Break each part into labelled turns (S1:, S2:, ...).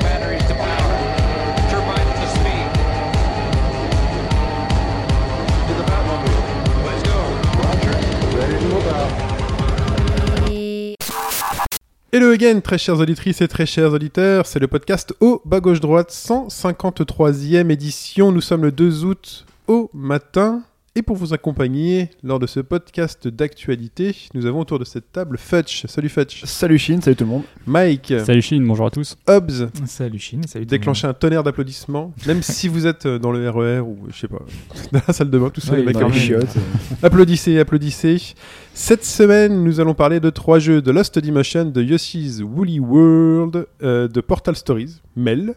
S1: batteries to power. Turbines to speed. To the Batmobile. Let's go.
S2: Hello again, très chères auditrices et très chers auditeurs, c'est le podcast au bas gauche droite, 153e édition. Nous sommes le 2 août au matin. Et pour vous accompagner lors de ce podcast d'actualité, nous avons autour de cette table Fetch. Salut Fetch.
S3: Salut Chine, salut tout le monde.
S2: Mike,
S4: Salut Chine, bonjour à tous.
S2: Hobbs.
S5: Salut Chine, salut
S2: Déclenchez un tonnerre d'applaudissements, même si vous êtes euh, dans le RER ou je sais pas, dans la salle de bain, tout seul, les mecs
S3: Dans
S2: en
S3: les
S2: chien.
S3: chiottes.
S2: Applaudissez, applaudissez. Cette semaine, nous allons parler de trois jeux de Lost Dimension, de Yoshi's Woolly World, euh, de Portal Stories, Mel.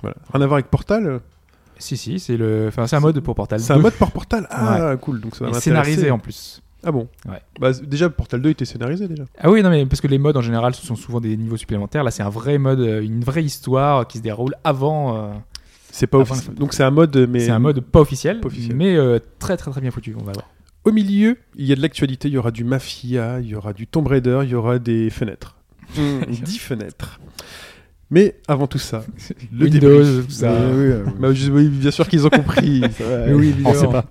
S2: Voilà. Rien à voir avec Portal.
S5: Si, si, c'est le... enfin, c'est un mode pour Portal
S2: C'est un
S5: 2.
S2: mode par Portal. Ah, cool. Donc ça va
S5: Et
S2: m'intéresser.
S5: scénarisé en plus.
S2: Ah bon.
S5: Ouais.
S2: Bah, c- déjà Portal 2 était scénarisé déjà.
S5: Ah oui, non, mais parce que les modes en général, ce sont souvent des niveaux supplémentaires. Là, c'est un vrai mode, euh, une vraie histoire qui se déroule avant. euh,
S2: C'est pas
S5: Ah,
S2: offici-
S5: voilà.
S2: Donc c'est un mode mais
S5: C'est un mode pas officiel,
S2: Pas officiel.
S5: mais euh, très très très bien foutu, on va voir.
S2: au milieu, il y a de l'actualité, il y aura du mafia, il y aura du Tomb Raider, il y aura des fenêtres. 10 fenêtres. Mais avant tout ça, le
S5: Windows,
S2: débrief.
S5: tout ça.
S3: Oui, oui, oui.
S2: Bah, je- oui, bien sûr qu'ils ont compris.
S3: Ça va,
S5: Mais
S3: oui.
S5: oui,
S4: On sait
S5: évidemment.
S4: pas.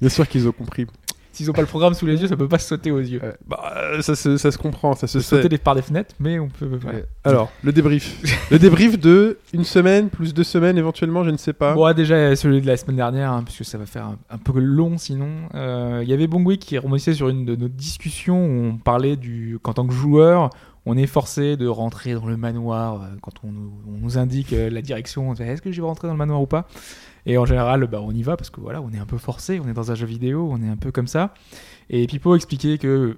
S2: Bien sûr qu'ils ont compris.
S5: S'ils ont pas le programme sous les yeux, ça peut pas se sauter aux yeux.
S2: Bah, euh, ça, se, ça se comprend, ça se sait.
S5: Sauter des- par des fenêtres, mais on peut. ouais.
S2: Alors, le débrief. le débrief de une semaine, plus deux semaines éventuellement, je ne sais pas.
S5: Bon, ah, déjà celui de la semaine dernière, hein, puisque ça va faire un, un peu long sinon. Euh, Il y avait Bongui qui rebondissait sur une de nos discussions où on parlait du qu'en tant que joueur, on est forcé de rentrer dans le manoir euh, quand on nous, on nous indique euh, la direction. on se dit, Est-ce que je vais rentrer dans le manoir ou pas Et en général, bah, on y va parce que voilà, on est un peu forcé, on est dans un jeu vidéo, on est un peu comme ça. Et Pipo expliquait que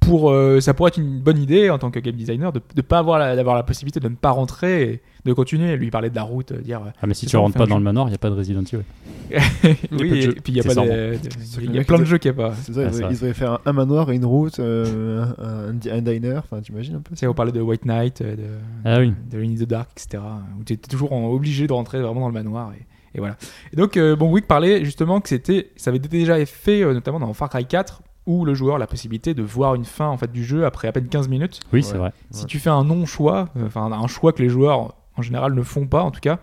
S5: pour, euh, ça pourrait être une bonne idée en tant que game designer de ne pas avoir la- d'avoir la possibilité de ne pas rentrer et de continuer. Lui il parlait de la route, euh, dire
S4: Ah, mais si
S5: C'est
S4: tu
S5: ça, on
S4: rentres
S5: fait
S4: pas
S5: un
S4: dans
S5: jeu.
S4: le manoir, il n'y a pas de Resident Evil.
S2: Il y a peu de
S5: oui, et
S2: jeux.
S5: puis il y a
S4: C'est
S5: pas
S4: ça,
S5: de-
S4: bon.
S5: de-
S3: C'est
S5: Il y
S3: clair.
S5: a plein de jeux qu'il n'y a pas.
S3: C'est ça,
S4: Ah,
S3: ils-
S4: c'est vrai.
S3: ils devaient faire un manoir, une route, euh, un, un di- un diner, enfin t'imagines un peu
S5: Tu sais, on parlait de White Knight, euh, de,
S4: Ah oui.
S5: de Lenny the Dark, etc. Où tu étais toujours en- obligé de rentrer vraiment dans le manoir. Et, et voilà. Et donc, euh, Bon Wick parlait justement que c'était, ça avait été déjà fait, euh, notamment dans Far Cry 4, où le joueur a la possibilité de voir une fin en fait, du jeu après à peine 15 minutes.
S4: Oui,
S3: Ouais.
S4: c'est vrai.
S5: Si
S3: Ouais.
S5: tu fais un non-choix, euh, enfin un choix que les joueurs en général ne font pas en tout cas,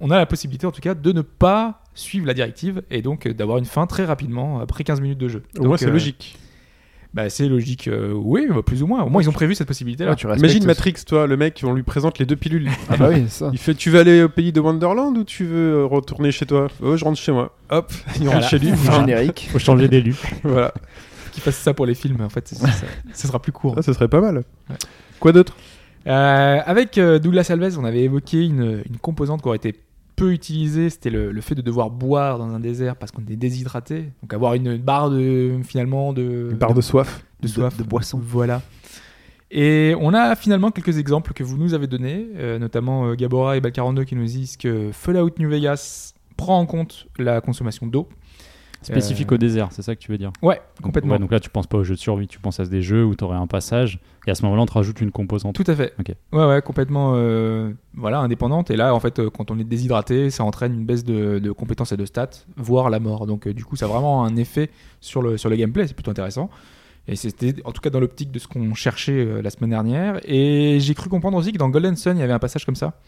S5: on a la possibilité en tout cas de ne pas suivre la directive et donc euh, d'avoir une fin très rapidement après 15 minutes de jeu.
S2: Au
S5: Donc,
S2: moins, c'est
S5: euh,
S2: logique.
S5: Bah, c'est logique, euh, oui, bah, plus ou moins. Au moins, ils ont prévu cette possibilité-là.
S2: Ah,
S3: Ouais, Ah, tu respectes
S2: Imagine
S3: ce-
S2: Matrix, toi, le mec, on lui présente les deux pilules.
S3: Ah bah oui, c'est ça.
S2: Il fait Tu veux aller au pays de Wonderland ou tu veux euh, retourner chez toi Oh, je rentre chez moi. Hop, il rentre
S4: Voilà.
S2: chez lui.
S3: Générique.
S4: Faut changer d'élu.
S2: voilà.
S5: Qu'ils fassent ça pour les films, en fait, c'est- ça, ça sera plus court.
S2: Ah, ça serait pas mal.
S5: Ouais.
S2: Quoi d'autre
S5: Euh, avec euh, Douglas Alves, on avait évoqué une, une composante qui aurait été peu utilisée, c'était le, le fait de devoir boire dans un désert parce qu'on était déshydraté. Donc avoir une barre de finalement de
S2: Une barre de soif.
S5: de soif.
S3: de boisson.
S5: Voilà. Et on a finalement quelques exemples que vous nous avez donnés, euh, notamment euh, Gabora et Bal42 qui nous disent que Fallout New Vegas prend en compte la consommation d'eau.
S4: Spécifique
S5: Euh,
S4: au désert, c'est ça que tu veux dire
S5: Ouais, complètement.
S4: Ouais, donc là, tu penses pas aux jeux de survie, tu penses à des jeux où tu aurais un passage et à ce moment-là, on te rajoute une composante.
S5: Tout à fait.
S4: Ok.
S5: Ouais, ouais, complètement euh, voilà, indépendante. Et là, en fait, euh, quand on est déshydraté, ça entraîne une baisse de, de compétences et de stats, voire la mort. Donc, euh, du coup, ça a vraiment un effet sur le, sur le gameplay. C'est plutôt intéressant. Et c'était en tout cas dans l'optique de ce qu'on cherchait euh, la semaine dernière. Et j'ai cru comprendre aussi que dans Golden Sun, il y avait un passage comme ça.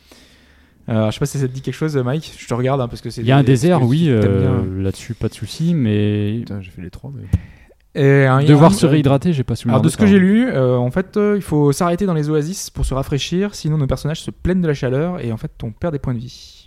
S5: Euh, je sais pas si ça te dit quelque chose, Mike. Je te regarde hein, parce que c'est.
S4: Il y a un désert,
S5: parce que
S4: oui,
S5: t'aimes
S4: euh,
S5: bien.
S4: là-dessus, pas de souci, mais
S3: Putain, j'ai fait les trois, mais.
S5: Et un-
S4: devoir
S5: un-
S4: se réhydrater, j'ai pas souvenir.
S5: Alors de ce que
S4: ça.
S5: j'ai lu, euh, en fait, euh, il faut s'arrêter dans les oasis pour se rafraîchir, sinon nos personnages se plaignent de la chaleur et en fait on perd des points de vie.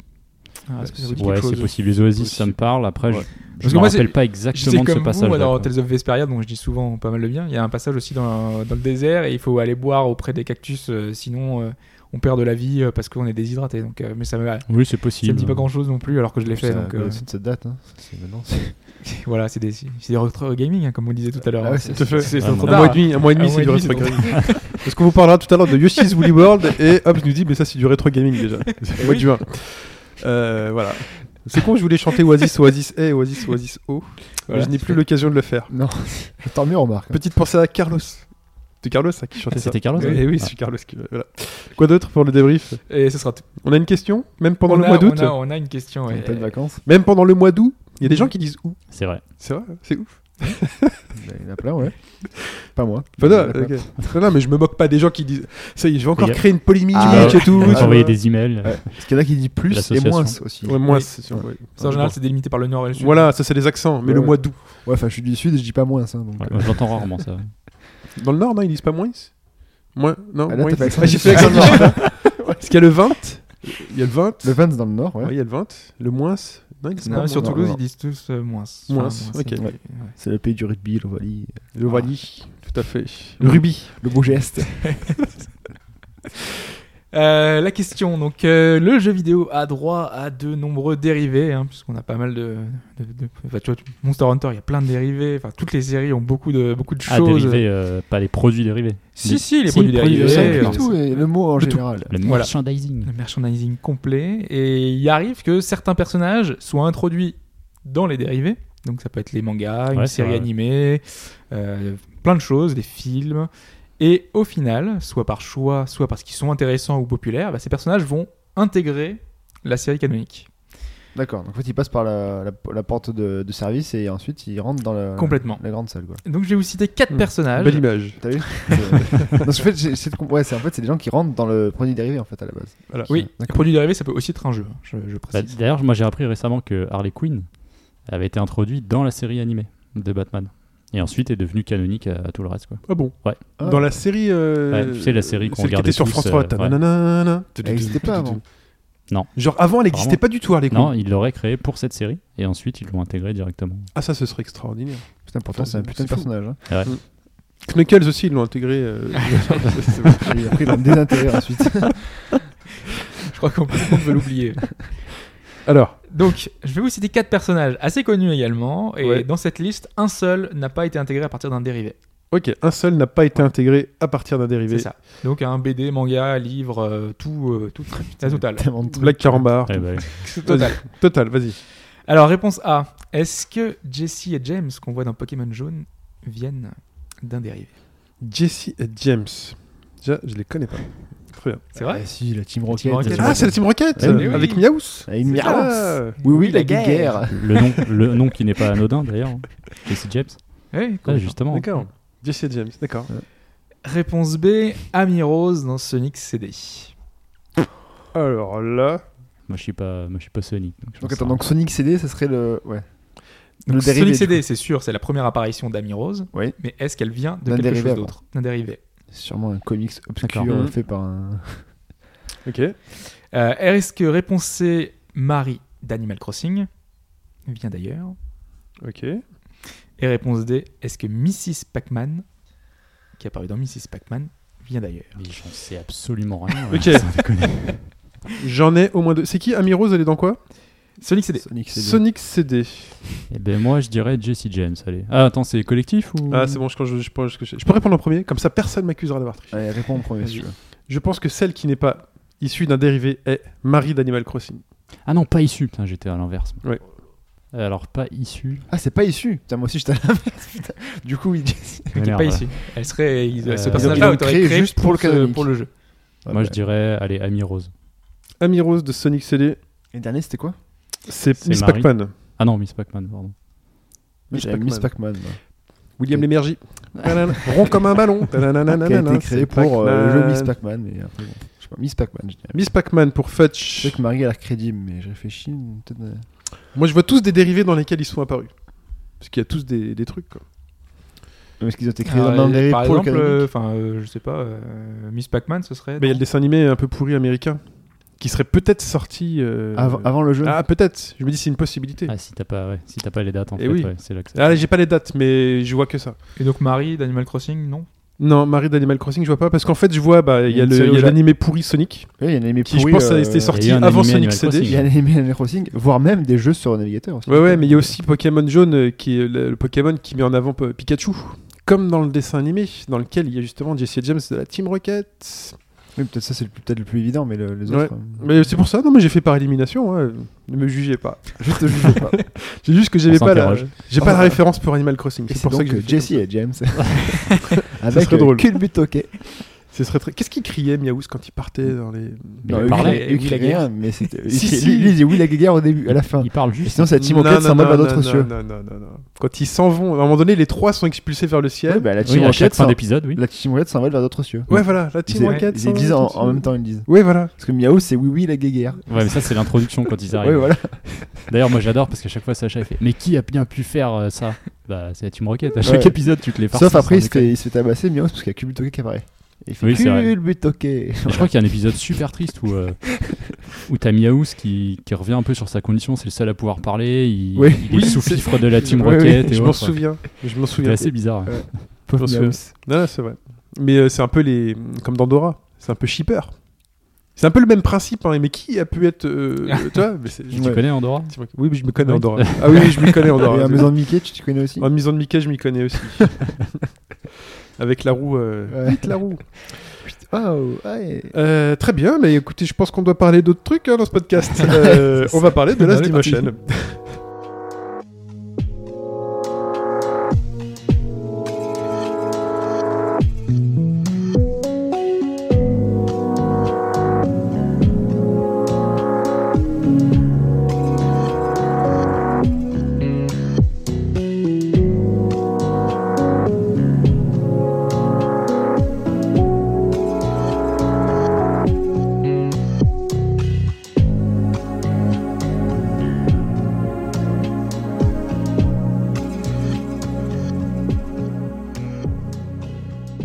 S5: Ah, Est-ce que ça vous dit
S4: Ouais,
S5: quelque
S4: c'est
S5: chose
S4: possible. Les oasis, ça me parle. Après,
S3: Ouais.
S4: je,
S5: Parce
S4: je
S5: que
S4: me
S5: moi, c'est-
S4: rappelle pas
S5: Je sais
S4: exactement de
S5: comme
S4: ce
S5: vous, moi,
S4: passage.
S5: dans Tales of Vesperia, donc je dis souvent pas mal de bien, il y a un passage aussi dans, dans le désert et il faut aller boire auprès des cactus, euh, sinon euh, on perd de la vie euh, parce qu'on est déshydraté. Donc, euh, mais ça me, ça
S4: Oui, c'est
S5: me
S4: possible.
S5: dit pas grand chose non plus alors que je l'ai fait.
S3: C'est
S5: Donc, euh,
S3: de cette date, hein. C'est maintenant. c'est-
S5: voilà, c'est des, c'est des retro gaming hein, comme on disait tout à l'heure.
S3: Ah ouais,
S5: hein.
S3: c'est-
S2: Tout à fait.
S5: c'est
S4: trop
S2: un
S5: tard.
S2: mois et demi, un mois et demi,
S5: Un
S2: c'est du
S5: mois et
S2: rétro
S5: demi,
S2: gaming. Parce qu'on vous parlera tout à l'heure de Yoshi's Woolly World et hop, je nous dit, mais ça c'est du rétro gaming déjà. C'est mois de juin. Euh, voilà. C'est con, je voulais chanter Oasis, Oasis A, Oasis, Oasis O. mais
S5: Voilà.
S2: je n'ai plus l'occasion de le faire.
S3: Non, tant mieux, remarque.
S2: Petite pensée à Carlos. C'était Carlos ça, qui chantait ça.
S4: C'était Carlos,
S2: Eh
S4: oui.
S2: oui,
S3: Ah.
S2: c'est Carlos qui. voilà. Quoi d'autre pour le débrief
S5: Et ce sera tout.
S2: On a une question Même pendant
S5: on
S2: le
S5: a-
S2: mois d'août
S5: on a, on a une question. ouais.
S3: Pas de vacances.
S2: Même pendant le mois d'août Il y a
S3: Mm.
S2: des gens qui disent où
S4: C'est vrai.
S2: C'est vrai, c'est ouf.
S3: Ben, Il y en a plein, ouais. Pas moi.
S2: Enfin, non,
S3: Il y en a plein.
S2: ok. Non, non, mais je me moque pas des gens qui disent. Ça y est, je vais encore
S4: Il y a-
S2: créer une polémique
S3: Ah,
S2: et tout.
S4: on
S3: ouais.
S4: va
S2: tu
S4: t'envoyer
S2: vois.
S4: des emails.
S3: Ouais. Parce qu'il y en a qui disent plus et
S4: L'association.
S3: moins aussi.
S2: Ouais, moi,
S5: Oui.
S2: c'est sûr, ouais.
S5: Ça, en
S2: Je
S5: général, c'est délimité par le nord et le
S2: pense.
S5: sud.
S2: Voilà, ça c'est les accents, mais le
S3: Ouais.
S2: mois d'août.
S3: Ouais, enfin, je suis du sud et je dis pas moins. Hein, donc,
S4: Ouais,
S3: euh,
S4: moi, je l'entends rarement ça.
S2: Dans le Nord, non, ils disent pas moins Moins Non,
S3: Ah, là,
S2: moins.
S3: t'as pas l'accent
S2: Ah, j'ai
S3: du
S2: fait
S3: Sud.
S2: l'accent du Nord. Parce qu'il y a le 20, il y a le 20,
S3: Le Vans dans le nord, ouais.
S2: ouais, il y a le 20, le moins. Non, ils disent
S5: Non,
S2: pas
S5: sur
S3: non,
S5: Toulouse,
S3: non.
S5: ils disent tous euh, moins. Enfin,
S2: Moins,
S5: c'est-
S2: ok.
S5: ouais.
S3: C'est le pays du rugby, le volley,
S2: Le Wally, tout à fait. Le rubis.
S3: le beau geste.
S5: Euh, la question, donc euh, le jeu vidéo a droit à de nombreux dérivés, hein, puisqu'on a pas mal de, de- de- enfin, tu vois, Monster Hunter, il y a plein de dérivés. Enfin, toutes les séries ont beaucoup de beaucoup de
S4: Ah,
S5: choses.
S4: dérivés, euh, pas les produits dérivés.
S5: si, si, les
S4: Si,
S5: produits
S4: les produits
S5: dérivés.
S3: Le
S4: dérivés,
S5: euh,
S3: sac
S4: non.
S3: et tout, et le mot en général.
S4: Le
S5: Voilà.
S4: merchandising.
S5: le merchandising complet. Et il arrive que certains personnages soient introduits dans les dérivés. Donc ça peut être les mangas, une
S4: Ouais, c'est
S5: série
S4: vrai.
S5: animée, euh, plein de choses, des films. Et au final, soit par choix, soit parce qu'ils sont intéressants ou populaires, bah, ces personnages vont intégrer la série canonique.
S3: D'accord, donc en fait, il passe par la, la, la porte de, de service et ensuite il rentre dans la,
S5: Complètement.
S3: la grande salle. Quoi.
S5: Donc je vais vous citer quatre
S2: Hmm.
S5: personnages.
S2: Belle image.
S3: T'as vu Euh, Parce que en fait, j'ai- c'est de comp- ouais, c'est en fait, c'est des gens qui rentrent dans le produit dérivé en fait à la base.
S2: Voilà.
S5: Oui,
S3: D'accord.
S5: produit dérivé, ça peut aussi être un jeu, hein, je, je
S4: Bah,
S5: précise.
S4: D'ailleurs, moi j'ai appris récemment que Harley Quinn avait été introduite dans la série animée de Batman. Et ensuite est devenue canonique à, à tout le reste. Quoi.
S2: Ah bon
S4: Ouais.
S2: Dans la série. euh,
S4: Ouais, tu sais, la série qu'on
S2: celle qui était
S4: regardait
S2: sur
S4: tous,
S2: France
S4: euh,
S2: 3.
S4: ouais.
S2: tananana.
S3: Elle n'existait pas avant.
S2: Genre avant, elle n'existait
S4: Vraiment.
S2: pas du tout, Harley
S4: Non,
S2: Quinn.
S4: ils l'auraient créé pour cette série et ensuite ils l'ont intégré directement.
S2: Ah, ça, ce serait extraordinaire.
S3: Putain, pourtant, c'est un
S2: C'est
S3: putain de
S2: fou.
S3: personnage. hein.
S2: Knuckles aussi, ils l'ont intégré. euh, c'est vrai.
S3: Et après, il a un désintérêt ensuite.
S5: Je crois qu'on on peut l'oublier.
S2: Alors,
S5: Donc, je vais vous citer quatre personnages assez connus également, et
S2: Ouais.
S5: dans cette liste, un seul n'a pas été intégré à partir d'un dérivé.
S2: ok, un seul n'a pas été intégré à partir d'un dérivé.
S5: C'est ça. Donc un BD, manga, livre, euh, tout, euh, tout, la totale.
S3: Tellement de trucs.
S2: Black Carambar.
S4: Eh ben,
S5: Total.
S2: Vas-y. Total, vas-y.
S5: Alors réponse A. Est-ce que Jesse et James qu'on voit dans Pokémon Jaune viennent d'un dérivé
S2: Jesse et James. Déjà, je les connais pas. Très bien.
S5: C'est vrai
S3: Ah, si, la Team
S5: Team
S3: Rocket.
S5: Rocket.
S2: Ah, c'est la Team Rocket
S4: Eh oui.
S2: euh, Avec Miaus
S3: Ah, une
S2: Ah,
S3: miracle. Oui, oui, la guerre.
S4: le, nom, le nom qui n'est pas anodin d'ailleurs, hein. Jesse James.
S3: Ah,
S5: Oui,
S4: Ouais,
S5: cool.
S4: justement.
S2: D'accord. Jesse et James, d'accord.
S5: Réponse B. Amy Rose dans Sonic CD.
S2: Alors là,
S4: Moi je suis pas, moi, je suis pas Sonic. Donc, je
S3: Donc
S4: pense
S3: attends,
S4: à-
S3: donc Sonic CD, ça serait le. Ouais.
S5: Donc,
S3: Le dérivé,
S5: Sonic
S3: du
S5: CD, c'est sûr, c'est la première apparition d'Amy Rose.
S3: Oui.
S5: Mais est-ce qu'elle vient de
S3: D'un
S5: quelque
S3: dérivé
S5: chose
S3: avant.
S5: d'autre D'un dérivé.
S3: C'est sûrement un comics obscur
S4: D'accord.
S3: euh,
S2: Mhm.
S3: fait par un.
S2: ok.
S5: Euh, est-ce que réponse C. Marie d'Animal Crossing vient d'ailleurs
S2: Ok.
S5: Et réponse D, est-ce que Mrs. Pac-Man, qui est apparue dans Mrs. Pac-Man, vient d'ailleurs
S4: Mais j'en sais absolument rien. hein,
S2: Ok. J'en ai au moins deux. C'est qui Ami Rose, elle est dans quoi
S5: Sonic CD.
S3: Sonic CD.
S2: Sonic CD.
S4: Et ben moi je dirais Jesse James. Allez. Ah attends, c'est collectif
S3: Mmh.
S4: ou
S2: Ah, c'est bon, je, quand je, je pense que je, je peux répondre en premier, comme ça personne m'accusera d'avoir triché.
S3: Allez, réponds en premier si
S2: Vas-y.
S3: tu veux.
S2: Je pense que celle qui n'est pas issue d'un dérivé est Marie d'Animal Crossing.
S4: Ah non, pas issu. Putain, j'étais à l'inverse. moi.
S2: Ouais.
S4: Euh, Alors pas issu.
S3: Ah, c'est pas issu. Putain, moi aussi, je t'ai Putain. Du coup, il dit.
S5: Qui
S3: Ah,
S5: n'est
S4: Merde.
S5: pas ici. Elle serait, il-
S4: Euh,
S5: ce
S4: ils
S5: personnage-là
S3: l'ont
S5: aurait
S3: créé
S5: créé,
S3: juste pour le
S5: ce-
S3: canonique.
S5: pour le jeu.
S3: Ah,
S4: Moi
S3: bah.
S4: je dirais, allez, Ami Rose.
S2: Ami Rose de Sonic CD,
S3: Et le dernier, c'était quoi
S2: c'est
S4: C'est
S2: Miss
S4: Marie.
S2: Pac-Man.
S4: Ah non, Miss Pac-Man, pardon.
S2: Miss
S3: J'avais
S2: Pac-Man.
S3: Miss Pac-Man. moi.
S2: William
S3: Qui-
S2: Lémergie. Tadana, Rond comme un ballon. Tadana,
S3: qui a été
S2: nanana,
S3: créé
S2: c'est
S3: pour euh,
S2: Pac-Man.
S3: le Miss Pac-Man. Mais après, bon, je sais pas, Miss Pac-Man, je dirais.
S2: Miss Pac-Man pour
S3: Je sais
S2: Fetch.
S3: que Marie a l'air crédible, mais je réfléchis. peut-être, euh,
S2: Moi, je vois tous des dérivés dans lesquels ils sont apparus. Parce qu'il y a tous des, des trucs. quoi.
S3: Est-ce qu'ils ont été créés
S5: Alors,
S3: dans
S5: euh,
S3: le dérivé
S5: par
S3: pour le
S5: exemple,
S3: canonique
S5: euh, enfin, euh, je sais pas, euh, Miss Pac-Man, ce serait.
S2: Mais il y a le dessin animé un peu pourri américain qui serait peut-être sorti. euh,
S3: avant, avant le jeu
S2: Ah, peut-être. Je me dis, c'est une possibilité.
S4: Ah si t'as pas, ouais, si t'as pas les dates en
S2: Eh
S4: fait,
S2: oui.
S4: ouais, c'est là que ça-
S2: Allez, j'ai pas les dates, mais je vois que ça.
S5: Et donc Marie d'Animal Crossing, non
S2: Non, Marie d'Animal Crossing, je vois pas. Parce qu'en fait, je vois, bah, il y a
S3: Une série
S2: le- il y
S3: au
S2: a
S3: Japon.
S2: l'animé pourri Sonic,
S3: Oui, il y en a aimé
S2: qui je pense
S3: euh,
S2: a été
S4: il
S2: sorti
S4: y a un
S2: avant Sonic
S4: animé Animal
S2: CD.
S4: Crossing.
S3: Il y en a aimé Animal Crossing, voire même des jeux sur navigateur aussi.
S2: Ouais, ouais, mais il y a aussi Pokémon jaune, euh, qui est le, le Pokémon qui met en avant P- Pikachu. Comme dans le dessin animé, dans lequel il y a justement Jesse James de la Team Rocket.
S3: Oui, peut-être ça, c'est le plus- peut-être le plus évident, mais le- les
S2: Ouais.
S3: autres. euh,
S2: Mais c'est pour ça, non, mais j'ai fait par élimination. hein. Ne me jugez pas.
S3: Je te juge pas.
S2: C'est juste que j'avais
S4: On
S2: pas la,
S4: s'interroge.
S2: j'ai pas la référence pour Animal Crossing.
S3: Et
S2: C'est
S3: c'est
S2: pour ça
S3: donc
S2: que j'ai fait
S3: euh, Jesse
S2: comme ça.
S3: et James. Avec
S2: serait drôle.
S3: Cul but toqué.
S2: Ce serait très. Qu'est-ce qu'il criait Miaouz quand il partait dans les.
S4: Mais
S3: Non,
S4: il,
S3: lui,
S4: parle,
S5: parlait.
S3: il- il-
S5: Will Laguerre.
S3: rien, mais euh, c'était.
S2: Si,
S3: il-
S2: si.
S3: Lui, il dit oui la guerre au début, à la fin.
S4: il parle
S3: Et
S4: juste.
S3: sinon, cette team enquête
S2: Non, non,
S3: s'emballe vers
S2: non,
S3: d'autres
S2: non,
S3: cieux.
S2: Non, non, non, non. Quand ils s'en vont, à un moment donné, les trois sont expulsés vers le ciel.
S3: Ouais, bah, la
S4: Oui,
S3: team
S4: à chaque
S3: enquête
S4: fin
S3: s'en-
S4: d'épisode, oui.
S3: la team enquête s'envole vers d'autres cieux.
S2: Ouais, voilà, la team
S3: Ils
S2: Rocket.
S3: ils disent en en même temps, ils disent.
S2: Ouais, voilà.
S3: Parce que Miao, c'est oui, oui, la guéguerre.
S4: Ouais, mais ça, c'est l'introduction quand ils arrivent.
S3: Ouais, voilà.
S4: D'ailleurs, moi, j'adore parce qu'à chaque fois, Sacha, il fait Mais qui a bien pu faire euh, ça Bah, c'est la Team Rocket. À chaque
S3: Ouais.
S4: épisode, tu te les farces.
S3: Sauf après, il
S4: sans
S3: se
S4: déconner.
S3: fait- il se fait tabasser, Miao, parce qu'il y a Culbutoke qui apparaît. Et il fait
S4: Oui, c'est vrai.
S3: Culbutoke.
S4: Et Je crois qu'il y a un épisode super triste où, euh, où t'as Miaous qui, qui revient un peu sur sa condition, c'est le seul à pouvoir parler, il,
S3: Oui.
S4: il est le sous-fifre de la Team
S3: Oui, oui,
S4: Rocket. et
S2: Je m'en
S4: autres.
S2: souviens. Je m'en
S4: C'était
S2: souviens.
S4: assez bizarre.
S3: Euh,
S2: Ouais.
S3: Pauvre
S2: Parce que-
S3: Miao.
S2: Non, non, c'est vrai. Mais euh, c'est un peu les. Comme dans Dora. C'est un peu shipper. C'est un peu le même principe, hein, mais qui a pu être. euh, toi mais c'est-
S4: Tu connais Andorra
S2: Oui, mais je me connais
S4: Oui.
S2: en Dora. Ah oui, oui, je me connais en
S3: Et
S2: Dora.
S3: la maison de Mickey, tu te connais aussi
S2: En maison de Mickey, je m'y connais aussi. Avec la roue. euh,
S3: Ouais.
S2: vite la roue.
S3: Oh, ouais.
S2: Euh, très bien, mais écoutez, je pense qu'on doit parler d'autres trucs hein, dans ce podcast. Euh, on va parler de Last
S5: Allez, parti.
S2: Dimension.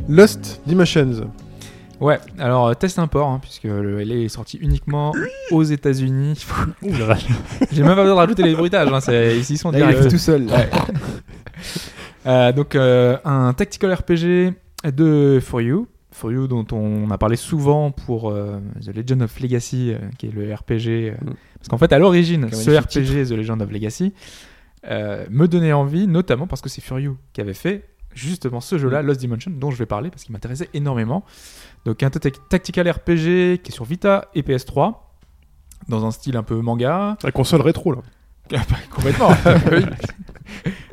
S2: Lost Dimensions.
S5: Ouais, alors euh, test import, hein, puisque le LA est sorti uniquement aux États-Unis. J'ai même pas besoin de rajouter les bruitages, hein, c'est- ils y sont
S3: Là, il
S5: direct.
S3: est tout seul. là.
S5: Euh, donc euh, un tactical RPG de For You, For You dont on a parlé souvent pour euh, The Legend of Legacy, euh, qui est le RPG. euh,
S2: Mm.
S5: Parce qu'en fait, à l'origine,
S3: Quel
S5: ce
S3: magnifique
S5: RPG, The Legend of Legacy, euh, me donnait envie, notamment parce que c'est For You qui avait fait justement ce jeu-là,
S2: Mm.
S5: Lost Dimension, dont je vais parler parce qu'il m'intéressait énormément. Donc un tac- tactical RPG qui est sur Vita et PS3, dans un style un peu manga.
S2: La console rétro, là.
S5: Ah bah, complètement. Oui.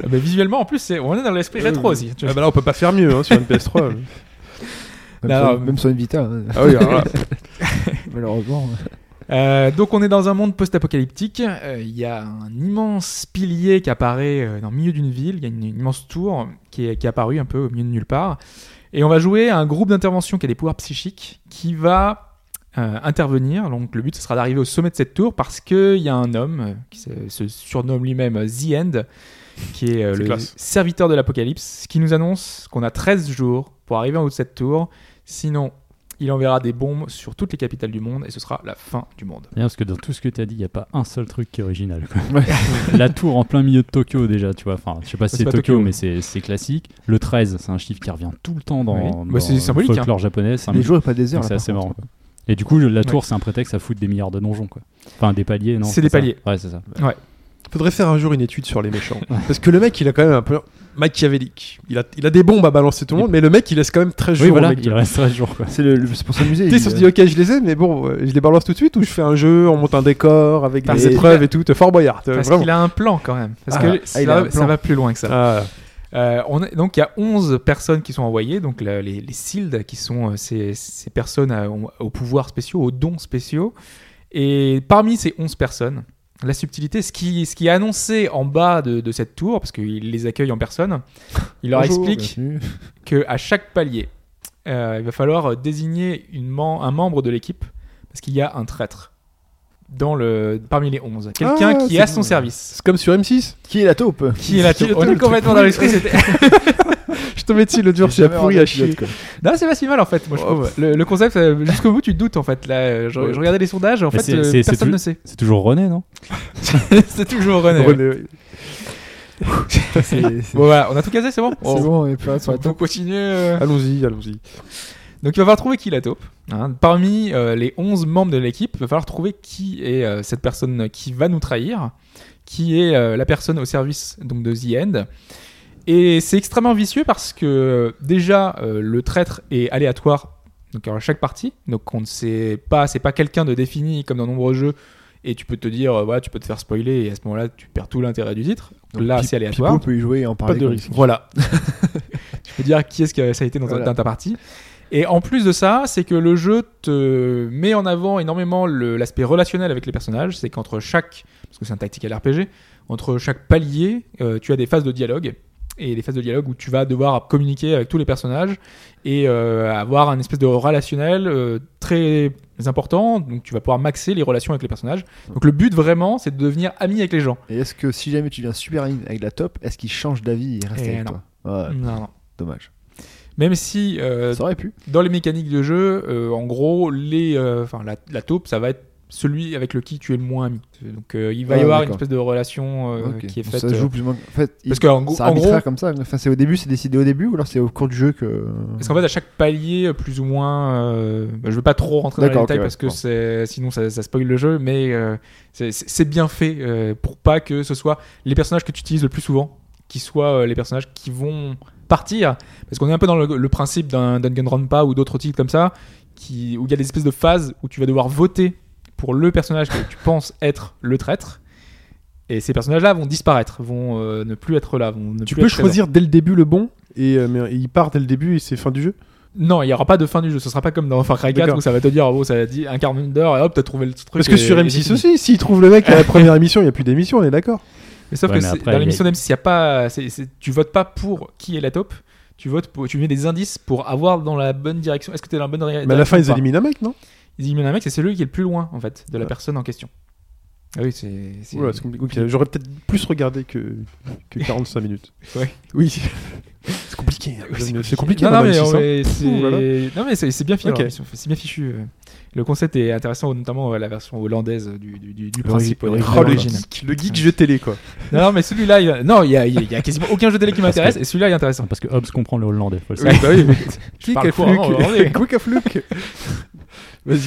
S5: Ah bah, visuellement, en plus, c'est- on est dans l'esprit rétro aussi. tu
S2: Ah
S5: vois.
S2: bah là, on peut pas faire mieux hein, sur une PS3.
S3: Même sur-
S5: Non,
S3: Même sur une Vita, hein,
S2: ah oui, alors là.
S3: malheureusement.
S5: Euh, donc, on est dans un monde post-apocalyptique. Euh, Il y a un immense pilier qui apparaît euh, dans le milieu d'une ville. Il y a une, une immense tour qui est, qui est apparue un peu au milieu de nulle part. Et on va jouer à un groupe d'intervention qui a des pouvoirs psychiques qui va euh, intervenir. Donc, le but, ce sera d'arriver au sommet de cette tour parce qu'il y a un homme euh, qui se, se surnomme lui-même euh, The End, qui est euh,
S2: C'est
S5: le
S2: classe.
S5: serviteur de l'apocalypse, qui nous annonce qu'on a 13 jours pour arriver en haut de cette tour. Sinon, il enverra des bombes sur toutes les capitales du monde et ce sera la fin du monde.
S4: Bien, parce que dans tout ce que t'as dit, il n'y a pas un seul truc qui est original. quoi. la tour en plein milieu de Tokyo, déjà, tu vois. Enfin, je sais pas si
S5: C'est
S4: c'est
S5: pas
S4: Tokyo,
S5: Tokyo.
S4: mais c'est c'est classique. Le 13, c'est un chiffre qui revient tout le temps dans,
S5: Oui.
S4: dans
S5: Bah, c'est
S4: le
S5: symbolique, hein.
S4: folklore japonais. c'est un
S3: Les
S4: mythe.
S3: jours et pas des heures.
S4: Donc,
S3: là,
S4: c'est
S3: par
S4: assez
S3: contre.
S4: marrant. quoi. Et du coup, le- la tour, c'est un prétexte à foutre des milliards de donjons, quoi. Enfin, des paliers, non
S5: C'est des
S4: ça
S5: paliers.
S4: Ouais, c'est ça.
S2: Faudrait faire un jour une étude sur les méchants. Parce que le mec, il a quand même un peu machiavélique. Il a, il a des bombes à balancer tout le monde, mais le mec, il laisse quand même 13 jours.
S4: Oui,
S2: au
S4: voilà,
S2: mec de-
S4: il reste 13 jours, quoi.
S3: C'est le- le- c'est pour s'amuser.
S2: Tu sais,
S3: il-
S2: on se dit, ok, je les aime, mais bon, euh, je les balance tout de suite ou je fais un jeu, on monte un décor avec
S5: Parce
S2: des
S5: qu'il
S2: épreuves
S5: a-
S2: et tout. T'es Fort Boyard, t'es
S5: Parce
S2: vraiment.
S5: qu'il a un plan quand même. Parce
S3: Euh, Ah,
S5: que
S3: ah,
S5: ça,
S3: il a un
S5: va-
S3: plan.
S5: ça va plus loin que ça.
S2: Ah,
S5: Euh, on est- donc il y a 11 personnes qui sont envoyées, donc la- les, les SEALD, qui sont euh, ces, ces personnes à- au- aux pouvoirs spéciaux, aux dons spéciaux. Et parmi ces 11 personnes, la subtilité, ce qui, ce qui est annoncé en bas de, de cette tour, parce qu'il les accueille en personne, il leur
S3: Bonjour,
S5: explique
S3: bienvenue.
S5: que à chaque palier, euh, il va falloir désigner une mem- un membre de l'équipe parce qu'il y a un traître dans le parmi les 11. Quelqu'un
S2: Ah,
S5: qui
S2: c'est
S5: est à son
S2: bon.
S5: service.
S2: C'est comme sur M6.
S3: Qui est la taupe
S5: Qui est là
S2: Qui est
S5: On
S2: le
S5: est complètement dans l'esprit. c'était-
S2: Je te mets dessus, le dur,
S3: J'ai
S2: c'est
S3: jamais
S2: pourri
S3: regardé
S2: à chier.
S3: l'épisode, quoi.
S5: non, c'est pas si mal en fait. Moi, je
S2: Oh,
S5: trouve. Le, le concept euh, jusqu'au bout, tu te doutes en fait. Là, euh, je, je regardais les sondages. En
S4: Mais
S5: fait,
S4: c'est-
S5: euh,
S4: c'est- c'est
S5: personne
S4: tout-
S5: ne sait.
S4: C'est toujours René, non
S5: c'est toujours René. ouais.
S2: René, oui.
S3: C'est- c'est-
S5: Bon voilà, on a tout casé, c'est bon.
S3: C'est bon, il n'y a plus rien sur la
S5: On peut
S3: taupe.
S5: continuer. euh.
S2: Allons-y, allons-y.
S5: Donc il va falloir trouver qui est la taupe. hein. Parmi euh, les 11 membres de l'équipe, il va falloir trouver qui est euh, cette personne qui va nous trahir, qui est euh, la personne au service donc, de The End. Et c'est extrêmement vicieux parce que euh, déjà, euh, le traître est aléatoire Donc alors, chaque partie, donc on ne sait pas, c'est pas quelqu'un de défini comme dans nombreux jeux, et tu peux te dire, euh, voilà, tu peux te faire spoiler, et à ce moment-là, tu perds tout l'intérêt du titre.
S3: Donc,
S5: Là,
S3: Pi-
S5: c'est aléatoire.
S3: Pipo peut y jouer et en parler.
S2: de
S3: comme-
S2: risque.
S5: Voilà. je peux dire qui est-ce que ça a été dans, ta-
S3: Voilà.
S5: dans ta partie. Et en plus de ça, c'est que le jeu te met en avant énormément le- l'aspect relationnel avec les personnages. C'est qu'entre chaque, parce que c'est un tactical RPG, entre chaque palier, euh, tu as des phases de dialogue. Et les phases de dialogue où tu vas devoir communiquer avec tous les personnages et euh, avoir un espèce de relationnel euh, très important. Donc tu vas pouvoir maxer les relations avec les personnages. Donc le but vraiment, c'est de devenir ami avec les gens.
S3: Et est-ce que si jamais tu viens super in avec la top, est-ce qu'il change d'avis et reste
S5: Eh non.
S3: avec toi Ouais,
S5: Non, non.
S3: Dommage.
S5: Même si euh,
S3: Ça aurait pu.
S5: dans les mécaniques de jeu, euh, en gros, les, euh, enfin, la, la taupe, ça va être celui avec le qui tu es le moins ami. Donc euh, il va
S3: Ah,
S5: y avoir une
S3: d'accord.
S5: espèce de relation euh,
S3: Ok.
S5: qui est
S3: Donc
S5: faite.
S3: ça se joue
S5: euh,
S3: plus ou moins. En fait, il-
S5: parce qu'en gros,
S3: c'est
S5: en gros,
S3: arbitraire comme ça. Enfin, c'est au début, c'est décidé au début ou alors c'est au cours du jeu que.
S5: parce qu'en fait, à chaque palier, euh, plus ou moins, euh, bah, je veux pas trop rentrer dans les
S3: D'accord, ok,
S5: détails
S3: ouais,
S5: parce que
S3: bon.
S5: c'est- sinon ça, ça spoil le jeu, mais euh, c'est- c'est c'est bien fait euh, pour pas que ce soit les personnages que tu utilises le plus souvent qui soient euh, les personnages qui vont partir. Parce qu'on est un peu dans le, le principe d'un Danganronpa ou d'autres titres comme ça, qui, où il y a des espèces de phases où tu vas devoir voter pour le personnage que tu penses être le traître. Et ces personnages-là vont disparaître, vont euh, ne plus être là. Vont ne
S2: Tu
S5: plus
S2: peux
S5: être présents.
S2: choisir dès le début le bon, et euh, mais il part dès le début et c'est fin du jeu.
S5: Non, il n'y aura pas de fin du jeu. Ce sera pas comme dans Far Cry 4
S2: D'accord.
S5: où ça va te dire, oh, ça a dit un quart d'heure et hop, t'as trouvé le truc.
S2: Parce que
S5: et-
S2: sur
S5: et
S2: M6
S5: c'est fini.
S2: aussi, s'il trouve le mec à la première émission, il n'y a plus d'émission, on est d'accord.
S5: Mais sauf
S4: Ouais,
S5: que
S4: mais
S5: c'est-
S4: après,
S5: dans
S4: il y a-
S5: l'émission d'M6, il y a pas, c'est- c'est- tu votes pas pour qui est la taupe. Tu votes, pour- tu mets des indices pour avoir dans la bonne direction. Est-ce que t'es dans la bonne direction
S2: Mais à la fin,
S5: ou
S2: ils
S5: pas
S2: éliminent un mec, non
S5: Ils éliminent un mec, c'est celui qui est le plus loin en fait de la
S2: Ouais.
S5: personne en question. Ah oui, c'est. c'est-
S2: Oula, c'est compliqué. Ok, J'aurais peut-être plus regardé que, que 45 minutes.
S5: Ouais.
S2: Oui. c'est compliqué. hein.
S5: Oui,
S2: C'est compliqué.
S5: Non, non,
S2: madame
S5: mais,
S2: M6, hein.
S5: ouais, c'est-
S2: Ouh là
S5: non, mais c'est c'est bien, fichu,
S2: Ok.
S5: alors, c'est bien fichu. euh. Le concept est intéressant, notamment euh, la version hollandaise du, du, du- du principe.
S3: l'ori-
S5: euh, de
S2: Oh, le
S5: l'origine.
S2: geek, le geek jeu télé, quoi.
S5: Non, non, mais celui-là, il y a- non, il y a, il y a- il y a quasiment aucun jeu télé qui m'intéresse, et celui-là il est intéressant.
S4: Parce que Hobbes comprend le hollandais, faut le
S5: Oui,
S4: savoir.
S5: bah oui, mais- Je
S2: Quick
S5: parle
S2: à
S5: couramment hollandais.
S2: fluke. Quick à fluke. Vas-y.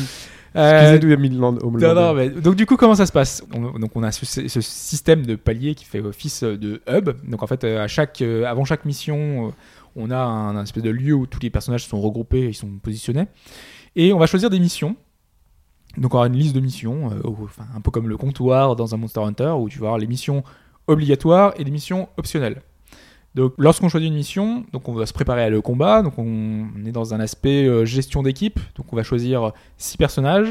S5: Euh,
S2: Excusez d'où il y a mis le land- au
S5: non, non,
S2: landais.
S5: mais- donc du coup, comment ça se passe On- Donc on a ce, ce système de palier qui fait office euh, de hub. Donc en fait, euh, à chaque, euh, avant chaque mission, euh, on a un, un espèce de lieu où tous les personnages sont regroupés, ils sont positionnés, et on va choisir des missions. Donc on aura une liste de missions, euh, au- enfin, un peu comme le comptoir dans un Monster Hunter, où tu vas avoir les missions obligatoires et les missions optionnelles. Donc lorsqu'on choisit une mission, donc on va se préparer à le combat, donc on, on est dans un aspect euh, gestion d'équipe, donc on va choisir six personnages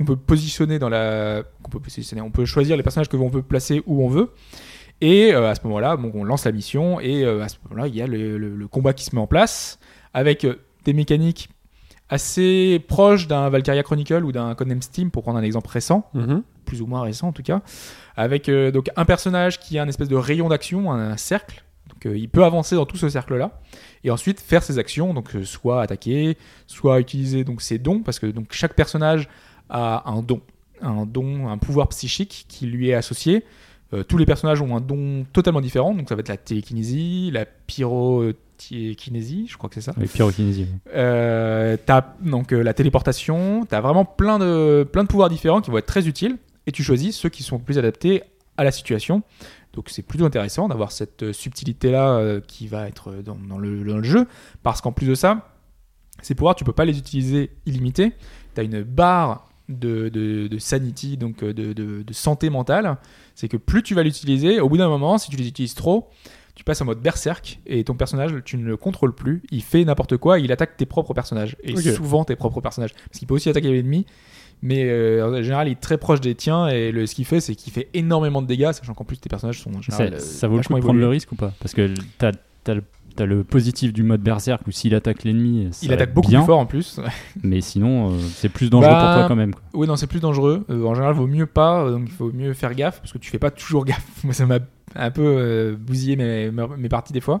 S5: on peut positionner dans la qu'on peut positionner on peut choisir les personnages que l'on veut placer où on veut et euh, à ce moment-là bon, on lance la mission et euh, à ce moment-là il y a le, le- le combat qui se met en place avec euh, des mécaniques assez proches d'un Valkyria Chronicle ou d'un Codename Steam pour prendre un exemple récent
S2: Mhm.
S5: plus ou moins récent en tout cas, avec euh, donc un personnage qui a un espèce de rayon d'action, un, un cercle. Donc euh, il peut avancer dans tout ce cercle-là et ensuite faire ses actions, donc euh, soit attaquer, soit utiliser donc ses dons, parce que donc chaque personnage a un don, un don, un pouvoir psychique qui lui est associé. Euh, tous les personnages ont un don totalement différent, donc ça va être la télékinésie, la pyrokinésie, je crois que c'est ça.
S4: Avec pyrokinésie.
S5: Euh, t'as donc euh, la téléportation, t'as vraiment plein de, plein de pouvoirs différents qui vont être très utiles et tu choisis ceux qui sont le plus adaptés à la situation. Donc c'est plutôt intéressant d'avoir cette euh, subtilité-là euh, qui va être euh, dans, dans le, dans le jeu parce qu'en plus de ça, ces pouvoirs, tu peux pas les utiliser illimités. T'as une barre de, de- de sanity, donc euh, de, de- de santé mentale. C'est que plus tu vas l'utiliser, au bout d'un moment, si tu les utilises trop, tu passes en mode berserk et ton personnage, tu ne le contrôles plus, il fait n'importe quoi, et il attaque tes propres personnages et
S2: Ok.
S5: souvent tes propres personnages parce qu'il peut aussi attaquer l'ennemi, mais euh, en général, il est très proche des tiens et le, ce qu'il fait, c'est qu'il fait énormément de dégâts, sachant qu'en plus tes personnages sont en général.
S4: Ça,
S5: euh,
S4: ça vaut le coup
S5: vachement
S4: de prendre le
S5: évolués.
S4: risque ou pas Parce que t'as t'as le, t'as le positif du mode berserk où s'il attaque l'ennemi, ça
S5: Il
S4: va
S5: attaque beaucoup
S4: bien,
S5: plus fort en plus.
S4: Mais sinon, euh, c'est plus dangereux
S5: Bah,
S4: pour toi quand même. quoi.
S5: Oui, non, c'est plus dangereux. Euh, en général, vaut mieux pas. euh, donc, il faut mieux faire gaffe parce que tu fais pas toujours gaffe. Moi, ça m'a un peu euh, bousillé mes, mes- mes parties des fois.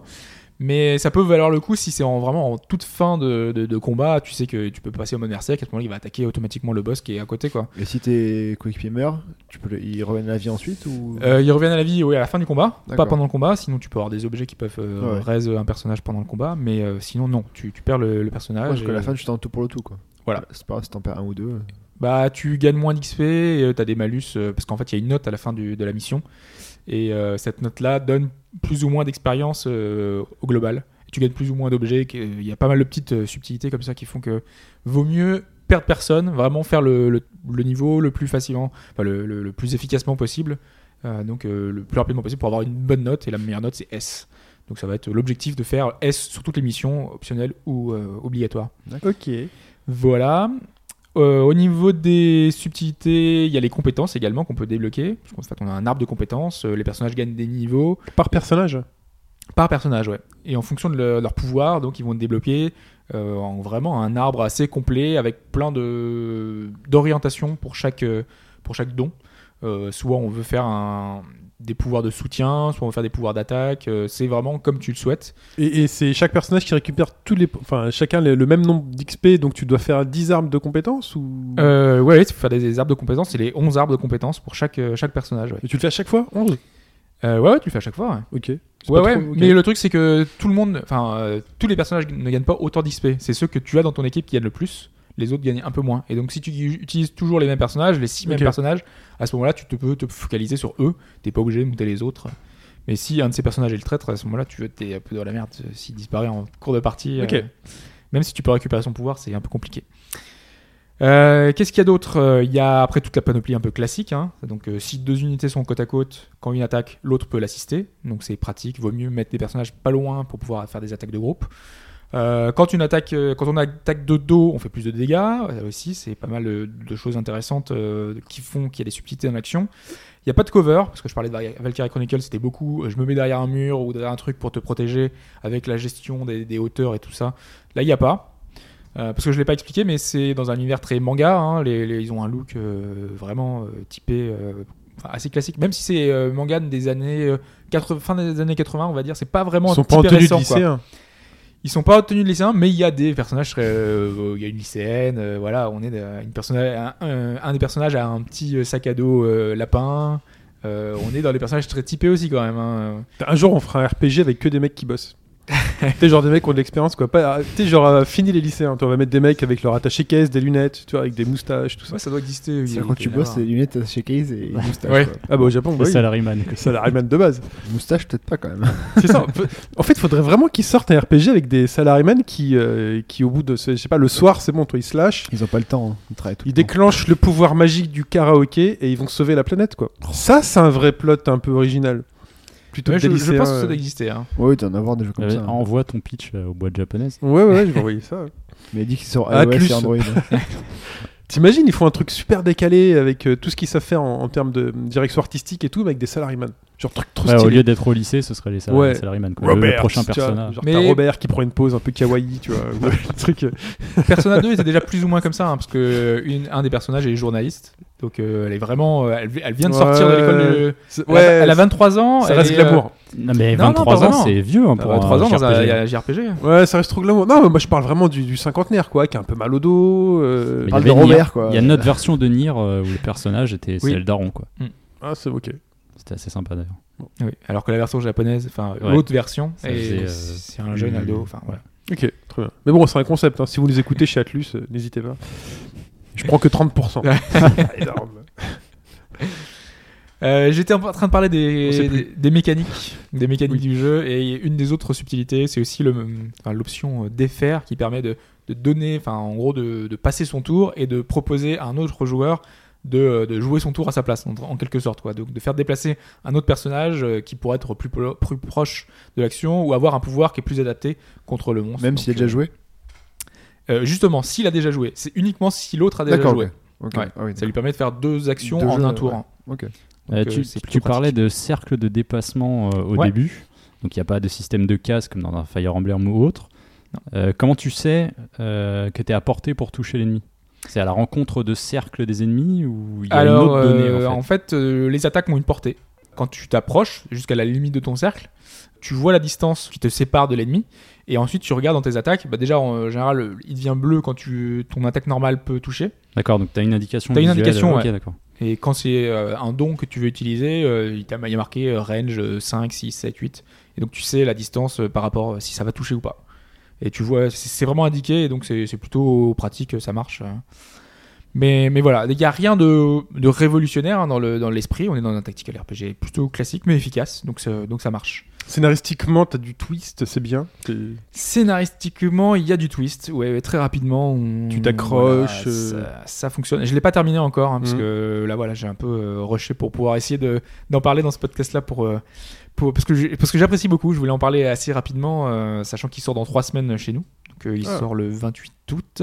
S5: Mais ça peut valoir le coup si c'est en, vraiment en toute fin de, de- de combat. Tu sais que tu peux passer au mode mercenaire, qu'à ce moment-là, il va attaquer automatiquement le boss qui est à côté, quoi.
S3: Et si tes coéquipiers meurent, tu peux le- ils reviennent à la vie ensuite ou
S5: Euh, ils reviennent à la vie oui, à la fin du combat, pas
S3: D'accord.
S5: pendant le combat, sinon tu peux avoir des objets qui peuvent euh,
S3: Ouais.
S5: raise un personnage pendant le combat, mais euh, sinon non, tu, tu perds le, le personnage.
S3: Ouais, parce
S5: et-
S3: que la fin, tu t'en tout pour le tout quoi.
S5: Voilà.
S3: C'est pas grave si t'en perds un ou deux.
S5: Bah, tu gagnes moins d'XP, et, euh, t'as des malus, euh, parce qu'en fait, il y a une note à la fin du- de la mission. Et euh, cette note-là donne plus ou moins d'expérience euh, au global. Et tu gagnes plus ou moins d'objets. que- Il y a pas mal de petites euh, subtilités comme ça qui font que vaut mieux perdre personne, vraiment faire le, le- le niveau le plus facilement, enfin, le, le- le plus efficacement possible, euh, donc euh, le plus rapidement possible pour avoir une bonne note. Et la meilleure note, c'est S. Donc ça va être l'objectif de faire S sur toutes les missions, optionnelles ou euh, obligatoires.
S2: Ok.
S5: Voilà. Euh, au niveau des subtilités, il y a les compétences également qu'on peut débloquer. Parce qu'en fait, on a un arbre de compétences. euh, Les personnages gagnent des niveaux
S2: Par personnage
S5: par personnage, ouais. Et en fonction de le- leur pouvoir, donc ils vont débloquer euh, en- vraiment un arbre assez complet avec plein de d'orientations pour chaque euh, pour chaque don. Euh, soit on veut faire un- des pouvoirs de soutien, soit on veut faire des pouvoirs d'attaque. euh, c'est vraiment comme tu le souhaites.
S2: Et, et c'est chaque personnage qui récupère tous les. Enfin, chacun le, le même nombre d'XP, donc tu dois faire 10 armes de compétences ou.
S5: Euh, ouais, il faut faire des, des arbres de compétences. C'est les 11 arbres de compétences pour chaque euh, chaque personnage. Ouais.
S2: Et tu le fais à chaque fois 11
S5: Euh, ouais, ouais, tu le fais à chaque fois. ouais.
S2: Ok. C'est
S5: Ouais,
S2: pas
S5: ouais,
S2: trop- ok.
S5: mais le truc c'est que tout le monde, enfin, euh, tous les personnages ne gagnent pas autant d'XP. C'est ceux que tu as dans ton équipe qui gagnent le plus, les autres gagnent un peu moins. Et donc si tu utilises toujours les mêmes personnages, les six mêmes
S2: Ok.
S5: personnages, à ce moment-là tu te peux te focaliser sur eux, t'es pas obligé de monter les autres. Mais si un de ces personnages est le traître, à ce moment-là tu t'es un peu dans la merde euh, s'il disparaît en cours de partie.
S2: Ok.
S5: euh, même si tu peux récupérer son pouvoir, c'est un peu compliqué. Euh, Qu'est-ce qu'il y a d'autre Euh, Il y a après toute la panoplie un peu classique. hein. Donc, euh, si deux unités sont côte à côte, quand une attaque, l'autre peut l'assister. Donc, c'est pratique. Vaut mieux mettre des personnages pas loin pour pouvoir faire des attaques de groupe. Euh, quand, une attaque, euh, quand on attaque de dos, on fait plus de dégâts. Là aussi, c'est pas mal euh, de choses intéressantes euh, qui font qu'il y a des subtilités dans l'action. Il n'y a pas de cover, parce que je parlais de Val- Valkyrie Chronicle, c'était beaucoup. euh, Je me mets derrière un mur ou derrière un truc pour te protéger avec la gestion des, des hauteurs et tout ça. Là, il n'y a pas. Euh, parce que je ne l'ai pas expliqué, mais c'est dans un univers très manga. hein, les- les- ils ont un look euh, vraiment euh, typé, euh, enfin, assez classique. Même si c'est euh, manga des années euh, 80, fin des années 80, on va dire, c'est pas vraiment
S2: Ils sont
S5: typé
S2: pas en tenue de hein.
S5: récent, quoi.
S2: lycéen.
S5: Ils sont pas obtenus de lycéens, mais il y a des personnages. euh, Il y a une lycéenne, euh, voilà, on est euh, une personna- un, un- un des personnages a un petit euh, sac à dos euh, lapin. Euh, on est dans des personnages très typés aussi quand même. hein.
S2: Un jour, on fera un RPG avec que des mecs qui bossent. T'es genre des mecs qui ont de l'expérience, quoi. Pas- T'es genre, euh, fini les lycéens. toi, On va mettre des mecs avec leur attaché caisse, des lunettes, tu vois, avec des moustaches, tout ça.
S5: Ça, ça doit exister. il-
S3: C'est
S5: il
S3: quand
S5: peut
S3: tu
S5: y en
S3: bosses,
S5: avoir.
S3: c'est des lunettes chez Case et une moustache.
S5: Ouais.
S3: quoi.
S2: Ah bah au Japon, bah
S4: Les
S2: oui.
S4: salaryman. quoi.
S2: Ça l'arrive de base.
S3: Moustache, peut-être pas quand même.
S2: C'est ça. Fe- En fait, il faudrait vraiment qu'ils sortent un RPG avec des salarymen qui, euh, qui au bout de, ce- je sais pas, le soir, c'est bon, toi, ils se lâchent,
S3: Ils ont pas le temps hein, de travailler tout
S2: ils
S3: le temps.
S2: déclenchent le pouvoir magique du karaoké et ils vont sauver la planète, quoi. Ça, c'est un vrai plot un peu original. Plutôt
S5: Ouais,
S2: que des
S5: je, je
S2: lycéens,
S5: pense que ça
S2: euh.
S5: doit exister. hein.
S3: Ouais, tu en as avoir des jeux comme
S4: Euh,
S3: ça. hein.
S4: Envoie ton pitch euh, aux boîtes japonaises.
S2: Ouais, ouais, ouais, je vais envoyer ça.
S3: Mais dis qu'ils sont
S5: Ah,
S3: sur
S2: Atlus.
S3: iOS et Android. hein.
S2: T'imagines, ils font un truc super décalé avec euh, tout ce qu'ils savent faire en, en termes de direction artistique et tout, mais avec des salarymen. Genre, truc trop
S4: Ouais,
S2: stylé.
S4: au lieu d'être au lycée, ce serait les salari-
S2: Ouais.
S4: salaryman. quoi. Le-
S2: Robert,
S4: le prochain
S2: tu vois,
S4: personnage.
S2: genre
S5: Mais-
S2: t'as Robert qui prend une pause un peu kawaii, tu vois, ou le truc. euh,
S5: Persona 2 était déjà plus ou moins comme ça, hein, parce que euh, une- un des personnages est journaliste. Donc euh, elle est vraiment. euh, Elle, elle vient de sortir de
S2: Ouais.
S5: l'école. de-
S2: c'est-
S5: elle a- elle, a 23 ans.
S2: ça
S5: elle
S2: reste
S5: est, euh,
S2: glamour.
S4: Non, mais
S5: Non, non,
S4: 23
S5: pas
S4: ans,
S5: vraiment.
S4: c'est vieux hein, pour
S5: 23
S4: un
S5: ans bah, dans un
S4: JRPG.
S5: JRPG.
S2: Ouais, ça reste trop glamour. Non, mais moi je parle vraiment du, du cinquantenaire, quoi, qui a un peu mal au dos. euh,
S4: Mais il y
S3: Parle
S4: avait
S3: de
S4: Nier.
S3: Robert, quoi.
S4: Il y a notre version de Nier euh, où le personnage était c'est
S5: Oui.
S4: le daron quoi.
S2: Ah, c'est ok.
S4: C'était assez sympa d'ailleurs.
S5: Oui, alors que la version japonaise, enfin
S4: Ouais.
S5: l'autre version,
S4: Ça faisait,
S5: est-
S4: euh,
S5: c'est un jeune
S4: plus-
S5: ado. Enfin voilà.
S2: Ok, très bien. Mais bon, c'est un concept. hein. Si vous nous écoutez chez Atlus, euh, n'hésitez pas. Je prends que 30%. Énorme.
S5: Euh, J'étais en train de parler
S2: On sait
S5: des,
S2: plus.
S5: des, des mécaniques, des mécaniques du jeu et une des autres subtilités, c'est aussi le- enfin, l'option euh, défaire qui permet de, de donner, enfin en gros de, de passer son tour et de proposer à un autre joueur de, euh, de jouer son tour à sa place en, en quelque sorte quoi. Donc de faire déplacer un autre personnage euh, qui pourrait être plus, pro- plus proche de l'action ou avoir un pouvoir qui est plus adapté contre le monstre.
S3: Même
S5: Donc,
S3: s'il a déjà
S5: euh,
S3: joué.
S5: euh, justement, s'il a déjà joué, c'est uniquement si l'autre a déjà
S3: D'accord,
S5: joué.
S3: ok. Ok.
S5: Ouais.
S3: Ah oui,
S5: Ça lui permet de faire deux actions
S3: Deux
S5: en
S3: jeux,
S5: un tour.
S3: ouais.
S5: hein.
S3: ok.
S5: Donc,
S4: Euh,
S5: euh,
S4: tu
S5: c'est plutôt
S4: tu parlais de cercle de dépassement euh, au
S5: Ouais.
S4: début, donc il n'y a pas de système de casse comme dans un Fire Emblem ou autre.
S5: Non.
S4: Euh, comment tu sais euh, que tu es à portée pour toucher l'ennemi C'est à la rencontre de cercle des ennemis ou il y a
S5: Alors,
S4: une autre donnée
S5: euh,
S4: en fait
S5: en fait, euh, les attaques ont une portée. Quand tu t'approches jusqu'à la limite de ton cercle, tu vois la distance qui te sépare de l'ennemi, et ensuite tu regardes dans tes attaques. Bah déjà, en général, il devient bleu quand tu, ton attaque normale peut toucher.
S4: D'accord, donc tu as une indication.
S5: T'as une
S4: visuelle,
S5: indication,
S4: euh, ok,
S5: ouais.
S4: d'accord.
S5: Et quand c'est euh, un don que tu veux utiliser, euh, il t'a- il y a marqué euh, range euh, 5, 6, 7, 8. Et donc tu sais la distance euh, par rapport euh, si ça va toucher ou pas. Et tu vois, c'est c'est vraiment indiqué, et donc c'est c'est plutôt pratique, euh, ça marche. euh. Mais, mais voilà, il n'y a rien de, de révolutionnaire hein, dans le- dans l'esprit. On est dans un tactical RPG plutôt classique, mais efficace, donc, ça- donc ça marche.
S2: Scénaristiquement, t'as du twist, c'est bien. T'es-
S5: Scénaristiquement, il y a du twist. Ouais, ouais, très rapidement. on-
S2: Tu t'accroches,
S5: voilà,
S2: euh.
S5: ça, ça fonctionne. Je l'ai pas terminé encore hein, parce
S2: Mhm.
S5: que là, voilà, j'ai un peu euh, rushé pour pouvoir essayer de d'en parler dans ce podcast-là pour. euh, pour- parce que j'ai- parce que j'apprécie beaucoup. Je voulais en parler assez rapidement, euh, sachant qu'il sort dans trois semaines chez nous. Donc euh, il
S2: Ah.
S5: sort le 28 août.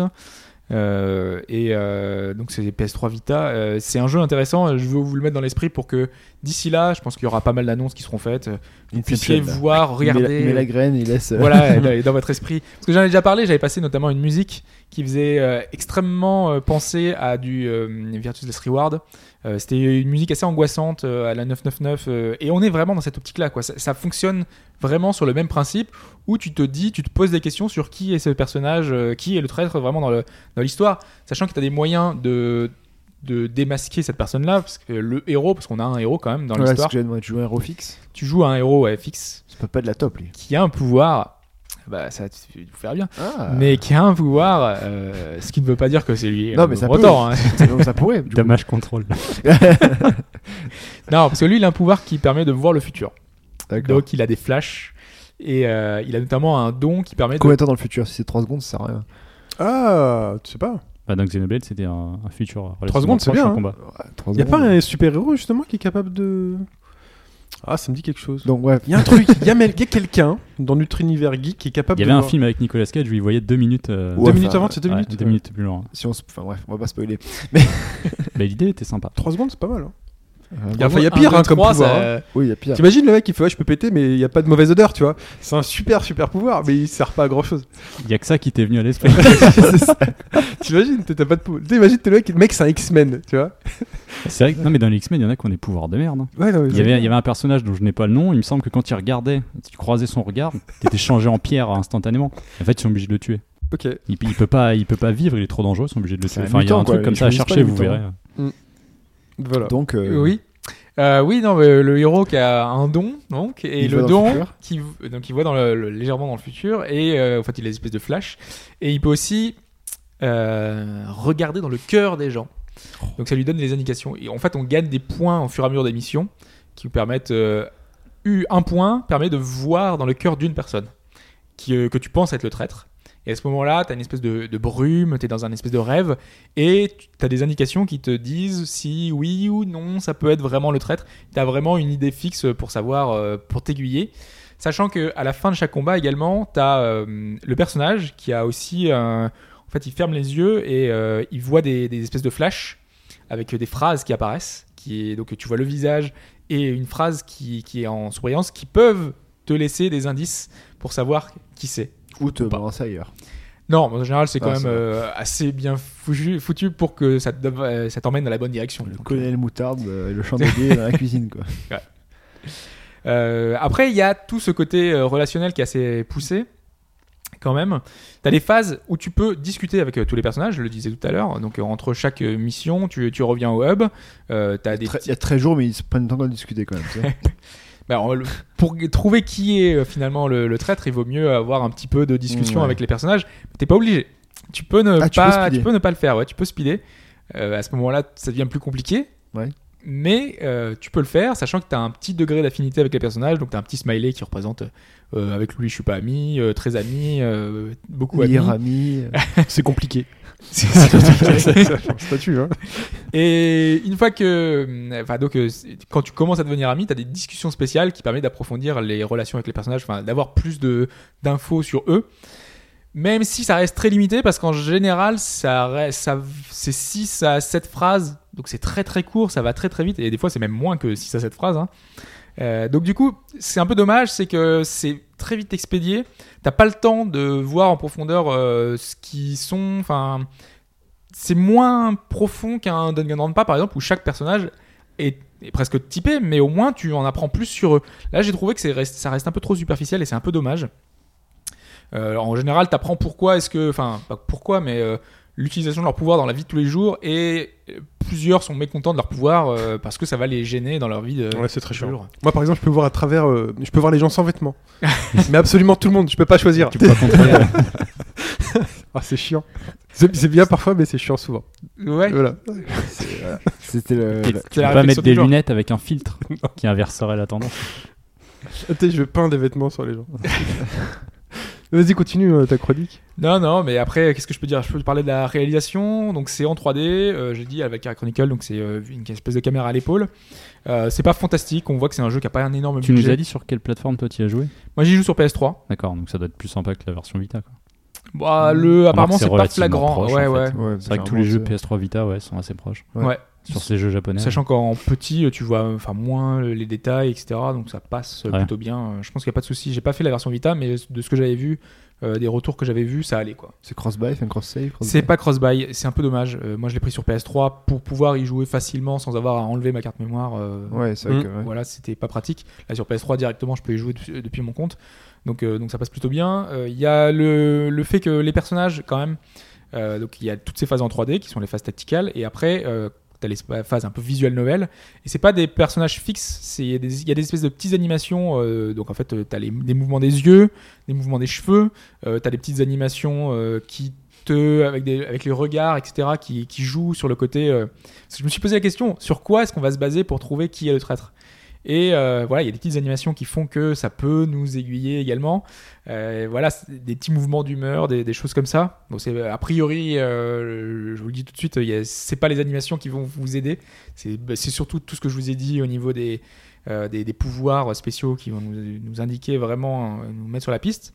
S5: Euh, et euh, donc c'est PS3 Vita. Euh, c'est un jeu intéressant. Je veux vous le mettre dans l'esprit pour que d'ici là, je pense qu'il y aura pas mal d'annonces qui seront faites. Vous puissiez
S3: Inception.
S5: voir,
S3: Il met la-
S5: regarder.
S3: Il met la graine, il laisse. euh,
S5: Voilà, elle est dans votre esprit. Parce que j'en ai déjà parlé, j'avais passé notamment une musique qui faisait euh, extrêmement euh, penser à du euh, Virtuous Last Reward. Euh, C'était une musique assez angoissante euh, à la 999. euh, et on est vraiment dans cette optique-là. quoi. Ça, ça fonctionne vraiment sur le même principe où tu te dis, tu te poses des questions sur qui est ce personnage, euh, qui est le traître vraiment dans le- dans l'histoire. Sachant que tu as des moyens de de démasquer cette personne-là, parce que le héros, parce qu'on a un héros quand même dans
S3: Voilà, c'est ce
S5: l'histoire,
S3: que j'ai demandé. Tu joues un héros fixe
S5: tu joues à un héros ouais, fixe
S3: Ça peut pas de la top, lui.
S5: qui a un pouvoir, bah ça tu vous faire bien,
S3: Ah.
S5: mais qui a un pouvoir, euh, ce qui ne veut pas dire que c'est lui.
S3: Non,
S5: euh,
S3: mais ça
S5: Rotor, hein.
S3: Donc, ça pourrait. du coup.
S4: Damage control.
S5: Non, parce que lui, il a un pouvoir qui permet de voir le futur.
S3: D'accord.
S5: Donc, il a des flashs et euh, il a notamment un don qui permet de.
S3: Combien de temps dans le futur Si c'est 3 secondes, ça sert à rien.
S2: Ah, tu sais pas.
S4: Bah, donc Xenoblade, c'était un, un feature.
S2: secondes, c'est bien, hein.
S4: Combat.
S5: Ah,
S3: Trois
S2: Y a
S3: secondes.
S2: pas un super-héros justement qui est capable de. Ah, ça me dit quelque chose.
S3: Donc, ouais.
S2: Il y a un truc, il y a, mel- y a quelqu'un dans notre univers geek qui est capable
S4: Il y
S2: de.
S4: avait un
S2: voir-
S4: film avec Nicolas Cage où il voyait deux minutes. euh,
S2: Deux
S3: Ouais,
S2: minutes
S3: enfin,
S2: avant, c'est deux
S4: ouais,
S2: minutes.
S4: deux minutes plus loin.
S3: Si on se... Enfin, bref, on va pas spoiler.
S4: Mais l'idée était sympa.
S2: Trois secondes, c'est pas mal. hein.
S3: Euh,
S2: enfin, y a
S5: un,
S2: pire,
S5: deux,
S2: hein, comme
S5: trois,
S2: pouvoir,
S5: ça-
S3: Oui, il y a pire.
S2: T'imagines le mec, il fait ouais, je peux péter, mais il y a pas de mauvaise odeur, tu vois. C'est un super, super pouvoir, mais il sert pas à grand chose.
S4: Il y a que ça qui t'est venu à l'esprit.
S2: C'est ça. T'imagines, t'as t'as pas de pouvoir. T'imagines, t'es le mec, le mec c'est un X-Men, tu vois.
S4: c'est vrai que, non, mais dans les X-Men, il y en a qui ont des pouvoirs de merde. hein.
S2: Ouais, non, mais
S4: Il y, avait, il y avait un personnage dont je n'ai pas le nom. Il me semble que quand il regardait, si tu croisais son regard, t'étais changé en pierre instantanément. En fait, ils sont obligés de le tuer.
S2: Ok.
S4: Il, il peut pas, il peut pas vivre, il est trop dangereux, ils sont obligés de le tuer.
S3: C'est un
S4: Enfin, il y a
S3: mutant,
S4: un truc
S3: quoi.
S4: comme
S3: Ils
S4: ça à
S3: choisissent pas
S4: chercher,
S3: les
S4: vous
S3: mutants.
S4: verrez.
S2: Voilà.
S3: Donc, euh,
S5: Oui. Euh, oui, non, mais le héros qui a un don, donc, et
S3: Il
S5: le
S3: voit dans le
S5: don,
S3: futur.
S5: qui, v- donc il voit dans le, le- légèrement dans le futur, et euh, en fait il a des espèces de flash, et il peut aussi euh, regarder dans le cœur des gens. Donc ça lui donne des indications. Et en fait, on gagne des points au fur et à mesure des missions, qui vous permettent. euh, eu- un point permet de voir dans le cœur d'une personne qui, euh, que tu penses être le traître. Et à ce moment-là, tu as une espèce de, de brume, tu es dans un espèce de rêve, et tu as des indications qui te disent si oui ou non ça peut être vraiment le traître. Tu as vraiment une idée fixe pour savoir, euh, pour t'aiguiller. Sachant que à la fin de chaque combat également, tu as le personnage qui a aussi. un- en fait, il ferme les yeux et euh, il voit des, des espèces de flashs avec des phrases qui apparaissent. Qui est, donc tu vois le visage et une phrase qui, qui est en souriance qui peuvent te laisser des indices pour savoir qui c'est.
S3: Ou te
S5: Ou pas.
S3: balancer ailleurs.
S5: Non, mais en général, c'est quand
S3: Ah,
S5: même
S3: ça va.
S5: euh, assez bien foutu, foutu pour que ça te donne- euh, ça t'emmène dans la bonne direction.
S3: Le
S5: Donc,
S3: colonel moutarde euh, et le chandelier dans la cuisine, quoi.
S5: Euh, après, il y a tout ce côté euh, relationnel qui est assez poussé, quand même. T'as des phases où tu peux discuter avec euh, tous les personnages, je le disais tout à l'heure. Donc, euh, entre chaque euh, mission, tu, tu reviens au hub. Euh, t'as des
S3: Très-
S5: petits-
S3: Il y a 13 jours, mais ils se prennent le temps de discuter quand même. tu sais.
S5: Bah, on- le- pour g- trouver qui est euh, finalement le, le traître, il vaut mieux avoir un petit peu de discussion
S3: Mm, ouais.
S5: avec les personnages. Mais T'es pas obligé. Tu peux ne
S3: Ah, tu peux
S5: pas,
S3: speeder.
S5: tu peux ne pas le faire. Ouais, tu peux speeder. Euh, à ce moment-là, ça devient plus compliqué.
S3: Ouais.
S5: Mais euh, tu peux le faire, sachant que tu as un petit degré d'affinité avec les personnages. Donc tu as un petit smiley qui représente euh, avec lui, je suis pas ami, euh, très ami, euh, beaucoup ami.
S3: Lire ami. euh,
S2: C'est compliqué.
S5: C'est- c'est-
S2: statut, hein.
S5: Et une fois que, euh, enfin donc, euh, c'est- quand tu commences à devenir ami, t'as des discussions spéciales qui permettent d'approfondir les relations avec les personnages, enfin d'avoir plus de d'infos sur eux. Même si ça reste très limité, parce qu'en général, ça, reste- ça c'est 6 à 7 phrases, donc c'est très très court, ça va très très vite, et des fois c'est même moins que 6 à 7 phrases. hein. Euh, donc du coup, c'est un peu dommage, c'est que c'est très vite expédié, t'as pas le temps de voir en profondeur euh, ce qu'ils sont, enfin c'est moins profond qu'un Danganronpa par exemple où chaque personnage est, est presque typé mais au moins tu en apprends plus sur eux là j'ai trouvé que c'est reste- ça reste un peu trop superficiel et c'est un peu dommage Euh, en général t'apprends pourquoi est-ce que enfin pas pourquoi mais euh, l'utilisation de leur pouvoir dans la vie de tous les jours et euh, plusieurs sont mécontents de leur pouvoir euh, parce que ça va les gêner dans leur vie de
S2: Ouais, c'est très
S5: tous les
S2: chiant.
S5: jours.
S2: Moi, par exemple, je peux voir à travers. euh, je peux voir les gens sans vêtements. mais absolument tout le monde, je peux pas choisir.
S4: Tu peux pas contrôler.
S2: Ah, c'est chiant. C'est c'est bien parfois, mais c'est chiant souvent.
S5: ouais
S2: Voilà.
S3: C'était le.
S4: Tu
S3: le-
S4: peux
S5: la
S4: pas
S3: bah,
S5: réflexion
S4: mettre
S5: du
S4: des
S5: genre.
S4: lunettes avec un filtre qui inverserait la tendance.
S2: Attends, Ah, je peins des vêtements sur les gens. Vas-y, continue euh, ta chronique.
S5: Non, non, mais après, qu'est-ce que je peux dire Je peux te parler de la réalisation. Donc, c'est en 3D. euh, J'ai dit avec Car Chronicle, donc c'est euh, une espèce de caméra à l'épaule. Euh, c'est pas fantastique. On voit que c'est un jeu qui a pas un énorme
S4: Tu
S5: budget.
S4: nous as dit sur quelle plateforme toi tu as joué
S5: Moi, j'y joue sur PS3.
S4: D'accord, donc ça doit être plus sympa que la version Vita. quoi.
S5: Bah, le, apparemment,
S4: Mmh. c'est
S5: c'est pas
S4: relativement
S5: flagrant.
S4: proche,
S5: ouais,
S4: en
S5: ouais.
S4: fait. C'est vrai que tous les jeux PS3 Vita ouais, sont assez proches.
S3: Ouais.
S5: Ouais.
S4: Sur ces jeux japonais.
S5: Sachant qu'en petit, tu vois enfin moins les détails, etc. Donc ça passe
S4: Ouais.
S5: plutôt bien. Je pense qu'il n'y a pas de souci. J'ai pas fait la version Vita, mais de ce que j'avais vu, euh, des retours que j'avais vus, ça allait quoi.
S3: C'est cross-buy, enfin cross-save. cross-buy.
S5: C'est pas cross-buy, c'est un peu dommage. Euh, moi, je l'ai pris sur PS3 pour pouvoir y jouer facilement sans avoir à enlever ma carte mémoire. euh,
S3: Ouais, c'est vrai
S2: Mm.
S3: que. ouais.
S5: Voilà, c'était pas pratique. Là, sur PS3 directement, je peux y jouer depuis, euh, depuis mon compte. Donc, euh, donc ça passe plutôt bien. Euh, Il y a le, le fait que les personnages, quand même, euh, donc il y a toutes ces phases en 3D qui sont les phases tacticales, et après, euh, t'as les spa- phases un peu visuelles nouvelles. Et c'est pas des personnages fixes, c'est- il y, a des- il y a des espèces de petites animations. euh, donc en fait, euh, t'as les- des mouvements des yeux, des mouvements des cheveux, euh, t'as des petites animations euh, qui te, avec, des, avec les regards, etc., qui, qui jouent sur le côté. euh, parce que je me suis posé la question sur quoi est-ce qu'on va se baser pour trouver qui est le traître et euh, voilà, il y a des petites animations qui font que ça peut nous aiguiller également. Euh, voilà, c'est des petits mouvements d'humeur, des, des choses comme ça. Donc c'est a priori, euh, je vous le dis tout de suite, il y a- c'est pas les animations qui vont vous aider. C'est bah, c'est surtout tout ce que je vous ai dit au niveau des, euh, des, des pouvoirs spéciaux qui vont nous, nous indiquer vraiment, euh, nous mettre sur la piste.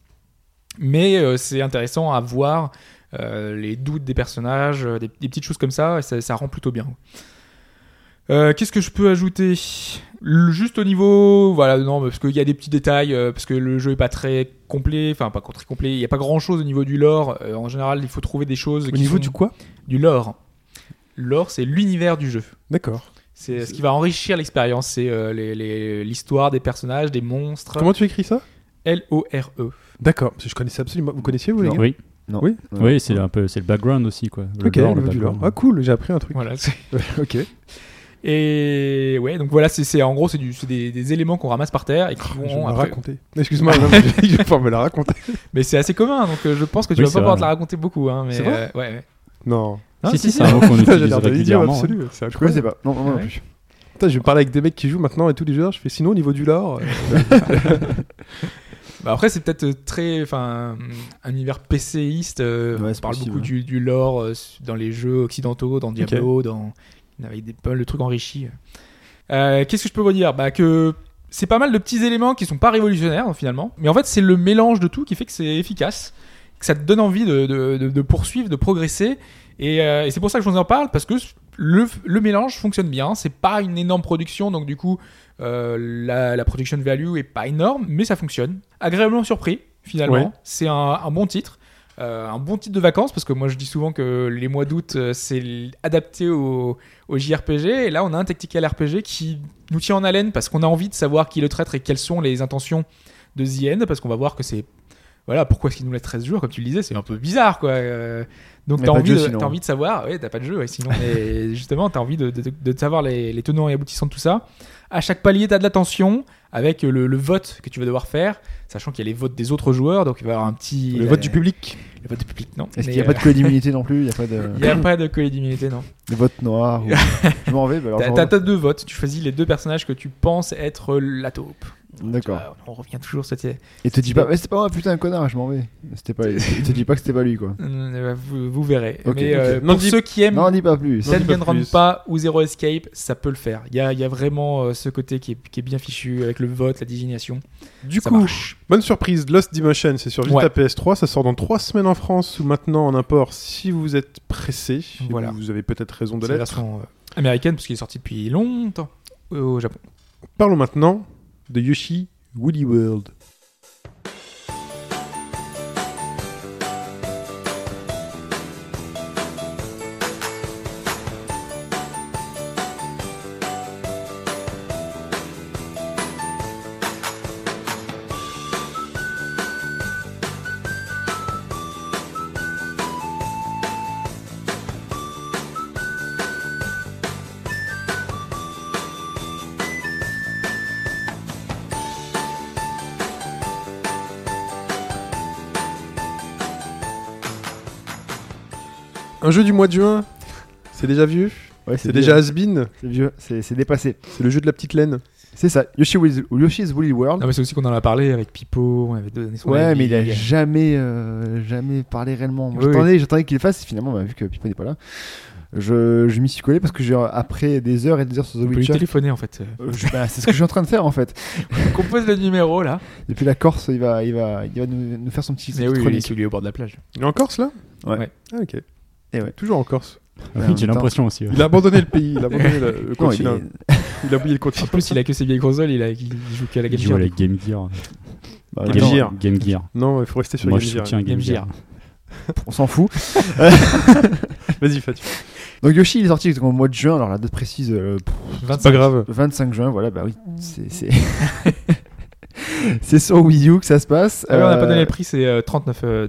S5: Mais euh, c'est intéressant à voir euh, les doutes des personnages, euh, des, des petites choses comme ça, et ça, ça rend plutôt bien. Euh, Qu'est-ce que je peux ajouter Le- Juste au niveau, voilà, non, parce qu'il y a des petits détails, euh, parce que le jeu est pas très complet, enfin pas très complet. Il y a pas grand-chose au niveau du lore. Euh, en général, il faut trouver des choses.
S2: Au
S5: qui
S2: niveau
S5: sont-
S2: du quoi
S5: du lore. Le Lore, c'est l'univers du jeu.
S2: D'accord.
S5: C'est ce qui va enrichir l'expérience. C'est euh, les- les- l'histoire des personnages, des monstres.
S2: Comment tu écris ça
S5: L-O-R-E.
S2: D'accord, parce que je connaissais absolument. Vous connaissiez, vous, les
S3: Non.
S2: gars
S4: Oui,
S3: Non.
S2: Oui.
S3: Non.
S4: oui c'est un peu c'est le background aussi quoi. Le
S2: Ok,
S4: lore,
S2: le du lore.
S4: background.
S2: Ah, cool, j'ai appris un truc.
S5: Voilà. c'est-
S3: Ok.
S5: Et ouais, donc voilà, c'est c'est- en gros, c'est du- c'est des, des éléments qu'on ramasse par terre et qui
S2: Je vais
S5: vont
S2: me la
S5: après-
S2: raconter. Excuse-moi, non, mais je vais pouvoir me la raconter.
S5: Mais c'est assez commun, donc euh, je pense que tu
S4: Oui,
S5: vas
S4: c'est
S5: pas pouvoir
S4: vrai.
S5: te la raconter beaucoup. Hein, mais
S2: C'est vrai
S5: euh, ouais, ouais.
S2: Non.
S5: Non,
S4: si,
S5: si,
S4: si,
S5: si.
S4: c'est un mot qu'on
S2: Putain, j'ai
S4: utilise
S2: l'air d'un idiot
S4: régulièrement.
S2: absolu. C'est
S3: Je connaissais
S2: incroyable.
S3: pas. Non, moi non
S5: Ouais.
S3: plus.
S2: Putain, je vais parler avec des mecs qui jouent maintenant et tous les jours, je fais sinon au niveau du lore. euh,
S5: Bah après, c'est peut-être euh, très. Enfin, un univers PCiste. euh,
S3: Ouais,
S5: on
S3: c'est
S5: parle
S3: possible,
S5: beaucoup
S3: hein.
S5: du, du lore euh, dans les jeux occidentaux, dans Diablo, dans, avec des, pas mal de trucs enrichis. Euh, Qu'est-ce que je peux vous dire Bah, que c'est pas mal de petits éléments qui sont pas révolutionnaires finalement. Mais en fait, c'est le mélange de tout qui fait que c'est efficace, que ça te donne envie de, de- de- de poursuivre, de progresser. Et, euh, et c'est pour ça que je vous en parle, parce que le, le mélange fonctionne bien. C'est pas une énorme production, donc du coup, euh, la, la production value est pas énorme, mais ça fonctionne. Agréablement surpris, finalement.
S2: Ouais.
S5: C'est un, un bon titre. Euh, un bon titre de vacances, parce que moi je dis souvent que les mois d'août, euh, c'est l- adapté au, au JRPG. Et là, on a un tactical RPG qui nous tient en haleine parce qu'on a envie de savoir qui est le traître et quelles sont les intentions de The End, parce qu'on va voir que c'est. Voilà, pourquoi est-ce qu'il nous laisse 13 jours, comme tu le disais, c'est un peu bizarre, quoi. Euh, donc
S3: Mais
S5: t'as
S3: pas de
S5: envie,
S3: jeu,
S5: de-
S3: sinon.
S5: t'as envie de savoir, ouais, t'as pas de jeu, ouais, sinon, mais justement, t'as envie de, de- de savoir les, les tenants et aboutissants de tout ça. À chaque palier, t'as de la tension avec le, le vote que tu vas devoir faire, sachant qu'il y a les votes des autres joueurs, donc il va y avoir un petit. euh,
S2: Le vote du public.
S5: Le vote du public, non.
S3: Est-ce
S5: Mais,
S3: qu'il n'y a
S5: euh,
S3: pas de codimmunité non plus Il n'y a pas de.
S5: il y a pas de collier d'immunité, non.
S3: de vote noir ou- Je m'en vais, bah alors.
S5: T'as
S3: je
S5: t'as-
S3: reviens.
S5: t'as deux votes, tu choisis les deux personnages que tu penses être la taupe.
S3: D'accord.
S5: Ah, on revient toujours sur cette.
S3: Et te dis pas, Ouais, c'est pas moi, putain, connard, je m'en vais. C'était pas. te dis pas que c'était pas lui, quoi.
S5: Euh, Vous, vous verrez.
S3: Ok,
S5: Mais
S3: ok.
S5: euh,
S2: Non,
S5: pour
S2: dis-
S5: ceux qui aiment
S3: Non, dis pas plus.
S2: Non, dis pas
S5: Dead Run
S2: plus.
S5: pas ou Zero Escape, ça peut le faire. Il y a, il y a vraiment euh, ce côté qui est, qui est bien fichu avec le vote, la désignation.
S2: Du
S5: Ça
S2: coup,
S5: marche.
S2: bonne surprise, Lost Dimension, c'est sur Vita
S5: Ouais.
S2: PS3, ça sort dans 3 semaines en France ou maintenant en import si vous êtes pressé. Et
S5: Voilà.
S2: Vous avez peut-être raison de
S5: c'est la
S2: l'être.
S5: version euh, américaine parce qu'il est sorti depuis longtemps euh, au Japon.
S2: Parlons maintenant de Yoshi Woolly World. Un jeu du mois de juin, c'est déjà vieux,
S3: Ouais,
S2: c'est déjà has-been,
S3: C'est vieux, c'est c'est dépassé.
S2: c'est le jeu de la petite laine.
S3: C'est ça, Yoshi Wiz- Yoshi's Woolly World.
S5: Non, mais c'est aussi qu'on en a parlé avec Pipo, on avait donné son
S3: Oh. Ouais,
S5: avis.
S3: mais il a jamais, euh, jamais parlé réellement. Moi,
S5: Oui,
S3: j'attendais, j'attendais qu'il le fasse, et finalement, bah, vu que Pipo n'est pas là, je, je m'y suis collé parce que j'ai, après des heures et des heures sur The
S5: On peut lui
S3: Witcher,
S5: téléphoner en fait.
S3: euh, je- bah, c'est ce que je suis en train de faire en fait.
S5: Compose le numéro là.
S3: Depuis la Corse, il va, il va, il va nous, nous faire son petit sa
S5: Mais
S3: petite
S5: oui,
S3: chronique.
S5: celui au bord de la plage.
S2: Il est en Corse là
S3: Ouais.
S5: Ouais.
S2: Ah, ok.
S3: Et ouais.
S2: Toujours en Corse.
S3: Ouais, en
S4: Ah j'ai
S3: même temps.
S4: l'impression aussi. ouais.
S2: Il a abandonné le pays, il a abandonné le, le
S3: Non, il
S2: continent.
S3: est-
S2: Il, a oublié le continent.
S5: En plus, il a que ses vieilles consoles, il, a, il joue qu'à la
S4: Il
S5: Game
S4: joue
S5: Gear.
S4: à la Game Gear.
S3: bah,
S2: Game
S3: attends,
S2: Gear.
S4: Game Gear.
S2: Non, il faut rester sur
S4: Moi,
S2: Game
S4: je
S2: Gear.
S4: soutiens Game
S5: Game
S4: Gear.
S3: on s'en fout. Euh,
S2: Vas-y, Fatih.
S3: Donc Yoshi, il est sorti au mois de juin, alors la date précise, euh, pff,
S5: 25.
S2: C'est pas grave.
S3: 25 juin, voilà, bah oui, c'est. C'est, c'est sur Wii U que ça se passe.
S5: Ah ouais, on n'a pas donné
S3: Euh,
S5: le prix, c'est euh, 39 euh,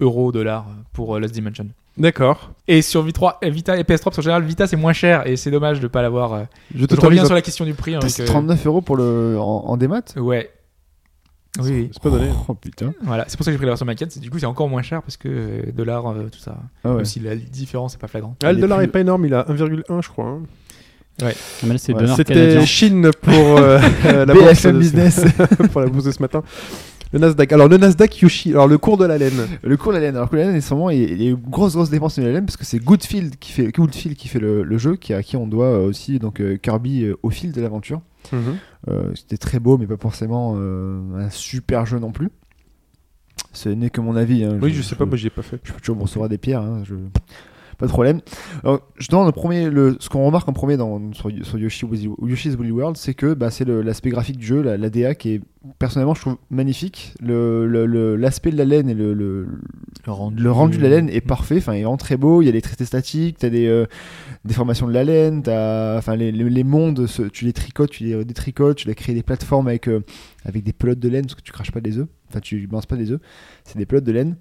S5: euros dollars pour euh, Lost Dimension.
S2: D'accord.
S5: Et sur V3, euh, Vita et PS3, parce qu'en général, Vita c'est moins cher et c'est dommage de pas l'avoir. euh.
S2: Je
S5: Je reviens
S2: t'autorise.
S5: sur
S2: à-
S5: la question du prix. hein,
S3: c'est
S5: que-
S3: 39 euros pour le, en, en démat
S5: Ouais. Oui, oui.
S2: C'est pas donné.
S3: Oh
S4: Ah,
S3: putain.
S5: Voilà, c'est pour ça que j'ai pris la version maquette. Du coup, c'est encore moins cher parce que euh, dollars, euh, tout ça.
S3: Ah ouais.
S5: Même si la différence n'est pas flagrante.
S2: Ah,
S3: Il
S2: le
S3: est
S2: dollar
S3: plus-
S2: est pas énorme, il a 1,1 je crois. hein.
S4: Mais là, c'est
S3: Ouais,
S4: Donner
S2: C'était
S4: canadien.
S2: Chine pour euh, euh, la bourse
S3: BFM
S2: de-
S3: Business.
S2: pour la bourse de ce matin. Le Nasdaq. Alors le Nasdaq Yoshi. Alors le cours de la laine.
S3: Le cours de la laine. Alors, le cours de la laine, en ce moment, il y a- il y a eu grosse, grosse dépense de la laine parce que c'est Goodfield qui fait, Goodfield qui fait le, le jeu, qui, à qui on doit euh, aussi donc, euh, Kirby euh, au fil de l'aventure.
S2: Mhm.
S3: Euh, C'était très beau, mais pas forcément euh, un super jeu non plus. Ce n'est que mon avis. hein.
S2: Oui, je sais pas, moi j'ai pas fait.
S3: Je peux toujours me recevoir des pierres, hein, je- pas de problème. Alors, je dans le premier, le, ce qu'on remarque en premier dans, sur, sur Yoshi Woolly- Yoshi's Woolly World, c'est que bah, c'est le- l'aspect graphique du jeu, la, la DA qui est personnellement je trouve magnifique. Le- le- le- L'aspect de la laine et le, le-
S5: Le rendu,
S3: le rendu de la laine est parfait, enfin, il est vraiment très beau, il y a des traités statiques, tu as des euh, déformations de la laine, t'as- enfin, les, les- les mondes, se- tu les tricotes, tu les euh, détricotes, tu as créé des plateformes avec, euh, avec des pelotes de laine parce que tu craches pas des œufs, enfin tu balances pas des œufs, c'est des pelotes de laine.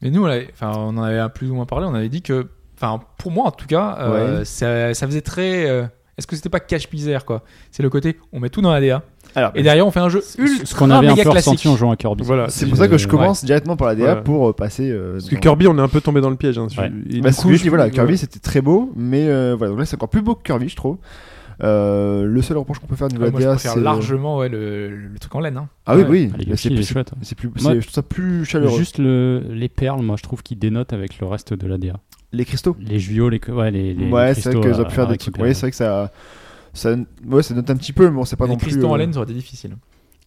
S5: Mais nous, on, l'avait- enfin, on en avait plus ou moins parlé, on avait dit que, enfin, pour moi en tout cas, euh, ça, ça faisait très. euh, Est-ce que c'était pas cache-misère quoi C'est le côté, on met tout dans la DA
S3: Alors,
S5: et derrière on fait un jeu
S4: Ce
S5: ultra
S4: ce
S3: ah,
S4: qu'on avait un
S5: méga
S4: peu
S5: classique.
S4: ressenti en jouant à Kirby.
S2: Voilà.
S3: C'est pour ça que je commence directement par la DA
S2: Voilà.
S3: pour euh, passer. euh,
S2: Parce que
S3: dans-
S2: Kirby, on est un peu tombé dans le piège. hein.
S4: Ouais.
S2: Et du
S3: Bah, c'est ce que
S2: coup,
S3: je dis, voilà,
S2: trouve- euh,
S3: Kirby c'était très beau, mais euh, voilà, donc là c'est encore plus beau que Kirby, je trouve. Euh, le seul reproche qu'on peut faire du
S5: Ah, moi, je
S3: DA,
S5: préfère
S3: c'est euh,
S5: largement ouais, le, le truc en laine. hein.
S3: Ah oui,
S5: Ouais.
S3: oui,
S4: Ah, les
S3: là,
S4: Yoshi,
S3: c'est
S4: il est
S3: plus,
S4: chouette. ouais.
S3: c'est plus,
S4: Moi-
S3: c'est- je trouve ça plus chaleureux.
S4: Juste le- les perles, moi, je trouve qu'ils dénotent avec le reste de la DA.
S3: Les cristaux.
S4: Les juillots, les, ouais, les, les
S3: ouais,
S4: les
S3: c'est vrai
S4: cristaux euh,
S3: qu'ils ont
S4: à-
S3: pu
S4: à
S3: faire des trucs.
S4: récupérer.
S3: Ouais, c'est vrai que ça, ça, ouais, ça note un petit peu, mais on sait pas
S5: les
S3: non plus.
S5: cristaux en
S3: euh,
S5: laine ça aurait été difficile.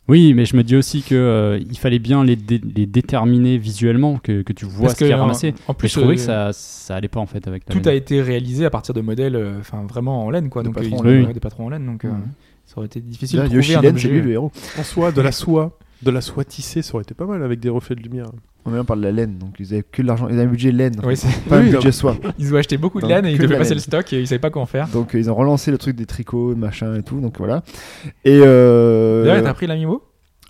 S4: Oui, mais je me dis aussi que euh, il fallait bien les, dé- les déterminer visuellement, que, que tu vois
S5: Parce
S4: ce qui est
S5: en-
S4: ramassé.
S5: En
S4: Mais
S5: plus,
S4: je trouvais
S5: euh,
S4: que ça, ça allait pas en fait avec la
S5: tout
S4: laine.
S5: a été réalisé à partir de modèles, euh, enfin vraiment en laine quoi.
S3: De
S5: donc euh, ils
S3: patrons en
S5: ont
S4: laine.
S5: des patrons en laine, donc euh,
S3: Mhm.
S5: ça aurait été difficile
S3: Là,
S5: de trouver
S3: Yoshi
S5: un
S3: Laine, c'est
S5: objet.
S3: lui le héros.
S2: En soie, de la soie. De la soie tissée, ça aurait été pas mal avec des reflets de lumière.
S3: On vient par de la laine, donc ils avaient que de l'argent. Ils avaient un budget laine,
S5: Ouais, c'est-
S3: pas
S2: Oui,
S3: un
S2: non.
S3: budget soie.
S5: ils ont acheté beaucoup de
S3: Donc,
S5: laine et ils
S3: euh, que de
S5: devaient
S3: la
S5: passer
S3: laine.
S5: le stock et ils savaient pas quoi en faire.
S3: Donc euh, ils ont relancé le truc des tricots, machin et tout. Donc voilà. Et euh...
S5: D'ailleurs, t'as pris l'amibo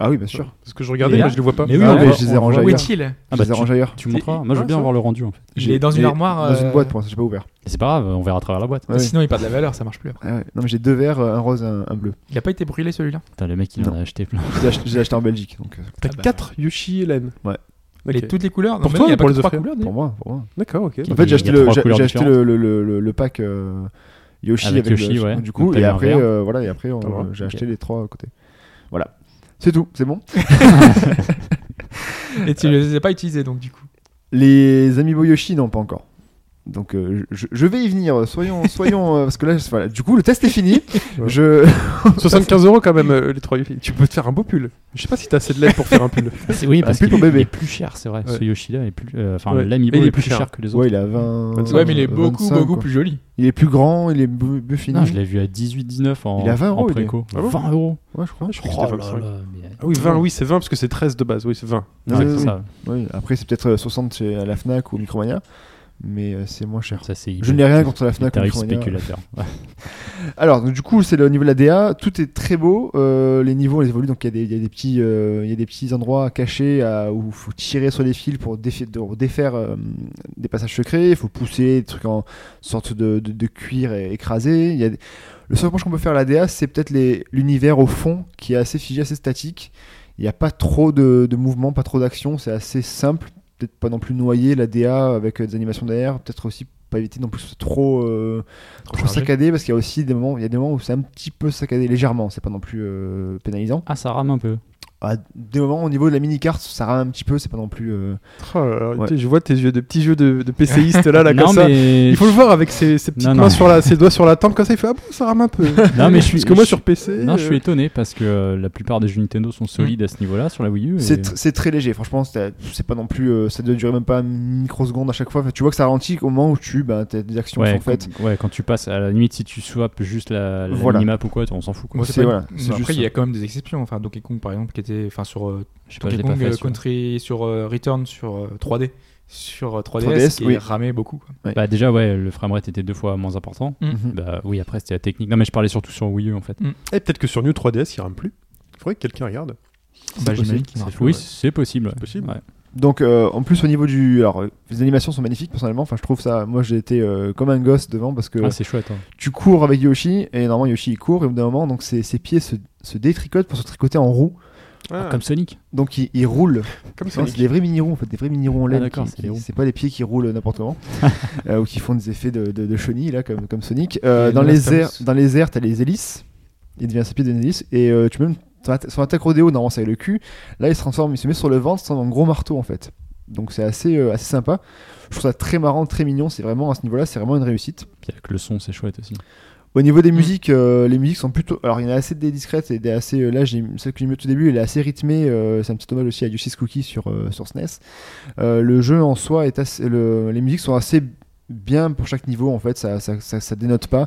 S3: ah oui, bien sûr.
S2: Parce que je regardais,
S5: Et là-
S2: mais je le vois pas.
S5: Mais oui,
S3: Ah,
S5: on
S3: mais
S5: voit-
S3: je les ai
S5: on voit- Où
S3: rangés ailleurs.
S5: est-il
S4: Ah
S3: je
S4: bah,
S3: les
S4: tu,
S3: arrange ailleurs.
S4: tu montreras. Moi, je veux
S2: Ah,
S4: bien
S2: ça.
S4: voir le rendu en fait.
S5: Il est dans une
S3: les-
S5: armoire.
S3: Dans une
S5: euh,
S3: boîte pour l'instant, j'ai pas ouvert.
S4: C'est pas grave, on verra à travers la boîte.
S3: Ouais.
S5: Sinon, il perd de la valeur, ça marche plus. après.
S3: Ah ouais. Non, mais j'ai deux verres, euh, un rose, un, un bleu.
S5: Il a pas été brûlé celui-là.
S4: Putain, le mec, il en a acheté plein.
S3: Je les ai ach- je les ai achetés en Belgique, donc euh,
S2: T'as
S5: Ah bah.
S2: 4 Yoshi et laine.
S3: Ouais.
S2: Ok.
S5: Les- toutes les couleurs. Non,
S2: Pour
S5: mais
S2: toi
S5: non, il y a
S2: ou pour
S5: pas
S2: les
S5: que trois
S2: offrir
S5: couleurs.
S3: pour moi. Pour moi.
S2: D'accord, ok.
S3: En
S4: Il y
S3: fait,
S4: a- il y
S3: j'ai
S4: a
S3: acheté, le,
S4: trois
S3: j'ai-
S4: couleurs
S3: j'ai acheté le, le, le, le- le pack euh, Yoshi
S4: Avec
S3: avec,
S4: Yoshi,
S3: le,
S4: ouais.
S3: du coup,
S4: Donc, t'as
S3: et
S4: eu un
S3: après,
S4: verre.
S3: euh, voilà, et après, on-
S2: T'as le droit.
S3: j'ai
S4: Ok.
S3: acheté les trois à côté. Voilà. C'est tout, c'est bon.
S5: Et
S3: Ah.
S5: tu les as pas utilisés donc du coup.
S3: Les Amiibo Yoshi, non, pas encore. Donc euh, je, je vais y venir, soyons, soyons, euh, parce que là, je- voilà, du coup, le test est fini. je,
S2: 75 euros quand même, euh, les trois Yoshi. Tu peux te faire un beau pull. Je sais pas si t'as assez de laine pour faire un pull.
S4: C'est- Oui, parce
S3: pull
S4: qu'il
S3: Ah, pour
S4: est- il
S3: bébé.
S4: est plus cher, c'est vrai.
S2: Ouais.
S4: Ce Yoshida est plus. euh, Enfin,
S2: Ouais.
S4: l'amiibo
S2: Et
S4: il est plus cher que les autres.
S3: ouais, il a 20.
S5: Ouais, mais il est beaucoup
S3: 25,
S5: beaucoup
S3: quoi.
S5: plus joli.
S3: Il est plus grand, il est bu- mieux fini.
S4: Non, je l'ai vu à 18-19 en,
S3: Il est à 20
S4: en
S3: euros, il est.
S4: préco.
S2: Ah bon
S4: 20 euros.
S3: Ouais, je crois.
S2: Je crois que
S4: Oh
S2: c'était 25.
S4: là là, mais-
S2: Ah oui, 20, oui, c'est 20 parce que c'est 13 de base. Oui, c'est 20.
S4: Ouais,
S3: Oui,
S4: c'est
S3: oui.
S4: ça.
S3: Ouais, après, c'est peut-être euh, 60 chez à la Fnac ou Micromania, mais euh, c'est moins cher.
S4: Ça, c'est.
S3: Je n'ai rien contre la
S4: les
S3: Fnac ou
S4: tarifs
S3: Micromania.
S4: spéculateurs.
S3: Alors, donc, du coup, c'est le- au niveau de la DA, tout est très beau. euh, les niveaux, on les évolue. Donc, il y, a des- il y, a des petits, euh, il y a des petits endroits cachés à- où il faut tirer sur les fils pour défa- de- défaire euh, des passages secrets. Il faut pousser des trucs en sorte de, de, de cuir et- écrasé. Il y a des- Le seul reproche qu'on peut faire à la DA, c'est peut-être les- l'univers au fond qui est assez figé, assez statique. Il n'y a pas trop de, de mouvement, pas trop d'action. C'est assez simple. Peut-être pas non plus noyé la DA avec euh, des animations derrière. Peut-être aussi pas éviter non plus trop, euh,
S5: Trop
S3: trop
S5: chargé.
S3: saccadé parce qu'il y a aussi des moments, il y a des moments où c'est un petit peu saccadé légèrement, c'est pas non plus euh, pénalisant.
S4: Ah, ça rame un peu.
S3: À des moments au niveau de la mini carte, ça rame un petit peu, c'est pas non plus. euh,
S2: Oh là là,
S3: Ouais.
S2: tu sais, Je vois tes yeux de petits jeux de, de PCiste là, là,
S4: non,
S2: comme ça.
S4: mais...
S2: Ah, Il faut le voir avec ses, ses petites
S4: Non,
S2: mains
S4: non.
S2: sur la, ses doigts sur la tempe, comme ça, il fait Ah bon, ça rame un peu.
S4: Non, mais je suis.
S2: Parce que moi,
S4: je-
S2: sur PC.
S4: Non, je
S2: euh,
S4: suis étonné parce que euh, la plupart des jeux Nintendo sont solides à ce niveau-là sur la Wii U. et-
S3: C'est tr- c'est très léger, franchement, c'est c'est pas non plus. euh, ça doit durer même pas une microseconde à chaque fois. Enfin, tu vois que ça ralentit au moment où tu. Bah, t'as des actions qui
S4: Ouais,
S3: sont faites.
S4: quand, ouais, quand tu passes à la limite, si tu swaps juste la, la
S3: Voilà.
S4: minimap ou quoi, on s'en fout. Quoi.
S3: Moi, c'est-
S5: pas-
S3: voilà,
S5: mais
S3: c'est
S5: Après,
S3: juste- euh,
S5: il y a quand même des exceptions. Enfin, Donkey Kong, par exemple, qui était enfin, sur euh,
S4: Je sais pas,
S3: Bah,
S5: Donkey
S4: je l'ai pas
S5: Kong
S4: fait.
S5: euh,
S4: celui-là.
S5: Country, sur euh, Return, sur euh, 3D, sur euh, 3DS,
S3: 3DS,
S5: qui
S3: oui.
S5: ramait beaucoup. quoi.
S4: Bah, déjà, ouais, le framerate était deux fois moins important.
S3: Mhm.
S4: Bah oui, après c'était la technique. Non, mais je parlais surtout sur Wii U en fait.
S2: Et eh, peut-être que sur New 3DS, il rame plus. Il faudrait que quelqu'un regarde.
S5: Bah,
S3: possible.
S5: j'imagine qu'il y en aura plus,
S4: Oui,
S5: ouais.
S4: c'est possible. ouais.
S2: possible.
S4: Ouais.
S3: Donc euh, en plus au niveau du, alors euh, les animations sont magnifiques personnellement. Enfin je trouve ça, moi j'ai été euh, comme un gosse devant parce que
S4: Ah, c'est chouette. hein.
S3: tu cours avec Yoshi et normalement Yoshi il court et au bout d'un moment donc ses, ses pieds se, se détricotent pour se tricoter en roue.
S2: Ah,
S4: Comme Sonic.
S3: Donc il, il roule.
S2: comme
S3: Non, C'est des vrais mini roues en fait, des vrais mini roues en laine.
S4: Ah, d'accord,
S3: qui-
S4: c'est
S3: qui-
S4: des roues.
S3: c'est pas les pieds qui roulent n'importe comment euh, ou qui font des effets de, de, de chenilles là comme comme Sonic. Euh,
S5: Et
S3: dans
S5: le
S3: les
S5: Last
S3: airs,
S5: House.
S3: dans les airs t'as les hélices. Il devient ses pieds d'une hélice et euh, tu peux même sur atta- sur attaque rodéo normalement c'est avec le cul. Là il se transforme, il se met sur le ventre, c'est un gros marteau en fait. Donc c'est assez euh, assez sympa. Je trouve ça très marrant, très mignon. C'est vraiment à ce niveau-là, c'est vraiment une réussite.
S4: Puis avec le son, c'est chouette aussi.
S3: Au niveau des musiques, euh, les musiques sont plutôt. Alors, il y en a assez des discrètes et des assez. euh, là, j'ai celle que j'ai mis au tout début, elle est assez rythmée. euh, c'est un petit hommage aussi à Yoshi's Cookie sur, euh, sur SNES. Euh, le jeu en soi est assez. le- les musiques sont assez bien pour chaque niveau, en fait. Ça, ça, ça, ça dénote pas.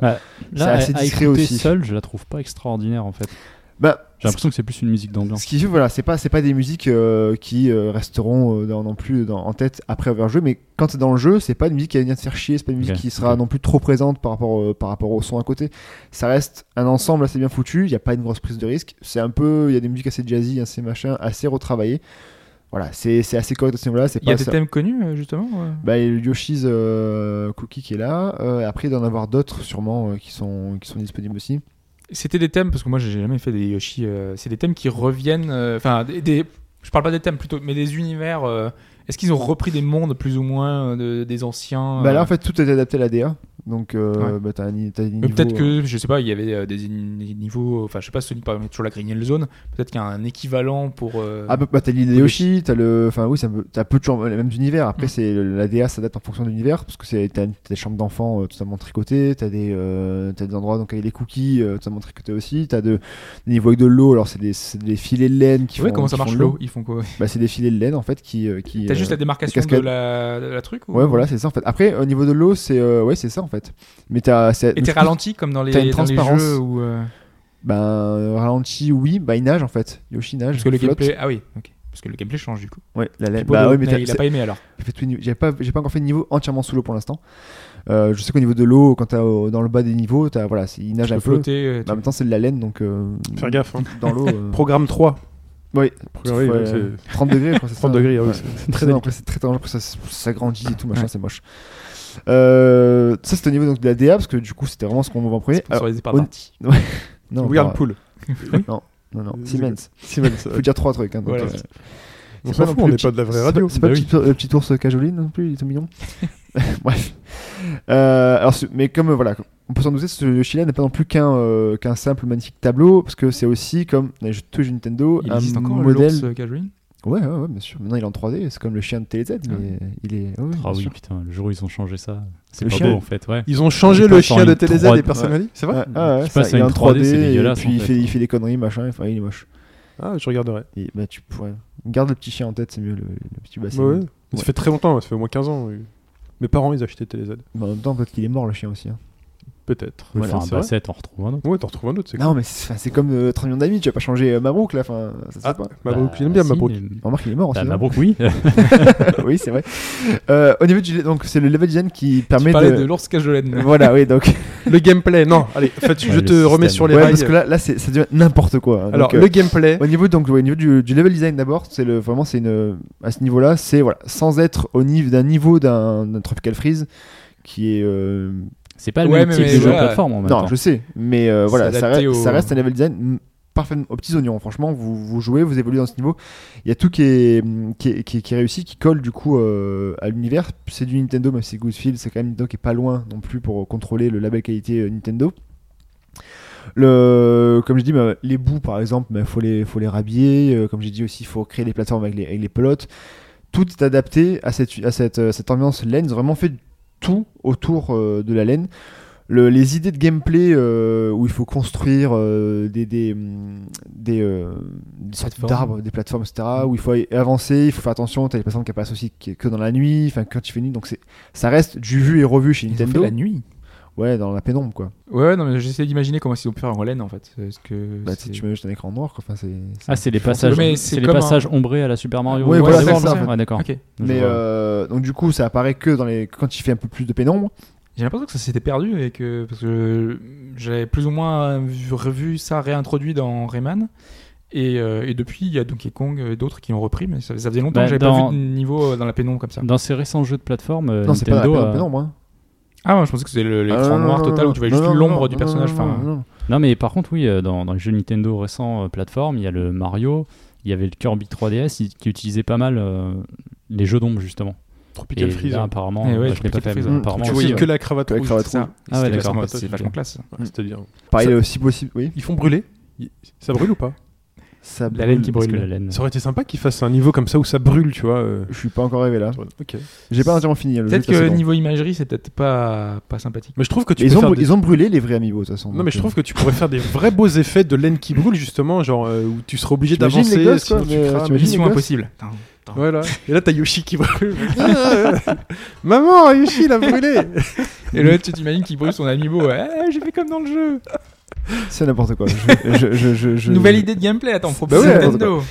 S4: Là,
S3: assez
S4: à, à
S3: discret
S4: écouter
S3: aussi.
S4: seul, je la trouve pas extraordinaire en fait.
S3: Bah,
S4: J'ai l'impression que c'est plus une musique d'ambiance.
S3: ce qui fait, voilà, c'est pas, c'est pas des musiques euh, qui euh, resteront euh, dans- non plus dans- en tête après avoir joué, mais quand t'es dans le jeu, c'est pas une musique qui vient te faire chier, c'est pas une musique
S4: Ok,
S3: qui sera
S4: ok.
S3: non plus trop présente par rapport, euh, par rapport au son à côté. Ça reste un ensemble assez bien foutu, il y a pas une grosse prise de risque. C'est un peu, il y a des musiques assez jazzy, assez machin, assez retravaillées. Voilà, c'est c'est assez correct à ce niveau-là. c'est
S5: Il y a
S3: pas
S5: des
S3: ça-
S5: thèmes connus, euh, justement. euh.
S3: bah, il y a le Yoshi's euh, Cookie qui est là. euh, après, d'en avoir d'autres sûrement euh, qui, sont, qui sont disponibles aussi.
S5: C'était des thèmes, parce que moi j'ai jamais fait des Yoshi, euh, c'est des thèmes qui reviennent, euh, enfin des, des- je parle pas des thèmes plutôt, mais des univers, euh, est-ce qu'ils ont repris des mondes plus ou moins euh, de- des anciens
S3: Bah là,
S5: euh,
S3: en fait, tout est adapté à la DA. Donc, euh,
S5: Ouais.
S3: bah, t'as un ni- t'as des
S5: mais
S3: niveaux,
S5: peut-être
S3: euh,
S5: que, je sais pas, il y avait euh, des, in- des niveaux, enfin je sais pas, Sonic par exemple, sur la Green Hill Zone, peut-être qu'il y a un équivalent pour... euh,
S3: Ah bah, bah, t'as l'idée
S5: Ou
S3: Yoshi, t'as le, enfin oui, ça peut- t'as peu de chambres, les mêmes univers. Après
S5: Mm.
S3: c'est la DA s'adapte en fonction de l'univers parce que c'est t'as une- t'as des chambres d'enfants euh, totalement tricotées, t'as des, euh, t'as des endroits donc avec des cookies euh, totalement tricotés aussi, t'as de, des niveaux avec de l'eau. Alors c'est des, c'est des filets de laine qui
S5: ouais,
S3: font.
S5: comment ça
S3: qui font
S5: marche
S3: de
S5: l'eau Ils font quoi
S3: Bah c'est des filets de laine en fait qui, euh, qui.
S5: T'as
S3: euh,
S5: juste la démarcation de
S3: cascades.
S5: la, de la truc ou...
S3: Ouais voilà c'est ça en fait. Après au niveau de l'eau c'est, euh, ouais c'est ça en fait. Mais t'as,
S5: Et
S3: c'est- je
S5: t'es
S3: trouve-
S5: ralenti comme dans les,
S3: t'as une
S5: dans les
S3: transparence.
S5: jeux ou... euh,
S3: Ben euh, ralenti oui, bah il nage en fait. Yoshi nage.
S5: Parce que le
S3: flotte.
S5: gameplay... Ah oui, ok. Parce que le gameplay change du coup.
S3: Ouais la laine.
S5: Pipo,
S3: Bah
S5: le-
S3: ouais mais t'as-
S5: il
S3: c'est- Ah,
S5: a pas aimé alors.
S3: J'ai fait tous les niveaux. J'ai pas, j'ai pas encore fait de niveau entièrement sous l'eau pour l'instant. Euh, je sais qu'au niveau de l'eau, quand t'as au- dans le bas des niveaux, t'as voilà, c'est- il nage
S5: Tu
S3: un
S5: peux
S3: peu.
S5: flotter, euh,
S3: Mais en même temps, c'est de la laine, donc euh,
S2: Faire gaffe. hein.
S3: dans l'eau. euh,
S2: Programme 3.
S3: oui,
S2: Programme,
S3: faut,
S2: ouais,
S3: euh,
S2: c'est-
S3: 30 degrés, je crois, c'est
S2: 30
S3: ça.
S2: degrés, ouais,
S3: Ouais.
S2: c'est
S3: C'est
S2: c'est très
S3: non,
S2: délicat.
S3: après, c'est très dangereux, après, ça, ça grandit et tout, machin, c'est moche. Euh, ça, c'était au niveau donc, de la DA, parce que du coup, c'était vraiment ce qu'on voit en premier. Alors,
S5: sponsorisé par
S3: on-
S5: Darty.
S3: non, bah,
S2: Regarde
S3: pas-
S2: Pool.
S3: Non, non, non,
S2: Euh,
S3: Siemens.
S2: Siemens.
S3: Faut dire trois trucs. Hein, donc,
S5: Voilà.
S3: euh,
S2: On
S3: C'est pas
S2: s'en
S3: non
S2: fout,
S3: plus
S2: on
S3: le
S2: n'est
S3: petit-
S2: pas de la vraie
S3: C'est
S2: radio.
S3: pas- C'est pas
S4: Bah
S3: le,
S4: oui.
S3: petit, le petit ours cajoline non plus, il est tout mignon. Bref. Euh, alors, ce- mais comme euh, voilà, on peut s'en douter, ce Yoshi-là n'est pas non plus qu'un euh, qu'un simple magnifique tableau, parce que c'est aussi comme dans les jeux tous les jeux Nintendo,
S5: Il
S3: un
S5: existe encore euh,
S3: modèle.
S5: l'ours Gajoline
S3: Ouais, ouais, ouais, bien sûr. Maintenant, il est en 3D, c'est comme le chien de TéléZ, mais il est. ouais, ouais, bien
S4: Ah oui,
S3: sûr.
S4: putain, le jour où ils ont changé ça, c'est
S3: Le
S4: pas
S3: chien.
S4: beau en fait. Ouais.
S2: Ils ont changé
S4: Ils
S2: le
S4: passent en
S2: chien de
S4: ligne
S2: TéléZ
S4: droite.
S2: et personne n'a dit, c'est vrai
S3: Ouais, ah, ouais,
S4: Tu passes
S3: ça,
S4: à
S3: il est en
S4: une 3D,
S3: 3D,
S4: c'est
S3: et
S4: dégueulasse,
S3: puis il
S4: en
S3: fait,
S4: fait.
S3: il fait des conneries, machin, enfin, il est moche.
S2: Ah, je regarderai.
S3: Et, bah, tu pourrais. Garde le petit chien en tête, c'est mieux, le, le petit bassin.
S2: Ouais, ouais. Ça
S3: Ouais.
S2: fait très longtemps, ça fait au moins 15 ans. oui. Mes parents, ils achetaient TéléZ.
S3: Mais en même temps, peut-être qu'il est mort, le chien aussi. hein.
S2: Peut-être.
S4: Enfin,
S2: Enfin,
S4: un
S2: c'est vrai.
S4: Bassett, on retrouve un autre.
S2: Ouais, t'en retrouves un autre, c'est
S3: Non, mais c'est enfin, c'est comme euh, 30 millions d'amis, tu vas pas changer euh, Mabrouk là, enfin, ça se fait
S2: Ah,
S3: pas.
S2: Mabrouk,
S4: Bah,
S2: j'aime bien
S4: si,
S2: Mabrouk.
S4: mais-
S3: On remarque qu'il est mort
S4: Bah,
S3: aussi. non
S4: Mabrouk, oui.
S3: oui, c'est vrai. Euh, au niveau du donc c'est le level design qui
S5: Tu
S3: permet
S5: parlais de,
S3: Ah, de.
S5: l'ours Cajoline.
S3: voilà, oui, donc.
S2: Le gameplay, non. Allez, en fait, je
S4: Ouais,
S2: te
S4: le
S2: remets
S4: système.
S2: sur les
S3: Ouais,
S2: rails.
S3: parce que là, là c'est- ça devient n'importe quoi. hein.
S2: Alors,
S3: Donc, euh,
S2: le gameplay,
S3: Au niveau, donc, ouais, au niveau du, du level design d'abord, c'est le vraiment c'est une à ce niveau-là, c'est voilà sans être au niveau d'un niveau d'un d'un Tropical Freeze qui est euh,
S4: C'est pas le
S5: Ouais,
S4: même
S5: mais-
S4: type
S5: mais
S4: de jeu de
S5: voilà.
S4: plateforme en même
S3: non
S4: temps.
S3: je sais mais euh, voilà
S5: C'est
S3: ça,
S5: adapté
S3: re-
S5: au-
S3: ça reste un level design mm, parfaitement aux petits oignons. Franchement, vous, vous jouez, vous évoluez dans ce niveau. Il y a tout qui est, qui est, qui est- qui est réussi, qui colle du coup euh, à l'univers. C'est du Nintendo, même si c'est Goodfield, c'est quand même Nintendo qui est pas loin non plus pour contrôler le label qualité euh, Nintendo. Le, comme je dis, bah, les bouts par exemple, il faut, les, faut les rhabiller. Euh, Comme j'ai dit aussi, il faut créer des plateformes avec les, avec les pelotes. Tout est adapté à cette, à cette, euh, cette ambiance laine. Ils ont vraiment fait tout autour euh, de la laine. Le- les idées de gameplay euh, où il faut construire euh, des, des, hum, des, euh, des sortes
S5: Plateformes.
S3: d'arbres, des plateformes, etc. Où il faut avancer, il faut faire attention. T'as les plateformes qui passent aussi qui est que dans la nuit, enfin quand tu fais nuit. Donc c'est, ça reste du vu et revu chez
S5: Ils ont fait
S3: Nintendo.
S5: la nuit.
S3: Ouais, dans la pénombre quoi.
S5: Ouais, non, mais j'essaie d'imaginer comment ils ont pu faire en laine en fait. Parce que
S3: Bah,
S5: c'est-
S3: tu mets juste un écran noir quoi. Enfin, c'est, c'est-
S4: Ah, c'est les
S3: je pense-
S4: passages,
S5: mais c'est
S4: c'est les
S5: comme
S4: passages ombrés à la Super Mario.
S3: Ouais,
S4: World.
S3: voilà,
S4: Ouais,
S3: c'est ça.
S4: ouais, d'accord.
S5: Ok.
S4: Je
S3: Mais
S4: vois.
S3: euh, donc du coup, ça apparaît que dans les quand il fait un peu plus de pénombre.
S5: J'ai l'impression que ça s'était perdu et que parce que j'avais plus ou moins vu- revu ça réintroduit dans Rayman. Et, euh, et depuis, il y a Donkey Kong et d'autres qui l'ont repris, mais ça, ça faisait longtemps
S4: Bah,
S5: que j'avais
S4: dans- Mm.
S5: pas vu de niveau euh, dans la pénombre comme ça.
S4: Dans ces récents jeux de plateforme, euh,
S3: non, c'est pas la
S4: Nintendo.
S3: pénombre.
S4: a-
S3: pénombre, hein.
S5: Ah, ouais, je pensais que c'était le-
S3: Ah,
S5: l'écran
S3: non, non,
S5: noir
S3: non,
S5: total
S3: non,
S5: où tu vois
S3: non,
S5: juste
S3: non,
S5: l'ombre
S3: non,
S5: du
S3: non,
S5: personnage.
S3: non, non,
S5: Enfin,
S3: non.
S4: Non, mais par contre, oui, euh, dans, dans les jeux Nintendo récents euh, plateforme, il y a le Mario, il y avait le Kirby 3DS il- qui utilisait pas mal euh, les jeux d'ombre justement.
S2: Tropical
S4: Et
S2: Freeze.
S4: là,
S2: hein.
S4: apparemment,
S5: Eh ouais,
S4: bah, je l'ai
S5: Tropical
S4: pas fait. mais
S5: Freeze,
S3: hein.
S4: apparemment,
S2: Tu
S3: Moi
S2: voyais
S3: aussi,
S2: que
S3: ouais.
S2: la cravate
S3: Avec
S2: rouge.
S3: cravate
S5: c'est ça.
S3: rouge. Bah,
S4: Ah ouais,
S5: C'était
S4: d'accord.
S5: vachement- C'est vachement classe.
S2: Ouais, C'est-à-dire,
S3: Pareil,
S2: Ça-
S3: euh, si possible, oui.
S2: ils font brûler. Ils- Ça brûle ou pas
S3: Ça
S5: La laine
S3: brûle.
S5: qui
S4: parce que
S5: brûle.
S4: la laine.
S2: Ça aurait été sympa qu'ils fassent un niveau comme ça où ça brûle, tu vois. euh.
S3: Je suis pas encore arrivé là.
S2: Ok.
S3: J'ai pas entièrement fini. le
S5: Peut-être
S3: jeu Ah, est assez
S5: que
S3: long.
S5: niveau imagerie, c'est peut-être pas, pas sympathique.
S2: Mais je trouve que tu
S3: ils
S2: peux
S3: ont,
S2: faire
S3: brû-
S2: des-
S3: ils ont brûlé les vrais amiibo de toute façon.
S2: Non
S3: donc,
S2: mais je
S3: euh,
S2: trouve que tu pourrais faire des vrais beaux effets de laine qui brûle justement, genre euh, où tu seras obligé
S3: T'imagines
S2: d'avancer,
S3: les gosses, quoi,
S2: sinon tu
S3: mais, euh,
S2: crames.
S3: t'imagines-
S5: Mission
S3: les gosses
S5: impossible.
S2: Voilà. Et là t'as Yoshi qui brûle. Maman, Yoshi il a brûlé.
S5: Et là, tu t'imagines qu'il brûle son amiibo. Ah, j'ai fait comme dans le jeu.
S3: c'est n'importe quoi. Je- je- je- je- je-
S5: Nouvelle idée de gameplay. Attends, faut
S3: Bah ouais,
S5: Nintendo.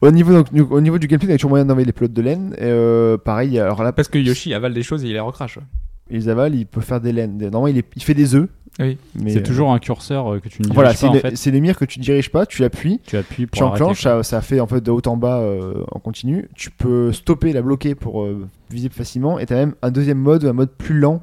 S3: Au niveau, donc, du- au niveau du gameplay, il y a toujours moyen d'envoyer les pelotes de laine. Et, euh, pareil, alors là,
S5: Parce que Yoshi avale des choses et il les recrache.
S3: ils avalent, il peut faire des laines. Normalement, il, est- il fait des œufs.
S5: Oui.
S3: mais,
S4: C'est
S3: euh,
S4: toujours un curseur euh, que tu ne diriges
S3: Voilà,
S4: pas
S3: c'est
S4: en
S3: les-
S4: fait.
S3: c'est les mires que tu diriges pas, tu appuies.
S4: Tu appuies pour
S3: Tu
S4: arrêter.
S3: enclenches, ça, ça fait en fait de haut en bas euh, en continu. Tu peux stopper, la bloquer pour euh, viser plus facilement. Et tu as même un deuxième mode, un mode plus lent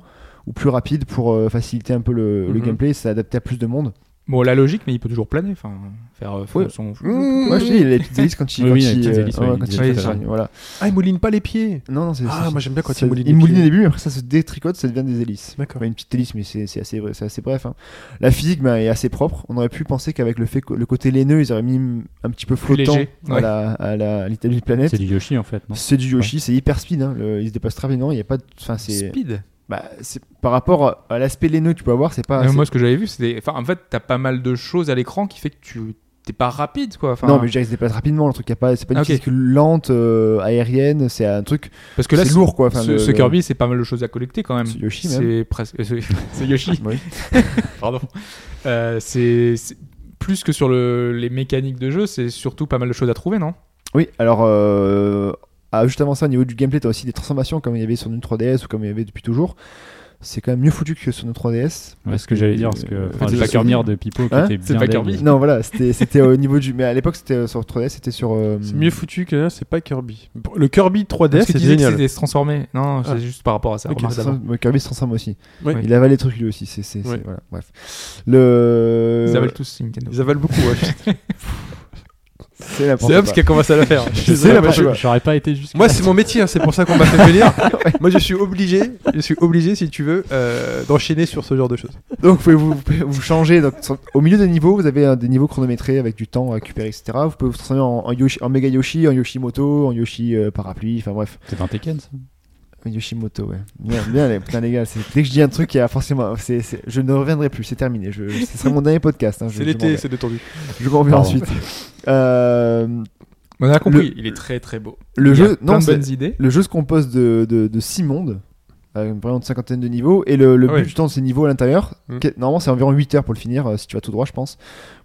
S3: ou plus rapide pour euh, faciliter un peu le, le
S5: Mhm.
S3: gameplay. C'est adapté à plus de monde.
S5: Bon, la logique, mais il peut toujours planer, enfin, faire euh,
S3: Oui. Mmh,
S5: son.
S2: Mmh.
S3: Moi je te dis, il y a les petites hélices quand il.
S4: Oui,
S3: quand
S4: oui, il y a
S3: il,
S4: les petites
S3: euh,
S4: hélices,
S3: ouais,
S4: oui,
S3: quand
S4: il
S3: il
S5: disait
S3: fait
S5: ça.
S3: ça, voilà.
S2: Ah il mouline pas les pieds.
S3: Non, non, c'est.
S2: Ah
S3: c'est-
S2: moi j'aime bien quand
S3: c'est-
S2: il mouline
S3: il
S2: les
S3: mouline au
S2: pieds.
S3: début, mais après ça se détricote, ça devient des hélices.
S2: D'accord.
S3: Ouais, une petite hélice, mais c'est c'est assez, c'est assez bref. hein. La physique ben, est assez propre. On aurait pu penser qu'avec le, fait, que- le côté laineux, ils auraient mis un petit peu flottant
S5: léger,
S3: à
S5: ouais.
S3: la- à la- à l'Italie planète.
S4: C'est du Yoshi en fait, non
S3: C'est du Yoshi, c'est hyper speed. hein. Le- il se dépasse très vite. Non, il y a pas. de- Enfin, c'est.
S5: Speed.
S3: bah, c'est- par rapport à- à l'aspect laineux que tu peux avoir, c'est pas.
S5: Euh,
S3: Ah, c'est-
S5: moi, ce que j'avais vu, c'était. Enfin, en fait, t'as pas mal de choses à l'écran qui fait que tu t'es pas rapide, quoi. Enfin,
S3: Non, mais je dirais, il se déplace rapidement. Le truc, il y a pas. C'est pas une
S5: Ok.
S3: physique lente, euh, aérienne. C'est un truc.
S5: parce que là,
S3: c'est
S5: ce-
S3: lourd, quoi. Enfin,
S5: Ce,
S3: le-
S5: ce
S3: le-
S5: Kirby, c'est pas mal de choses à collecter quand même.
S3: C'est Yoshi, même.
S5: Euh, C'est presque. euh, C'est c'est Yoshi,
S3: Ouais.
S5: pardon. Euh, c'est c'est- plus que sur le- les mécaniques de jeu, c'est surtout pas mal de choses à trouver, non
S3: Oui, alors euh, ah, juste avant ça, au niveau du gameplay, t'as aussi des transformations comme il y avait sur Nintendo 3DS ou comme il y avait depuis toujours. C'est quand même mieux foutu que sur Nintendo 3DS.
S4: Ouais, ce que j'allais dire, parce
S3: Euh,
S4: que enfin,
S3: c'est
S4: le
S3: pas
S4: souvenir de Pipo qui
S3: Hein
S4: était
S5: C'est
S4: bien
S5: pas
S4: dingue.
S5: Kirby.
S3: Non, voilà, c'était c'était au niveau du. Mais à l'époque, c'était euh, sur 3DS, c'était sur. euh,
S2: C'est mieux foutu que c'est pas Kirby. Le Kirby 3DS
S5: Parce que tu
S2: c'est
S5: disais que
S2: génial.
S5: c'était se transformer. Non, c'est
S2: Ah.
S5: juste par rapport à ça.
S2: Ok,
S5: remarque
S3: se
S5: d'avant.
S3: transforme- ouais, Kirby se transforme aussi.
S2: Ouais.
S3: Il avale les trucs lui aussi. C'est c'est- c'est-
S2: Ouais.
S3: voilà. Bref. Le.
S5: Ils avalent tous Nintendo.
S2: Ils avalent beaucoup. ouais.
S3: C'est n'importe
S2: C'est Hobbs
S3: quoi.
S2: qui a commencé à la faire. Je suis
S3: C'est
S2: désolé,
S3: la
S2: mais je-
S3: prochaine.
S4: J'aurais pas été jusqu'à
S2: Moi, c'est mon métier, hein, c'est pour ça qu'on m'a fait venir. Moi, je suis obligé, je suis obligé, si tu veux, euh, d'enchaîner sur ce genre de choses.
S3: Donc vous pouvez vous, vous pouvez vous changer. Donc, sur- au milieu des niveaux, vous avez euh, des niveaux chronométrés avec du temps à récupérer, etc. Vous pouvez vous transformer en, en, Yoshi, en Mega Yoshi, en Yoshi Moto, en Yoshi euh, parapluie. Enfin bref.
S4: C'est un Tekken, ça.
S3: Yoshimoto, ouais. Bien, bien, les, putain, les gars. c'est- Dès que je dis un truc, il y a forcément. c'est- c'est- je ne reviendrai plus, c'est terminé. Je, je- ce sera mon dernier podcast. hein, je-
S2: C'est
S3: je
S2: l'été,
S3: m'en vais.
S2: c'est détendu.
S3: Je m'en reviens
S4: Pardon.
S3: ensuite. Euh,
S5: On a compris, il est très très beau.
S3: le,
S5: Il y a
S3: jeu,
S5: plein
S3: non,
S5: de
S3: c'est-
S5: bonnes idées.
S3: le jeu se compose de, de, de six mondes, avec vraiment une cinquantaine de niveaux. Et le, le
S5: Ah
S3: but
S5: ouais. Hmm.
S3: du temps de ces niveaux à l'intérieur,
S2: Mm.
S3: que- normalement, c'est environ 8 heures pour le finir, euh, si tu vas tout droit, je pense.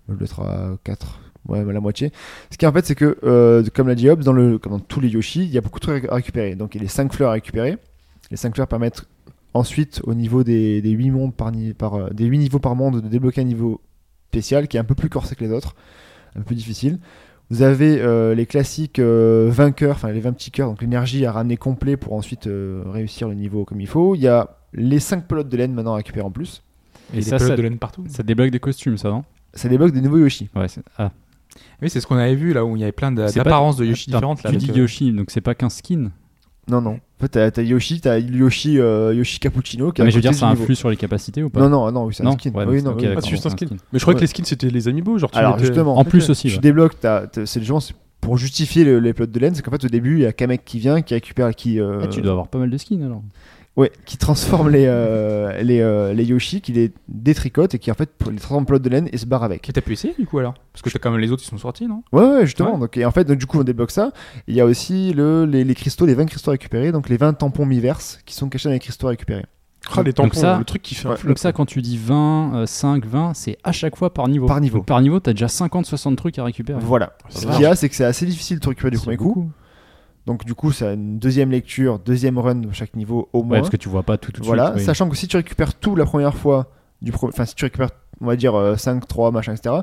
S3: Moi, Je dois être à 4. Ouais, bah, la moitié. Ce qui en fait, c'est que, euh, comme l'a dit Hobbs, dans, le, comme dans tous les Yoshi, il y a beaucoup de trucs à récupérer. Donc, il y a les 5 fleurs à récupérer. Les 5 fleurs permettent ensuite, au niveau des, des, 8 mondes par, ni- par, euh, des 8 niveaux par monde, de débloquer un niveau spécial qui est un peu plus corsé que les autres, un peu plus difficile. Vous avez euh, les classiques euh, 20 cœurs, enfin les 20 petits cœurs, donc l'énergie à ramener complet pour ensuite euh, réussir le niveau comme il faut. Il y a les 5 pelotes de laine maintenant à récupérer en plus.
S5: Il y
S4: Et
S5: a des
S4: ça,
S5: pelotes
S4: ça,
S5: de laine partout.
S4: ça débloque des costumes, ça, non
S3: ça débloque des nouveaux Yoshi.
S4: Ouais, c'est- ah,
S5: Oui, c'est ce qu'on avait vu là où il y avait plein d'a-
S4: C'est pas-
S5: d'apparences de Yoshi
S4: Attends,
S5: différentes. Là,
S4: Tu
S5: avec,
S4: dis
S5: euh,
S4: Yoshi, donc c'est pas qu'un skin.
S3: Non, non. En fait, t'as t'as Yoshi, t'as Yoshi, euh, Yoshi Cappuccino. Qui
S4: Ah,
S3: a
S4: mais je veux
S3: ajouté
S4: dire,
S3: ce
S4: ça
S3: niveau.
S4: influe sur les capacités ou pas
S3: Non, non, non, oui, c'est un skin.
S4: ouais,
S3: Oui,
S4: donc-
S3: non,
S4: ok,
S3: oui.
S4: d'accord,
S2: c'est juste Ah, un
S4: donc
S2: skin. Mais je crois
S3: Ouais.
S2: que les skins c'était les amiibo, genre. tu
S3: Alors,
S2: mettais-
S3: justement.
S4: En plus aussi,
S3: Tu
S4: ouais.
S3: débloques, t'as- t'as- c'est le genre, c'est pour justifier le, les plots de laine, c'est qu'en fait au début il y a Kamek qui vient, qui récupère, qui, euh,
S4: Ah, tu dois avoir pas mal de skins alors.
S3: ouais, qui transforme les, euh, les, euh, les Yoshi, qui les détricote et qui en fait pour- les transforme en plots de laine et se barre avec.
S5: Qui t'a pu essayer du coup alors Parce que t'as quand même les autres qui sont sortis, non
S3: Ouais, ouais, justement.
S5: Ouais.
S3: Donc, et en fait, donc, du coup, on débloque ça. Il y a aussi le, les, les cristaux, les 20 cristaux récupérés, donc les 20 tampons miverse qui sont cachés dans les cristaux récupérés.
S2: Ah, les tampons,
S4: Donc ça-
S2: le truc qui fait un
S3: Ouais.
S2: flop.
S4: Donc ça, quand tu dis 20, euh, 5, 20, c'est à chaque fois par niveau.
S3: Par niveau.
S4: Donc, par niveau, t'as déjà 50, 60 trucs à récupérer.
S3: Voilà.
S2: C'est
S3: Ce
S2: large.
S3: qu'il y a, c'est que c'est assez difficile de récupérer du
S4: C'est
S3: premier coup.
S4: beaucoup.
S3: Donc, du coup, ça a une deuxième lecture, deuxième run de chaque niveau au
S4: Ouais,
S3: moins.
S4: parce que tu vois pas tout, tout de
S3: voilà.
S4: suite. oui.
S3: Sachant que si tu récupères tout la première fois, du pro- enfin, si tu récupères, on va dire, euh, 5, 3, machin, etc.,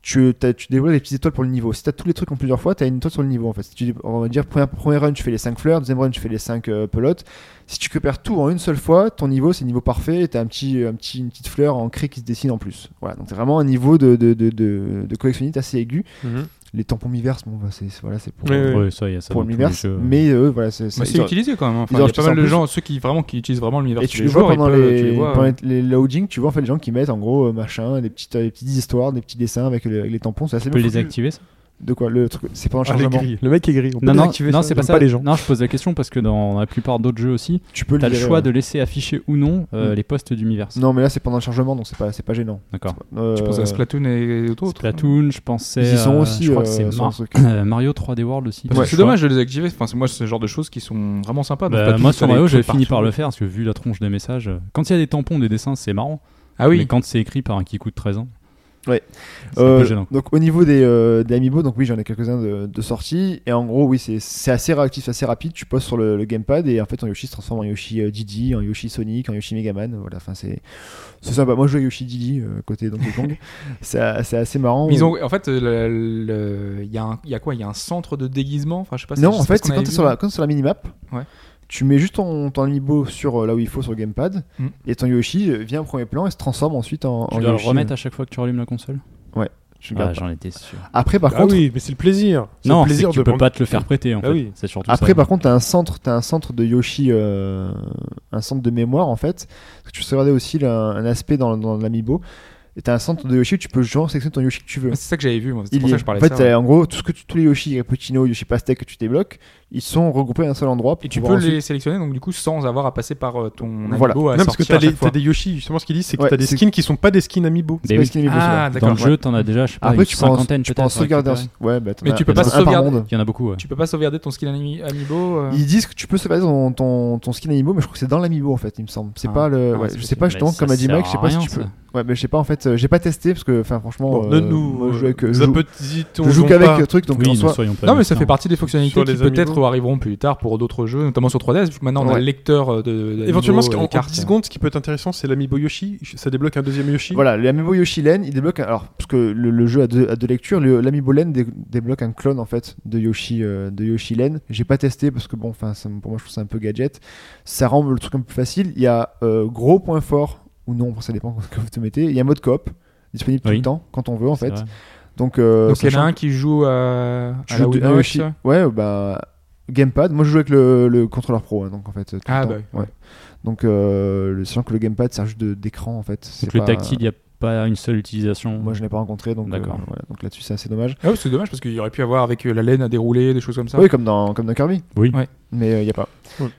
S3: tu, t'as- tu développes les petites étoiles pour le niveau. Si tu as tous les trucs en plusieurs fois, tu as une étoile sur le niveau. En fait. Si tu- on va dire, premier, premier run, tu fais les 5 fleurs, deuxième run, tu fais les 5 pelotes. Si tu récupères tout en une seule fois, ton niveau, c'est le niveau parfait et tu as un petit, un petit, une petite fleur ancrée qui se dessine en plus. Voilà, donc c'est vraiment un niveau de, de, de, de, de collectionnite assez aigu.
S2: Mhm.
S3: Les tampons miverse, bon, bah, c'est c'est- voilà, c'est pour,
S2: Ouais, ouais.
S4: Ouais, ça, il y a ça
S3: pour
S4: dans tous les
S3: l'univers.
S4: jeux.
S3: Mais euh, voilà, c'est
S5: Bah,
S3: c'est-
S5: C'est utilisé quand même. Enfin,
S3: ils
S5: il y
S3: en
S5: a pas mal
S3: utilisent
S5: de
S3: en
S5: gens, ceux qui vraiment qui utilisent vraiment l'univers
S3: Et
S5: tous
S3: tu
S5: les
S3: les vois
S5: jours, ils
S3: pendant,
S5: peuvent-
S3: les,
S5: tu les vois,
S3: pendant
S5: euh,
S3: les- les loadings, tu vois en fait les gens qui mettent en gros euh, machin, des petites, euh, des petites histoires, des petits dessins avec, le- avec les tampons, c'est assez
S4: Tu peux
S3: bien
S4: les
S3: foutu.
S4: activer ça
S3: De quoi le truc C'est pendant le
S2: Ah, les
S3: chargement.
S2: grilles. Le mec est gris. On peut
S4: Non, non,
S2: désactiver
S4: non,
S2: ça,
S4: c'est pas
S2: j'aime
S4: ça.
S2: les gens.
S4: Non, je pose la question parce que dans la plupart d'autres jeux aussi,
S3: tu peux
S4: t'as le
S3: libérer,
S4: choix
S3: ouais.
S4: de laisser afficher ou non euh,
S3: Mm.
S4: les postes d'univers.
S3: Non mais là c'est pendant le chargement donc c'est pas c'est pas gênant.
S4: D'accord.
S3: Euh,
S5: Je pense à Splatoon et d'autres.
S4: Splatoon, je pensais.
S3: hein. Ils y sont
S4: euh,
S3: aussi.
S4: Je crois que
S3: euh,
S4: c'est
S3: sur
S4: Mar-
S3: ce truc.
S4: euh, Mario 3D World aussi.
S5: Parce que
S4: Ouais,
S5: c'est
S4: je crois.
S5: dommage de les activer. Enfin, c'est moi c'est ce genre de choses qui sont vraiment sympas. Donc,
S4: Bah,
S5: Splatoon,
S4: moi
S5: ça
S4: sur
S5: les
S4: Mario,
S5: trouve
S4: j'ai fini par
S5: partout.
S4: le faire parce que vu la tronche des messages, euh, quand il y a des tampons, des dessins, c'est marrant.
S5: Ah
S4: Mais
S5: oui.
S4: quand c'est écrit par un qui coûte 13 ans,
S3: Ouais.
S4: c'est un
S3: Euh,
S4: peu gênant.
S3: donc au niveau des, euh, des amiibo, donc oui j'en ai quelques-uns de, de sortie et en gros oui c'est- c'est assez réactif, c'est assez rapide. Tu poses sur le, le gamepad et en fait ton Yoshi se transforme en Yoshi euh, Didi, en Yoshi Sonic, en Yoshi Megaman. Voilà, enfin c'est c'est sympa. Moi je joue à Yoshi Didi euh, côté Donkey Kong, c'est c'est assez marrant.
S5: Mais Ils ont, en fait, le- le- il y, a un- il y a quoi Il y a un centre de déguisement Enfin, je sais pas.
S3: Non,
S5: je sais
S3: en
S5: pas
S3: fait,
S5: ce qu'on
S3: c'est quand
S5: avait
S3: tu
S5: vu.
S3: sur la, quand t'es sur la minimap,
S5: Ouais.
S3: tu mets juste ton, ton amiibo sur euh, là où il faut sur le gamepad,
S5: Mm.
S3: et ton Yoshi euh, vient au premier plan et se transforme ensuite en, en
S4: Tu dois le
S3: Yoshi. euh.
S4: remettre à chaque fois que tu rallumes la console
S3: Tu le
S4: Ah,
S3: gardes pas.
S4: J'en étais sûr.
S3: Après, par
S2: Ah
S3: contre,
S2: oui, mais c'est le plaisir. C'est
S4: Non,
S2: le
S4: c'est
S2: plaisir
S4: que tu
S2: de
S4: peux
S2: prendre-
S4: pas te le faire prêter en
S2: Ah
S4: fait.
S2: oui.
S4: C'est surtout
S3: après
S4: ça.
S3: par contre, t'as un centre, t'as un centre de Yoshi, euh, un centre de mémoire en fait. Parce que tu sais regarder aussi là, un, un aspect dans, dans l'amiibo. Et t'as un centre de Yoshi où tu peux genre sélectionner ton Yoshi que tu veux.
S5: C'est ça que j'avais vu. moi, Ah, C'est
S3: Il
S5: pour
S3: y
S5: ça
S3: est.
S5: que je parlais
S3: en fait,
S5: de ça. hein.
S3: t'as, en gros, tout ce que tu- tous les Yoshi, Cappuccino, Yoshi Pastèque que tu débloques, ils sont regroupés à un seul endroit.
S5: Et
S3: pour
S5: tu peux
S3: pouvoir ensuite-
S5: les sélectionner donc du coup sans avoir à passer par euh, ton
S3: Voilà.
S5: amiibo à
S2: Non, parce que
S5: sortir
S2: t'as
S5: à
S2: les-
S5: chaque fois.
S2: t'as des Yoshi, justement ce qu'ils disent, c'est que
S3: Ouais,
S2: t'as des
S3: c'est-
S2: skins qui sont pas des skins amiibo.
S3: C'est
S4: Bah
S3: pas
S4: oui.
S3: ce qu'il y a mis dessus,
S5: Ah
S3: là.
S4: Dans
S5: d'accord.
S4: le Ah, jeu, t'en as déjà, je sais pas,
S3: Après,
S4: une
S3: tu peux en-
S4: cinquantaine
S3: tu peux en
S4: peut-être à
S3: sauvegarder.
S4: récupérer.
S3: un- Ouais, bah, t'en
S5: Mais
S3: as-
S5: tu peux
S3: t'en
S5: pas
S3: as un par
S5: sauvegarder.
S3: monde.
S4: Il y en a beaucoup. ouais.
S5: Tu peux pas sauvegarder ton skill ami- amiibo euh,
S3: Ils disent que tu peux sauvegarder ton, ton, ton skin amiibo, mais je crois que c'est dans l'amiibo en fait, il me semble. C'est
S5: Ah,
S3: pas le.
S5: ah,
S3: ouais,
S5: c'est
S3: je sais
S5: possible.
S3: pas justement,
S4: Mais
S3: comme
S4: ça
S3: a dit Mike, je sais
S4: sert
S3: pas
S4: à
S3: si
S4: rien,
S3: tu peux.
S4: ça.
S3: Ouais, mais je sais pas en fait, euh, j'ai pas testé parce que, enfin, franchement.
S2: Bon, ne
S3: euh,
S2: nous.
S3: moi, je joue avec.
S2: euh,
S3: je joue-
S2: apetitons
S3: je joue qu'avec
S2: pas.
S3: le truc, donc
S4: Oui,
S3: en
S4: ne
S3: soi.
S4: soyons pas hein.
S5: Non mais ça
S4: mesquins.
S5: fait partie des fonctionnalités
S2: Sur les
S5: qui peut-être
S2: amiibo.
S5: arriveront plus tard pour d'autres jeux, notamment sur 3DS. Vu que maintenant on a
S3: Ouais.
S5: le lecteur euh, de, de
S2: Éventuellement, ce
S5: amiibo,
S2: qui- en,
S5: euh,
S2: en
S5: carte.
S2: 10 secondes, ce qui peut être intéressant, c'est l'amiibo Yoshi. Ça débloque un deuxième Yoshi.
S3: Voilà, l'amiibo Yoshi Lane, il débloque. un- Alors, parce que le, le jeu a deux, a deux lectures, le- l'amiibo Lane dé- débloque un clone en fait de Yoshi, euh, de Yoshi Lane. J'ai pas testé parce que bon, enfin, ça me- pour moi, je trouve ça un peu gadget. Ça rend le truc un peu plus facile. Il y a euh, gros point fort ou non, ça dépend que vous te mettez. Il y a mode coop disponible tout
S4: Oui.
S3: le temps quand on veut en
S4: C'est
S3: fait.
S4: vrai.
S3: Donc, euh,
S5: Donc il y en a
S3: sachant
S5: un qui joue euh,
S3: Tu
S5: à la
S3: joues
S5: Wii
S3: de- un
S5: Remote.
S3: Yoshi- Ouais, bah gamepad. Moi, je joue avec le, le contrôleur pro, hein, donc en fait. tout le
S5: Ah,
S3: temps.
S5: bah oui.
S3: ouais. Donc, euh, le, sachant que le gamepad sert juste de- d'écran en fait. C'est
S4: Donc le
S3: pas-
S4: tactile, il n'y a pas une seule utilisation.
S3: Moi, je l'ai pas rencontré, donc.
S4: D'accord.
S3: euh, voilà. donc là-dessus, c'est assez dommage.
S5: Ah oui, c'est dommage parce qu'il aurait pu avoir avec euh, la laine à dérouler, des choses comme ça.
S3: Oui, comme dans comme dans Kirby.
S4: Oui.
S5: Ouais.
S3: Mais il y a pas.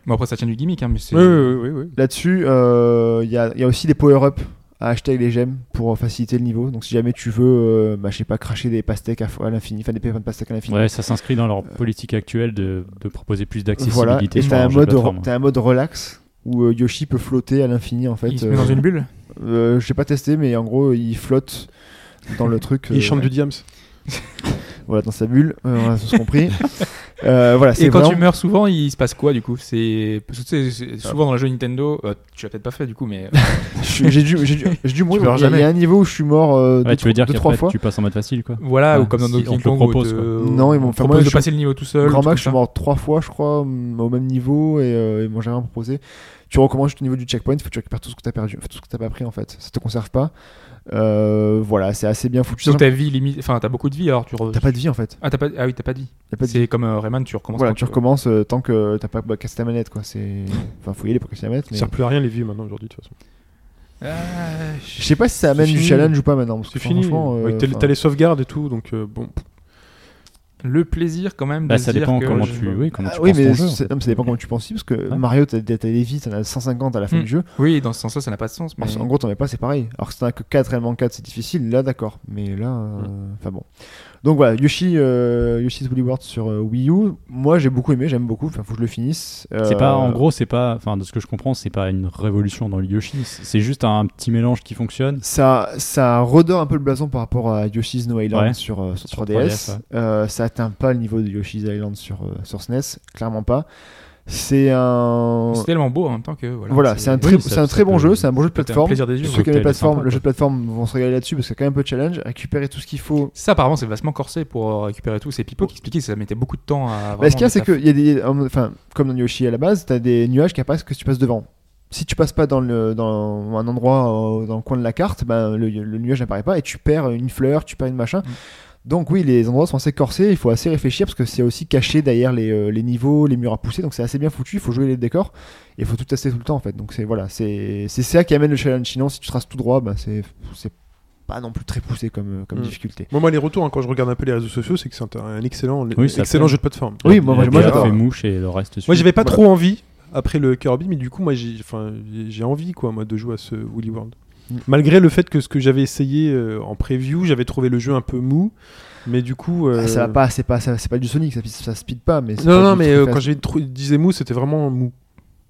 S5: Bon après ça tient du gimmick hein, mais c'est
S2: Oui, oui, oui, oui.
S3: Là-dessus, il y, a, y a aussi des power-up à acheter avec les gemmes pour euh, faciliter le niveau. Donc si jamais tu veux, euh, bah, je sais pas, cracher des pastèques à, à l'infini, enfin des pépins de pastèques à l'infini.
S4: Ouais, ça s'inscrit dans leur politique actuelle de, de proposer plus
S3: euh, voilà.
S4: d'accessibilité.
S3: Et
S4: sur
S3: t'as
S4: leur
S3: un
S4: jeu de
S3: mode
S4: plateforme.
S3: t'as un mode relax où euh, Yoshi peut flotter à l'infini en fait.
S5: il se met dans
S3: euh,
S5: une bulle.
S3: Euh, j'ai pas testé, mais en gros, il flotte dans le truc. euh,
S2: Il chante
S3: ouais.
S2: du Diams.
S3: Voilà, dans sa bulle, euh, on a tous compris. Euh, voilà, c'est
S5: Et quand
S3: vraiment...
S5: tu meurs souvent, il se passe quoi du coup C'est parce que, tu sais, c'est- souvent dans le jeu Nintendo, euh, tu l'as peut-être pas fait du coup, mais euh,
S3: je- j'ai dû, j'ai dû, j'ai dû mourir.
S2: meurs
S3: Il y a- il y,
S2: jamais.
S3: a un niveau où je suis mort euh,
S4: Ouais,
S3: deux,
S4: tu veux dire
S3: deux, trois
S4: qu'après
S3: fois.
S4: tu passes en mode facile quoi.
S5: Voilà,
S4: Ouais,
S5: ou comme dans
S4: Ah, si,
S5: Donkey
S4: on te le
S5: Kong, où
S4: propose,
S5: te-
S4: quoi.
S3: Non, ils m'ont
S5: on
S3: fait-
S5: propose
S3: moi,
S5: de
S3: je-
S5: passer le niveau tout seul.
S3: Grand
S5: ou
S3: Max, je
S5: tout
S3: suis
S5: comme
S3: mort trois fois, je crois, mm, au même niveau, et euh, ils m'ont jamais proposé. Tu recommences juste au niveau du checkpoint, faut que tu récupères tout ce que t'as perdu, enfin, tout ce que t'as pas pris en fait. Ça te conserve pas. Euh, voilà, c'est assez bien foutu.
S5: Donc ta vie limite, enfin t'as beaucoup de vie alors tu. re-
S3: T'as pas de vie en fait.
S5: Ah, t'as pas... ah oui, t'as pas de vie.
S3: T'as pas de vie.
S5: C'est comme euh, Rayman, tu recommences.
S3: Voilà,
S5: quand
S3: tu recommences euh, tant que t'as pas bah, cassé ta manette quoi. C'est, enfin, faut y aller pour casser la manette.
S2: Ça
S3: mais-
S2: sert plus à rien les vieux maintenant aujourd'hui de toute façon.
S5: Ah,
S3: Je sais pas si ça amène du
S2: fini.
S3: challenge ou pas maintenant. parce que
S2: C'est fini.
S3: franchement, euh,
S2: Ouais, T'as
S3: enfin,
S2: t'as les sauvegardes et tout, donc euh, bon.
S5: le plaisir quand même.
S4: Bah,
S5: de
S4: ça
S5: se dire
S4: dépend
S5: que
S4: comment
S5: je-
S4: tu, oui, comment
S3: ah
S4: tu
S3: oui,
S4: penses
S3: mais
S4: ton jeu. en
S3: c'est-
S4: fait.
S3: non, mais ça dépend comment tu penses aussi, parce que
S4: Ouais.
S3: Mario, t'as t'as des vies, t'en as 150 à la fin
S5: Hmm.
S3: du jeu.
S5: Oui, dans ce sens-là, ça n'a pas de sens. Mais...
S3: En- En gros, t'en as pas, c'est pareil. Alors, si t'en as que 4 réellement 4, c'est difficile. Là, d'accord. Mais là, euh, enfin bon. Donc voilà, Yoshi, euh, Yoshi's Woolly World sur euh, Wii U. Moi, j'ai beaucoup aimé, j'aime beaucoup. Enfin, faut que je le finisse.
S4: C'est
S3: Euh,
S4: pas, en gros, c'est pas, enfin, de ce que je comprends, c'est pas une révolution dans le Yoshi. C'est juste un petit mélange qui fonctionne.
S3: Ça, ça redore un peu le blason par rapport à Yoshi's No Island
S4: Ouais.
S3: sur, euh, sur
S4: Sur
S3: 3DS.
S4: 3DS, ouais.
S3: Euh, ça atteint pas le niveau de Yoshi's Island sur, euh, sur SNES, clairement pas. C'est un.
S5: C'est tellement beau en même temps que. Voilà,
S3: Voilà, c'est un très,
S4: oui, ça-
S3: c'est
S4: ça
S3: un très bon
S4: peut-
S3: jeu, c'est un bon jeu de
S5: peut être un
S3: plateforme.
S5: plaisir des yeux.
S3: Ceux qui aiment
S4: Cocktail
S3: les plateformes,
S4: sympa,
S3: le
S4: quoi.
S3: jeu de plateforme vont se régaler là-dessus parce qu'il y a quand même un peu de challenge. Récupérer tout ce qu'il faut
S5: Ça, apparemment, c'est vastement corsé pour euh, récupérer tout. C'est Pipo qui expliquait que ça mettait beaucoup de temps à.
S3: Bah, ce qu'il y
S5: vraiment
S3: a, c'est que y a des, enfin, comme dans Yoshi à la base, t'as des nuages qui apparaissent que tu passes devant. Si tu passes pas dans, le, dans un endroit euh, dans le coin de la carte, ben, le, le nuage n'apparaît pas et tu perds une fleur, tu perds une machin.
S5: Mm.
S3: Donc oui, les endroits sont assez corsés, il faut assez réfléchir parce que c'est aussi caché derrière les, euh, les niveaux, les murs à pousser, donc c'est assez bien foutu, il faut jouer les décors et il faut tout tester tout le temps en fait. Donc c'est voilà, c'est c'est ça qui amène le challenge. Sinon, si tu traces tout droit, ben, c'est c'est pas non plus très poussé comme, comme
S2: Mm.
S3: difficulté.
S2: Moi, moi, les retours hein, quand je regarde un peu les réseaux sociaux, c'est que c'est un, un excellent,
S4: Oui, ça
S2: excellent
S4: plaît.
S2: jeu de plateforme.
S3: Oui, moi,
S4: Il
S3: moi,
S4: a
S3: moi,
S4: déjà
S3: j'adore.
S4: fait mouche et le reste.
S2: Moi,
S4: suit.
S2: j'avais pas
S3: Voilà.
S2: trop envie après le Kirby, mais du coup, moi, j'ai, enfin, j'ai envie, quoi, moi, de jouer à ce Woolly World.
S3: Mm.
S2: Malgré le fait que ce que j'avais essayé euh, en preview, j'avais trouvé le jeu un peu mou, mais du coup, euh,
S3: Ah, ça va pas, c'est pas, ça- c'est pas du Sonic, ça, ça speed pas, mais c'est
S2: Non,
S3: pas
S2: non,
S3: du
S2: mais
S3: très
S2: euh,
S3: fast.
S2: quand j'ai trou- disais mou, c'était vraiment mou.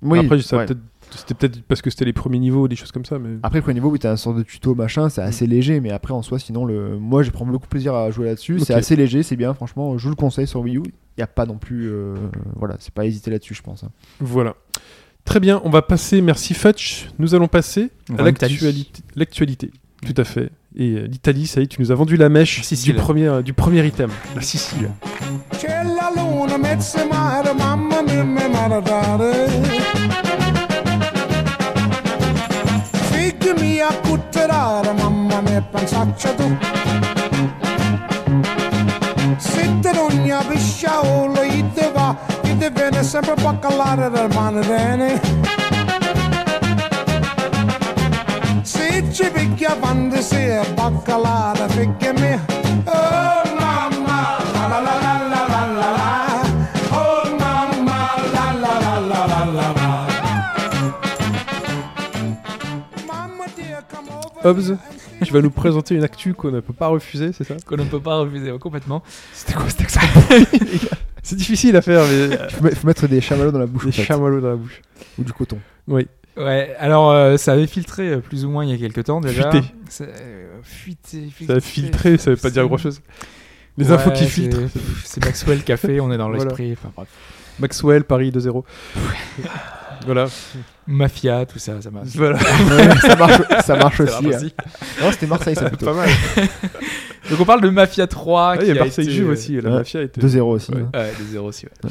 S3: Oui,
S2: Après, ça a
S3: ouais. Ah.
S2: peut-être- c'était peut-être parce que c'était les premiers niveaux, des choses comme ça, mais.
S3: Après, le premier niveau, oui, t'as un sort de tuto machin, c'est assez léger, mais après en soi, sinon, le... moi je prends beaucoup de plaisir à jouer là-dessus. C'est
S2: Ok.
S3: assez léger, c'est bien, franchement, je vous le conseille sur Wii U. Il n'y a pas non plus. euh, Voilà, c'est pas hésiter là-dessus, je pense. hein.
S2: Voilà. Très bien, on va passer, merci Fetch, nous allons passer
S5: On
S2: à
S5: va en Italie.
S2: l'actualité. L'actualité, tout à fait. Et euh, l'Italie, ça y est, tu nous as vendu la
S3: Ah,
S2: mèche du
S5: Sicile.
S2: premier, euh, du premier item. La Sicile.
S6: C'è la luna, mezza mare, mamma mia, mi maradare. Figli mia cutterare, mamma mia, pensaccia tu. Se te non ne apisci a olo, i te va, i te viene sempre a baccalare dal mare bene. Se ci picchia avanti, se baccalare, figlia mia. Oh mamma, la la la la la la la la. Oh mamma, la la la la la la la. Mamma dear, come over
S2: Hobbs,
S6: here and see
S2: tu vas nous présenter une actu qu'on ne peut pas refuser, c'est ça
S5: Que l'on ne peut pas refuser euh, complètement.
S2: C'était quoi cette actu C'est difficile à faire, mais
S3: Faut, me- faut mettre des chamallows dans la bouche,
S2: des
S3: en fait,
S2: chamallows dans la bouche.
S3: ou du coton.
S2: Oui.
S5: Ouais, alors euh, ça avait filtré euh, plus ou moins il y a quelques temps déjà.
S2: Fuité.
S5: Ça, euh, fuité, fuité,
S2: Ça a filtré, ça veut pas dire
S5: c'est-
S2: grand chose. Les
S5: Ouais,
S2: infos qui
S5: c'est-
S2: filtrent.
S5: pff, C'est Maxwell Café, on est dans
S2: Voilà.
S5: l'esprit. enfin, bref.
S2: Maxwell, Paris 2-0. voilà.
S5: Mafia, tout ça, ça m'a.
S2: Voilà.
S3: Ouais, ça marche, ça marche
S5: Ça
S3: aussi.
S5: marche
S3: hein. Non, c'était Marseille, ça plutôt.
S2: pas mal.
S5: Donc on parle de Mafia 3.
S2: Ah,
S5: qui
S2: il y a
S5: a
S2: Marseille
S5: été,
S2: Juve
S5: euh,
S2: aussi, la
S3: ouais.
S2: mafia était.
S3: 2-0 aussi.
S2: Ouais.
S3: hein.
S5: Ouais, des zéros aussi, ouais.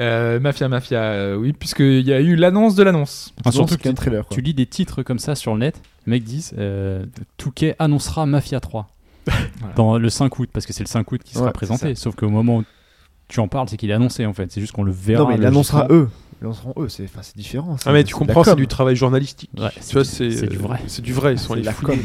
S5: Euh, Mafia, Mafia, euh, oui, puisqu'il y a eu l'annonce de l'annonce.
S4: Ah,
S3: Sinon,
S4: surtout
S3: c'est
S4: que
S3: qu'un
S4: tu-
S3: trailer. quoi.
S4: Tu lis des titres comme ça sur le net, les mecs disent euh, Touquet annoncera Mafia 3
S5: Voilà.
S4: dans le 5 août, parce que c'est le 5 août qui sera
S3: Ouais,
S4: présenté. Sauf qu'au moment où tu en parles, c'est qu'il est annoncé en fait. C'est juste qu'on le verra.
S3: Non, mais il
S4: le-
S3: annoncera eux. Ils annonceront eux, c'est enfin, c'est différent.
S2: Ah,
S3: c'est-
S2: mais tu
S3: c'est de la
S2: comprends, c'est
S3: com.
S2: du travail journalistique.
S4: Ouais,
S2: Tu vois, c'est
S4: c'est du vrai.
S2: C'est du vrai, ils sont
S3: C'est
S2: allés
S3: de la
S2: fouiller.
S3: com.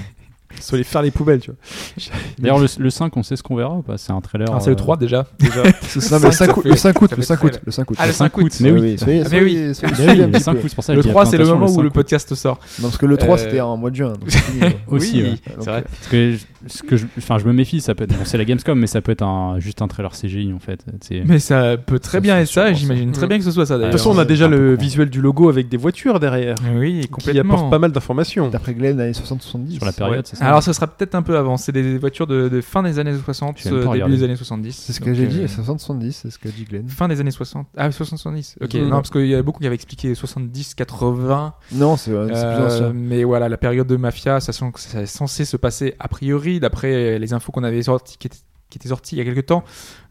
S2: Ils sont allés faire les poubelles, tu vois.
S4: D'ailleurs, le, le 5, on sait ce qu'on verra ou pas C'est un trailer.
S5: Ah, c'est le
S4: euh,
S5: 3 déjà.
S3: Non, mais le
S5: Ça
S3: 5 août,
S5: fait-
S3: le 5 août,
S5: ça
S3: le
S5: fait
S3: 5
S5: très
S3: août, le 5 août.
S5: Ah, le 5 août.
S4: Mais oui.
S3: soyez-
S5: Ah, mais oui.
S3: soyez- soyez-
S4: Mais
S3: soyez un
S4: oui, le
S3: petit
S4: 5
S3: peu.
S4: août, c'est pour ça
S5: Le
S4: qu'il y a
S5: 3, c'est le
S4: présentation
S5: moment où le
S4: cinq août.
S5: podcast sort.
S3: Non, parce que le 3
S5: Euh,
S3: c'était en mois de juin. donc c'est fini, ouais.
S4: Aussi, ouais.
S5: oui,
S3: ouais. Donc,
S5: c'est vrai.
S4: Parce que je, ce que je, enfin, je me méfie, ça peut être. Bon, c'est la Gamescom, mais ça peut être un, juste un trailer CGI en fait. C'est-
S5: Mais ça peut très
S4: Ça,
S5: bien
S4: c'est
S5: être ça, et
S4: sûrement ça.
S5: j'imagine très
S2: Ouais.
S5: bien que ce soit ça
S2: De
S5: d'ailleurs. Euh,
S2: toute façon, on a
S4: c'est
S2: déjà
S4: un peu
S2: le
S4: con.
S2: visuel du logo avec des voitures derrière,
S5: Oui,
S2: qui
S5: complètement.
S2: apporte pas mal d'informations.
S3: D'après Glenn, années 60-70.
S4: Sur la période,
S5: Ouais.
S4: c'est ça
S5: Alors, ce sera peut-être un peu avant. C'est des des voitures de, de fin des années 60,
S4: J'ai même
S5: euh,
S4: pas
S5: début
S4: regardé.
S5: des années 70.
S3: C'est ce que
S5: Donc,
S3: j'ai
S5: euh,
S3: dit, 60-70, c'est ce qu'a dit Glenn.
S5: Fin des années 60. Ah, 60, 70. Ok,
S2: Mm.
S5: non, parce qu'il y a beaucoup qui avaient expliqué 70, 80.
S3: Non, c'est euh, c'est plus
S5: Euh,
S3: ancien.
S5: mais voilà, la période de mafia, ça, sent que ça est censé se passer a priori, d'après les infos qu'on avait sorties qui étaient qui était sorti il y a quelques temps,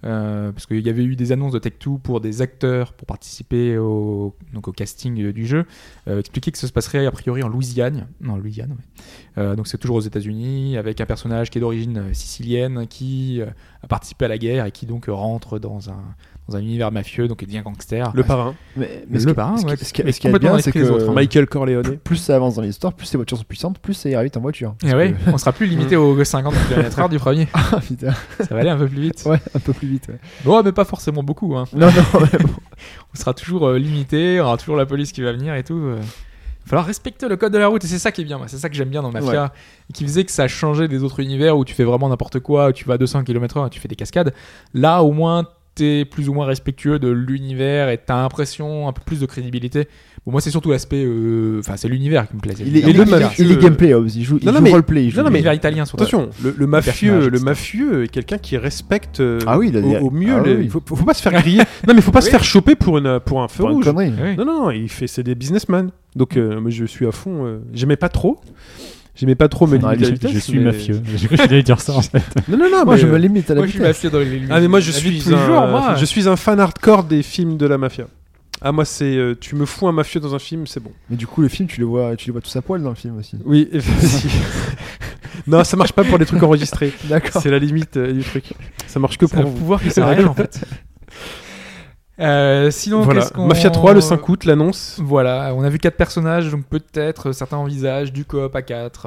S5: euh, parce qu'il y avait eu des annonces de Tech2 pour des acteurs pour participer au, donc au casting euh, du jeu, euh, qui expliquait que ça se passerait a priori en Louisiane. Non, Louisiane, ouais. Euh, donc c'est toujours aux États-Unis, avec un personnage qui est d'origine euh, sicilienne, qui euh, a participé à la guerre et qui donc euh, rentre dans un, dans un univers mafieux, donc il devient gangster.
S2: Le parrain,
S3: Mais,
S5: Le
S3: mais ce qui-
S5: parrain,
S3: ce qui-
S5: ouais,
S3: ce qui
S5: mais
S3: ce qui est
S5: complètement
S3: bien, c'est
S5: dans l'esprit des
S3: que
S5: autres,
S2: Michael Corleone.
S3: plus ça avance dans l'histoire, plus ces voitures sont puissantes, plus ça ira vite en voiture.
S5: Et Ah ouais, on sera plus limité aux 50 km/h du premier.
S3: Ah, putain.
S5: Ça va aller un peu plus vite.
S3: Ouais, un peu plus vite. ouais.
S5: Ouais, mais pas forcément beaucoup. Hein.
S3: Non, non, mais bon.
S5: on sera toujours euh, limité, on aura toujours la police qui va venir et tout. euh. Il va falloir respecter le code de la route et c'est ça qui est bien, moi, c'est ça que j'aime bien dans Mafia et qui faisait que ça changeait des autres univers où tu fais vraiment n'importe quoi, où tu vas à 200 km/h, tu fais des cascades. Là, au moins, t'es plus ou moins respectueux de l'univers et t'as l'impression un peu plus de crédibilité. Bon, moi, c'est surtout l'aspect, euh, enfin, c'est l'univers qui me plaît. c'est
S3: Il est,
S2: Et
S3: il
S2: le
S3: est,
S2: mafieux-
S3: il est gameplay, Hobbs. Il joue, il
S2: Non, non,
S3: joue
S2: mais-
S3: roleplay. il joue
S2: non, non, mais-
S5: l'univers italien surtout.
S2: Attention, le, le mafieux,
S5: personnage,
S2: le
S5: etc.
S2: mafieux est quelqu'un qui respecte euh,
S3: Ah oui, il a des-
S2: au, au mieux.
S3: ah
S2: les-
S3: oui.
S2: faut, faut pas se faire griller. non, mais faut pas se faire choper pour une pour un feu
S3: pour une
S2: rouge.
S3: connerie.
S5: Oui.
S2: Non, non, non, il fait, c'est des businessmen. Donc, euh, moi, je suis à fond. euh, j'aimais pas trop. J'aimais pas trop me
S3: Non,
S2: limiter à la
S4: je,
S2: vitesse,
S4: je suis
S2: mais-
S4: mafieux. Je voulais dire ça en fait.
S2: Non, non, non,
S3: Moi,
S2: mais,
S3: je
S2: euh,
S3: me limite à la
S5: Moi, je suis
S3: vitesse.
S5: mafieux dans les
S2: Ah mais moi
S5: la
S2: je
S5: vie de
S2: suis
S5: tous les
S2: un
S5: jours, moi.
S2: je suis un fan hardcore des films de la mafia. Ah moi c'est euh, tu me fous un mafieux dans un film c'est bon.
S3: Mais du coup, le film, tu le vois, tu le vois tous à poil dans le film aussi.
S2: Oui. vas-y. non ça marche pas pour les trucs enregistrés.
S3: D'accord.
S2: C'est la limite euh, du truc. Ça marche que
S5: C'est un
S2: pour vous.
S5: pouvoir qui sert à rien en fait. Euh, sinon,
S2: voilà.
S5: qu'est-ce qu'on-
S2: Mafia 3 le 5 août l'annonce.
S5: Voilà, on a vu quatre personnages, donc peut-être euh, certains envisagent du coop à 4.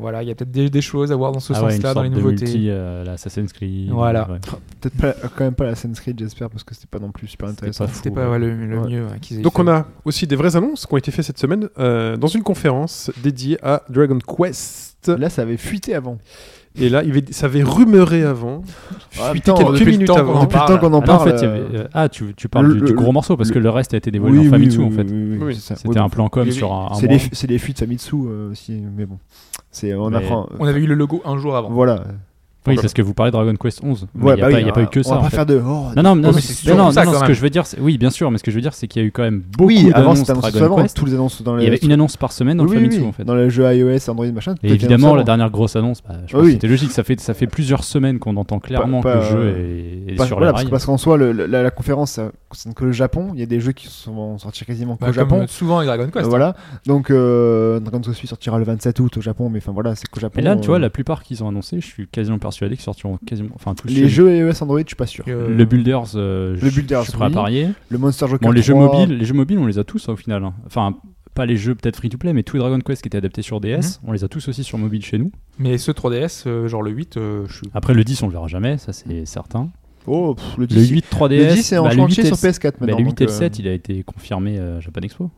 S5: voilà, il y a peut-être des, des choses à voir dans ce
S4: Ah ouais, une
S5: sens-là, dans
S4: sorte
S5: les
S4: de
S5: nouveautés.
S4: multi, euh, l'Assassin's Creed.
S5: Voilà.
S4: ouais.
S3: Peut-être pas, quand même pas la Assassin's Creed, j'espère, parce que c'était pas non plus super intéressant.
S4: pas fou.
S5: C'était pas ouais, le, le
S3: Ouais.
S5: mieux ouais, qu'ils aient
S2: Donc
S5: fait.
S2: on a aussi des vraies annonces qui ont été faites cette semaine euh, dans une conférence dédiée à Dragon Quest.
S3: Là, ça avait fuité avant.
S2: Et là il avait- ça avait rumeur avant.
S3: Ah,
S2: fuité
S3: putain,
S5: depuis
S2: quelques
S5: le
S2: minutes
S5: temps qu'on
S2: avant.
S5: en
S3: Depuis le temps qu'on en
S4: Ah, non, en
S3: parle.
S4: fait, il y avait-
S3: euh,
S4: euh, ah, tu, tu parles
S3: le-
S4: du, du
S3: le-
S4: gros morceau parce que
S3: le-
S4: le reste a été dévoilé
S3: oui,
S4: en
S3: oui,
S4: Famitsu
S3: oui,
S4: en fait.
S3: oui, oui,
S2: Oui,
S3: c'est ça.
S4: C'était
S3: Oui,
S4: un
S3: bon,
S4: plan com
S5: oui,
S4: sur un. un
S3: C'est
S4: mois.
S3: les, c'est les fuites Famitsu euh, aussi, mais bon. C'est on
S4: Mais-
S3: apprend. euh,
S5: On avait eu le logo un jour avant.
S3: Voilà.
S4: Oui, parce que vous parlez de Dragon Quest 11. mais Il
S3: Ouais,
S4: n'y
S3: bah
S4: a, pas-
S3: oui,
S4: il y a pas eu que
S3: on
S4: ça.
S3: va
S4: en
S3: pas
S4: fait.
S3: faire de. oh,
S4: Non, non, non,
S5: mais
S4: mais
S5: c'est
S4: c'est-
S5: surtout
S4: non, non,
S5: ça,
S4: non,
S5: quand
S4: ce que
S5: même.
S4: je veux dire, c'est- oui, bien sûr, mais ce que je veux dire, c'est qu'il y a eu quand même beaucoup
S3: oui, avant
S4: d'annonces
S3: c'était annoncé
S4: Dragon
S3: avant,
S4: Quest.
S3: tous les annonces dans
S4: Il
S3: les.
S4: y avait une annonce par semaine dans
S3: Oui,
S4: le
S3: oui,
S4: Famitsu
S3: oui.
S4: en fait.
S3: Dans le jeu iOS, Android, machin.
S4: Et
S3: t'as
S4: évidemment,
S3: annoncé
S4: la
S3: avant.
S4: dernière grosse annonce, bah, je pense
S3: Oui.
S4: que c'était logique. Ça fait, ça fait plusieurs semaines qu'on entend clairement
S3: pas-
S4: que le
S3: euh,
S4: jeu est, est
S3: Parce-
S4: sur
S3: voilà,
S4: la
S3: parce,
S4: rail.
S3: parce qu'en soi, le- le- la, la conférence ça concerne que le Japon. Il y a des jeux qui sont sortis quasiment
S5: Bah,
S3: qu'au
S5: comme
S3: Japon.
S5: souvent avec Dragon Quest.
S3: Euh, voilà. Donc, euh, Dragon Quest VIII sortira le 27 août au Japon, mais enfin voilà, c'est qu'au Japon.
S4: Mais là, tu
S3: euh,
S4: vois, la plupart qu'ils ont annoncé, je suis quasiment persuadé qu'ils sortiront quasiment. Enfin, tous
S3: les
S4: ceux-
S3: jeux iOS Android, je suis pas sûr.
S5: Euh,
S4: Le Builders, euh, je,
S3: Builders,
S4: je suis prêt à
S3: oui.
S4: parier.
S3: Le Monster Joker.
S4: Bon, les jeux
S3: 3,
S4: mobiles, les jeux mobiles, on les a tous hein, au final. hein. Enfin, pas les jeux peut-être free to play, mais tous les Dragon Quest qui étaient adaptés sur DS,
S3: Mhm.
S4: on les a tous aussi sur mobile chez nous.
S5: Mais ce 3DS, euh, genre le 8, euh, je suis.
S4: Après le 10, on le verra jamais, ça c'est certain.
S3: Oh, pff, le 10.
S4: Le 8 3DS,
S3: le 10 est en
S4: bah, le 8
S3: chantier
S4: et
S3: sur
S4: le-
S3: PS4
S4: bah,
S3: maintenant.
S4: le 8 et
S3: donc,
S4: le
S3: euh,
S4: 7, il a été confirmé euh, à Japan Expo.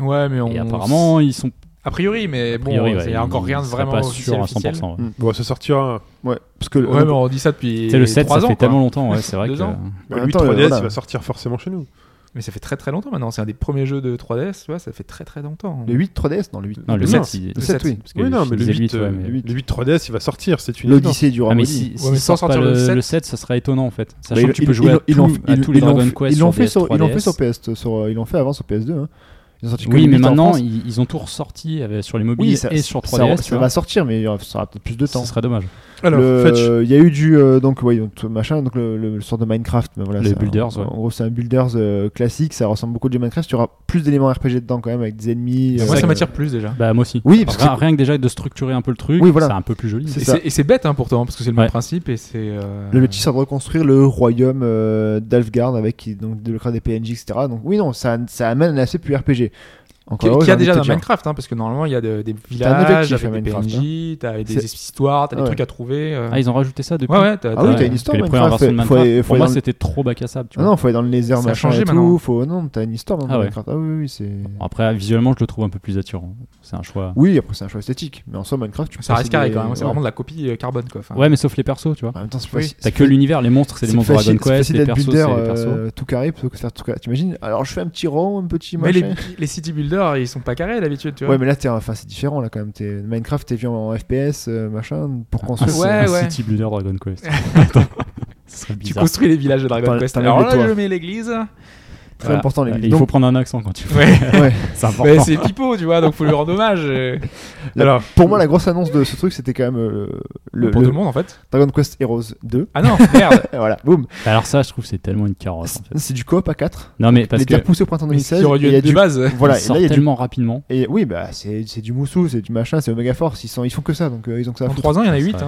S5: Ouais, mais on.
S4: Et apparemment, ils sont.
S5: A priori, mais
S4: a
S5: bon,
S4: priori, ouais,
S5: il y a encore
S4: ils
S5: rien de
S4: seraient
S5: vraiment
S4: pas
S5: officiel,
S4: sûr à 100%.
S5: officiel.
S4: ouais.
S2: Bon ça sortira. euh,
S3: Ouais, parce que.
S5: Ouais, mais on dit ça depuis.
S4: C'est le 7, ça
S5: trois ans,
S4: fait
S5: quoi.
S4: tellement longtemps, ouais, c'est vrai
S5: Deux
S4: que.
S5: ans.
S3: En
S2: Bah,
S3: même
S2: lui
S3: temps,
S2: 3DS
S3: voilà.
S2: il va sortir forcément chez nous.
S5: Mais ça fait très très longtemps maintenant. C'est un des premiers jeux de 3DS, tu vois, ça fait très très longtemps.
S3: Le 8 3DS Non, le 8.
S4: Non, le
S2: Non,
S4: 7, il-
S3: Le 7,
S5: sept.
S3: oui.
S4: parce que
S2: Oui non
S4: je
S2: mais le
S4: disais
S2: 8,
S4: ouais,
S2: euh,
S4: mais-
S2: le 8 3DS il va sortir c'est une évidence.
S3: L'Odyssée du
S4: Ah, mais
S3: Ramadi.
S4: si,
S5: mais
S4: si
S5: sans
S4: sortent pas
S5: sortir le
S4: le,
S5: 7.
S4: le 7, ça sera étonnant en fait. Sachant
S3: Bah,
S4: que
S3: ils-
S4: tu peux
S3: ils-
S4: jouer à,
S3: ils- ils l'ont-
S4: tout- à
S3: ils-
S4: tous les
S3: ils l'ont
S4: Dragon
S3: fait-
S4: Quest
S3: Ils l'ont
S4: sur
S3: fait,
S4: DS,
S3: sur, ils l'ont fait
S4: 3DS.
S3: sur PS, sur, euh, ils l'ont fait avant sur PS2. hein. Ils ont sorti que
S4: Oui,
S3: le
S4: mais
S3: 8 en
S4: maintenant,
S3: France.
S4: ils, ils ont tout ressorti avec- sur les mobiles
S3: oui, ça,
S4: et sur
S3: ça-
S4: 3DS.
S3: ça,
S4: tu vois.
S3: va sortir, mais il y aura- ça aura peut-être plus de temps.
S4: Ce serait dommage.
S2: Alors
S3: Le-
S2: Fetch
S3: il y a eu du euh, donc ouais, donc, machin donc le, le- le sort de Minecraft mais voilà
S4: Le
S3: c'est
S4: Builders,
S3: un,
S4: ouais.
S3: en gros c'est un builders euh, classique ça ressemble beaucoup au jeu Minecraft il y aura plus d'éléments RPG dedans quand même avec des ennemis euh,
S4: Mais
S5: Moi,
S4: ça
S5: ça
S4: que-
S5: m'attire plus déjà.
S4: Bah, moi aussi.
S3: Oui, parce que
S4: rien, rien que déjà de structurer un peu le truc,
S3: Oui, voilà.
S4: c'est un peu plus joli.
S3: C'est
S5: Et
S3: ça.
S5: c'est- Et c'est bête hein, pourtant, parce que c'est le même
S4: Ouais.
S5: principe et c'est. euh,
S3: le métier c'est de reconstruire le royaume euh, d'Alfgard avec qui- donc le crâne des PNJ etc donc oui non ça, ça amène un aspect plus RPG
S5: Qui,
S3: encore
S5: qui
S3: heureux, j'ai
S5: a
S3: envie
S5: déjà
S3: de
S5: dans
S3: te dire.
S5: Minecraft, hein, parce que normalement il y a de- des
S3: objectif
S5: villages
S3: à
S5: avec des
S3: Minecraft,
S5: PNJ, t'as
S3: C'est-
S5: des histoires, t'as des
S3: Ouais.
S5: trucs à trouver. euh.
S4: Ah, ils ont rajouté ça depuis.
S5: ouais, ouais, t'as-
S3: Ah oui,
S5: t'as-
S3: t'as une histoire,
S4: Parce que Les premières
S3: Minecraft,
S4: versions de
S3: faut- faut-
S4: Minecraft,
S3: faut
S4: pour
S3: aller
S4: moi,
S3: dans le-
S4: c'était trop bac à sable. Tu
S3: Ah
S4: vois.
S3: non faut aller dans le nether
S5: Ça a
S3: machin
S5: changé
S3: et tout
S5: maintenant.
S3: faut non t'as une histoire dans
S4: Ah ouais.
S3: Minecraft ah oui oui c'est
S4: Après, visuellement, je le trouve un peu plus attirant. C'est un choix.
S3: oui après c'est un choix esthétique mais en soi Minecraft tu peux
S5: Ça reste
S3: passer
S5: carré
S3: des-
S5: quand même, c'est
S3: ouais.
S5: vraiment de la copie euh, carbone quoi. Enfin,
S4: Ouais, mais sauf les persos, tu vois.
S3: en même temps Ah. c'est
S5: Oui.
S3: faci-
S4: T'as
S3: c'est
S4: que l'univers, les monstres, c'est les monstres
S3: facile-
S4: Dragon
S3: c'est
S4: Quest,
S3: facile
S4: les
S3: d'être
S4: persos, c'est
S3: builder,
S4: les persos.
S3: euh, tout carré plutôt que faire tout carré. T'imagines Alors je fais un petit rond, un petit
S5: Mais
S3: machin.
S5: les, les city builders ils sont pas carrés d'habitude, tu vois.
S3: Ouais, mais là t'es, enfin c'est différent là quand même. T'es Minecraft, t'es vu en FPS, euh, machin, pour
S4: Un,
S3: construire.
S4: c-
S5: ouais,
S4: un
S5: Ah ouais.
S4: City Builder Dragon Quest. Ce serait
S5: tu
S4: bizarre.
S5: construis les villages de Dragon
S3: T'en-
S5: Quest.
S3: t'enlèves
S5: Alors
S3: les
S5: là,
S3: toits.
S5: je mets l'église.
S3: Très
S4: Voilà.
S3: important, les
S4: Et
S3: livres.
S4: Il
S3: Donc-
S4: faut prendre un accent quand tu
S5: Ouais.
S3: Ouais.
S4: C'est important.
S5: Bah, c'est Pipo, tu vois, donc faut lui rendre hommage. euh,
S3: La-
S2: Alors,
S3: Pour moi, la grosse annonce de ce truc, c'était quand même euh, le,
S5: pour
S3: le
S5: tout le monde en fait.
S3: Dragon Quest Heroes 2.
S5: Ah non, merde.
S3: Et voilà, boum.
S4: Alors ça, je trouve que c'est tellement une carotte. en fait.
S3: C'est du coop à 4.
S4: Non mais parce
S3: les
S4: que
S3: déjà poussé au printemps
S5: Mais ce
S3: 2016.
S5: qui aurait dû
S3: et il y a
S5: être de
S3: du-
S5: base.
S3: Voilà,
S4: il
S3: et
S4: sort
S3: là, il y a du-
S4: tellement rapidement.
S3: Et oui, bah, c'est c'est du moussou, c'est du machin, c'est Omega Force. Ils, sont, ils font que ça, donc euh, ils ont que ça. à
S5: En
S3: foutre.
S5: 3 ans, il y en a hein.
S4: c'est
S5: 8.
S4: vrai.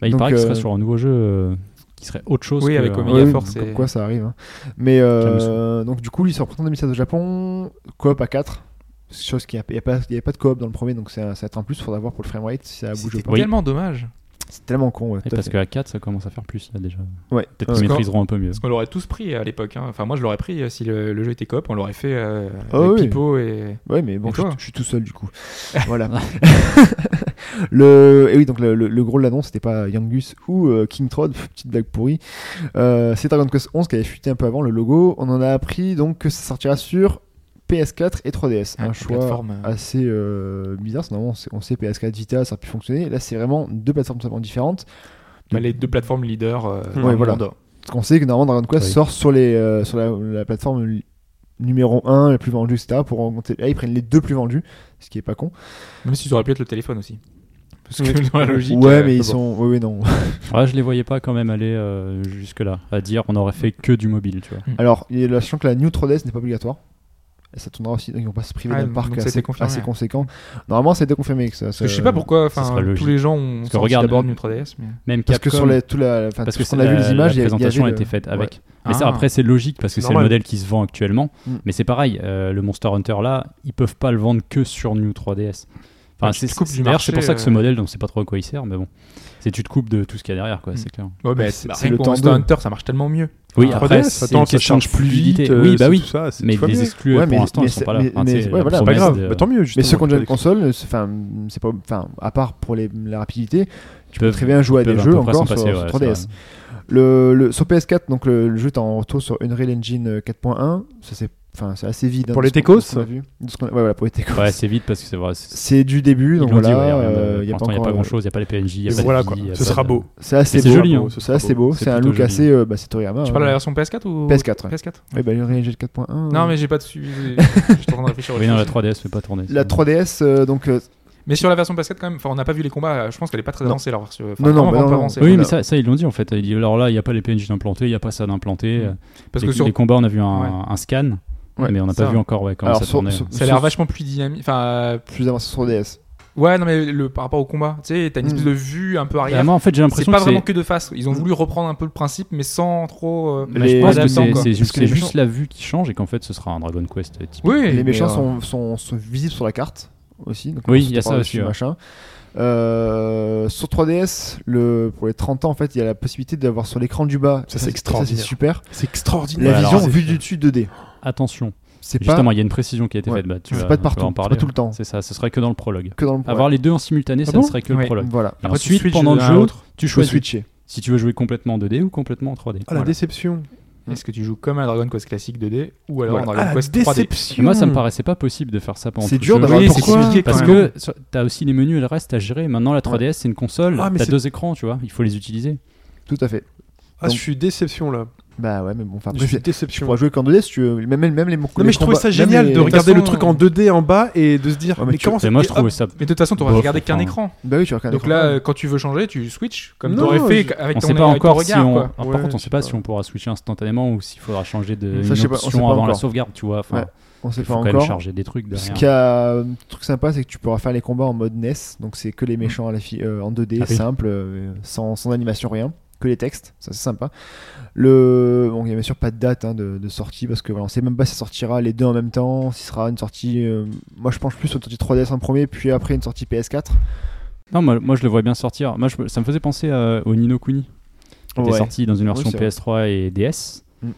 S4: Bah, il
S3: Donc,
S4: paraît qu'il
S3: euh, Ah
S4: serait sur un nouveau jeu euh, qui serait autre chose.
S5: Oui,
S4: que-
S5: avec Omega.
S3: Ouais,
S5: Force,
S3: comme
S5: c'est-
S3: quoi ça arrive. hein. Mais euh,
S4: Jameson.
S3: donc du coup, lui, il sort printemps 2016 au Japon, coop à 4. Chose qu'il n'y a, il y a pas- il y avait pas de coop dans le premier, donc ça, ça va être un plus. Faudra voir pour le framerate si ça bouge ou
S5: C'était
S3: pas.
S4: Oui.
S5: tellement dommage.
S3: C'est tellement con. Ouais,
S4: Ouais,
S3: tout à
S4: parce
S3: fait.
S4: qu'à 4, ça commence à faire plus là déjà.
S3: Ouais.
S4: Peut-être
S3: Ouais.
S4: qu'ils maîtriseront un peu mieux.
S5: Parce qu'on l'aurait tous pris à l'époque. hein. Enfin, moi, je l'aurais pris euh, si le, le jeu était coop. On l'aurait fait euh,
S3: Ah
S5: avec
S3: oui.
S5: Pipo et.
S3: Ouais, mais bon,
S5: Et
S3: je,
S5: toi
S3: je suis tout seul du coup. voilà. le, et oui, donc le, le- le gros de l'annonce, c'était pas Yangus ou euh, King Trod, pff, petite blague pourrie. Euh, c'est Dragon Quest 11 qui avait fuité un peu avant le logo. On en a appris donc que ça sortira sur PS4 et 3DS.
S5: Ah,
S3: un
S5: la
S3: choix
S5: plateforme, euh.
S3: assez euh, bizarre. parce que Normalement, on sait, on sait PS4 Vita, ça a pu fonctionner. Là, c'est vraiment deux plateformes totalement différentes.
S5: bah, les deux plateformes leaders. euh, dans
S3: Ouais,
S5: le
S3: voilà.
S5: monde.
S3: Parce qu'on sait que normalement Dragon Quest
S4: Oui.
S3: sort sur, les, euh, sur la, la plateforme li- numéro 1, la plus vendue, etc. Pour augmenter. Là, ils prennent les deux plus vendus, ce qui est pas con.
S5: Même si ça aurait pu être le téléphone aussi. Parce que dans la logique.
S3: ouais,
S5: euh,
S3: mais ils
S5: bon.
S3: sont. Ouais, ouais, non.
S4: Ouais, je les voyais pas quand même aller euh, jusque-là, à dire on aurait fait que du mobile, tu vois.
S3: Alors, il y a la- sachant que la New 3DS n'est pas obligatoire. Et ça tournera aussi, donc ils vont pas se priver
S5: Ah,
S3: d'un
S5: donc
S3: parc
S5: ça a été
S3: assez,
S5: confirmé,
S3: assez
S5: ouais.
S3: conséquent. Normalement, ça a été confirmé que euh, ça.
S5: Parce que je sais pas pourquoi enfin,
S4: sera
S5: tous
S4: logique.
S5: les gens ont
S4: que
S5: sorti
S4: regarde-
S5: d'abord du 3DS. Mais...
S4: Même
S3: Parce que
S4: Capcom,
S3: sur la, tout la, enfin,
S4: parce
S3: tout
S4: que
S3: ce qu'on
S4: c'est
S3: a vu
S4: la-
S3: les images, il y
S4: la
S3: a- il y avait
S4: présentation a
S3: le-
S4: été faite
S3: ouais.
S4: avec. Mais ça,
S5: Ah.
S4: après, c'est logique parce que c'est le
S2: normal.
S4: modèle qui se vend actuellement.
S3: Mm.
S4: Mais c'est pareil, euh, le Monster Hunter là, ils peuvent pas le vendre que sur New 3DS. Enfin,
S5: Ouais, Ah, tu
S4: c'est
S5: te coupes du
S4: c'est- d'ailleurs, c'est pour
S5: marché,
S4: ça que ce
S5: euh.
S4: modèle, on sait pas trop à quoi il sert, mais bon, c'est tu te coupes de tout ce qu'il y a derrière, quoi,
S5: Mm.
S4: c'est clair.
S5: Ouais, mais
S3: c'est-
S5: c'est
S3: c'est le
S5: le
S3: temps
S5: Monster
S3: de-
S5: Hunter, ça marche tellement mieux.
S4: Oui,
S2: Ah,
S4: après,
S2: 3DS,
S4: c'est
S2: attends,
S4: une
S2: ça
S4: question de
S2: change plus
S4: fluidité.
S2: vite, euh,
S4: Oui,
S2: c'est
S4: bah oui,
S2: tout ça, c'est
S4: mais
S2: très
S4: les
S2: bien.
S4: exclus
S3: Ouais,
S4: euh,
S3: mais-
S4: pour l'instant,
S3: mais
S4: ils sont
S3: c'est-
S4: pas là.
S3: mais-
S4: Enfin,
S3: mais-
S4: c'est
S3: ouais,
S4: la
S3: voilà,
S2: c'est pas
S4: promesse
S2: grave,
S4: de-
S2: Bah, tant mieux.
S3: Mais
S2: justement,
S3: ceux qui ont
S2: je
S3: déjà
S2: te
S3: une console, euh, c'est- enfin, c'est pas, enfin, à part pour les, la rapidité, tu peux
S4: peuvent-
S3: très bien jouer à
S4: peuvent
S3: des
S4: à
S3: jeux
S4: peu près
S3: encore
S4: s'en
S3: sur,
S4: passer,
S3: sur
S4: ouais, euh,
S3: 3DS.
S4: c'est vrai.
S3: Le, le- sur PS4, donc le, le jeu est en retour sur Unreal Engine euh, 4.1. Ça c'est, enfin, c'est assez vide. hein,
S2: Pour
S3: de
S2: les
S3: ce qu'on-
S2: techos
S3: de ce qu'on a vu. De ce qu'on a- Ouais, voilà, pour les techos.
S4: Ouais, c'est vite parce que c'est vrai. c'est-
S3: c'est du début,
S4: ils
S3: donc
S4: l'ont dit,
S3: voilà.
S4: ouais, rien de-
S3: euh, y a
S4: pour l'instant, il n'y a
S3: encore,
S4: pas
S3: euh,
S4: grand chose, il n'y a pas les PNJ, il n'y a
S2: Mais
S4: pas
S2: voilà,
S4: de
S2: quoi.
S4: vie, y a
S2: Ce
S4: pas
S2: sera
S4: de-
S2: beau.
S3: C'est assez
S4: Mais c'est
S3: beau.
S4: joli, hein.
S3: C'est assez beau.
S4: C'est
S3: C'est un
S4: plutôt
S3: look
S4: joli.
S3: assez. euh, bah, c'est Toriyama.
S5: Tu
S3: hein.
S5: parles de la version PS4 ou
S3: PS4, ouais.
S5: PS4
S3: Ouais, bah, Unreal Engine 4.1.
S5: Non,
S3: euh,
S5: mais j'ai pas de suivi. Je suis en train de réfléchir.
S4: Oui, non, la 3DS fait pas tourner.
S3: La 3DS, euh, donc. euh,
S5: Mais sur la version PS4, quand même, enfin, on n'a pas vu les combats. Je pense qu'elle est pas très
S3: Non.
S5: avancée. leur version. Enfin,
S3: Non, non,
S5: vraiment
S3: bah
S5: pas
S3: non, non.
S5: avancée. hein.
S4: Oui,
S3: Voilà.
S4: mais ça, ça, ils l'ont dit en fait. Ils disent, alors là, il n'y a pas les PNJ d'implanter, il n'y a pas ça d'implanter.
S5: Mm. Parce
S4: les,
S5: que sur
S4: les combats, on a vu un,
S5: Ouais.
S4: un scan,
S3: Ouais,
S4: mais on n'a
S5: ça.
S4: pas vu encore ouais, comment
S3: Alors,
S4: ça
S3: sur,
S4: tournait.
S3: sur-
S5: Ça a l'air
S3: sur-
S5: vachement plus dynamique. Enfin, euh,
S3: plus avancé sur 3DS.
S5: ouais, non, mais le, par rapport au combat, tu sais, t'as une espèce
S3: Mm.
S5: de vue un peu arrière.
S4: Vraiment, en fait, j'ai
S5: c'est
S4: l'impression
S5: pas
S4: que c'est.
S5: vraiment que de face. Ils ont voulu reprendre un peu le principe, mais sans trop. euh,
S4: Bah, je pense
S5: les
S4: que c'est-
S5: attentes, quoi.
S4: c'est juste,
S3: que
S4: c'est
S3: les
S4: juste
S3: méchants-
S4: la vue qui change et qu'en fait, ce sera un Dragon Quest. euh, type.
S5: Oui,
S3: Les
S5: mais,
S3: méchants
S5: euh,
S3: sont, sont, sont visibles sur la carte aussi. Donc
S4: Oui,
S3: on
S4: il y a
S3: se
S4: ça
S3: parle
S4: aussi,
S3: dessus,
S4: ouais.
S3: Machin. Euh, sur 3DS, le, pour les 30 ans, en fait, il y a la possibilité d'avoir sur l'écran du bas.
S2: Ça, c'est
S3: Et Ça,
S2: extraordinaire.
S3: c'est super.
S2: C'est extraordinaire.
S3: La
S4: Ouais, alors,
S3: vision
S2: c'est-
S3: vue du dessus 2D.
S4: Attention,
S3: C'est pas,
S4: justement, il y a une précision qui a été
S3: Ouais.
S4: faite. Bah, tu
S3: c'est
S4: vas-
S3: pas
S4: tu
S3: de
S4: vas
S3: partout.
S4: en
S3: C'est
S4: parler.
S3: pas tout le temps.
S4: C'est ça, ce serait que dans le prologue.
S3: Que dans le
S4: Avoir les deux en simultané, ça
S2: bon
S4: ne serait que le
S5: Ouais.
S4: prologue.
S3: Voilà.
S4: Et
S5: Après, tu
S4: ensuite,
S5: switches
S4: pendant
S5: de
S4: le
S5: l'un à
S4: jeu,
S5: l'autre.
S4: tu
S3: Je peux
S4: choisis
S3: switcher.
S4: si tu veux jouer complètement en 2D ou complètement en 3D.
S2: Ah, la
S5: Voilà.
S2: déception.
S5: Est-ce que tu joues comme un Dragon Quest classique 2D ou
S2: Voilà.
S5: alors un
S2: Ah,
S5: Dragon
S2: la
S5: Quest 3D
S4: Et
S2: déception.
S4: Moi, ça me paraissait pas possible de faire ça pendant
S3: C'est
S4: tout le
S3: dur
S4: jeu.
S3: d'avoir
S5: Oui,
S3: un
S5: c'est
S3: pourquoi.
S5: compliqué
S4: Parce
S5: quand
S4: que sur- t'as aussi les menus et le reste à gérer. Maintenant, la 3DS, c'est une console.
S2: Ah, mais
S4: t'as
S2: c'est-
S4: deux écrans, tu vois. Il faut les utiliser.
S3: Tout à fait.
S2: Ah, je suis déception là.
S3: Bah ouais, mais bon, enfin,
S2: Je
S3: après,
S2: suis
S3: c'est- tu
S2: déception.
S3: pourras jouer qu'en 2D si tu veux. Même, même, même les
S2: Non mais je trouvais ça génial de regarder le truc en 2D en bas et de se dire
S3: Ouais, mais
S2: mais
S3: tu-
S2: comment
S4: Et
S2: ça
S4: moi, je
S2: et
S4: trouve
S2: hop,
S4: ça.
S3: Ah,
S5: Mais de toute façon, t'auras
S4: Bof,
S5: regardé qu'un
S4: enfin.
S5: écran.
S3: Bah oui, tu regardes.
S5: Donc là, euh, quand tu veux changer, tu switches comme
S2: Non,
S5: t'aurais fait
S2: je-
S5: avec
S4: On
S5: ton
S4: sait pas
S5: avec ton
S4: encore si
S5: regard.
S4: on.
S5: quoi.
S4: Ah, Par
S2: Ouais,
S4: contre, on
S2: je
S4: sait
S2: sais
S4: pas
S2: pas.
S4: si on pourra switcher instantanément ou s'il faudra changer de
S3: Ça,
S4: une
S3: je sais pas- on sait
S4: option
S3: pas
S4: avant la
S3: encore.
S4: sauvegarde, tu vois. Enfin,
S3: Ouais, on sait
S4: il
S3: pas
S4: faut quand même
S3: encore.
S4: charger des trucs
S3: Ce
S4: derrière.
S3: qu'il y a euh, truc sympa, c'est que tu pourras faire les combats en mode NES, donc c'est que les méchants à la fi- euh, en 2D,
S4: Mm. Ah oui.
S3: simple, euh, sans, sans animation, rien, que les textes, ça c'est sympa. Le... Bon, il n'y a bien sûr pas de date hein, de, de sortie, parce que voilà, on sait même pas si ça sortira les deux en même temps, si ce sera une sortie. euh, Moi je pense plus sur une sortie 3DS en premier, puis après une sortie PS4.
S4: Non, moi, moi, je le vois bien sortir. Moi, je- ça me faisait penser à- au Nino Kuni. Qui était
S3: Ouais.
S4: sorti dans une version
S3: c'est vrai.
S4: PS3 et DS.
S3: Mm.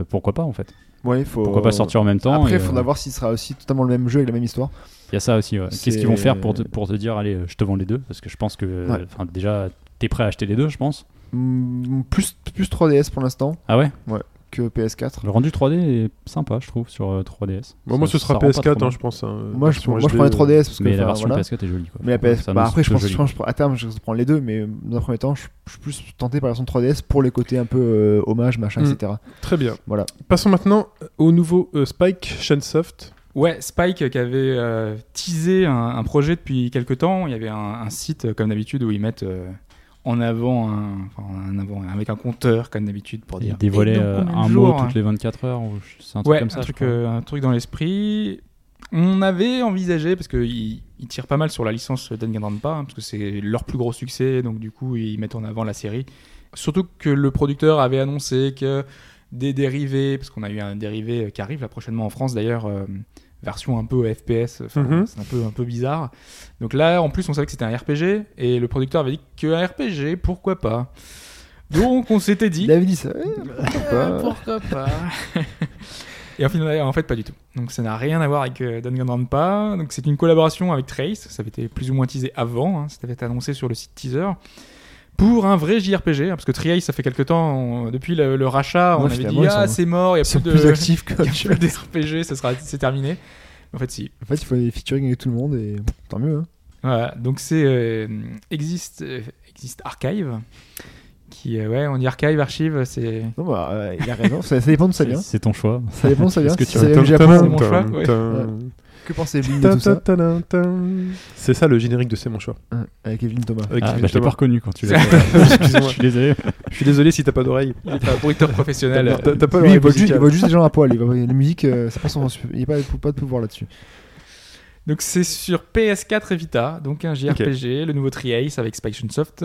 S4: Euh, pourquoi pas en fait
S3: Ouais, faut...
S4: Pourquoi pas sortir en même temps
S3: Après,
S4: et,
S3: il faudra
S4: euh,
S3: voir si ce sera aussi totalement le même jeu avec la même histoire.
S4: Il y a ça aussi. ouais. Qu'est-ce qu'ils vont
S3: C'est-
S4: faire pour te, pour te dire, allez, euh, je te vends les deux Parce que je pense que, euh,
S3: Ouais.
S4: enfin, déjà, t'es prêt à acheter les deux, je pense.
S3: Mm, plus, plus 3DS pour l'instant.
S4: Ah ouais
S3: Ouais. que PS4.
S4: Le rendu 3D est sympa, je trouve, sur euh, 3DS.
S2: Bon, moi,
S4: Ça-
S2: ce sera
S4: ça rend pas trop
S2: PS4, hein,
S4: mal.
S2: je pense. hein.
S3: Moi, je,
S2: Version
S3: Euh, moi, je
S2: HD,
S3: prends la 3DS parce que.
S4: Mais la
S3: enfin,
S4: version
S3: voilà.
S4: PS4 est jolie. Quoi.
S3: Mais la PS...
S4: Ça
S3: bah,
S4: annonce
S3: après, je
S4: plutôt
S3: pense,
S4: joli.
S3: je pense que je prends- à terme, je prends les deux, mais dans un premier temps, je je suis plus tenté par la version 3DS pour les côtés un peu euh, hommage, machin,
S2: Mm.
S3: etc.
S2: Très bien.
S3: Voilà.
S2: Passons maintenant au nouveau euh, Spike Shensoft.
S5: Ouais, Spike euh, qui avait euh, teasé un, un projet depuis quelques temps. Il y avait un, un site, euh, comme d'habitude, où ils mettent euh, en avant, un, enfin, un avant, avec un compteur, comme d'habitude, pour
S3: hein.
S5: dire.
S4: Il dévoilait
S5: Et dans
S4: euh,
S5: combien de
S4: un
S5: jours,
S4: mot
S5: hein
S4: toutes les 24 heures. ou je- C'est un truc
S5: Ouais,
S4: comme ça.
S5: un,
S4: je
S5: truc,
S4: crois.
S5: euh, un truc dans l'esprit. On avait envisagé, parce qu'ils ils tirent pas mal sur la licence Danganronpa, hein, parce que c'est leur plus gros succès, donc du coup ils mettent en avant la série. Surtout que le producteur avait annoncé que des dérivés, parce qu'on a eu un dérivé euh, qui arrive là prochainement en France d'ailleurs, euh, version un peu FPS, enfin,
S2: Mhm.
S5: c'est un peu, un peu bizarre. Donc là, en plus, on savait que c'était un RPG, et le producteur avait dit qu'un RPG, pourquoi pas Donc on s'était dit...
S3: Il avait dit ça. ouais,
S5: Euh, Pourquoi pas Et en fait, en fait, pas du tout. Donc ça n'a rien à voir avec euh, Danganronpa. Donc c'est une collaboration avec Trace. Ça avait été plus ou moins teasé avant. hein. Ça avait été annoncé sur le site teaser. Pour un vrai JRPG, hein, parce que Trace, ça fait quelque temps, on- depuis le, le rachat,
S3: Ouais,
S5: on avait
S3: finalement,
S5: dit
S3: ils
S5: ah
S3: sont-
S5: c'est mort, il n'y
S3: Ils
S5: a
S3: sont
S5: plus de,
S3: plus actifs que.
S5: y a plus de RPG, ça sera, c'est terminé. En fait, si.
S3: En fait, il faut des featuring avec tout le monde et tant mieux. hein.
S5: Voilà, donc c'est euh, existe euh, existe archive, qui euh, ouais on dit archive archive, c'est
S3: Non, bah, euh, il a raison, ça, ça dépend de ça
S4: C'est
S5: euh,
S3: vient.
S4: c'est ton choix. Ah, bah,
S3: Ça dépend de ça vient.
S4: Est-ce que
S3: Si
S4: tu
S3: ça vient
S2: Tan,
S3: du Japon,
S2: tan,
S5: mon
S2: tan,
S5: choix, ouais.
S2: tan.
S3: que pensez vous de
S2: Tan,
S3: tout
S2: tan,
S3: ça
S2: tan, tan. C'est ça le générique de C'est mon choix.
S3: Hein, Avec Evelyne Thomas.
S2: Avec
S4: Ah,
S2: Kevin
S4: bah, je l'ai
S2: Thomas.
S4: pas reconnu quand tu l'as fait. Je suis désolé.
S2: Je suis désolé si t'as pas d'oreille.
S5: il est pas producteur professionnel.
S4: Euh,
S2: T'as t'as pas
S3: Lui, il
S2: l'oreille
S3: voit juste, il
S2: musicale.
S3: voit juste des gens à poil. Il voit- la musique, euh, c'est pas son, il n'y a pas, pas de pouvoir là-dessus.
S5: Donc c'est sur PS4 et Vita, donc un JRPG, le nouveau Tri-Ace avec Spike Soft.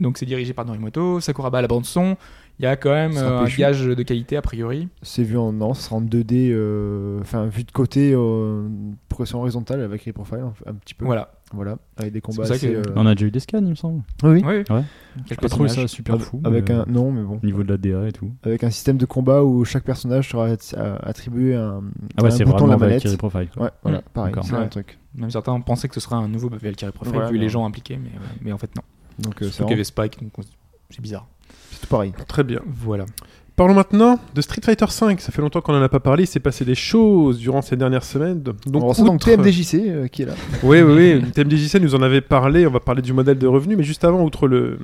S5: Donc c'est dirigé par Norimoto, Sakuraba à la bande son. Il y a quand même
S3: C'est un
S5: euh, un
S3: péchu.
S5: gage de qualité a priori.
S3: C'est vu en non, ça sera en 2D, euh, enfin vu de côté, euh, progression horizontale avec les profile un, un petit peu.
S5: Voilà.
S3: Voilà, avec des combats.
S5: pour ça
S3: assez,
S5: que-
S3: euh,
S4: On a déjà eu des scans, il me semble.
S3: Oui, oui.
S5: Oui.
S4: Ouais.
S5: Quelques
S4: Je trouve
S5: images.
S4: ça super fou.
S3: Avec
S4: mais,
S3: un non, mais bon,
S4: Au niveau de la DA et tout.
S3: avec un système de combat où chaque personnage sera att- à- attribué un,
S4: Ah ouais,
S3: un
S4: c'est
S3: bouton de
S4: vraiment
S3: la
S4: avec
S3: manette.
S4: Kiri Profile. quoi.
S3: Ouais, voilà,
S5: Mm.
S3: pareil,
S4: D'accord.
S3: c'est le
S5: Ouais.
S3: même truc.
S5: Même certains pensaient que ce serait un nouveau Valkyrie Profile
S3: Voilà,
S5: vu les
S3: non.
S5: gens impliqués, mais, euh, mais en fait non.
S3: Donc euh,
S5: Surtout
S3: c'est
S5: qu'il y
S3: vraiment-
S5: avait Spike, donc on- c'est bizarre.
S3: c'est tout pareil.
S2: Très bien.
S5: Voilà.
S2: Parlons maintenant de Street Fighter V. Ça fait longtemps qu'on en a pas parlé. Il s'est passé des choses durant ces dernières semaines. Donc,
S3: on ressent donc
S2: outre-
S3: TMDJC euh, qui est là.
S2: Oui, oui, oui. TMDJC nous en avait parlé. On va parler du modèle de revenu. Mais juste avant, outre le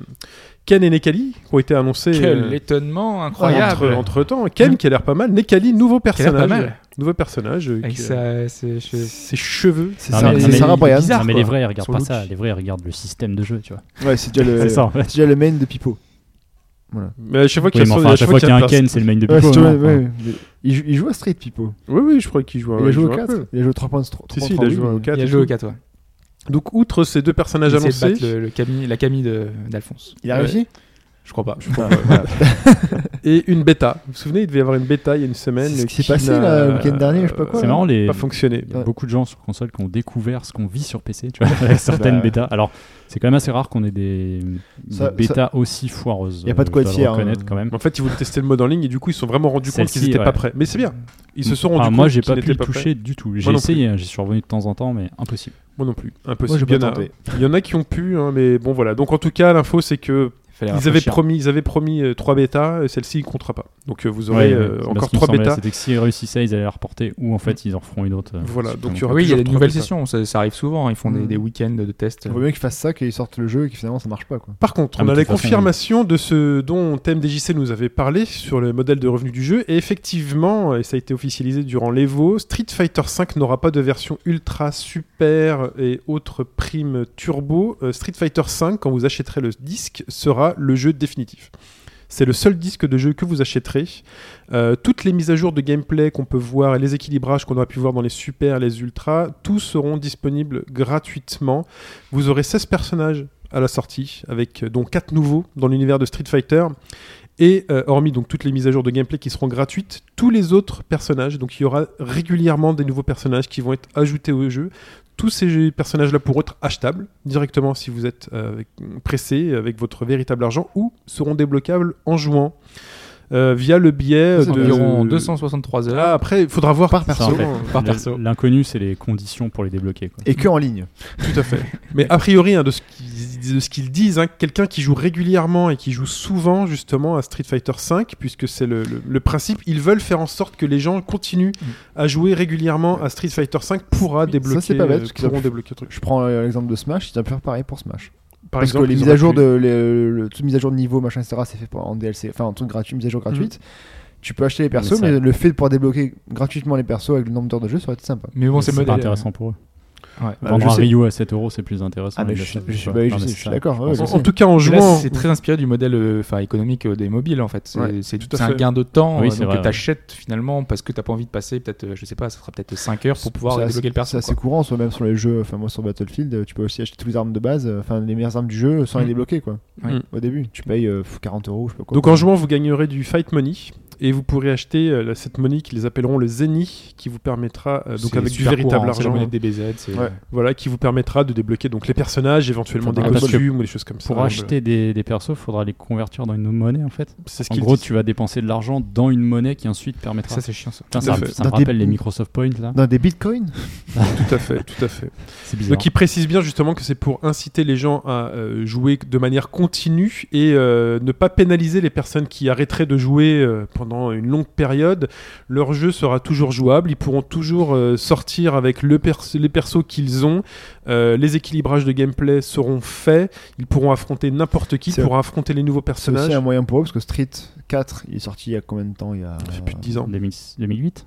S2: Ken et Nekali qui ont été annoncés
S5: Quel
S2: euh,
S5: étonnement incroyable.
S2: entre, entre temps. Ken qui a l'air pas mal. Nekali, nouveau
S5: Qui a l'air
S2: personnage.
S5: pas mal.
S2: Nouveau personnage. euh,
S5: Avec
S2: qui, euh,
S5: sa- ses cheveux.
S2: ses cheveux. Ah,
S3: C'est
S4: Non,
S3: Sarah,
S4: mais-
S3: c'est
S4: non, mais
S3: Sarah
S4: il est
S3: Bryan.
S5: bizarre,
S4: Non, mais
S5: quoi.
S4: les vrais, ils regardent
S5: Son
S4: pas
S5: look.
S4: ça. Les vrais, ils regardent le système de jeu, tu vois.
S3: Ouais, c'est déjà le,
S4: C'est ça, en fait.
S3: c'est déjà le main de Pipo.
S2: Mais à chaque fois qu'il
S4: Oui,
S2: y a
S4: mais
S2: son-
S4: enfin, à chaque fois qu'il y a un
S2: pers-
S4: Ken, c'est le main de hein.
S3: Ouais,
S4: Pico.
S3: c'est-
S4: non,
S3: ouais,
S4: enfin.
S3: ouais, mais Il joue, il joue à Street Pipo.
S2: Oui, oui, je crois qu'il joue. à-
S3: il a joué au
S2: un
S3: 4,
S2: peu.
S3: il a joué au 3.3.
S2: Si, si, il a joué au 4.
S5: Il a joué au 4, ouais.
S2: Donc, outre ces deux
S5: Il
S2: personnages
S5: essayait de
S2: annoncés.
S5: battre le, le Camille- la Camille de- d'Alphonse. Euh,
S3: Il a réussi
S5: Je crois pas.
S3: Ah, voilà.
S2: et une bêta. Vous vous souvenez, il devait y avoir une bêta il y a une semaine.
S3: C'est ce qui s'est
S2: qui
S3: passé,
S2: n'a-
S3: là, le week-end dernier, je sais pas quoi,
S2: euh,
S4: C'est marrant, les...
S2: Pas fonctionné.
S4: il y a
S3: Ouais.
S4: beaucoup de gens sur console qui ont découvert ce qu'on vit sur PC, tu vois, avec certaines
S3: Bah.
S4: bêtas. Alors, c'est quand même assez rare qu'on ait des,
S3: Ça-
S4: des bêtas aussi foireuses.
S3: Y a pas de
S4: euh,
S3: quoi
S4: je dois
S3: dire,
S4: le reconnaître
S3: hein.
S4: quand même.
S2: En fait, ils voulaient tester le mode en ligne et du coup, ils se sont vraiment rendus compte qu'ils
S4: Celle-ci,
S2: n'étaient
S4: ouais.
S2: pas prêts. Mais c'est bien. Ils se sont rendus
S4: Enfin,
S2: compte
S4: moi, j'ai
S2: qu'ils
S4: pas pu
S2: n'étaient
S4: le
S2: pas prêts.
S4: toucher du tout. J'ai
S2: Moi non
S4: essayé, hein, j'y suis revenu de temps en temps, mais impossible.
S2: Moi non plus.
S3: Moi, j'ai
S2: Impossible.
S3: pas
S2: il, y en a-
S3: tenté.
S2: il y en a qui ont pu, hein, mais bon, voilà. Donc, en tout cas, l'info, c'est que ils avaient, promis, ils avaient promis euh, trois bêtas. et Celle-ci, il ne comptera pas. Donc, euh, vous aurez
S4: Ouais,
S2: euh,
S4: c'est parce
S2: encore
S4: qu'il me
S2: trois
S4: semblait,
S2: bêtas.
S4: C'était que s'ils réussissaient, ils allaient la reporter, ou en fait, ils en feront une autre. euh,
S2: Voilà, donc il y aura
S5: Oui, il y a
S2: toujours
S5: des
S2: trois
S5: nouvelles
S2: bêtas.
S5: sessions, ça, ça arrive souvent. hein. Ils font des,
S3: Mm.
S5: des week-ends de euh, tests.
S3: Il vaut mieux qu'ils fassent ça, qu'ils sortent le jeu et que finalement ça marche pas. quoi.
S2: Par contre,
S4: Ah,
S2: on
S4: mais
S2: a
S4: de
S2: la
S4: toute façon,
S2: confirmation de ce dont TMDJC nous avait parlé sur le modèle de revenu du jeu. Et effectivement, et ça a été officialisé durant l'Evo, Street Fighter V n'aura pas de version Ultra, Super et autres primes turbo. Euh, Street Fighter V, quand vous achèterez le disque, sera le jeu définitif. C'est le seul disque de jeu que vous achèterez. Euh, toutes les mises à jour de gameplay qu'on peut voir et les équilibrages qu'on aura pu voir dans les super, les ultras, tous seront disponibles gratuitement. Vous aurez 16 personnages à la sortie, avec euh, dont 4 nouveaux dans l'univers de Street Fighter. Et euh, hormis donc toutes les mises à jour de gameplay qui seront gratuites, tous les autres personnages, donc il y aura régulièrement des nouveaux personnages qui vont être ajoutés au jeu. Tous ces jeux- personnages-là pourront être achetables directement si vous êtes euh, avec- pressé avec votre véritable argent ou seront débloquables en jouant. euh, via le biais
S5: C'est
S2: de.
S5: environ 263
S2: Ah,
S5: heures.
S2: après, il faudra voir
S3: Par
S4: Ça,
S3: perso.
S4: en fait,
S5: par
S4: le-
S5: perso.
S4: L'inconnu, c'est les conditions pour les débloquer. quoi.
S3: Et que en ligne.
S2: Tout à fait. Mais a priori, hein, de ce qu'ils de ce qu'ils disent, hein, quelqu'un qui joue régulièrement et qui joue souvent justement à Street Fighter V, puisque c'est le, le- le principe, ils veulent faire en sorte que les gens continuent à jouer régulièrement à Street Fighter V pourra
S3: Ça,
S2: débloquer.
S3: c'est pas bête, parce
S2: euh,
S3: qu'ils ont-
S2: pourront débloquer le truc.
S3: Je prends euh, l'exemple de Smash, ils ont pu faire pareil pour Smash.
S2: Par
S3: Parce
S2: exemple,
S3: que les
S2: ils
S3: mises
S2: auraient
S3: à jour
S2: pu-
S3: de le, le- toute mise à jour de niveau, machin, etc., c'est fait pour- en DLC, enfin en truc gratuit, mise à jour gratuite. Tu peux acheter les persos,
S4: Mais
S3: mais,
S4: ça-
S3: le fait de pouvoir débloquer gratuitement les persos avec le nombre d'heures de jeu, ça aurait été sympa.
S5: Mais bon, c'est
S4: pas
S5: modèle. euh,
S4: intéressant pour eux.
S5: Ouais.
S3: Bah,
S4: Vendre
S3: je
S4: un
S3: sais.
S4: Rio à 7 euros, c'est plus intéressant.
S3: Ah, mais
S4: ils
S3: je,
S4: l'achètent,
S3: je- je-
S4: quoi.
S3: bah, je
S4: Non, mais
S3: sais,
S4: c'est
S3: je
S4: ça.
S3: suis d'accord. ouais,
S4: pense
S3: je
S4: que
S2: En,
S3: sais.
S2: en tout cas, en
S5: Là,
S2: jouant.
S5: c'est très inspiré du modèle euh, enfin, économique euh, des mobiles en fait. C'est
S3: Ouais,
S5: c'est-
S2: tout à
S5: c'est un
S2: fait.
S5: gain de temps
S4: Oui,
S5: euh,
S4: c'est
S5: donc,
S4: vrai,
S5: que
S4: ouais.
S5: tu achètes finalement parce que t'as pas envie de passer peut-être, euh, je sais pas, ça sera peut-être 5 heures pour pouvoir
S3: C'est assez-
S5: débloquer le perso.
S3: C'est assez
S5: quoi.
S3: courant, soit même sur les jeux, enfin moi sur Battlefield, euh, tu peux aussi acheter toutes les armes de base, euh, enfin les meilleures armes du jeu sans les
S5: Mm.
S3: débloquer quoi.
S5: Oui.
S3: Au début, tu payes euh, 40 euros, je sais pas quoi.
S2: Donc en jouant, vous gagnerez du fight money et vous pourrez acheter euh, la- cette monnaie qu'ils appelleront le Zeni, qui vous permettra euh, donc
S5: C'est
S2: avec du
S5: super
S2: véritable
S5: courant, C'est la
S2: argent,
S5: monnaie des BZ. c'est-
S3: Ouais.
S2: voilà, qui vous permettra de débloquer donc les personnages, éventuellement des
S4: Enfin, parce que
S2: costumes ou des choses comme ça. hein,
S4: Pour
S2: Donc,
S4: acheter des, des persos, il faudra les convertir dans une monnaie en fait.
S2: euh, c'est ce
S4: En
S2: qu'ils
S4: gros,
S2: disent.
S4: tu vas dépenser de l'argent dans une monnaie qui ensuite permettra.
S5: Ça, c'est chiant ça.
S4: Putain,
S2: tout
S4: ça,
S2: à fait.
S4: ça me
S3: Dans
S4: rappelle
S3: des-
S4: les Microsoft Points là.
S3: Dans des bitcoins
S2: tout à fait, tout à fait.
S4: C'est bizarre.
S2: Donc il précise bien justement que c'est pour inciter les gens à euh, jouer de manière continue et euh, ne pas pénaliser les personnes qui arrêteraient de jouer euh, pendant une longue période. Leur jeu sera toujours jouable, ils pourront toujours euh, sortir avec le perso- les persos qu'ils ont, Euh, les équilibrages de gameplay seront faits, ils pourront affronter n'importe qui,
S3: C'est-
S2: ils pourront affronter les nouveaux
S3: C'est aussi
S2: personnages.
S3: un moyen pour eux parce que Street 4 il est sorti il y a combien de temps Il y a
S2: Ça fait Ah, plus de 10 ans.
S4: 2000- 2008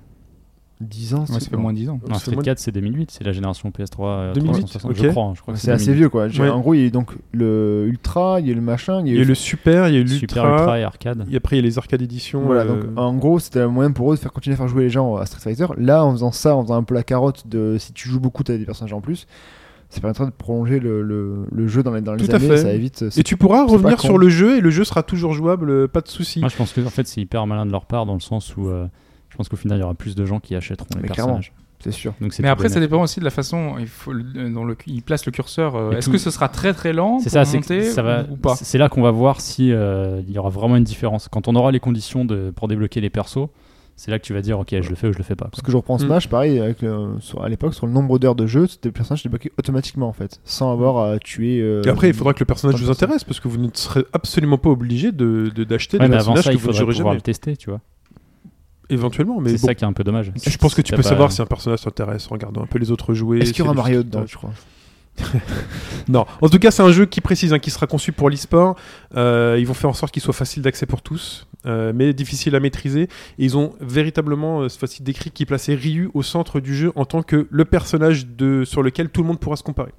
S3: 10 ans
S5: Ouais, ça fait moins de 10 ans.
S4: Non,
S2: C'est
S4: Street
S2: moins-
S4: 4, c'est 2008, c'est la génération PS3 euh,
S2: 2008,
S4: 360,
S2: ok.
S4: je crois. hein, je crois que
S3: C'est assez
S4: 2008.
S3: vieux quoi. J'ai-
S2: Ouais.
S3: En gros, il y a eu donc le Ultra, il y a eu le machin, il y a
S2: Il
S3: eu
S2: y a eu le super, il y a eu
S4: Super
S3: hein.
S4: Ultra et arcade.
S2: et après il y a les arcades éditions.
S3: Voilà,
S2: euh,
S3: donc oh, en gros, c'était un moyen pour eux de faire continuer à faire jouer les gens à Street Fighter. Là, en faisant ça, en faisant un peu la carotte de si tu joues beaucoup, t'as des personnages en plus, ça permettra de prolonger le, le- le jeu dans les, dans les
S2: Tout à
S3: années,
S2: fait.
S3: ça évite.
S2: Et
S3: c'est-
S2: tu pourras
S3: c'est pas
S2: revenir
S3: con.
S2: sur le jeu et le jeu sera toujours jouable, euh, pas de souci.
S4: Moi, je pense que en fait, c'est hyper malin de leur part dans le sens où euh, je pense qu'au final, il y aura plus de gens qui achèteront les
S3: Mais clairement.
S4: personnages.
S3: C'est sûr.
S4: Donc, c'est
S5: Mais
S4: tout
S5: après, ça
S4: bénéf.
S5: dépend aussi de la façon il faut, le- dans le, il place le curseur. euh,
S4: Mais
S5: Est-ce
S4: tout-
S5: que ce sera très très lent
S4: C'est
S5: pour
S4: ça, c'est que
S5: monter
S4: ça va.
S5: ou pas
S4: c'est- C'est là qu'on va voir si euh, il y aura vraiment une différence. Quand on aura les conditions de, pour débloquer les persos, c'est là que tu vas dire, ok, je le fais ou je le fais pas. quoi.
S3: Parce que je reprends
S2: Mm.
S3: Smash, pareil, avec le- sur- à l'époque, sur le nombre d'heures de jeu, c'était le personnage débloqué automatiquement en fait, sans avoir à tuer. euh,
S2: Et après, il faudra que le personnage vous
S3: Pas de
S2: intéresse parce que vous ne serez absolument pas obligé de de- d'acheter
S4: Ouais,
S2: des
S4: mais avant
S2: personnages
S4: ça,
S2: que
S4: il
S2: vous ne
S4: faudrait
S2: jouerez
S4: pouvoir
S2: jamais.
S4: le tester, tu vois.
S2: Éventuellement, mais
S4: C'est
S2: bon,
S4: ça qui est un peu dommage.
S2: je pense que
S4: Si
S2: tu
S4: t'as
S2: peux
S4: pas-
S2: savoir si un personnage t'intéresse en regardant un peu les autres jouets.
S3: Est-ce qu'il y aura
S2: s'il a des
S3: Mario
S2: choses qui
S3: dedans, je crois
S2: Non. En tout cas, c'est un jeu qui précise, hein, qui sera conçu pour l'e-sport. Euh, ils vont faire en sorte qu'il soit facile d'accès pour tous, euh, mais difficile à maîtriser. Et ils ont véritablement, euh, cette fois-ci, décrit qu'ils plaçaient Ryu au centre du jeu en tant que le personnage de, sur lequel tout le monde pourra se comparer.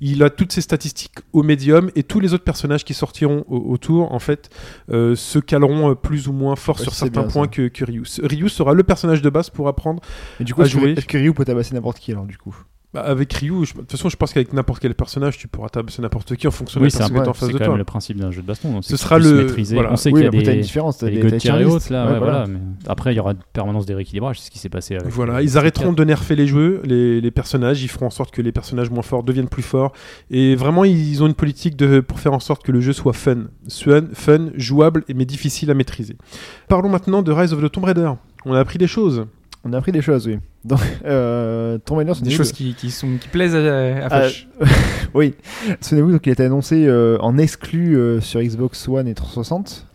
S2: Il a toutes ses statistiques au médium et tous les autres personnages qui sortiront au- autour, en fait, euh, se caleront euh, plus ou moins fort
S3: Ouais,
S2: sur
S3: c'est
S2: certains
S3: bien, ça.
S2: points que, que Ryu. Ce- Ryu sera le personnage de base pour apprendre.
S3: Et du coup,
S2: À
S3: est-ce que-
S2: jouer.
S3: est-ce que Ryu peut tabasser n'importe qui alors du coup
S2: Bah, avec Ryu, je- de toute façon, je pense qu'avec n'importe quel personnage, tu pourras tabasser n'importe qui en fonction de
S4: Oui,
S2: la
S4: c'est un
S2: personne qui est en
S4: c'est
S2: face de
S4: quand
S2: toi.
S4: même le principe d'un jeu de baston. donc
S2: Ce
S4: c'est que tu
S2: sera
S4: puisses
S2: le-
S4: maîtriser.
S2: voilà.
S4: On sait
S3: Oui,
S4: qu'il y a
S3: après, t'as une
S4: des
S3: différence. t'as
S4: les
S3: des-
S4: God
S3: t'as
S4: tier
S3: tier
S4: et
S3: list.
S4: autres, là,
S3: Ouais,
S4: ouais,
S3: voilà.
S4: voilà. mais après, il y aura de permanence des rééquilibrages, c'est ce qui s'est passé avec.
S2: Voilà,
S4: euh,
S2: ils
S4: Street
S2: arrêteront
S4: Fighter.
S2: de nerfer les jeux, les, les personnages, ils feront en sorte que les personnages moins forts deviennent plus forts. Et vraiment, ils ont une politique de, pour faire en sorte que le jeu soit fun. Fun, fun jouable, mais difficile à maîtriser. Parlons maintenant de Rise of the Tomb Raider. On a appris des choses.
S3: On a appris des choses, oui. Donc, euh, Tomb Raider, c'est
S5: Des choses qui, qui sont, qui plaisent à, à
S3: Ah,
S5: Foch.
S3: oui. Souvenez-vous, donc, il a été annoncé euh, en exclu euh, sur Xbox One et 360.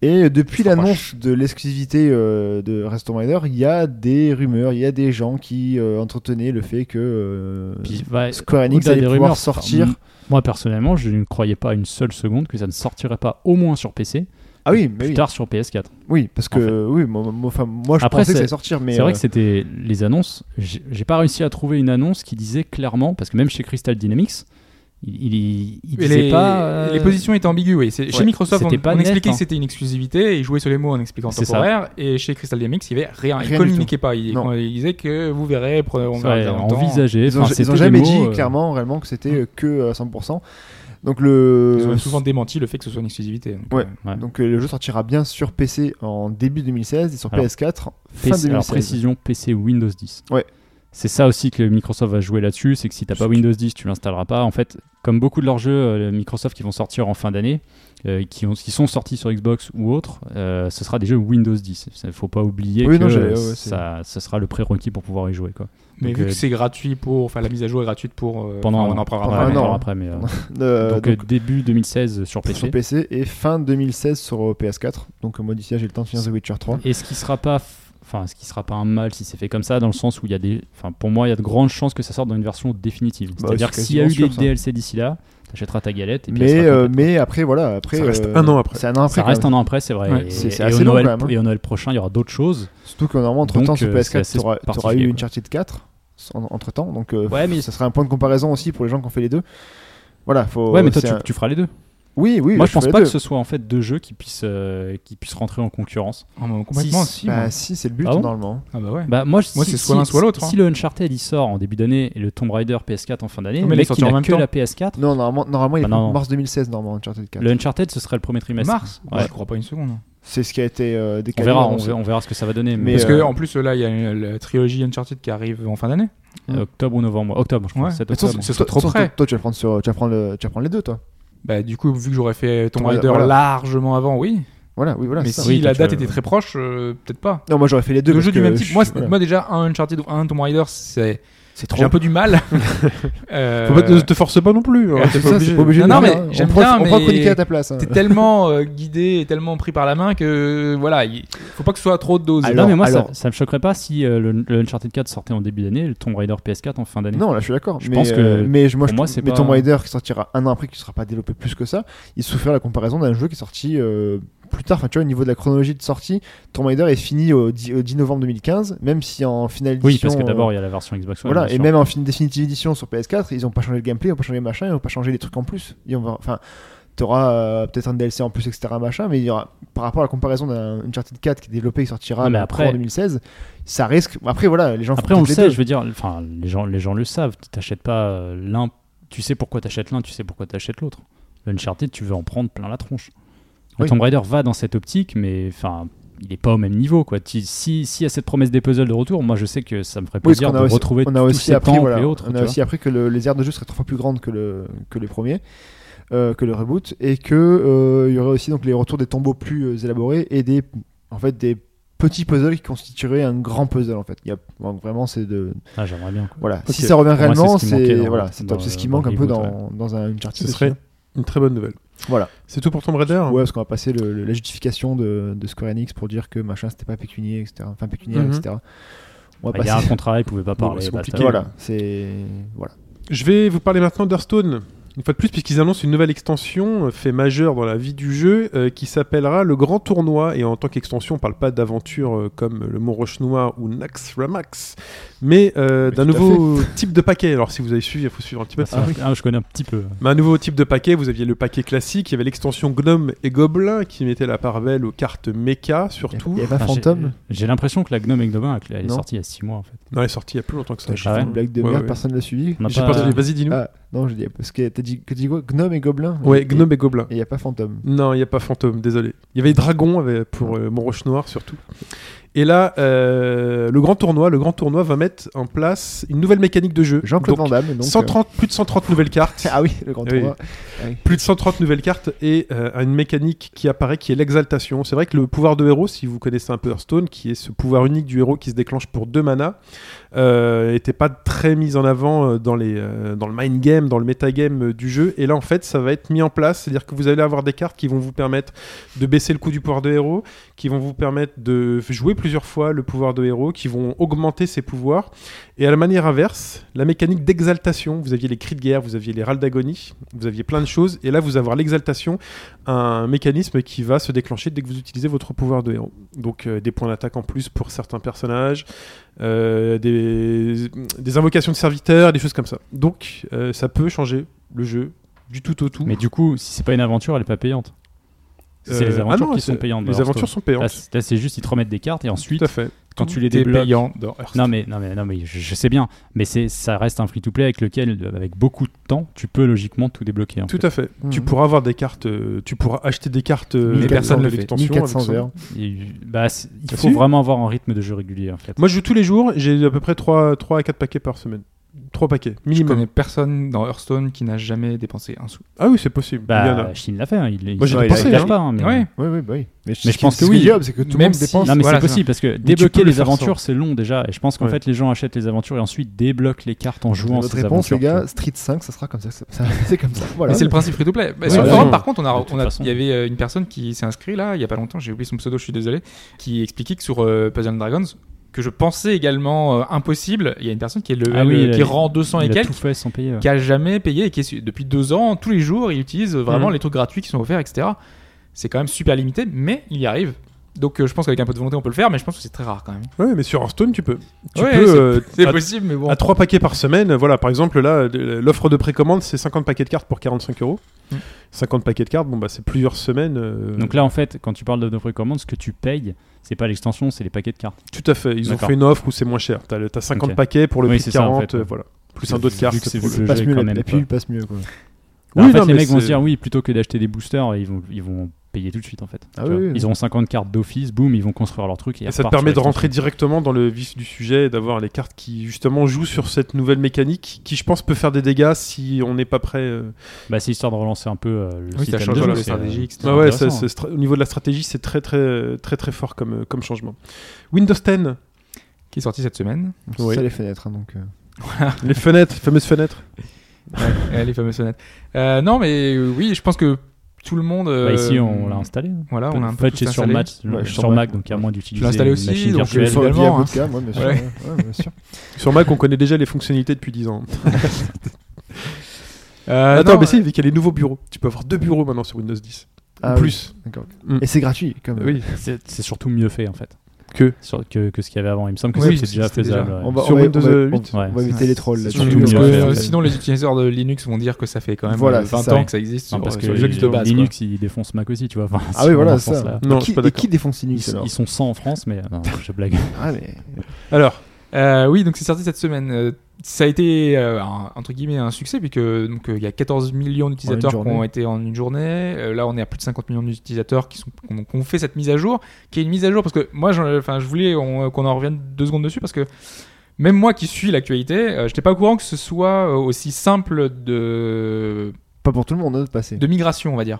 S3: Et euh, depuis l'annonce de l'exclusivité euh, de Rest Tomb Raider, il y a des rumeurs, il y a des gens qui euh, entretenaient le fait que euh,
S4: Puis, ouais,
S3: Square Enix
S4: au-delà
S3: allait
S4: des
S3: pouvoir
S4: rumeurs,
S3: sortir.
S4: enfin, moi, personnellement, je ne croyais pas une seule seconde que ça ne sortirait pas au moins sur PC,
S3: ah oui, mais
S4: plus
S3: oui.
S4: tard sur PS4.
S3: oui, parce que
S4: en fait.
S3: oui, moi, moi, enfin, moi, je
S4: Après,
S3: pensais que ça
S4: c'est-
S3: allait sortir, mais
S4: C'est vrai
S3: euh,
S4: que c'était les annonces. J'ai j'ai pas réussi à trouver une annonce qui disait clairement, parce que même chez Crystal Dynamics, il, il, il
S5: Et
S4: disait
S5: les,
S4: pas. euh,
S5: les positions étaient ambiguës. oui. C'est- Chez
S4: ouais,
S5: Microsoft, on,
S4: c'était pas
S5: on
S4: net,
S5: expliquait
S4: hein.
S5: que c'était une exclusivité et ils jouaient sur les mots en expliquant
S4: C'est ça.
S5: temporaire. Et chez Crystal Dynamics, il y avait rien. Ils
S3: Rien du
S5: communiquaient pas. Ils,
S3: Non.
S5: ils disaient que vous verrez, prenez- on
S4: c'est
S5: verra
S4: vrai,
S5: dans longtemps.
S4: envisagées.
S3: ils ont,
S4: enfin,
S3: ils ont
S4: c'était
S3: jamais
S4: des mots,
S3: dit
S4: euh, Mm.
S3: clairement réellement que c'était euh, que à 100%. Donc le
S5: Ils ont souvent démenti le fait que ce soit une exclusivité. Donc,
S3: Ouais.
S5: euh,
S4: Ouais.
S3: Donc euh, le jeu sortira bien sur PC en début 2016 et sur
S4: Alors,
S3: PS4 fin
S4: PC, alors
S3: 2016.
S4: précision PC Windows 10.
S3: Ouais.
S4: C'est ça aussi que Microsoft va jouer là-dessus, c'est que si t'as pas Windows 10, tu l'installeras pas. En fait, comme beaucoup de leurs jeux euh, Microsoft qui vont sortir en fin d'année, euh, qui, ont- qui sont sortis sur Xbox ou autre, euh, ce sera des jeux Windows 10. Il faut pas oublier
S3: Oui,
S4: que
S3: non, j'allais-
S4: euh,
S3: ouais, ouais, c'est-
S4: ça, ça sera le prérequis pour pouvoir y jouer. Quoi.
S5: Mais
S4: Donc,
S5: vu que
S4: euh,
S5: c'est gratuit pour. Enfin, la mise à jour est gratuite pour. euh,
S4: pendant
S5: enfin, on en
S4: ouais,
S5: parlera
S3: pendant
S4: on en
S3: un
S5: après.
S3: an.
S4: parlera après, mais, euh,
S3: Euh,
S4: donc, euh, début 2016 sur PC.
S3: sur PC et fin 2016 sur euh, PS4. Donc euh, moi d'ici là j'ai le temps de finir The Witcher 3.
S4: Et ce qui sera pas, f- enfin, ce qui sera pas un mal si c'est fait comme ça, dans le sens où il y a des, enfin, pour moi, il y a de grandes chances que ça sorte dans une version définitive. C'est-à-dire
S3: c'est
S4: que s'il y a eu
S3: quasiment
S4: des
S3: sûr, ça.
S4: DLC d'ici là, t'achèteras ta galette. Et puis elle
S3: Mais,
S4: sera
S3: euh,
S4: complète.
S3: mais après voilà, après
S2: Ça reste
S3: euh,
S2: un an après.
S3: C'est un an après.
S4: ça reste
S3: quand
S4: un an après, c'est vrai.
S3: Ouais,
S4: et,
S3: c'est- c'est
S4: et
S3: assez
S4: au
S3: long,
S4: Noël,
S3: quand même, hein.
S4: et au Noël prochain, il y aura d'autres choses.
S3: même. Surtout que normalement entre temps
S4: Donc,
S3: sur
S4: euh,
S3: PS4
S4: c'est
S3: t'auras
S4: assez
S3: t'auras eu
S4: particulier,
S3: Uncharted 4 entre temps. Donc euh,
S4: Ouais, mais
S3: ça serait un point de comparaison aussi pour les gens qui ont fait les deux. Voilà, faut.
S4: ouais, mais toi,
S3: Oh, c'est
S4: tu,
S3: un-
S4: tu feras les deux.
S3: Oui, oui.
S4: moi,
S3: là,
S4: je pense
S3: ferai
S4: pas
S3: les
S4: que
S3: deux.
S4: ce soit en fait deux jeux qui puissent, euh, qui puissent rentrer en concurrence.
S5: Ah, mais complètement,
S4: Si,
S5: si. moi.
S3: Bah si, c'est le but
S4: Ah bon
S3: normalement.
S5: Ah, bah ouais.
S4: Bah, moi,
S5: Moi,
S4: si-
S5: c'est soit
S4: si-
S5: l'un, soit l'autre,
S4: Si,
S5: hein.
S4: le Uncharted il sort en début d'année et le Tomb Raider PS4 en fin d'année,
S5: Non,
S4: le
S5: mais il est
S4: mec
S5: sorti
S4: qui
S5: en
S4: n'a
S5: même
S4: que
S5: temps.
S4: la PS4,
S3: Non, normalement, normalement il est
S4: Bah, non.
S3: mars 2016 normalement Uncharted 4.
S4: le Uncharted ce serait le premier trimestre.
S5: Mars
S4: bah, Ouais.
S5: Je crois pas une seconde. hein.
S3: C'est ce qui a été euh,
S4: On
S3: décalé.
S4: verra, on,
S3: annoncé.
S4: ver- on verra ce que ça va donner.
S3: Mais,
S4: mais-
S5: Parce
S3: euh,
S5: que, en plus, là, il y a une- la trilogie Uncharted qui arrive en fin d'année.
S4: Euh, Octobre ou novembre, moi. octobre, je crois.
S5: Ouais.
S4: 7
S3: Mais de toute façon,
S4: octobre.
S5: Ce serait trop
S3: toi- toi-
S5: près.
S3: Toi, tu vas prendre sur, tu vas prendre, le- tu vas prendre les deux, toi.
S5: Bah, du coup, vu que j'aurais fait Tomb
S3: Tomb Raider,
S5: Raider
S3: voilà.
S5: largement avant, oui.
S3: Voilà, oui, voilà.
S5: mais
S3: Ah, c'est
S5: si
S3: ça.
S4: Oui,
S5: la
S4: toi, tu
S5: date
S4: as-
S5: était très proche, euh, peut-être pas.
S3: Non, moi j'aurais fait les deux.
S5: Deux
S3: parce
S5: jeux du
S3: que
S5: même type.
S3: je-
S5: moi, c'est-
S3: voilà.
S5: moi, déjà, un Uncharted ou un Tomb Raider, c'est.
S3: c'est
S5: J'ai
S3: trop.
S5: un peu du mal. Euh,
S2: Faut pas te, te force pas non plus. hein,
S3: C'est
S2: t'es pas
S3: ça,
S2: obligé.
S3: c'est pas obligé
S5: Non,
S3: de
S5: non,
S3: le faire,
S5: mais
S3: hein.
S5: j'aime
S3: on prend,
S5: bien,
S3: on prend
S5: mais-
S3: chroniquer à ta place. hein.
S5: T'es tellement euh, guidé et tellement pris par la main que voilà, il faut pas que ce soit trop de doses.
S4: Ah, non,
S3: Alors-
S4: mais moi, ça,
S3: alors-
S4: ça me choquerait pas si euh, le, le Uncharted 4 sortait en début d'année et le Tomb Raider PS4 en fin d'année.
S3: Non, là je suis d'accord.
S4: Je
S3: mais,
S4: pense que
S3: euh, mais je- moi,
S4: pour
S3: je-
S4: moi, c'est
S3: mais
S4: pas-
S3: Tomb Raider qui sortira un an après, qui sera pas développé plus que ça, il souffrira la comparaison d'un jeu qui est sorti euh, plus tard. Enfin, tu vois, au niveau de la chronologie de sortie, Tomb Raider est fini au 10, au 10 novembre 2015, même si en finale
S4: Oui,
S3: édition,
S4: parce que
S3: euh,
S4: d'abord, il y a la version Xbox One.
S3: voilà,
S4: bien
S3: et
S4: sûr.
S3: même en fin définitive édition sur PS4, ils ont pas changé le gameplay, ils ont pas changé les machins, ils ont pas changé les trucs en plus. Ils ont- enfin, t'auras euh, peut-être un DLC en plus, etc. Machin, mais il y aura, par rapport à la comparaison d'un Uncharted 4 qui est développé, qui sortira
S4: Ouais, mais
S3: en
S4: après-
S3: courant 2016, ça risque. Après, voilà, les gens. font
S4: Après, on le
S3: peut-être Hein, les
S4: sait,
S3: deux.
S4: je veux dire, enfin, les gens, les gens le savent. Tu t'achètes pas euh, l'un, tu sais pourquoi t'achètes l'un, tu sais pourquoi t'achètes l'autre. Le Uncharted, tu veux en prendre plein la tronche. Le
S3: Oui.
S4: Tomb Raider va dans cette optique, mais enfin. Il est pas au même niveau. Quoi. Tu- Si, si y a cette promesse des puzzles de retour, moi je sais que ça me ferait
S3: Oui, parce
S4: plaisir
S3: qu'on
S4: de
S3: a aussi-
S4: retrouver
S3: on a
S4: tous
S3: aussi
S4: ces
S3: appris,
S4: temples
S3: voilà,
S4: et autres.
S3: On
S4: tu
S3: a
S4: vois.
S3: aussi appris que le, les aires de jeu seraient trois fois plus grandes que le, que les premiers, euh, que le reboot, et que euh, il y aurait aussi donc les retours des tombeaux plus euh, élaborés et des en fait des petits puzzles qui constitueraient un grand puzzle en fait. Il y a bon, vraiment c'est de
S4: Ah, j'aimerais bien. quoi.
S3: voilà. Si
S4: Ok.
S3: ça revient
S4: Pour moi, c'est
S3: réellement,
S4: ce qui manquait
S3: c'est
S4: dans-
S3: voilà, c'est
S4: dans
S3: top, c'est ce
S4: le-
S3: qui
S4: dans
S3: manque
S4: le
S3: un peu
S4: reboot,
S3: dans, dans un Uncharted.
S2: Ce serait une très bonne nouvelle.
S3: Voilà.
S2: C'est tout pour Tomb Raider
S3: Ouais, parce qu'on va passer le- le- la justification de, de Square Enix pour dire que machin c'était pas pécunier, etc. Enfin pécuniaire,
S2: Mhm.
S3: etc. On va
S4: Bah, Ah, Il y a un
S3: passer.
S4: contrat, il pouvait pas
S2: Bon,
S4: parler.
S2: c'est
S4: basta.
S2: compliqué.
S3: Voilà, c'est voilà.
S2: Je vais vous parler maintenant d'Hearthstone. Une fois de plus, puisqu'ils annoncent une nouvelle extension, euh, fait majeur dans la vie du jeu, euh, qui s'appellera le Grand Tournoi. Et en tant qu'extension, on parle pas d'aventure euh, comme le Mont Roche Noir ou Nax Ramax, mais euh, d'un
S3: tout à
S2: nouveau type de paquet. Alors si vous avez suivi, il faut suivre un petit peu.
S4: Ah, je connais un petit peu.
S2: Mais un nouveau type de paquet, vous aviez le paquet classique, il y avait l'extension Gnome et Gobelin qui mettait la part belle aux cartes méca surtout.
S3: Il y a pas
S4: Enfin, j'ai-
S3: Phantom.
S4: J'ai l'impression que la Gnome et Gnomin, elle est
S3: Non.
S4: sortie il y a 6 mois en fait.
S2: Non, elle est sortie il y a plus longtemps que ça.
S3: Putain, J'ai
S4: Ah
S3: fait
S4: ouais
S3: une blague de
S2: Ouais,
S3: merde,
S2: ouais.
S3: personne l'a suivi.
S4: On n'a
S2: J'ai
S4: pas-
S2: pas entendu. Vas-y, dis-nous.
S3: Ah, non, je dis parce que t'as dit, que tu dis quoi Gnome et gobelin
S2: ouais, Gnome et Gobelin.
S3: Et il n'y a pas fantôme.
S2: Non, il n'y a pas fantôme, désolé. Il y avait Dragon avec- pour euh, Mon Roche Noir surtout. Et là, euh, le grand tournoi, le grand tournoi va mettre en place une nouvelle mécanique de jeu.
S3: Jean-Claude
S2: Donc,
S3: Van Damme. Donc,
S2: 130, plus de 130 nouvelles cartes.
S3: euh, Ah oui, le grand
S2: Oui.
S3: tournoi.
S2: Plus de 130 nouvelles cartes et euh, une mécanique qui apparaît qui est l'exaltation. C'est vrai que le pouvoir de héros, si vous connaissez un peu Hearthstone, qui est ce pouvoir unique du héros qui se déclenche pour deux mana, euh, était pas très mis en avant euh, dans, les, euh, dans le mind game, dans le metagame euh, du jeu. Et là, en fait, ça va être mis en place. C'est-à-dire que vous allez avoir des cartes qui vont vous permettre de baisser le coût du pouvoir de héros, qui vont vous permettre de jouer plusieurs fois le pouvoir de héros, qui vont augmenter ses pouvoirs. Et à la manière inverse, la mécanique d'exaltation, vous aviez les cris de guerre, vous aviez les râles d'agonie, vous aviez plein de choses, et là vous avez l'exaltation, un mécanisme qui va se déclencher dès que vous utilisez votre pouvoir de héros. Donc euh, des points d'attaque en plus pour certains personnages, euh, des, des invocations de serviteurs, des choses comme ça. Donc euh, ça peut changer le jeu du tout au tout.
S4: Mais du coup, si c'est pas une aventure, elle est pas payante. C'est
S2: Euh,
S4: les aventures
S2: ah non,
S4: qui
S2: c'est-
S4: sont payantes.
S2: Les
S4: dans
S2: aventures
S4: Hearthstone.
S2: sont payantes.
S4: Là, c'est- Là, c'est juste ils te remettent des cartes et
S2: tout
S4: ensuite
S2: à fait.
S4: quand tu les
S5: Tout est
S4: débloques.
S5: payant dans Hearthstone.
S4: Non mais non mais non mais je, je sais bien, mais c'est ça reste un free to play avec lequel euh, avec beaucoup de temps tu peux logiquement tout débloquer. en
S2: Tout
S4: fait.
S2: à fait.
S3: Mhm.
S2: Tu pourras avoir des cartes, euh, tu pourras acheter des cartes. euh,
S5: Mais personne
S2: de
S5: le fait.
S2: l'extension avec
S3: 1400
S2: ça.
S3: heures.
S4: Et, bah, c'est- il
S2: Ah,
S4: faut
S2: si.
S4: vraiment avoir un rythme de jeu régulier en fait.
S2: Moi, je joue tous les jours. J'ai à peu près 3, 3 à 4 paquets par semaine. 3 paquets
S5: Je
S2: minimum.
S5: connais personne dans Hearthstone qui n'a jamais dépensé un sou.
S2: Ah oui, c'est possible. Il y en a.
S4: bah, Chine l'a fait. hein, Il, il-
S2: Moi, j'ai
S4: il-
S2: dépensé,
S4: il cache
S2: hein.
S4: pas, hein, mais-
S5: Ouais.
S3: Oui, oui, bah oui. Mais,
S4: je pense que
S3: ce
S4: oui.
S3: est job, c'est que tout le
S5: Même
S3: monde
S5: si-
S3: dépense.
S4: Non mais
S5: Voilà,
S4: c'est
S5: c'est
S4: possible parce que
S2: tu
S4: débloquer
S2: peux le
S4: les
S2: faire sans.
S4: aventures c'est long déjà et je pense qu'en
S2: Ouais.
S4: fait les gens achètent les aventures et ensuite débloquent les cartes en jouant à
S3: Votre
S4: ces
S3: réponse,
S4: aventures.
S3: les gars, Street 5, ça sera comme ça. ça- ça- C'est comme ça. Voilà.
S5: Mais c'est le principe free to play. Bah,
S2: Ouais,
S5: sur le
S2: ouais,
S5: forum,
S2: ouais.
S5: par contre, on a,
S4: De toute
S5: on a-
S4: façon.
S5: il y avait euh, une personne qui s'est inscrite là, il y a pas longtemps, j'ai oublié son pseudo, je suis désolé, qui expliquait que sur euh, Puzzle and Dragons, que je pensais également euh, impossible, il y a une personne qui, est level,
S4: Ah oui,
S5: euh,
S4: il a-
S5: qui rend 200 et
S4: Il a tout
S5: quelques,
S4: fait sans payer. euh. ouais.
S5: qui a jamais payé et qui est su- depuis deux ans, tous les jours, il utilise vraiment
S4: Mm.
S2: Mhm.
S5: les trucs gratuits qui sont offerts, etc. C'est quand même super limité, mais il y arrive. Donc euh, je pense qu'avec un peu de volonté, on peut le faire, mais je pense que c'est très rare quand même.
S2: Ouais, mais sur Hearthstone, tu peux. Tu
S5: Ouais,
S2: peux. euh,
S5: C'est
S2: à-
S5: possible, mais bon.
S2: à 3 paquets par semaine, voilà, par exemple, là, de- l'offre de précommande, c'est 50 paquets de cartes pour 45 euros.
S5: Mm.
S2: 50 paquets de cartes, bon, bah, c'est plusieurs semaines. euh,
S4: Donc là en fait quand tu parles de, de précommande ce que tu payes c'est pas l'extension c'est les paquets de cartes.
S2: tout à fait. Ils ont
S4: D'accord.
S2: fait une offre où c'est moins cher. T'as, le- t'as 50
S4: Ok.
S2: paquets pour le
S4: Oui,
S2: prix
S4: c'est
S2: de
S4: ça, en
S2: 40,
S4: fait, ouais.
S2: euh, voilà. Plus
S4: C'est-
S2: un dos de
S4: vu
S2: cartes.
S4: que c'est
S2: pour
S4: vu
S2: le-
S4: que
S3: passe
S4: jeu est
S3: mieux,
S4: quand
S3: la,
S4: même
S3: la
S4: pas-
S3: pilule passe mieux. Quoi.
S4: Alors,
S2: Oui,
S4: en fait,
S2: non,
S4: les
S2: mais
S4: mecs vont se
S2: c'est-
S4: dire oui, plutôt que d'acheter des boosters, ils vont, ils vont payer tout de suite en fait.
S3: Ah
S4: Tu
S3: oui,
S4: vois.
S3: oui.
S4: Ils auront 50 cartes d'office, boum, ils vont construire leur truc. Et,
S2: Et ça te
S4: repartent
S2: permet de
S4: sur
S2: rentrer directement dans le vif du sujet et d'avoir les cartes qui justement jouent sur cette nouvelle mécanique qui je pense peut faire des dégâts si on n'est pas prêt. euh.
S4: l'extension. Bah, c'est histoire de relancer un peu euh, le
S5: Oui, ça
S4: système
S5: change
S4: de
S2: voilà,
S4: jeu,
S5: les
S4: c'est, euh,
S5: stratégies, etc.
S4: c'est
S2: Ah ouais, ça,
S4: intéressant. hein.
S2: c'est stra- au niveau de la stratégie c'est très très euh, très très fort comme, euh, comme changement. Windows 10,
S5: Qui est sorti cette semaine.
S3: C'est
S2: Oui.
S3: ça les fenêtres. hein, donc, euh.
S2: les fenêtres, les fameuses fenêtres.
S5: Euh, les fameuses sonnettes. Euh, non, mais euh, oui, je pense que tout le monde. euh,
S4: Bah, ici, on, l'a installé. hein.
S5: Voilà, Ah, on l'a un
S4: en
S5: peu
S4: fait,
S5: tous
S4: c'est sur,
S5: installé.
S4: Mac,
S3: Ouais,
S4: sur
S3: sur
S4: Mac,
S3: Mac.
S4: donc il y a moins d'utiliser.
S5: l'as installé
S4: une
S5: aussi,
S4: machine
S5: donc,
S3: Sur
S4: virtuelle.
S5: euh,
S3: la
S5: évidemment,
S3: via
S5: hein.
S3: bootcamp, ouais, bien sûr.
S5: Ouais.
S3: ouais, ouais, bien sûr.
S2: Sur Mac on connaît déjà les fonctionnalités depuis 10 ans.
S5: Euh,
S2: Attends,
S5: non,
S2: mais si, vu qu'il y a les nouveaux bureaux, tu peux avoir deux bureaux maintenant sur Windows 10.
S3: Ah
S2: En
S3: oui, Ah
S2: plus,
S3: d'accord.
S2: Mm.
S3: Et c'est gratuit, quand même.
S2: oui.
S4: C'est- C'est surtout mieux fait en fait
S2: Que
S4: Sur- que, que ce qu'il y avait avant. Il me semble que
S5: Oui,
S4: c'est déjà
S5: c'était déjà-
S4: faisable. ouais.
S3: On va,
S2: Sur
S3: on va-
S2: Windows,
S3: on va-
S2: euh, huit.
S3: on-
S4: Ouais.
S3: on va éviter les trolls
S5: c'est
S3: là-dessus.
S5: surtout
S4: mieux
S5: parce
S4: fait,
S5: que,
S4: en
S5: euh,
S4: fait.
S5: sinon, les utilisateurs de Linux vont dire que ça fait quand même
S3: Voilà,
S5: euh,
S3: c'est
S5: 20
S3: ça,
S5: ans
S3: oui.
S5: que ça existe.
S4: Non,
S5: sur- euh,
S4: parce que
S5: sur les
S4: les-
S5: jeux de base. quoi.
S4: Linux, ils défoncent Mac aussi, tu vois. Enfin,
S3: Ah oui,
S4: dans
S3: voilà,
S4: ce
S3: c'est ça.
S4: sens-là.
S2: Non, je
S3: qui,
S2: suis pas
S3: et
S2: d'accord.
S3: qui défonce
S4: Ils,
S3: Linux alors
S4: ils sont 100 en France, mais euh, non, je blague.
S3: Ah, mais...
S2: Alors,
S5: Euh, oui, donc c'est sorti cette semaine. Euh, ça a été, euh, un- entre guillemets, un succès, puisque donc, euh, il y a 14 millions d'utilisateurs qui ont
S3: journée.
S5: été en une journée. Euh, là, on est à plus de 50 millions d'utilisateurs qui, sont- qui ont, qui ont fait cette mise à jour, qui est une mise à jour, parce que moi, j'en- enfin, je voulais on- qu'on en revienne deux secondes dessus, parce que même moi qui suis l'actualité, euh, j'étais pas au courant que ce soit euh, aussi simple de,
S3: Pas pour tout le monde, hein, de passer.
S5: de migration, on va dire.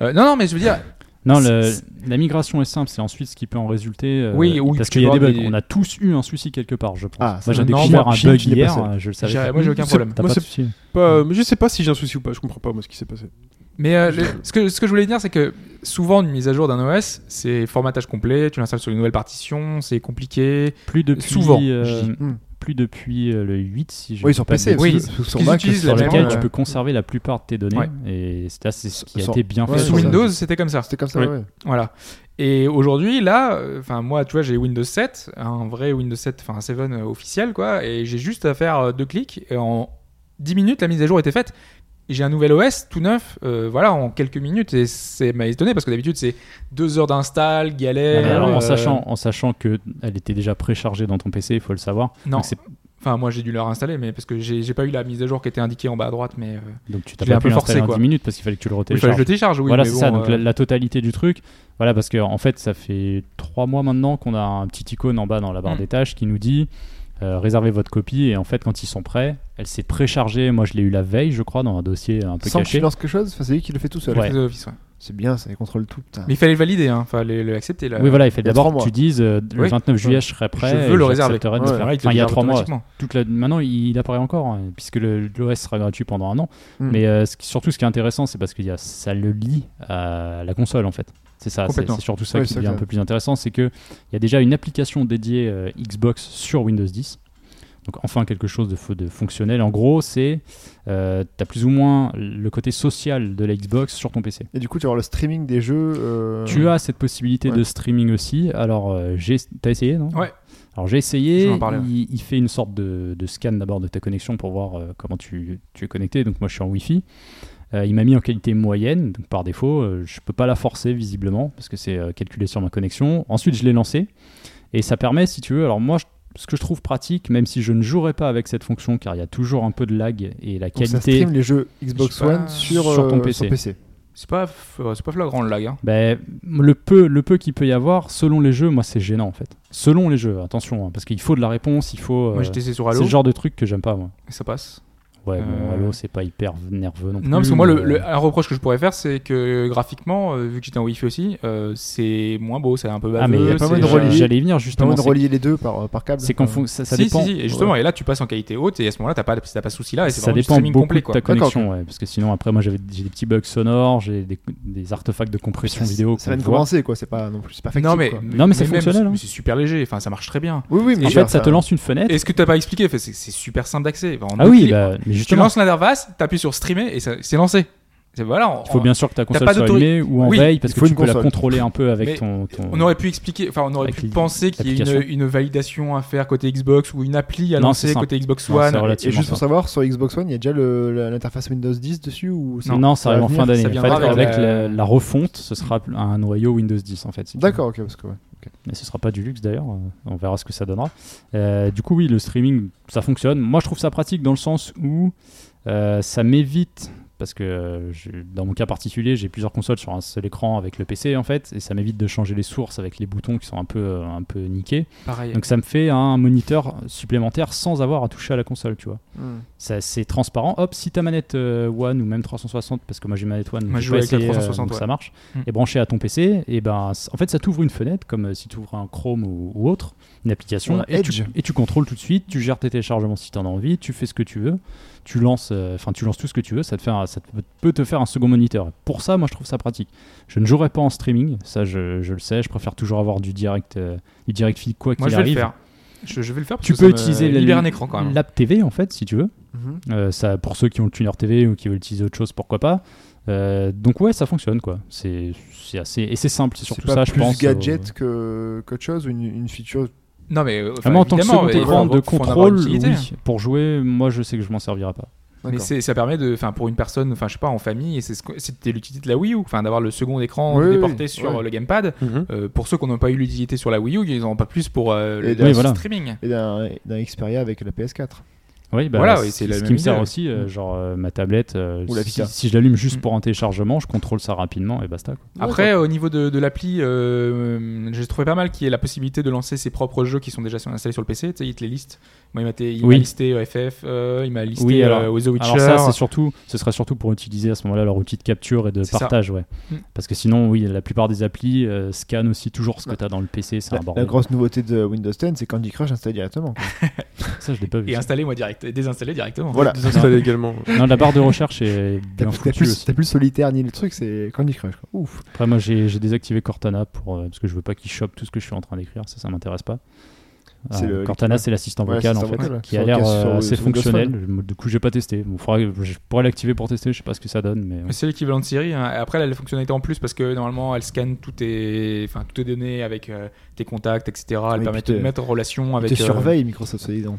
S5: Euh, non, non, mais je veux dire,
S4: Non,
S5: C'est-
S4: le-
S5: c'est-
S4: la migration est simple, c'est ensuite ce qui peut en résulter. euh,
S5: Oui, oui,
S4: parce
S5: tu
S4: qu'il y a
S5: peux
S4: des bugs.
S5: avoir des-
S4: On a tous eu un souci quelque part, je pense.
S3: Ah,
S4: Moi, j'ai
S5: non,
S4: découvert
S3: moi,
S4: un
S3: Chine,
S4: bug
S3: je l'ai pas
S4: hier,
S3: seul.
S4: euh, je le savais.
S5: j'ai-
S4: pas.
S5: moi j'ai aucun
S2: C'est-
S5: problème.
S4: T'as
S2: moi,
S4: pas de
S2: c'est-
S4: souci.
S2: pas- euh, je sais pas si j'ai un souci ou pas, je comprends pas moi ce qui s'est passé.
S5: Mais euh, le- ce, que, ce que je voulais dire, c'est que souvent, une mise à jour d'un OS, c'est formatage complet, tu l'installes sur une nouvelle partition, c'est compliqué.
S4: Plus depuis,
S5: Souvent,
S4: euh,
S5: je dis.
S3: Hmm.
S4: plus depuis euh, le 8, si je
S3: Oui,
S4: dis
S3: sur
S4: pas de
S3: PC.
S4: bêtises,
S5: oui,
S3: parce que sur
S5: qu'ils
S3: Mac,
S5: utilisent
S4: sur
S5: la
S4: lequel
S5: même,
S4: tu
S5: euh,
S4: peux conserver la plupart de tes données.
S5: Ouais.
S4: Et c'est là, c'est ce qui a
S3: Sur-
S4: été bien
S3: ouais,
S4: fait.
S5: Sous
S4: sur
S3: ça.
S5: Windows, c'était comme ça.
S3: C'était comme ça,
S2: Oui.
S3: ouais.
S5: Voilà. Et aujourd'hui, là, euh, enfin moi, tu vois, j'ai Windows 7, un vrai Windows 7, enfin un 7 euh, officiel, quoi, et j'ai juste à faire euh, deux clics, et en 10 minutes, la mise à jour était faite. J'ai un nouvel OS tout neuf, euh, voilà, en quelques minutes, et c'est m'a étonné parce que d'habitude c'est deux heures d'install,
S4: Ah,
S5: galère.
S4: mais alors,
S5: euh,
S4: en sachant, en sachant que elle était déjà préchargée dans ton PC, il faut le savoir.
S5: Non,
S4: Donc, c'est-
S5: Enfin, moi j'ai dû le réinstaller, mais parce que j'ai j'ai pas eu la mise à jour qui était indiquée en bas à droite, mais euh,
S4: donc tu t'as
S5: Je l'ai
S4: pas
S5: un
S4: pu
S5: peu forcé,
S4: l'installer en
S5: quoi.
S4: 10 minutes parce qu'il fallait que tu le
S5: il fallait que je
S4: retélécharges.
S5: le télécharge, oui.
S4: voilà,
S5: mais
S4: c'est
S5: bon,
S4: ça. Donc
S5: euh,
S4: la, la totalité du truc. Voilà, parce que en fait, ça fait trois mois maintenant qu'on a un petit icône en bas dans la barre
S5: Mm.
S4: des tâches qui nous dit euh, réservez votre copie. Et en fait, quand ils sont prêts, elle s'est préchargée. Moi, je l'ai eu la veille, je crois, dans un dossier un peu
S3: Sans que tu
S4: caché.
S3: lances quelque chose, enfin, c'est lui qui le fait tout seul.
S4: Ouais.
S5: Microsoft Office, ouais.
S3: C'est bien, ça il contrôle tout. putain.
S5: Mais il fallait le valider, hein. fallait le- l'accepter. Là.
S4: Oui, voilà, il fait
S3: Il y a
S4: d'abord
S3: trois
S4: que
S3: mois.
S4: tu dises euh, le
S5: Oui.
S4: 29 juillet, je serai prêt.
S5: veux
S4: et
S5: le réserver.
S4: j'accepterai de
S3: Ouais,
S4: faire-
S5: Pareil,
S4: Enfin, il y a trois mois.
S5: automatiquement.
S4: toute la- maintenant il il apparaît encore hein, puisque le- l'OS sera gratuit pendant un an
S3: Mm.
S4: mais euh, ce qui- surtout ce qui est intéressant c'est parce que y a, ça le lie à la console en fait c'est ça c'est
S5: Complètement.
S4: c'est surtout ça
S3: Oui,
S4: qui
S3: c'est
S4: devient un
S3: clair.
S4: peu plus intéressant c'est que il y a déjà une application dédiée euh, Xbox sur Windows 10 donc enfin quelque chose de, fo- de fonctionnel en gros c'est euh, t'as plus ou moins le côté social de la Xbox sur ton PC
S3: Et du coup, tu vas avoir le streaming des jeux. euh,
S4: tu as cette possibilité
S3: Ouais.
S4: de streaming aussi. Alors, euh, j'ai- t'as essayé, non
S5: Ouais.
S4: Alors, j'ai
S5: Je
S4: essayé.
S5: vais en parler, ouais.
S4: il, il fait une sorte de, de scan d'abord de ta connexion pour voir euh, comment tu, tu es connecté. Donc, moi, je suis en Wi-Fi. Euh, il m'a mis en qualité moyenne. Donc, par défaut, euh, je peux pas la forcer visiblement parce que c'est euh, calculé sur ma connexion. Ensuite, je l'ai lancé. Et ça permet, si tu veux, alors moi, je- ce que je trouve pratique, même si je ne jouerai pas avec cette fonction, car il y a toujours un peu de lag et la
S3: Donc ça
S4: qualité.
S3: stream les jeux Xbox
S5: Je sais pas,
S3: One sur,
S4: sur ton
S3: euh,
S4: PC.
S5: C'est pas, f- euh, c'est pas flagrant le lag. hein.
S4: Ben, le peu, le peu qu'il peut y avoir, selon les jeux, moi c'est gênant en fait. Selon les jeux, attention, hein, parce qu'il faut de la réponse, il faut.
S5: Moi
S4: euh,
S5: j'ai testé sur
S4: c'est
S5: Halo
S4: le genre de truc que j'aime pas moi.
S5: et ça passe.
S4: Ouais, bon,
S5: Euh.
S4: Halo c'est pas hyper nerveux non plus.
S5: Non, parce que moi, le,
S4: mais, euh,
S5: le- un reproche que je pourrais faire, c'est que graphiquement, euh, vu que j'étais en Wi-Fi aussi, euh, c'est moins beau, c'est un peu baveux.
S4: Ah mais il y a
S3: pas
S5: c'est-
S3: moyen de
S4: j'a-
S3: relier.
S4: J'allais y venir
S3: Pas
S4: justement.
S3: moyen de
S4: c'est-
S3: relier les deux par, par câble.
S4: C'est confond- ça, ça
S5: si,
S4: dépend.
S5: si, si, et justement,
S4: Ouais.
S5: et là tu passes en qualité haute, et à ce moment-là, t'as pas, t'as pas ce souci-là, et c'est
S4: Ça
S5: vraiment du
S4: dépend
S5: streaming
S4: beaucoup
S5: complet.
S4: de
S5: Quoi.
S4: ta
S3: D'accord,
S4: connexion, ouais, parce que sinon après moi j'avais j'ai des petits bugs sonores, j'ai des, des artefacts de compression
S3: Ça-
S4: vidéo.
S3: Ça
S4: qu'on
S3: vient de
S4: voit.
S3: commencer, quoi. C'est pas non plus. C'est pas factice,
S5: non, mais,
S3: quoi.
S4: Non, mais c'est
S5: même,
S4: fonctionnel, hein.
S5: C'est super léger, enfin ça marche très bien.
S3: Oui, oui, mais
S4: En
S3: genre,
S4: fait, ça te lance une fenêtre.
S5: Et ce que t'as pas expliqué, fait, c'est c'est super simple d'accès. Enfin, en
S4: Ah
S5: deux
S4: oui,
S5: clics,
S4: bah, mais
S5: Tu
S4: justement,
S5: lances l'interface, t'appuies sur streamer et ça- c'est lancé. C'est- Voilà, on,
S4: il faut bien sûr que ta console
S5: pas
S4: soit
S5: d'autori-
S4: allumée ou en
S5: Oui,
S4: veille parce
S3: il
S4: que
S3: faut
S4: tu
S3: une
S4: peux la
S3: console.
S4: contrôler un peu avec
S5: Mais
S4: ton. ton-
S5: on aurait pu expliquer, enfin on aurait
S4: Avec
S5: pu
S4: les-
S5: penser qu'il y ait une,
S4: l'application.
S5: une validation à faire côté Xbox ou une appli à
S4: Non,
S5: lancer
S4: c'est simple.
S5: côté Xbox
S4: Non, c'est
S5: One.
S4: relativement
S3: Et juste
S4: simple.
S3: pour savoir, sur Xbox One, il y a déjà le- la- l'interface Windows 10 dessus ou c'est-
S4: Non, ça
S3: va
S4: arrive en
S3: venir,
S4: fin d'année.
S5: ça
S4: En fait,
S5: viendra
S4: avec,
S5: avec la-
S4: la... la refonte, ce sera un noyau Windows 10 en fait. si tu veux.
S3: D'accord, ok, parce que ouais.
S4: Mais ce sera pas du luxe d'ailleurs, euh, on verra ce que ça donnera. Euh, du coup, oui, le streaming, ça fonctionne. Moi, je trouve ça pratique dans le sens où euh, ça m'évite, parce que euh, je- dans mon cas particulier, j'ai plusieurs consoles sur un seul écran avec le PC en fait, et ça m'évite de changer les sources avec les boutons qui sont un peu, euh, un peu niqués.
S5: Pareil.
S4: Donc ça me fait un moniteur supplémentaire sans avoir à toucher à la console, tu vois. Ça, c'est transparent. Hop, si ta manette euh, One ou même 360, parce que moi j'ai une manette One,
S5: Moi,
S4: j'ai
S5: je joue
S4: pas
S5: avec la
S4: essayé, euh,
S5: 360,
S4: donc
S5: ouais.
S4: ça marche,
S5: Mm.
S4: est branché à ton PC, et ben c- en fait ça t'ouvre une fenêtre, comme euh, si tu ouvres un Chrome ou, ou autre, une application,
S3: Ou un
S4: et tu,
S3: Edge.
S4: et tu contrôles tout de suite, tu gères tes téléchargements si t'en as envie, tu fais ce que tu veux, tu lances, euh, enfin tu lances tout ce que tu veux, ça, te fait un- ça te- peut te faire un second moniteur. Pour ça, moi je trouve ça pratique. Je ne jouerai pas en streaming, ça je, je le sais, je préfère toujours avoir du direct, euh, du direct feed quoi qu'il
S5: Moi je
S4: arrive.
S5: vais le faire. Je, je vais le faire parce
S4: Tu
S5: que
S4: peux
S5: ça me
S4: utiliser la-
S5: libère un écran quand même.
S4: L'app TV en fait, si tu veux.
S3: Mhm.
S4: Euh, ça, pour ceux qui ont le tuner TV ou qui veulent utiliser autre chose, pourquoi pas. Euh, donc ouais, ça fonctionne quoi. C'est c'est assez et c'est simple, c'est
S3: C'est
S4: surtout
S3: pas
S4: ça, je
S3: plus
S4: pense. euh,
S3: gadget que qu'autre chose ou une, une feature.
S5: Non mais euh, enfin,
S4: Vraiment, Ah, en tant que
S5: évidemment,
S4: second
S5: mais
S4: écran
S5: faut-
S4: de
S5: faut en avoir une
S4: contrôle,
S5: utilité. hein.
S4: oui. Pour jouer, moi je sais que je m'en servirai pas.
S5: Mais
S3: D'accord.
S5: c'est- ça permet de, enfin pour une personne, enfin je sais pas, en famille, et c'est ce que- c'était l'utilité de la Wii U, enfin d'avoir le second écran
S3: Oui, oui,
S5: déporté
S3: oui.
S5: sur
S3: Ouais.
S5: euh, le gamepad.
S2: Mhm.
S5: Euh, pour ceux qui n'ont pas eu l'utilité sur la Wii U, ils n'en ont pas plus pour euh, le
S3: Et
S5: le
S4: oui, voilà.
S5: streaming.
S3: Et d'un d'un Xperia avec la PS4.
S4: Oui, bah,
S5: Voilà,
S4: c'est
S5: oui, c'est la
S4: ce
S5: même
S4: qui me
S5: idée,
S4: sert
S5: ouais.
S4: aussi, euh, genre euh, ma tablette. euh,
S3: Ou la
S4: si,
S3: Vita.
S4: si je l'allume juste
S5: Mm.
S4: pour un téléchargement, je contrôle ça rapidement et basta. quoi.
S5: Après, au niveau de, de l'appli, euh, j'ai trouvé pas mal qu'il y ait la possibilité de lancer ses propres jeux qui sont déjà sur- installés sur le PC. Tu sais, il te les liste. Moi, il m'a été- il m'a
S4: Oui.
S5: listé euh, FF, euh, il m'a listé
S4: Oui, alors-
S5: euh, The Witcher.
S4: Alors ça, c'est surtout, ce serait surtout pour utiliser à ce moment-là leur outil de capture et de
S5: C'est ça.
S4: partage, ouais.
S5: Mm.
S4: Parce que sinon, oui, la plupart des applis euh, scannent aussi toujours ce que
S3: Ouais.
S4: tu as dans le PC, c'est
S3: La,
S4: un
S3: la
S4: bordel. Ah,
S3: grosse nouveauté de Windows 10, c'est Candy Crush installé directement. quoi.
S4: Ça, je l'ai pas vu.
S5: et
S4: ça.
S5: installer moi direct, et désinstaller directement.
S3: voilà.
S2: Désinstaller également.
S4: Non, la barre de recherche est bien
S3: T'as t'as
S4: foutue
S3: plus,
S4: aussi.
S3: t'as plus le solitaire ni le truc, c'est Candy Crush. Quoi. Ouf.
S4: Après, moi, j'ai j'ai désactivé Cortana pour, euh, parce que je veux pas qu'il chope tout ce que je suis en train d'écrire. Ça, ça m'intéresse pas.
S3: C'est
S4: Euh,
S3: le-
S4: Cortana, c'est l'assistant
S3: Ouais,
S4: vocal en
S3: l'assistant
S4: fait,
S3: vocal, ouais.
S4: qui
S3: Sur-
S4: a l'air
S3: sur-
S4: euh, assez
S3: sur Windows
S4: fonctionnel. Je- Du coup, j'ai pas testé. Bon, faudra- je pourrais l'activer pour tester. Je sais pas ce que ça donne, mais euh,
S5: Mais C'est l'équivalent de Siri. hein. Et Après, elle a la fonctionnalité en plus parce que normalement, elle scanne toutes tes, enfin, toutes tes données avec euh, tes contacts, etc. Elle
S3: Oui,
S5: permet de
S3: puis
S5: te
S3: te-
S5: mettre en relation avec.
S3: Te
S5: euh,
S3: surveille Microsoft, soi-disant.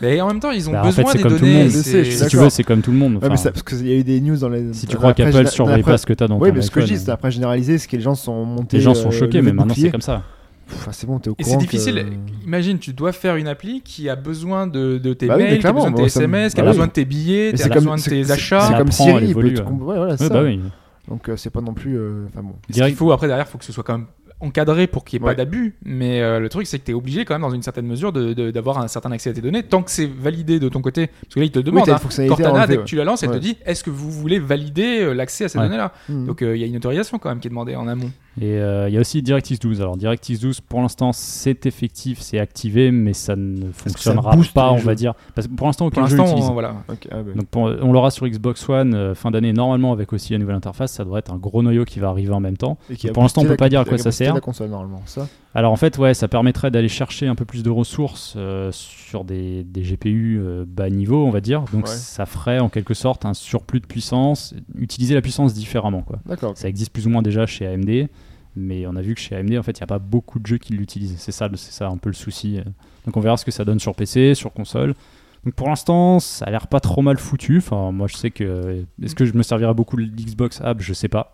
S5: Mais en même temps, ils ont
S4: Bah, en fait,
S5: besoin
S4: c'est
S5: des
S4: comme tout le
S5: données.
S4: monde.
S3: Je sais, je suis
S4: si
S5: c'est-
S4: tu
S3: d'accord.
S4: veux, c'est comme tout le monde.
S3: Ouais, mais
S4: Enfin,
S3: ça, parce qu'il y a eu des news dans les.
S4: si tu
S3: dans
S4: crois
S3: la presse
S4: qu'Apple
S3: géné-
S4: surveille
S3: dans la
S4: pas
S3: presse-
S4: ce que t'as dans
S3: Oui,
S4: ton
S3: mais ce que je
S4: iPhone,
S3: dis, c'est après généralisé, c'est que les gens sont montés.
S4: euh. les gens sont
S3: euh,
S4: choqués,
S3: levé
S4: mais
S3: de
S4: maintenant
S3: bouclier.
S4: c'est comme ça.
S3: Pff, C'est bon, t'es au
S5: Et
S3: courant.
S5: c'est
S3: que-
S5: difficile. Imagine, tu dois faire une appli qui a besoin de, de tes
S3: Bah oui, mais
S5: mails, qui a
S3: clairement,
S5: besoin de tes
S3: moi, ça me- bah
S5: SMS, qui a
S4: voilà.
S5: besoin de tes billets,
S3: Mais
S5: qui a besoin de tes achats.
S3: C'est comme
S4: Apprend,
S3: Siri, il
S4: évolue,
S3: peut
S4: ouais.
S3: tout comp- ouais, voilà, c'est
S4: Ouais,
S3: ça.
S4: bah oui.
S3: Donc euh, c'est pas non plus. euh, Enfin bon.
S5: Ce qu'il
S4: Direct.
S5: faut après derrière, faut que ce soit quand même encadré pour qu'il n'y ait
S3: Ouais.
S5: pas d'abus. Mais euh, le truc, c'est que tu es obligé quand même dans une certaine mesure de- de- d'avoir un certain accès à tes données tant que c'est validé de ton côté. Parce que là, il te
S3: Oui,
S5: demande.
S3: t'as
S5: hein.
S3: une fonctionnalité à
S5: Cortana,
S3: enlever,
S5: dès que
S3: ouais.
S5: tu la lances, elle
S3: Ouais.
S5: te dit est-ce que vous voulez valider euh, l'accès à ces
S4: Ouais.
S5: données-là
S3: Mhm.
S5: Donc euh, il y a une autorisation quand même qui est demandée en amont.
S4: Et euh, il y a aussi DirectX 12. Alors DirectX 12, pour l'instant, c'est effectif, c'est activé, mais ça ne
S3: que ça
S4: fonctionnera
S3: booste
S4: pas,
S3: les
S4: on va
S3: jeux
S4: dire. Parce que pour l'instant,
S5: Pour
S4: aucun jeu
S5: l'instant,
S4: l'utilise.
S5: on- voilà.
S3: Ok, ah, bah.
S4: Donc pour- on l'aura sur Xbox One euh, fin d'année normalement avec aussi la nouvelle interface. Ça devrait être un gros noyau qui va arriver en même temps.
S3: Et qui a
S4: pour l'instant, on
S3: boosté
S4: peut
S3: la
S4: pas dire à quoi
S3: capacité-
S4: ça
S3: la capacité
S4: sert.
S3: de La console normalement, ça.
S4: Alors en fait, ouais, ça permettrait d'aller chercher un peu plus de ressources euh, sur des, des GPU euh, bas niveau, on va dire. Donc
S3: Ouais.
S4: ça ferait en quelque sorte un surplus de puissance, utiliser la puissance différemment. Quoi.
S3: D'accord. ok.
S4: Ça existe plus ou moins déjà chez AMD, mais on a vu que chez AMD, en fait, il n'y a pas beaucoup de jeux qui l'utilisent. C'est ça, le- c'est ça un peu le souci. Donc on verra ce que ça donne sur PC, sur console. Donc pour l'instant, ça a l'air pas trop mal foutu. Enfin, moi je sais que. Est-ce que je me servirai beaucoup de l'Xbox app Je sais pas.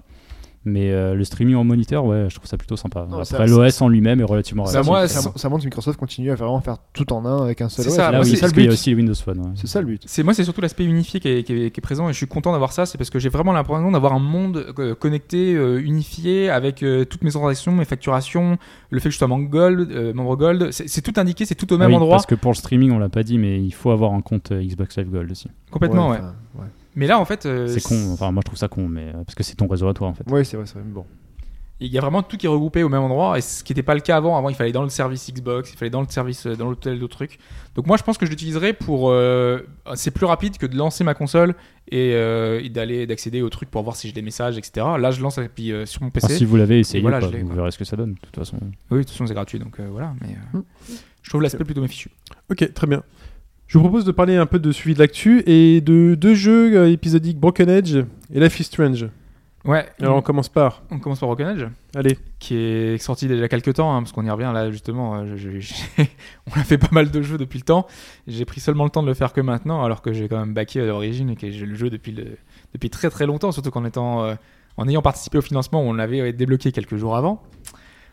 S4: Mais euh, le streaming en moniteur, ouais, je trouve ça plutôt sympa.
S3: Non, ça-
S4: Après, l'OS en lui-même est relativement
S3: Ça,
S5: Bah,
S4: réactif.
S5: moi, ça-
S3: ça, ça montre que Microsoft continue à vraiment faire tout en un avec un seul
S5: C'est
S3: OS.
S5: ça,
S4: Là,
S5: moi,
S4: oui,
S5: c'est
S3: c'est ça
S4: parce
S3: le
S4: qu'il y a
S3: but.
S4: aussi les Windows Phone. ouais.
S3: C'est ça le but.
S5: C'est moi, c'est surtout l'aspect unifié qui est, qui est- qui est présent et je suis content d'avoir ça. C'est parce que j'ai vraiment l'impression d'avoir un monde euh, connecté, euh, unifié, avec euh, toutes mes transactions, mes facturations, le fait que je sois membre Gold, euh, membre Gold. C'est c'est tout indiqué, c'est tout au
S4: Ah
S5: même
S4: oui,
S5: endroit,
S4: Parce que pour le streaming, on l'a pas dit, mais il faut avoir un compte euh, Xbox Live Gold aussi.
S5: complètement. Ouais,
S3: enfin, ouais.
S5: Mais là, en fait, euh,
S4: c'est con, hein. enfin moi je trouve ça con, mais euh, parce que c'est ton réseau à toi en fait.
S3: Ouais, c'est vrai, c'est vrai. mais Bon.
S5: Il y a vraiment tout qui est regroupé au même endroit, et ce qui n'était pas le cas avant. Avant, il fallait dans le service Xbox, il fallait dans le service, euh, dans l'hôtel d'autres trucs. Donc moi, je pense que je l'utiliserai pour. euh, c'est plus rapide que de lancer ma console et, euh, et d'aller d'accéder aux trucs pour voir si j'ai des messages, etc. Là, je lance et puis euh, sur mon PC.
S4: Enfin, si vous l'avez essayé,
S5: voilà,
S4: quoi,
S5: je l'ai,
S4: vous
S5: quoi.
S4: verrez ce que ça donne. De toute façon,
S5: Oui, de toute façon, c'est gratuit, donc euh, voilà. Mais euh,
S3: Mm.
S5: je trouve l'aspect plutôt méfichu.
S2: Ok, très bien. Je vous propose de parler un peu de suivi de l'actu et de deux jeux euh, épisodiques Broken Edge et Life is Strange.
S5: Ouais.
S2: Alors on commence par.
S5: on commence par Broken Edge,
S2: Allez,
S5: qui est sorti déjà quelques temps, hein, parce qu'on y revient là justement. euh, je- je- j'ai- on a fait pas mal de jeux depuis le temps. J'ai pris seulement le temps de le faire que maintenant, alors que j'ai quand même backé à l'origine et que j'ai le jeu depuis le- depuis très très longtemps, surtout qu'en étant euh, en ayant participé au financement, on l'avait euh, débloqué quelques jours avant.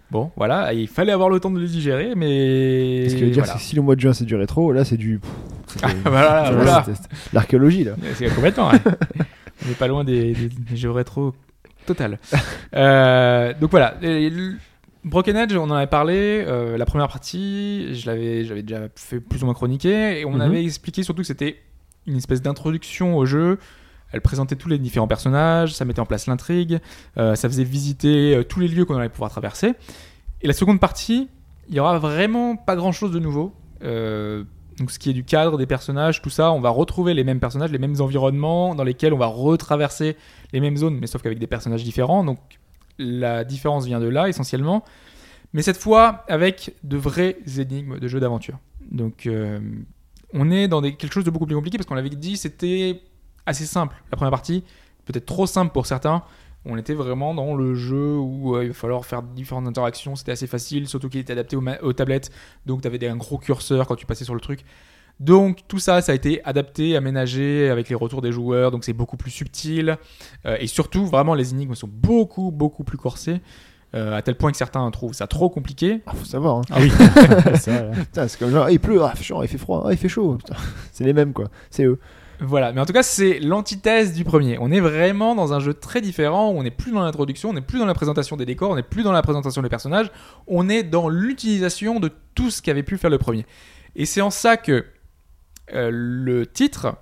S5: Bon, voilà, il fallait avoir le temps de le digérer, mais
S3: Ce qui veut dire,
S5: voilà.
S3: c'est que si le mois de juin c'est du rétro, là c'est du. pff, c'est-
S5: voilà,
S3: tu vois,
S5: voilà.
S3: c'est- c'est- L'archéologie là.
S5: Ouais, C'est complètement, ouais. On est pas loin des, des- des jeux rétro total. Euh, donc voilà. Et le- Broken Edge, on en avait parlé. euh, la première partie, je l'avais, j'avais déjà fait plus ou moins chroniquer. Et on
S2: Mhm.
S5: avait expliqué surtout que c'était une espèce d'introduction au jeu. Elle présentait tous les différents personnages, ça mettait en place l'intrigue, euh, ça faisait visiter euh, tous les lieux qu'on allait pouvoir traverser. Et la seconde partie, il y aura vraiment pas grand chose de nouveau. Euh, donc ce qui est du cadre, des personnages, tout ça, on va retrouver les mêmes personnages, les mêmes environnements dans lesquels on va retraverser les mêmes zones, mais sauf qu'avec des personnages différents. Donc la différence vient de là essentiellement. Mais cette fois avec de vraies énigmes de jeux d'aventure. Donc euh, on est dans des- quelque chose de beaucoup plus compliqué parce qu'on l'avait dit, c'était assez simple la première partie, peut-être trop simple pour certains. On était vraiment dans le jeu où euh, il va falloir faire différentes interactions, c'était assez facile, surtout qu'il était adapté aux, ma- aux tablettes, donc tu avais un gros curseur quand tu passais sur le truc. Donc tout ça, ça a été adapté, aménagé avec les retours des joueurs, donc c'est beaucoup plus subtil. Euh, et surtout, vraiment, les énigmes sont beaucoup, beaucoup plus corsées, euh, à tel point que certains trouvent ça trop compliqué.
S3: Ah, faut savoir. hein.
S4: ça, ouais.
S3: Putain, c'est comme genre, ah, il pleut, ah, chiant, il fait froid, ah, il fait chaud. Putain, C'est les mêmes quoi. C'est eux.
S5: Voilà, mais en tout cas, c'est l'antithèse du premier. On est vraiment dans un jeu très différent, où on n'est plus dans l'introduction, on n'est plus dans la présentation des décors, on n'est plus dans la présentation des personnages, on est dans l'utilisation de tout ce qu'avait pu faire le premier. Et c'est en ça que euh, le titre,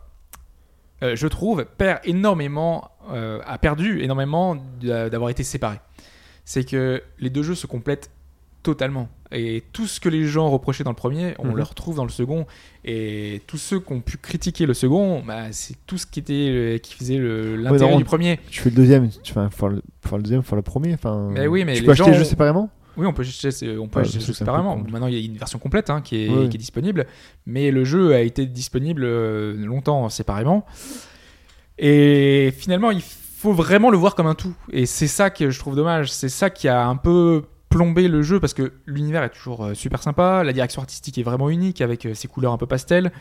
S5: euh, je trouve, perd énormément, euh, a perdu énormément d'a- d'avoir été séparé. C'est que les deux jeux se complètent totalement. Et tout ce que les gens reprochaient dans le premier, on
S2: Mhm.
S5: le retrouve dans le second. Et tous ceux qui ont pu critiquer le second, bah, c'est tout ce qui, était, euh, qui faisait le- l'intérêt
S3: non,
S5: du premier.
S3: Tu fais le deuxième, tu fais enfin, le, enfin, le deuxième, enfin le premier. Enfin,
S5: Mais oui, mais
S3: tu
S5: les
S3: peux acheter
S5: gens
S3: le jeu
S5: ont-
S3: séparément
S5: Oui, on peut acheter, ce- on peut
S3: Ouais,
S5: acheter ce
S3: parce que Ah, c'est un peu
S5: séparément.
S3: con.
S5: Maintenant, il y a une version complète hein, qui, est,
S3: Ouais.
S5: qui est disponible, mais le jeu a été disponible euh, longtemps séparément. Et finalement, il faut vraiment le voir comme un tout. Et c'est ça que je trouve dommage. C'est ça qui a un peu plombé le jeu parce que l'univers est toujours euh, super sympa, la direction artistique est vraiment unique avec euh, ses couleurs un peu pastel.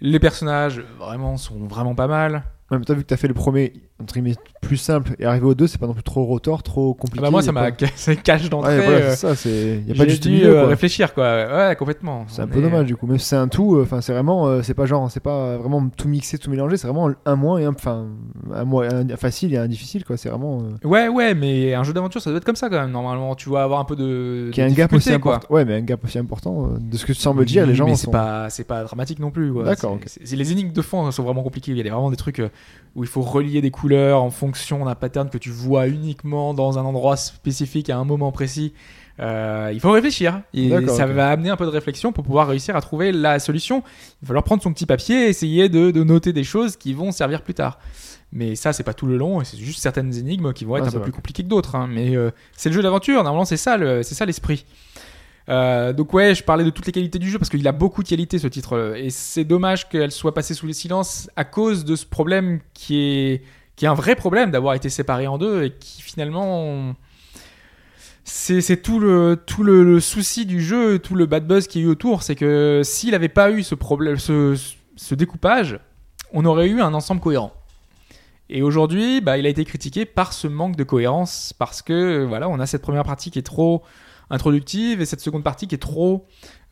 S5: Les personnages vraiment sont vraiment pas mal. Ah
S3: Ouais, mais toi, vu que t'as fait le premier, entre guillemets, plus simple, et arriver au deux, c'est pas non plus trop retors, trop
S5: Ah
S3: compliqué.
S5: bah moi ça
S3: y a
S5: m'a
S3: pas-
S5: ça cache d'entrée.
S3: Ouais, voilà,
S5: euh,
S3: c'est ça, c'est. Y a pas
S5: j'ai
S3: juste
S5: dû,
S3: milieu.
S5: euh,
S3: quoi.
S5: réfléchir quoi. Ouais, complètement.
S3: C'est un
S5: On
S3: peu
S5: est- euh,
S3: dommage du coup, mais c'est un tout. Enfin, c'est vraiment, euh, c'est pas genre, c'est pas vraiment tout mixé, tout mélangé. C'est vraiment un moins et un, enfin, un moins un facile et un difficile quoi. C'est vraiment euh,
S5: Ouais, ouais, mais un jeu d'aventure, ça doit être comme ça quand même. Normalement, tu vas avoir un peu de.
S3: qu'il y
S5: de
S3: a un gap aussi
S5: difficulté, quoi.
S3: important. Ouais, mais un gap aussi important euh, de ce que tu sembles dire. Les gens
S5: Mais c'est
S3: sont
S5: pas, c'est pas dramatique non plus. quoi.
S3: D'accord,
S5: C'est- c'est- Les énigmes de fond sont vraiment compliquées. Il y a des- vraiment des trucs euh, où il faut relier des couleurs en fonction d'un pattern que tu vois uniquement dans un endroit spécifique à un moment précis. Euh, il faut réfléchir. Et
S3: D'accord,
S5: ça
S3: ok.
S5: va amener un peu de réflexion pour pouvoir réussir à trouver la solution. Il va falloir prendre son petit papier et essayer de, de noter des choses qui vont servir plus tard. Mais ça, c'est pas tout le long, et c'est juste certaines énigmes qui vont être
S3: Ah,
S5: un
S3: c'est
S5: peu
S3: vrai.
S5: plus compliquées que d'autres. hein. Mais euh, c'est le jeu d'aventure, normalement, c'est ça le- c'est ça l'esprit. Euh, donc ouais, je parlais de toutes les qualités du jeu parce qu'il a beaucoup de qualités ce titre euh, et c'est dommage qu'elle soit passée sous le silence à cause de ce problème qui est qui est un vrai problème d'avoir été séparé en deux et qui finalement c'est c'est tout le tout le, le souci du jeu, tout le bad buzz qu'il y a eu autour, c'est que s'il avait pas eu ce problème ce, ce découpage, on aurait eu un ensemble cohérent. Et aujourd'hui, bah, il a été critiqué par ce manque de cohérence parce que voilà, on a cette première partie qui est trop introductive et cette seconde partie qui est trop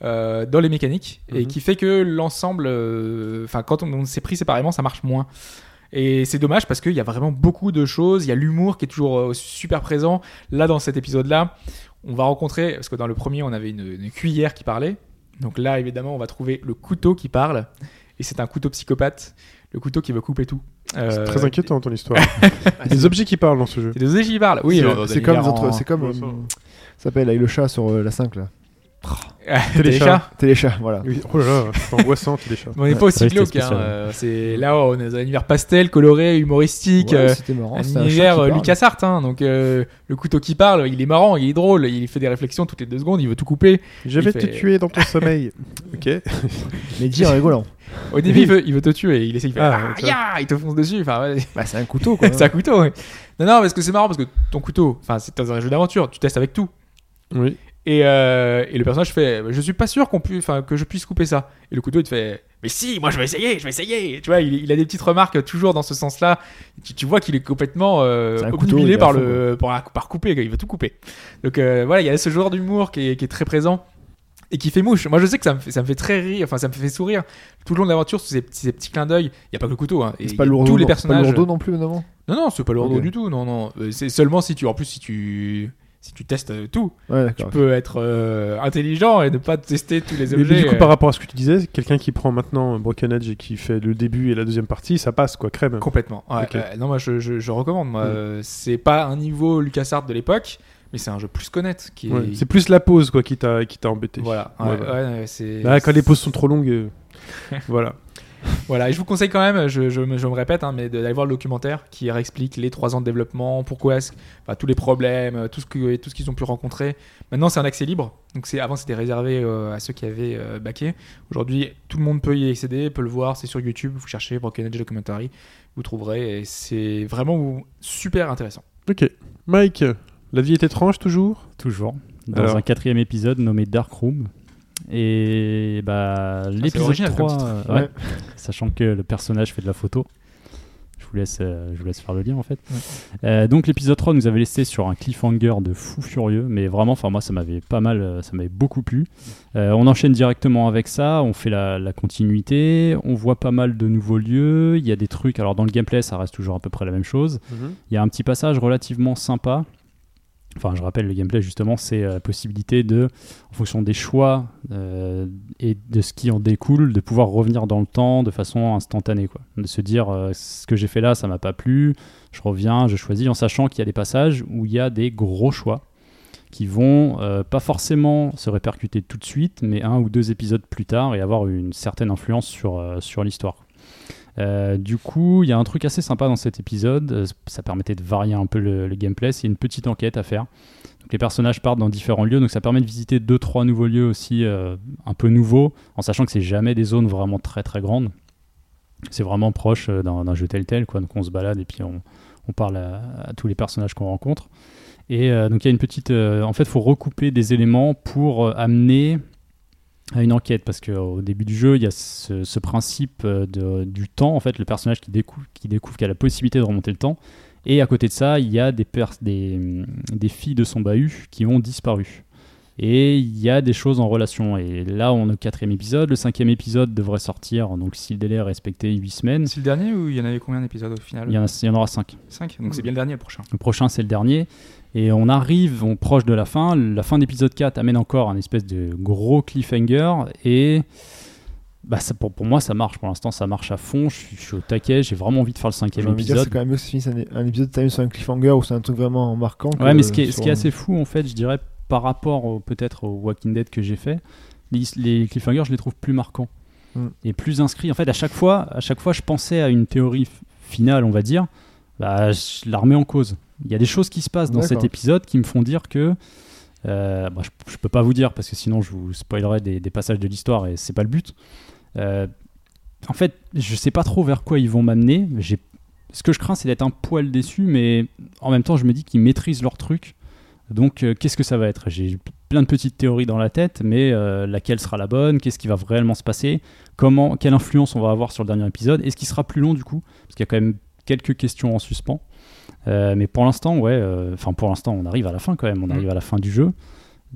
S5: euh, dans les mécaniques et
S2: Mhm.
S5: qui fait que l'ensemble, euh, enfin quand on, on s'est pris séparément, ça marche moins. Et c'est dommage parce qu'il y a vraiment beaucoup de choses. Il y a l'humour qui est toujours euh, super présent. Là, dans cet épisode-là, on va rencontrer, parce que dans le premier, on avait une, une cuillère qui parlait. Donc là, évidemment, on va trouver le couteau qui parle. Et c'est un couteau psychopathe, le couteau qui veut couper tout.
S2: C'est
S5: Euh, Ah,
S2: très inquiétant ton histoire. Les objets qui parlent dans ce jeu.
S5: C'est des objets qui parlent. Oui,
S3: C'est-
S5: euh,
S3: c'est comme,
S5: il y a
S3: entre-
S5: en-
S3: c'est comme,
S2: Ouais, ça.
S3: euh, ça s'appelle avec le chat sur euh, la 5 là.
S5: Ah, Téléchat.
S2: Téléchat.
S3: Téléchat, voilà.
S2: Oui, Oh là là, c'est angoissant les chats.
S5: Mais On n'est pas
S4: Ouais,
S5: aussi
S4: c'est vrai que
S5: glauque.
S4: c'était
S5: hein,
S4: spécial.
S5: euh, C'est là, on est dans un univers pastel, coloré, humoristique.
S3: Ouais,
S5: euh,
S3: C'était marrant.
S5: un
S3: c'était un chat
S5: univers
S3: qui
S5: euh,
S3: parle.
S5: Lucas Hart, hein, donc euh, le couteau qui parle, il est marrant, il est drôle, il fait des réflexions toutes les deux secondes, il veut tout couper.
S2: Je vais
S5: Il
S2: te
S5: fait-
S2: tuer dans ton sommeil. Ok.
S3: Mais dire rigolant.
S5: Au début, il veut, il veut te tuer, il essaie, il fait
S2: Ah,
S5: ah,
S2: ça.
S5: ya, il te fonce dessus. Enfin, ouais,
S3: Bah, c'est un couteau quoi.
S5: c'est un couteau. ouais. Non, non, parce que c'est marrant parce que ton couteau, enfin, c'est dans un jeu d'aventure, tu testes avec tout.
S2: Oui.
S5: Et, euh, et le personnage fait Je suis pas sûr qu'on puisse, enfin, que je puisse couper ça. Et le couteau, il te fait Mais si, moi je vais essayer, je vais essayer. Tu vois, il, il a des petites remarques toujours dans ce sens-là. Tu, tu vois qu'il est complètement euh,
S3: C'est un couteau, il est
S5: obnubilé
S3: à
S5: par,
S3: fond,
S5: le, par, la- par couper, il veut tout couper. Donc euh, voilà, il y a ce genre d'humour qui, est- qui est très présent et qui fait mouche. Moi je sais que ça me fait, ça me fait très rire, enfin ça me fait sourire. Tout le long de l'aventure, sous ces, petits- ces petits clins d'œil, il n'y a pas que le couteau. Hein, Et
S3: C'est
S5: il
S3: pas
S5: y a
S3: lourdeau.
S5: Tous les
S3: non- c'est Pas
S5: personnages.
S3: lourdeau non plus, non
S5: non, non, c'est pas lourdeau
S3: Ok.
S5: du tout. Non, non. Euh, C'est seulement si tu. En plus, si tu. Si tu testes euh, tout,
S3: Ouais, d'accord.
S5: peut être euh, intelligent et ne pas tester tous les
S2: Mais, mais
S5: objets. euh,
S2: du coup, par rapport à ce que tu disais, quelqu'un qui prend maintenant Broken Edge et qui fait le début et la deuxième partie, ça passe quoi, crème.
S5: Complètement. Ouais,
S2: Ok.
S5: euh, non, moi je, je- je recommande. Moi,
S2: Mm.
S5: Euh, c'est pas un niveau LucasArts de l'époque, mais c'est un jeu plus connaître qui est.
S2: Ouais, C'est plus la pause quoi qui t'a qui t'a embêté.
S5: Voilà.
S2: Ouais,
S5: Ouais,
S2: voilà.
S5: ouais, ouais, c'est.
S2: Bah, quand les pauses sont trop longues, euh, voilà.
S5: Voilà. Et je vous conseille quand même, je, je me, je me répète, hein, mais de- d'aller voir le documentaire qui réexplique les trois ans de développement, pourquoi est-ce, enfin, tous les problèmes, euh, tout ce que, tout ce qu'ils ont pu rencontrer. Maintenant, c'est un accès libre. Donc c'est avant c'était réservé euh, à ceux qui avaient euh, backé. Aujourd'hui, tout le monde peut y accéder, peut le voir. C'est sur YouTube. Vous cherchez Broken Edge Documentary, vous trouverez. Et c'est vraiment super intéressant.
S2: Ok. Mike, la vie est étrange toujours.
S4: Toujours. Dans
S2: Alors.
S4: un quatrième épisode nommé Dark Room. Et bah, l'épisode
S5: Ah, original comme
S4: 3,
S5: titre.
S4: euh, ouais.
S3: Ouais.
S4: sachant que le personnage fait de la photo. Je vous laisse, euh, je vous laisse faire le lien en fait. Euh, donc l'épisode 3 nous avait laissé sur un cliffhanger de fou furieux, mais vraiment, enfin moi ça m'avait pas mal, euh, ça m'avait beaucoup plu. Euh, on enchaîne directement avec ça, on fait la, la continuité, on voit pas mal de nouveaux lieux, il y a des trucs, alors dans le gameplay ça reste toujours à peu près la même chose. Il y a un petit passage relativement sympa. Enfin, je rappelle, le gameplay, justement, c'est euh, la possibilité de, en fonction des choix euh, et de ce qui en découle, de pouvoir revenir dans le temps de façon instantanée. Quoi. De se dire, euh, ce que j'ai fait là, ça m'a pas plu, je reviens, je choisis, en sachant qu'il y a des passages où il y a des gros choix qui vont euh, pas forcément se répercuter tout de suite, mais un ou deux épisodes plus tard et avoir une certaine influence sur, euh, sur l'histoire. Euh, du coup, il y a un truc assez sympa dans cet épisode. euh, Ça permettait de varier un peu le, le gameplay. C'est une petite enquête à faire. Donc, les personnages partent dans différents lieux. Donc, ça permet de visiter deux, trois nouveaux lieux aussi euh, un peu nouveaux, en sachant que c'est jamais des zones vraiment très, très grandes. C'est vraiment proche euh, d'un d'un jeu tel tel. Quoi. Donc, on se balade et puis on, on parle à, à tous les personnages qu'on rencontre. Et euh, donc, il y a une petite. euh, en fait, il faut recouper des éléments pour euh, amener à une enquête parce qu'au début du jeu il y a ce, ce principe euh, de- du temps en fait le personnage qui, décou- qui découvre qu'il a la possibilité de remonter le temps et à côté de ça il y a des, pers- des, hum, des filles de son bahut qui ont disparu et il y a des choses en relation et là on est au quatrième épisode le cinquième épisode devrait sortir donc si le délai est respecté 8 semaines
S5: C'est le dernier ou il y en avait combien d'épisodes au final
S4: il y en a- il y en aura 5
S5: 5 Donc c'est bien le dernier le prochain.
S4: le prochain, c'est le dernier. Et on arrive, on proche de la fin. La fin d'épisode 4 amène encore un espèce de gros cliffhanger. Et bah, ça, pour, pour moi, ça marche. Pour l'instant, ça marche à fond. Je suis, je suis au taquet. J'ai vraiment envie de faire le
S3: J'ai
S4: cinquième
S3: envie de dire,
S4: épisode.
S3: c'est quand même mieux que ça finisse un, un épisode terminé sur un cliffhanger ou sur un truc vraiment marquant.
S4: Ouais,
S3: que
S4: mais ce qui est, ce
S3: sur
S4: qui est
S3: un-
S4: assez fou, en fait, je dirais, par rapport au- peut-être au Walking Dead que j'ai fait, les, les cliffhangers, je les trouve plus marquants
S3: Mm.
S4: et euh, plus inscrits. En fait, à chaque fois, à chaque fois, je pensais à une théorie f- finale, on va dire, bah, je la remets en cause. Il y a des choses qui se passent dans cet
S3: D'accord.
S4: épisode qui me font dire que. euh, bah, je, je peux pas vous dire parce que sinon je vous spoilerais des, des passages de l'histoire et c'est pas le but. Euh, en fait, je sais pas trop vers quoi ils vont m'amener. J'ai ce que je crains, c'est d'être un poil déçu, mais en même temps, je me dis qu'ils maîtrisent leur truc. Donc, euh, qu'est-ce que ça va être J'ai plein de petites théories dans la tête, mais euh, laquelle sera la bonne Qu'est-ce qui va réellement se passer Comment Quelle influence on va avoir sur le dernier épisode Est-ce qu'il sera plus long du coup Parce qu'il y a quand même quelques questions en suspens. Euh, mais pour l'instant, ouais, euh, enfin pour l'instant, on arrive à la fin quand même, on
S5: Mm.
S4: arrive à la fin du jeu.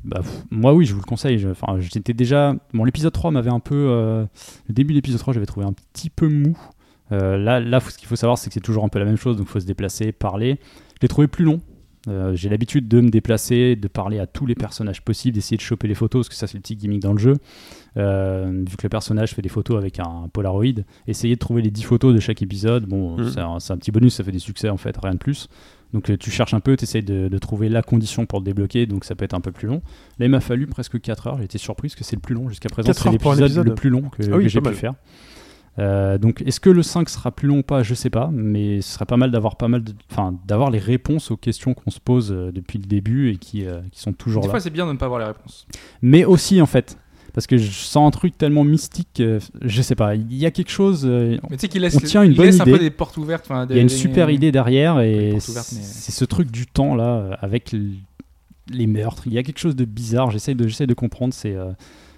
S4: Bah, pff, moi oui, je vous le conseille. Je- Enfin, j'étais déjà. Bon, l'épisode 3 m'avait un peu. euh, Le début de l'épisode 3, j'avais trouvé un petit peu mou. Euh, là, là, faut- ce qu'il faut savoir, c'est que c'est toujours un peu la même chose, donc faut se déplacer, parler. Je l'ai trouvé plus long. Euh, J'ai l'habitude de me déplacer, de parler à tous les personnages possibles, d'essayer de choper les photos, parce que ça c'est le petit gimmick dans le jeu. Euh, vu que le personnage fait des photos avec un Polaroid, essayer de trouver les 10 photos de chaque épisode, bon,
S2: Mhm.
S4: c'est un, c'est un petit bonus, ça fait des succès en fait, rien de plus. Donc euh, tu cherches un peu, tu essayes de, de trouver la condition pour le débloquer, donc ça peut être un peu plus long. Là, il m'a fallu presque 4 heures, j'ai été surpris parce que c'est le plus long jusqu'à présent,
S2: Quatre
S4: c'est
S2: heures pour un
S4: l'épisode
S2: épisode.
S4: le plus long que,
S2: Ah oui,
S4: que j'ai
S2: pas
S4: pu
S2: mal.
S4: faire. Euh, donc, est-ce que le 5 sera plus long ou pas Je sais pas, mais ce serait pas mal d'avoir pas mal, de- enfin, d'avoir les réponses aux questions qu'on se pose euh, depuis le début et qui, euh, qui sont toujours
S5: Des
S4: là
S5: fois, c'est bien de ne pas avoir les réponses.
S4: mais aussi en fait parce que je sens un truc tellement mystique euh, je sais pas il y a quelque chose euh,
S5: Mais tu sais qu'il laisse,
S4: On tient une
S5: il laisse
S4: bonne
S5: un
S4: idée.
S5: peu des portes ouvertes. enfin,
S4: il
S5: des-
S4: y a une
S5: des-
S4: super idée derrière
S5: Des
S4: et
S5: portes ouvertes, mais-
S4: c'est ce truc du temps là euh, avec l- les meurtres il y a quelque chose de bizarre j'essaye de j'essaye de comprendre c'est euh,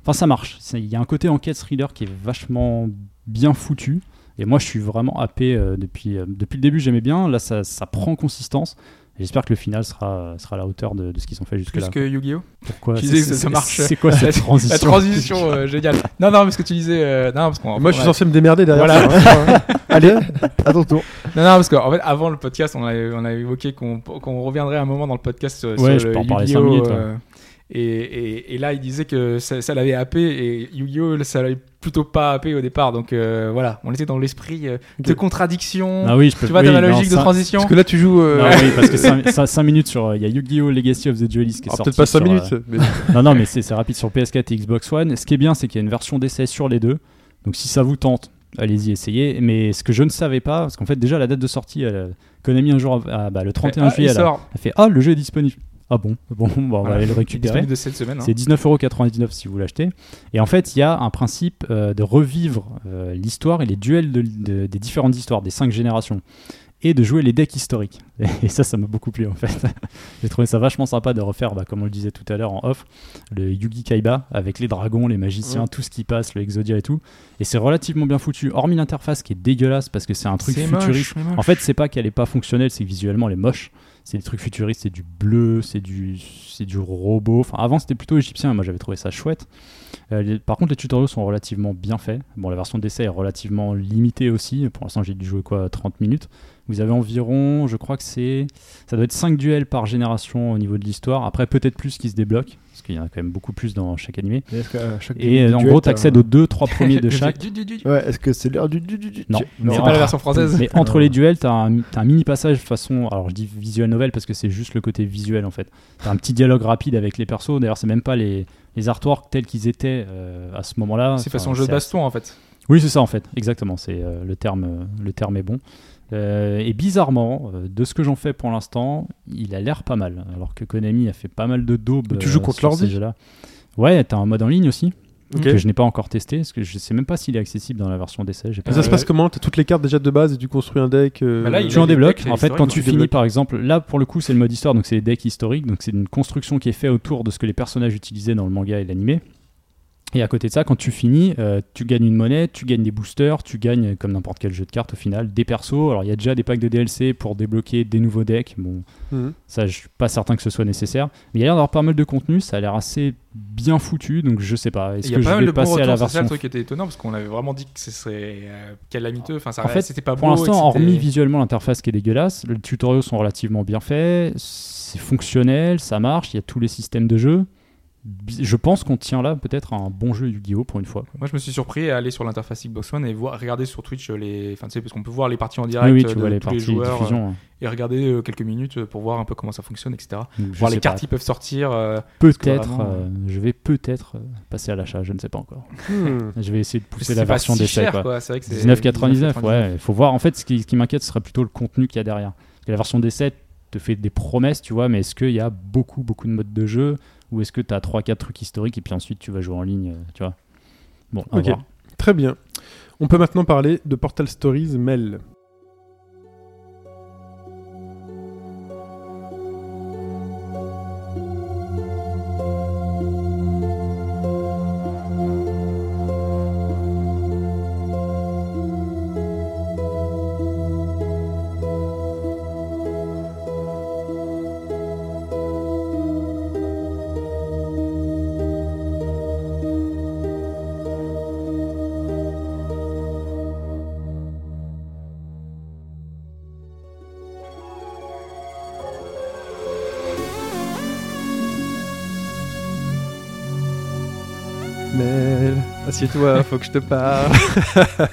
S4: enfin ça marche C'est- il y a un côté enquête thriller qui est vachement bien foutu et moi je suis vraiment happé euh, depuis euh, depuis le début j'aimais bien là ça, ça prend consistance Et J'espère que le final sera, sera à la hauteur de, de ce qu'ils ont fait
S5: Plus
S4: jusque-là.
S5: que Yu-Gi-Oh!
S4: Pourquoi
S5: tu disais que
S4: c'est-
S5: ça marche.
S4: C'est quoi cette transition
S5: La transition euh, géniale. Non, non, parce que tu disais. euh, non, parce qu'on-
S2: Moi, je suis
S5: ouais.
S2: censé me démerder derrière.
S5: Voilà.
S2: ça, hein.
S3: Allez, à ton tour.
S5: Non, non, parce qu'en fait, avant le podcast, on a, on a évoqué qu'on qu'on reviendrait un moment dans le podcast sur, sur
S4: Ouais, je
S5: le
S4: peux en parler
S5: Yu-Gi-Oh,
S4: cinq minutes,
S5: euh, et, et, et là, il disait que ça, ça l'avait happé et Yu-Gi-Oh, ça l'avait plutôt pas happé au départ. Donc euh, voilà, on était dans l'esprit euh, de
S2: De-
S5: contradiction.
S4: Ah oui, je peux
S5: tu vois,
S4: oui,
S5: dans la
S4: non,
S5: logique de
S4: ça-
S5: transition.
S2: Parce que là, tu joues. euh,
S4: Non, oui, parce que 5 minutes sur. euh, Il y a Yu-Gi-Oh! Legacy of the Duelist qui est
S2: alors,
S4: sorti.
S2: Peut-être pas 5
S4: sur, euh,
S2: minutes. mais-
S4: Non, non, mais c'est c'est rapide sur PS4 et Xbox One. Ce qui est bien, c'est qu'il y a une version d'essai sur les deux. Donc si ça vous tente, allez-y, essayez. Mais ce que je ne savais pas, parce qu'en fait, déjà, la date de sortie, elle, euh, Konami, un jour, av- ah, bah, le 31
S5: Ah,
S4: juillet,
S5: il
S4: elle, a-
S5: sort.
S4: elle fait Ah, le jeu est disponible. Ah bon, bon, bon, on va
S5: Voilà.
S4: aller le
S5: Il est
S4: récupérer.
S5: disponible de cette semaine. hein.
S4: C'est 19,99€ si vous l'achetez. Et en fait, il y a un principe euh, de revivre euh, l'histoire et les duels de- de- des différentes histoires, des cinq générations, et de jouer les decks historiques. Et ça, ça m'a beaucoup plu en fait. J'ai trouvé ça vachement sympa de refaire, bah, comme on le disait tout à l'heure en off, le Yugi Kaiba avec les dragons, les magiciens, tout ce qui passe, le Exodia et tout. Et c'est relativement bien foutu, hormis l'interface qui est dégueulasse parce que c'est un truc
S5: C'est moche,
S4: futuriste.
S5: mais moche.
S4: En fait, c'est pas qu'elle est pas fonctionnelle, c'est que visuellement elle est moche. C'est des trucs futuristes, c'est du bleu, c'est du, c'est du robot. Enfin, avant c'était plutôt égyptien, moi j'avais trouvé ça chouette. Euh, les- par contre, les tutoriels sont relativement bien faits. Bon, la version d'essai est relativement limitée aussi. Pour l'instant, j'ai dû jouer quoi 30 minutes. Vous avez environ, je crois que c'est. Ça doit être 5 duels par génération au niveau de l'histoire. Après, peut-être plus qui se débloquent, parce qu'il y en a quand même beaucoup plus dans chaque animé. Et euh, en gros, tu accèdes aux deux, trois premiers de
S5: Je fais
S4: chaque.
S5: du- du- du-
S3: Ouais, est-ce que c'est l'heure du. du, du, du-
S4: Non,
S3: tu-
S4: mais
S5: C'est
S4: en-
S5: pas la version française.
S4: mais entre les duels, t'as un, t'as un mini passage façon. Alors je dis visuel novel parce que c'est juste le côté visuel en fait. T'as un petit dialogue rapide avec les persos. D'ailleurs, c'est même pas les, les artworks tels qu'ils étaient euh, à ce moment-là.
S5: C'est
S4: Enfin,
S5: façon jeu de
S4: c'est
S5: baston en fait.
S4: oui, c'est ça en fait, exactement. C'est euh, le terme, euh, le terme est bon. Euh, et bizarrement, euh, de ce que j'en fais pour l'instant, il a l'air pas mal. Alors que Konami a fait pas mal de daubes.
S2: Tu joues
S4: euh,
S2: contre
S4: sur
S2: l'ordi
S4: ces jeux-là. Ouais, t'as un mode en ligne aussi
S2: Ok.
S4: que je n'ai pas encore testé parce que je sais même pas s'il est accessible dans la version d'essai. J'ai pas.
S2: Mais ça se passe comment T'as toutes les cartes déjà de base et tu construis un deck. euh,
S5: Bah là, il
S4: tu en
S5: des
S4: débloques.
S5: decks
S4: En fait,
S5: historiques,
S4: quand
S5: donc
S4: tu
S5: tu
S4: finis,
S5: débloques.
S4: par exemple, là pour le coup, c'est le mode histoire, donc c'est les decks historiques, donc c'est une construction qui est faite autour de ce que les personnages utilisaient dans le manga et l'animé. Et à côté de ça, quand tu finis, euh, tu gagnes une monnaie, tu gagnes des boosters, tu gagnes, comme n'importe quel jeu de cartes au final, des persos. Alors il y a déjà des packs de DLC pour débloquer des nouveaux decks. Bon,
S2: Mhm.
S4: ça, je suis pas certain que ce soit nécessaire. Mais il y a l'air d'avoir pas mal de contenu, ça a l'air assez bien foutu, donc je sais pas. Est-ce
S5: Il y a
S4: que
S5: pas
S4: je
S5: mal de
S4: vais
S5: bons
S4: passer à la
S5: retours, c'est ça
S4: version
S5: le truc qui était étonnant parce qu'on avait vraiment dit que ce serait euh, calamiteux. Enfin, ça,
S4: En fait,
S5: c'était pas
S4: Pour
S5: beau,
S4: l'instant,
S5: et c'était-
S4: hormis visuellement l'interface qui est dégueulasse, les tutoriels sont relativement bien faits, c'est fonctionnel, ça marche, il y a tous les systèmes de jeu. Bi- Je pense qu'on tient là peut-être à un bon jeu Yu-Gi-Oh pour une fois.
S5: Moi, je me suis surpris à aller sur l'interface Xbox One et voir, regarder sur Twitch euh, les. Enfin, tu sais, parce qu'on peut voir les parties en direct
S4: oui, oui,
S5: euh,
S4: tu
S5: de
S4: vois les
S5: tous les
S4: parties de
S5: joueurs euh,
S4: diffusion. hein.
S5: et regarder euh, quelques minutes euh, pour voir un peu comment ça fonctionne, etc.
S4: Donc, je
S5: voir les
S4: sais pas.
S5: cartes qui peuvent sortir. euh, parce que
S4: Peut-être,
S5: vraiment,
S4: euh, je vais peut-être euh, passer à l'achat, je ne sais pas encore.
S2: hmm.
S4: Je vais essayer de pousser
S5: c'est
S4: la
S5: pas
S4: version
S5: si
S4: d'essai.
S5: cher,
S4: quoi.
S5: C'est vrai que c'est
S4: 19,99, ouais. Il faut voir. En fait, ce qui, ce qui m'inquiète, ce serait plutôt le contenu qu'il y a derrière. Parce que la version d'essai te fait des promesses, tu vois, mais est-ce qu'il y a beaucoup, beaucoup de modes de jeu Ou est-ce que tu as 3-4 trucs historiques et puis ensuite tu vas jouer en ligne, euh, tu vois Bon, à
S2: Ok.
S4: voir.
S2: Très bien. On peut maintenant parler de Portal Stories Mel. Mel, assieds-toi, faut que je te parle.
S4: Ah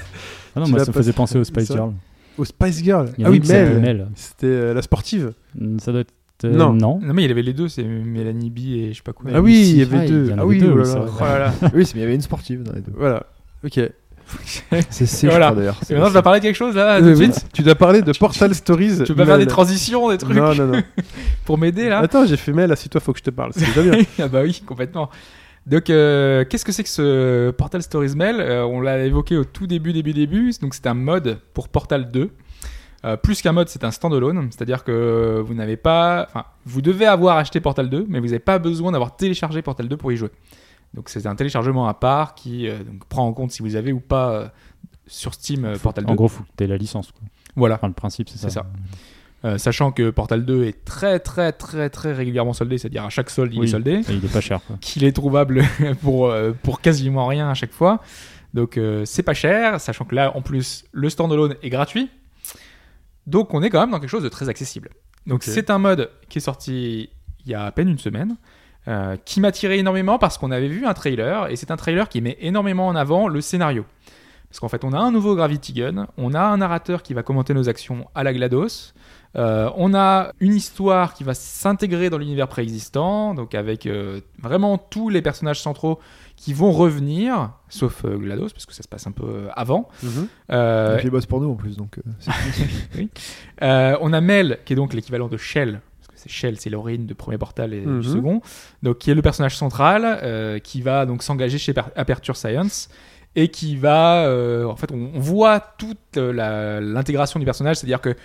S4: non,
S2: Tu
S4: moi,
S2: l'as
S4: ça me
S2: pas-
S4: faisait penser au Spice
S2: ça
S4: Girl.
S2: Au Spice Girl.
S4: Il y en
S2: Ah
S4: a
S2: oui,
S4: une qui s'appelle
S2: Mel.
S4: Mel.
S2: C'était euh, la sportive.
S4: Mm, Ça doit être. euh,
S2: Non.
S4: Non.
S5: Non, mais il y avait les deux, c'est Mélanie B et je sais pas quoi.
S2: Ah oui,
S4: si,
S2: il y avait
S4: ah, il y
S2: deux.
S4: en avait
S2: Ah oui,
S4: deux,
S2: oh là
S4: oui, c'est
S2: là.
S4: vrai.
S2: Oh là là.
S3: oui, c'est- mais il y avait une sportive dans les deux.
S2: Voilà. Ok.
S3: C'est C,
S5: Voilà.
S3: je crois, d'ailleurs.
S5: Et maintenant, je dois parler de quelque chose là, Ah, tout de
S2: Oui, oui.
S5: suite.
S2: Euh, Tu dois parler de Portal Stories.
S5: Tu peux pas faire des
S2: Mel.
S5: transitions, des trucs
S2: Non, non, non.
S5: pour m'aider là
S2: Attends, j'ai fait Mel, assieds-toi, faut que je te parle. C'est déjà bien.
S5: Ah bah oui, complètement. Donc, euh, qu'est-ce que c'est que ce Portal Stories Mail Euh, On l'a évoqué au tout début, début, début. Donc, c'est un mode pour Portal 2. Euh, plus qu'un mode, c'est un standalone, c'est-à-dire que vous n'avez pas, enfin, vous devez avoir acheté Portal 2, mais vous n'avez pas besoin d'avoir téléchargé Portal 2 pour y jouer. Donc c'est un téléchargement à part qui euh, donc, prend en compte si vous avez ou pas euh, sur Steam euh, Portal 2.
S4: En gros, faut que t'aies la licence. quoi.
S5: voilà.
S4: Enfin, le principe, c'est ça.
S5: C'est ça. Euh, sachant que Portal 2 est très très très très régulièrement soldé, c'est-à-dire à chaque solde il
S4: Oui.
S5: est soldé,
S4: Et il est pas cher. quoi.
S5: qu'il est trouvable pour, euh, pour quasiment rien à chaque fois. Donc euh, c'est pas cher, sachant que là en plus le standalone est gratuit. Donc on est quand même dans quelque chose de très accessible. Donc c'est un mode qui est sorti il y a à peine une semaine, euh, qui m'attirait énormément parce qu'on avait vu un trailer, et c'est un trailer qui met énormément en avant le scénario. Parce qu'en fait on a un nouveau Gravity Gun, on a un narrateur qui va commenter nos actions à la GLaDOS, euh, on a une histoire qui va s'intégrer dans l'univers préexistant, donc avec euh, vraiment tous les personnages centraux qui vont revenir, sauf euh, GLaDOS, parce que ça se passe un peu euh, avant.
S2: Mhm.
S5: Euh,
S3: Et puis il bosse pour nous en plus, donc. euh, c'est-
S5: euh, on a Mel, qui est donc l'équivalent de Shell, parce que c'est Shell, c'est Laurine du premier portal et
S2: Mhm.
S5: du second, donc qui est le personnage central, euh, qui va donc s'engager chez Per- Aperture Science et qui va, euh, en fait, on, on voit toute euh, la- l'intégration du personnage, c'est-à-dire que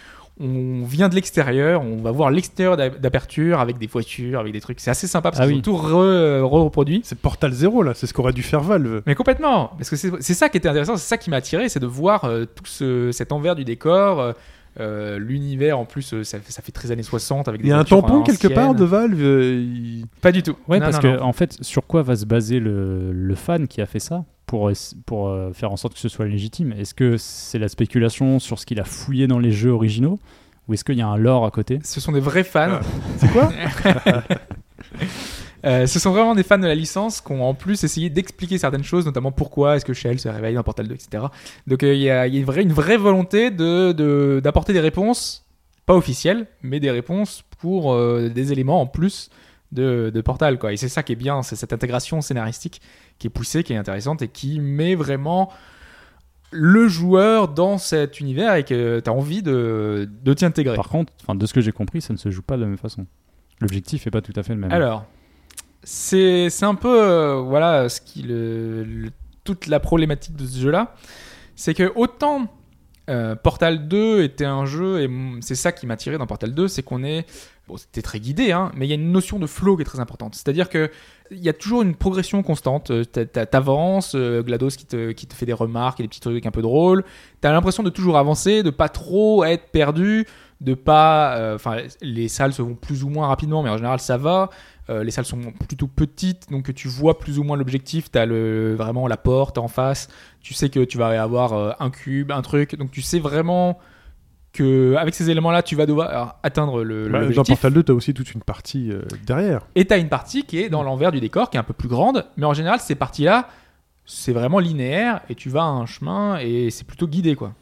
S5: on vient de l'extérieur, on va voir l'extérieur d'A- d'Aperture avec des voitures, avec des trucs. C'est assez sympa parce
S4: Ah
S5: qu'ils
S4: oui.
S5: ont tout re- euh, reproduit.
S2: C'est Portal 0 là, c'est ce qu'aurait dû faire Valve.
S5: Mais complètement, parce que c'est c'est ça qui était intéressant, c'est ça qui m'a attiré, c'est de voir euh, tout ce, cet envers du décor, euh, euh, l'univers en plus, euh, ça, fait- ça fait très années 60 avec des
S2: Il y a un
S5: voitures à
S2: tampon quelque
S5: l'ancienne.
S2: part de Valve. euh, il-
S5: Pas du tout.
S4: Ouais,
S5: Non, non,
S4: parce que
S5: non.
S4: en fait, sur quoi va se baser le, le fan qui a fait ça pour, euh, s- pour euh, faire en sorte que ce soit légitime Est-ce que c'est la spéculation sur ce qu'il a fouillé dans les jeux originaux Ou est-ce qu'il y a un lore à côté
S5: ce sont des vrais fans.
S2: C'est quoi
S5: Euh, ce sont vraiment des fans de la licence qui ont en plus essayé d'expliquer certaines choses, notamment pourquoi est-ce que Shell se réveille dans Portal 2, etc. Donc euh, il y a, il y a une, vraie, une vraie volonté de- de- d'apporter des réponses, pas officielles, mais des réponses pour euh, des éléments en plus de, de Portal. Quoi. Et c'est ça qui est bien, c'est cette intégration scénaristique qui est poussée, qui est intéressante et qui met vraiment le joueur dans cet univers et que tu as envie de, de t'y intégrer.
S4: Par contre, enfin, de ce que j'ai compris, ça ne se joue pas de la même façon. L'objectif est pas tout à fait le même.
S5: Alors, c'est c'est un peu euh, voilà ce qui le, le- toute la problématique de ce jeu-là, c'est que autant euh, Portal 2 était un jeu et mm, c'est ça qui m'a tiré dans Portal 2, c'est qu'on est bon, c'était très guidé, hein, mais il y a une notion de flow qui est très importante. C'est-à-dire que il y a toujours une progression constante. Euh, t'a- t'a- T'avances, euh, Glados qui te, qui te fait des remarques et des petits trucs un peu drôles. T'as l'impression de toujours avancer, de pas trop être perdu, de pas. euh, Enfin, les salles se vont plus ou moins rapidement, mais en général ça va. Euh, les salles sont plutôt petites, donc tu vois plus ou moins l'objectif. Tu as le, vraiment la porte en face. Tu sais que tu vas avoir euh, un cube, un truc. Donc tu sais vraiment que avec ces éléments-là, tu vas devoir alors, atteindre le.
S2: Bah, Dans
S5: l'objectif.
S2: Portal 2, t'as aussi toute une partie euh, derrière.
S5: Et t'as une partie qui est dans l'envers du décor, qui est un peu plus grande, mais en général, ces parties-là, c'est vraiment linéaire, et tu vas à un chemin, et c'est plutôt guidé, quoi.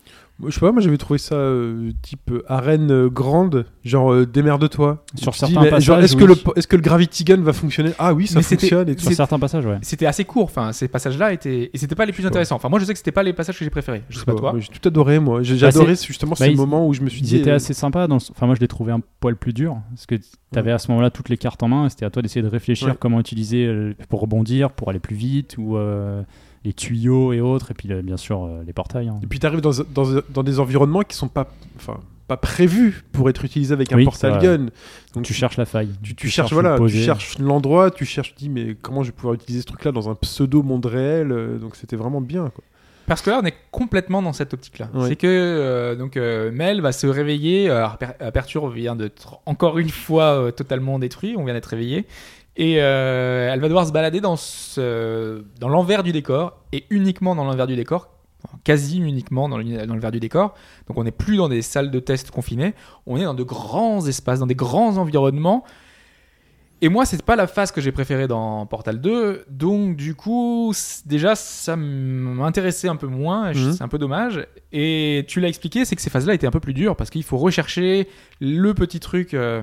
S2: Moi, Je sais pas, moi j'avais trouvé ça euh, type euh, arène euh, grande, genre euh, démerde-toi.
S4: Sur
S2: Tu dis,
S4: certains
S2: mais, genre,
S4: passages,
S2: Est-ce que,
S4: oui.
S2: le po- est-ce que le Gravity Gun va fonctionner Ah oui, ça
S5: Mais c'était-
S2: fonctionne et tout.
S4: sur certains passages, ouais.
S5: C'était assez court, enfin, ces passages-là étaient... Et c'était pas les plus
S2: sais pas.
S5: intéressants. Enfin, moi, je sais que c'était pas les passages que j'ai préférés. Je sais pas toi.
S2: moi, J'ai tout adoré, moi. J'ai j'ai adoré justement ces
S4: Bah, ils-
S2: moments où je me suis
S4: Ils
S2: dit.
S4: étaient
S2: euh,
S4: assez sympas. Dans le s- Enfin, moi, je l'ai trouvé un poil plus dur. Parce que tu avais à ce moment-là toutes les cartes en main. et C'était à toi d'essayer de réfléchir
S2: Ouais.
S4: comment utiliser euh, pour rebondir, pour aller plus vite, ou euh, les tuyaux et autres. Et puis, là, bien sûr, euh, les portails. hein.
S2: Et puis t'arrives dans, dans, dans des environnements qui sont pas, enfin, pas prévus pour être utilisés avec un
S4: Oui,
S2: Portal
S4: c'est vrai.
S2: Gun. Donc
S4: Tu cherches la faille.
S2: tu, tu cherches voilà, tu cherches l'endroit, tu cherches, tu dis mais comment je vais pouvoir utiliser ce truc-là dans un pseudo monde réel, euh, donc c'était vraiment bien. Quoi.
S5: Parce que là, on est complètement dans cette optique-là.
S2: Ouais.
S5: C'est que euh, donc euh, Mel va se réveiller. euh, Aper- Aperture vient d'être encore une fois euh, totalement détruit. On vient d'être réveillé. Et euh, elle va devoir se balader dans, ce- dans l'envers du décor. Et uniquement dans l'envers du décor. enfin, Quasi uniquement dans l'uni- dans l'envers du décor. Donc on n'est plus dans des salles de test confinées. On est dans de grands espaces, dans des grands environnements. Et moi, c'est pas la phase que j'ai préférée dans Portal 2, donc du coup, c- déjà, ça m'intéressait un peu moins, je-
S2: Mhm.
S5: c'est un peu dommage. Et tu l'as expliqué, c'est que ces phases-là étaient un peu plus dures, parce qu'il faut rechercher le petit truc. euh.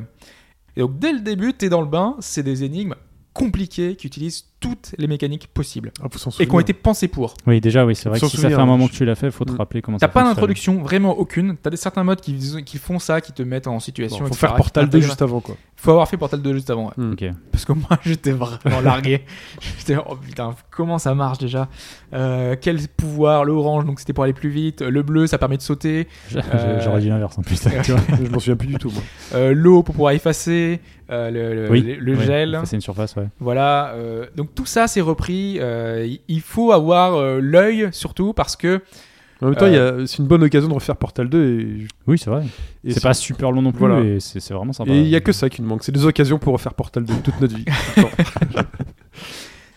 S5: Et donc, dès le début, t'es dans le bain, c'est des énigmes compliquées qui utilisent toutes les mécaniques possibles,
S2: Ah, faut s'en
S5: et
S2: souvenir.
S5: qui ont été pensées pour.
S4: Oui, déjà, oui, c'est vrai que
S2: Sans
S4: si ça fait
S2: souvenir,
S4: un moment
S2: je-
S4: que tu l'as fait, faut te
S2: Mm.
S4: rappeler comment
S5: T'as
S4: ça
S5: pas
S4: fonctionne.
S5: d'introduction, vraiment aucune. T'as des certains modes qui, fais- qui font ça, qui te mettent en situation.
S2: Bon, faut
S5: etc.,
S2: faire
S5: qui
S2: Portal 2
S5: t'intègrent.
S2: juste avant, quoi.
S5: Faut avoir fait Portal 2 juste avant. ouais.
S4: Ok.
S5: Parce que moi, j'étais vraiment largué. j'étais, oh putain, comment ça marche déjà Euh, Quel pouvoir L'orange, donc c'était pour aller plus vite. Le bleu, ça permet de sauter.
S4: Je-
S5: Euh,
S4: J'aurais dit l'inverse en plus.
S5: tu
S2: je m'en souviens plus du tout, moi.
S5: Euh, L'eau pour pouvoir effacer. Euh, le le-
S4: Oui,
S5: le- le
S4: ouais,
S5: gel.
S4: C'est une surface, ouais.
S5: Voilà, euh, donc tout ça c'est repris. Euh, il- il faut avoir euh, l'œil surtout parce que
S2: En même temps, il y
S5: Euh,
S2: a- c'est une bonne occasion de refaire Portal 2 et je-
S4: Oui, c'est vrai.
S2: et
S4: C'est pas super long non plus,
S2: Voilà.
S4: et c'est c'est vraiment sympa.
S2: Et il
S5: hein.
S2: y a que ça qui nous manque. C'est des occasions pour refaire Portal 2 toute notre vie.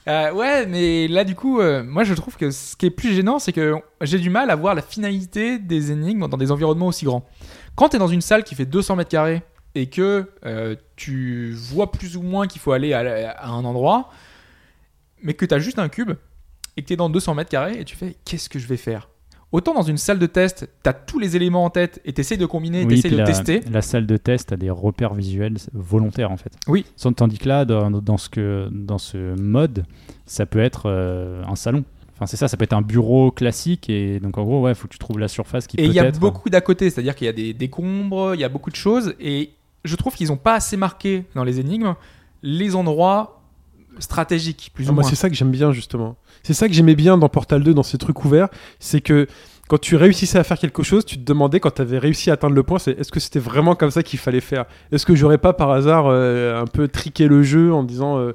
S5: Euh, ouais, mais là du coup, euh, moi je trouve que ce qui est plus gênant, c'est que j'ai du mal à voir la finalité des énigmes dans des environnements aussi grands. Quand t'es dans une salle qui fait 200 mètres carrés et que euh, tu vois plus ou moins qu'il faut aller à, la- à un endroit, mais que t'as juste un cube et que t'es dans 200 mètres carrés et tu fais qu'est-ce que je vais faire Autant dans une salle de test, t'as tous les éléments en tête et t'essayes de combiner,
S4: Oui,
S5: t'essayes
S4: puis
S5: de
S4: la,
S5: tester.
S4: la salle de test a des repères visuels volontaires en fait.
S5: Oui.
S4: Sans- Tandis que là, dans, dans ce que, dans ce mode, ça peut être euh, un salon. Enfin, c'est ça, ça peut être un bureau classique. Et donc, en gros, ouais, faut que tu trouves la surface qui hein.
S5: Et
S4: peut
S5: il y a
S4: être-
S5: beaucoup d'à côté, c'est-à-dire qu'il y a des décombres, il y a beaucoup de choses, et je trouve qu'ils n'ont pas assez marqué dans les énigmes les endroits stratégiques, plus
S2: Ah,
S5: ou
S2: moi,
S5: moins.
S2: c'est ça que j'aime bien, justement. C'est ça que j'aimais bien dans Portal 2, dans ces trucs ouverts. C'est que quand tu réussissais à faire quelque chose, tu te demandais, quand tu avais réussi à atteindre le point, c'est est-ce que c'était vraiment comme ça qu'il fallait faire Est-ce que j'aurais pas par hasard euh, un peu triqué le jeu en disant. euh,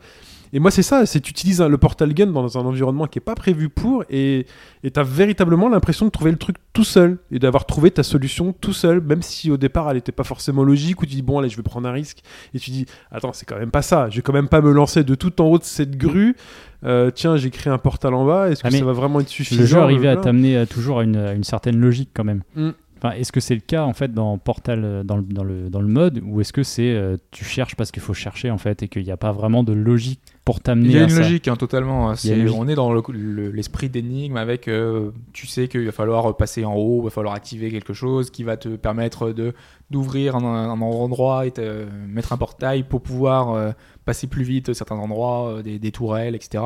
S2: Et moi, c'est ça, c'est tu utilises un- le Portal Gun dans un environnement qui est pas prévu pour et et t'as véritablement l'impression de trouver le truc tout seul et d'avoir trouvé ta solution tout seul, même si au départ elle n'était pas forcément logique ou tu dis bon, allez, je vais prendre un risque et tu dis attends, c'est quand même pas ça, je vais quand même pas me lancer de tout en haut de cette grue. Euh, tiens, j'ai créé un portal en bas, est-ce que
S4: Ah, mais
S2: ça va vraiment être suffisant
S4: Le jeu arrivait à
S2: blablabla
S4: t'amener à- toujours à une, à une certaine logique quand même.
S2: Mm.
S4: Enfin, est-ce que c'est le cas en fait dans Portal, euh, dans le, dans le, dans le mode, ou est-ce que c'est euh, tu cherches parce qu'il faut chercher en fait et qu'il n'y a pas vraiment de logique pour t'amener
S5: Il y a
S4: à
S5: une
S4: ça
S5: logique, hein, totalement. hein.
S4: Il y a
S5: C'est-
S4: une logique.
S5: On est dans le- le- l'esprit d'énigme avec, euh, tu sais qu'il va falloir passer en haut, il va falloir activer quelque chose qui va te permettre de d'ouvrir un, un endroit et te mettre un portail pour pouvoir euh, passer plus vite certains endroits, euh, des, des tourelles, etc.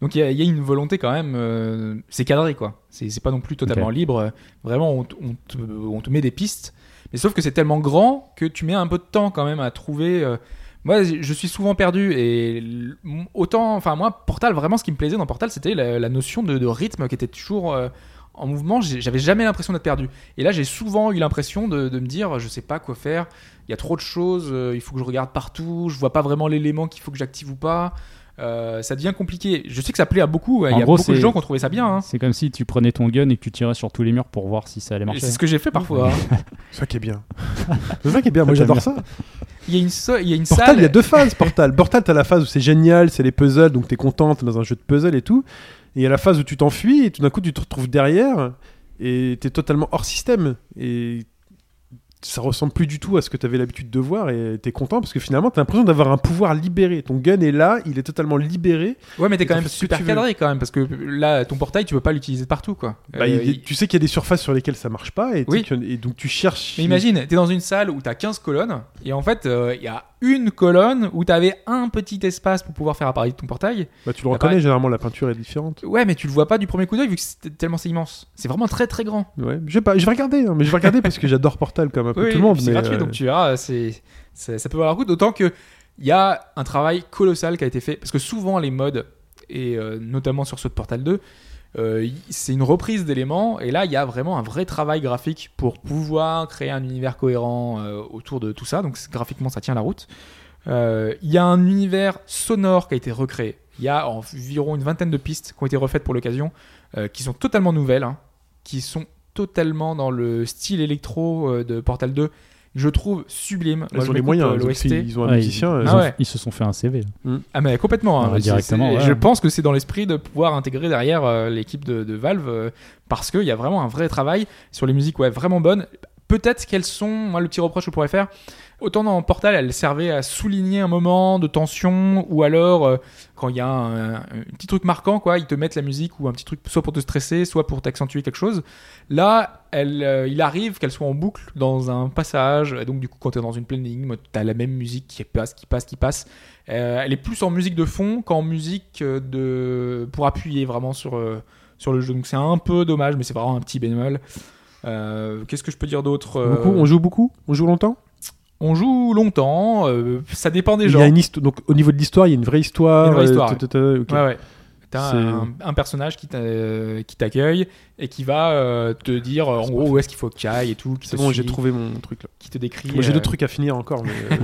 S5: Donc il y, a- il y a une volonté quand même, euh, c'est cadré quoi. C'est c'est pas non plus totalement libre. Vraiment, on, t- on te, on te met des pistes, mais sauf que c'est tellement grand que tu mets un peu de temps quand même à trouver. euh, moi, je suis souvent perdu et l- m- autant, enfin moi, Portal, vraiment, ce qui me plaisait dans Portal, c'était la, la notion de, de rythme qui était toujours euh, en mouvement. J'ai- J'avais jamais l'impression d'être perdu. Et là, j'ai souvent eu l'impression de, de me dire, je sais pas quoi faire. Il y a trop de choses. euh, il faut que je regarde partout. Je vois pas vraiment l'élément qu'il faut que j'active ou pas. Euh, ça devient compliqué. Je sais que ça plaît à beaucoup. Il y
S4: En
S5: a
S4: gros,
S5: beaucoup de
S4: c'est-
S5: gens qui ont trouvé ça bien. hein.
S4: C'est comme si tu prenais ton gun et que tu tirais sur tous les murs pour voir si ça allait marcher.
S5: C'est ce que j'ai fait parfois. hein.
S2: C'est ça qui est bien. c'est ça qui est bien, moi
S4: J'aime
S2: j'adore
S4: bien.
S2: ça.
S5: Il y a une, so- il y a une
S2: Portal,
S5: salle.
S2: il y a deux phases. Portal, Portal t'as la phase où c'est génial, c'est les puzzles, donc t'es content, t'es dans un jeu de puzzle et tout. Et il y a la phase où tu t'enfuis et tout d'un coup tu te retrouves derrière et t'es totalement hors système. Et ça ressemble plus du tout à ce que t'avais l'habitude de voir et t'es content parce que finalement t'as l'impression d'avoir un pouvoir libéré. Ton gun est là, il est totalement libéré.
S5: Ouais, mais t'es quand
S2: Et t'en
S5: même
S2: fais ce que
S5: super
S2: tu veux.
S5: cadré quand même parce que euh, là, ton portail, tu peux pas l'utiliser partout quoi.
S2: Bah,
S5: Euh,
S2: il est-
S5: il-
S2: Tu sais qu'il y a des surfaces sur lesquelles ça marche pas et, t'es-
S5: Oui.
S2: tu- et donc tu cherches.
S5: Mais imagine, t'es dans une salle où t'as 15 colonnes, et en fait, euh, il y a une colonne où t'avais un petit espace pour pouvoir faire apparaître ton portail.
S2: Bah, tu le
S5: Ah,
S2: reconnais,
S5: pareil.
S2: généralement la peinture est différente.
S5: Ouais, mais tu le vois pas du premier coup d'œil vu que c'est tellement c'est immense. C'est vraiment très très grand.
S2: Ouais. Je, vais pas, je vais regarder, hein, mais je vais regarder parce que j'adore Portal comme un peu
S5: Oui,
S2: tout le monde.
S5: C'est
S2: mais,
S5: gratuit,
S2: euh,
S5: donc tu verras, c'est, ça, ça peut valoir le coup. D'autant que il y a un travail colossal qui a été fait, parce que souvent les modes, et euh, notamment sur ceux de Portal 2, euh, y- c'est une reprise d'éléments, et là il y a vraiment un vrai travail graphique pour pouvoir créer un univers cohérent euh, autour de tout ça, donc c'est- graphiquement ça tient la route. Euh, Il y a un univers sonore qui a été recréé. Il y a environ une vingtaine de pistes qui ont été refaites pour l'occasion, euh, qui sont totalement nouvelles, hein, qui sont totalement dans le style électro euh, de Portal 2. Je trouve sublime.
S2: Ils
S5: Moi, je
S2: ont les
S5: m'écoute,
S2: moyens,
S5: euh,
S2: donc
S5: l'OST.
S2: s'ils- ils ont un
S4: Ouais,
S2: musicien.
S4: ils,
S2: euh,
S4: ils
S5: Ah
S4: ont-
S5: ouais.
S4: ils se sont fait un hein. CV. là.
S5: Ah mais complètement.
S4: Ouais,
S5: hein. C'est-
S4: directement,
S5: c'est-
S4: ouais.
S5: Je pense que c'est dans l'esprit de pouvoir intégrer derrière euh, l'équipe de, de Valve euh, parce qu'il y a vraiment un vrai travail sur les musiques ouais, vraiment bonnes. peut-être qu'elles sont, moi le petit reproche que je pourrais faire, autant dans Portal elles servaient à souligner un moment de tension ou alors euh, quand il y a un, un- un petit truc marquant quoi, ils te mettent la musique ou un petit truc soit pour te stresser, soit pour t'accentuer quelque chose. Là, elle, euh, il arrive qu'elle soit en boucle dans un passage. Et donc, du coup, quand tu es dans une pleine énigme, tu as la même musique qui passe, qui passe, qui passe. Euh, elle est plus en musique de fond qu'en musique euh, de... pour appuyer vraiment sur, euh, sur le jeu. Donc, c'est un peu dommage, mais c'est vraiment un petit bémol. Euh, Qu'est-ce que je peux dire d'autre Euh,
S2: Beaucoup, on joue beaucoup On joue longtemps
S5: on joue longtemps, euh, ça dépend des
S2: Il y
S5: gens.
S2: a une histo- Donc au niveau de l'histoire, il y a une vraie histoire.
S5: Une vraie
S2: euh,
S5: histoire,
S2: ta- ta- ta- ok.
S5: Ouais, ouais. T'as
S2: C'est-
S5: un, un personnage qui t'a- euh, qui t'accueille et qui va euh, te dire
S2: Ah,
S5: euh, en gros où est-ce qu'il faut que tu ailles et tout. qui
S2: C'est
S5: te
S2: bon, j'ai
S5: suit,
S2: trouvé mon truc là.
S5: Qui te décrit.
S2: Moi, j'ai
S5: euh,
S2: deux trucs à finir encore. Mais, euh,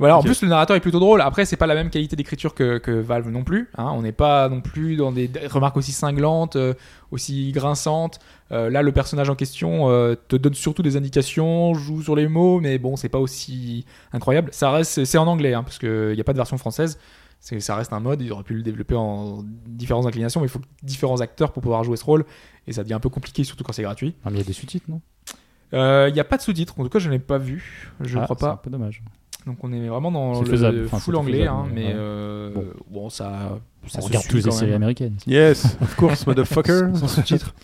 S5: Voilà,
S2: Ok.
S5: en plus le narrateur est plutôt drôle. Après, c'est pas la même qualité d'écriture que, que Valve non plus. hein. On n'est pas non plus dans des des remarques aussi cinglantes, euh, aussi grinçantes. Euh, là, le personnage en question euh, te donne surtout des indications, joue sur les mots, mais bon, c'est pas aussi incroyable. Ça reste, c'est en anglais, hein, parce qu'il n'y a pas de version française. C'est- Ça reste un mode, ils auraient pu le développer en différentes inclinations, mais il faut différents acteurs pour pouvoir jouer ce rôle, et ça devient un peu compliqué, surtout quand c'est gratuit.
S4: Ah, mais il y a des sous-titres, non
S5: Euh, Il n'y a pas de sous-titres, en tout cas je n'ai pas vu, je
S4: Ah,
S5: crois
S4: C'est un
S5: pas.
S4: peu dommage.
S5: Donc on est vraiment dans
S4: C'est
S5: le
S4: faisable. Enfin,
S5: full
S4: c'est
S5: anglais,
S4: faisable,
S5: hein,
S4: ouais.
S5: mais
S4: Ouais.
S5: euh, bon. ça, ça
S4: on
S5: se
S4: regarde
S5: suit
S4: tous les
S5: quand
S4: séries
S5: même.
S4: américaines.
S2: yes, of course, motherfucker.
S3: Sans sous-titres.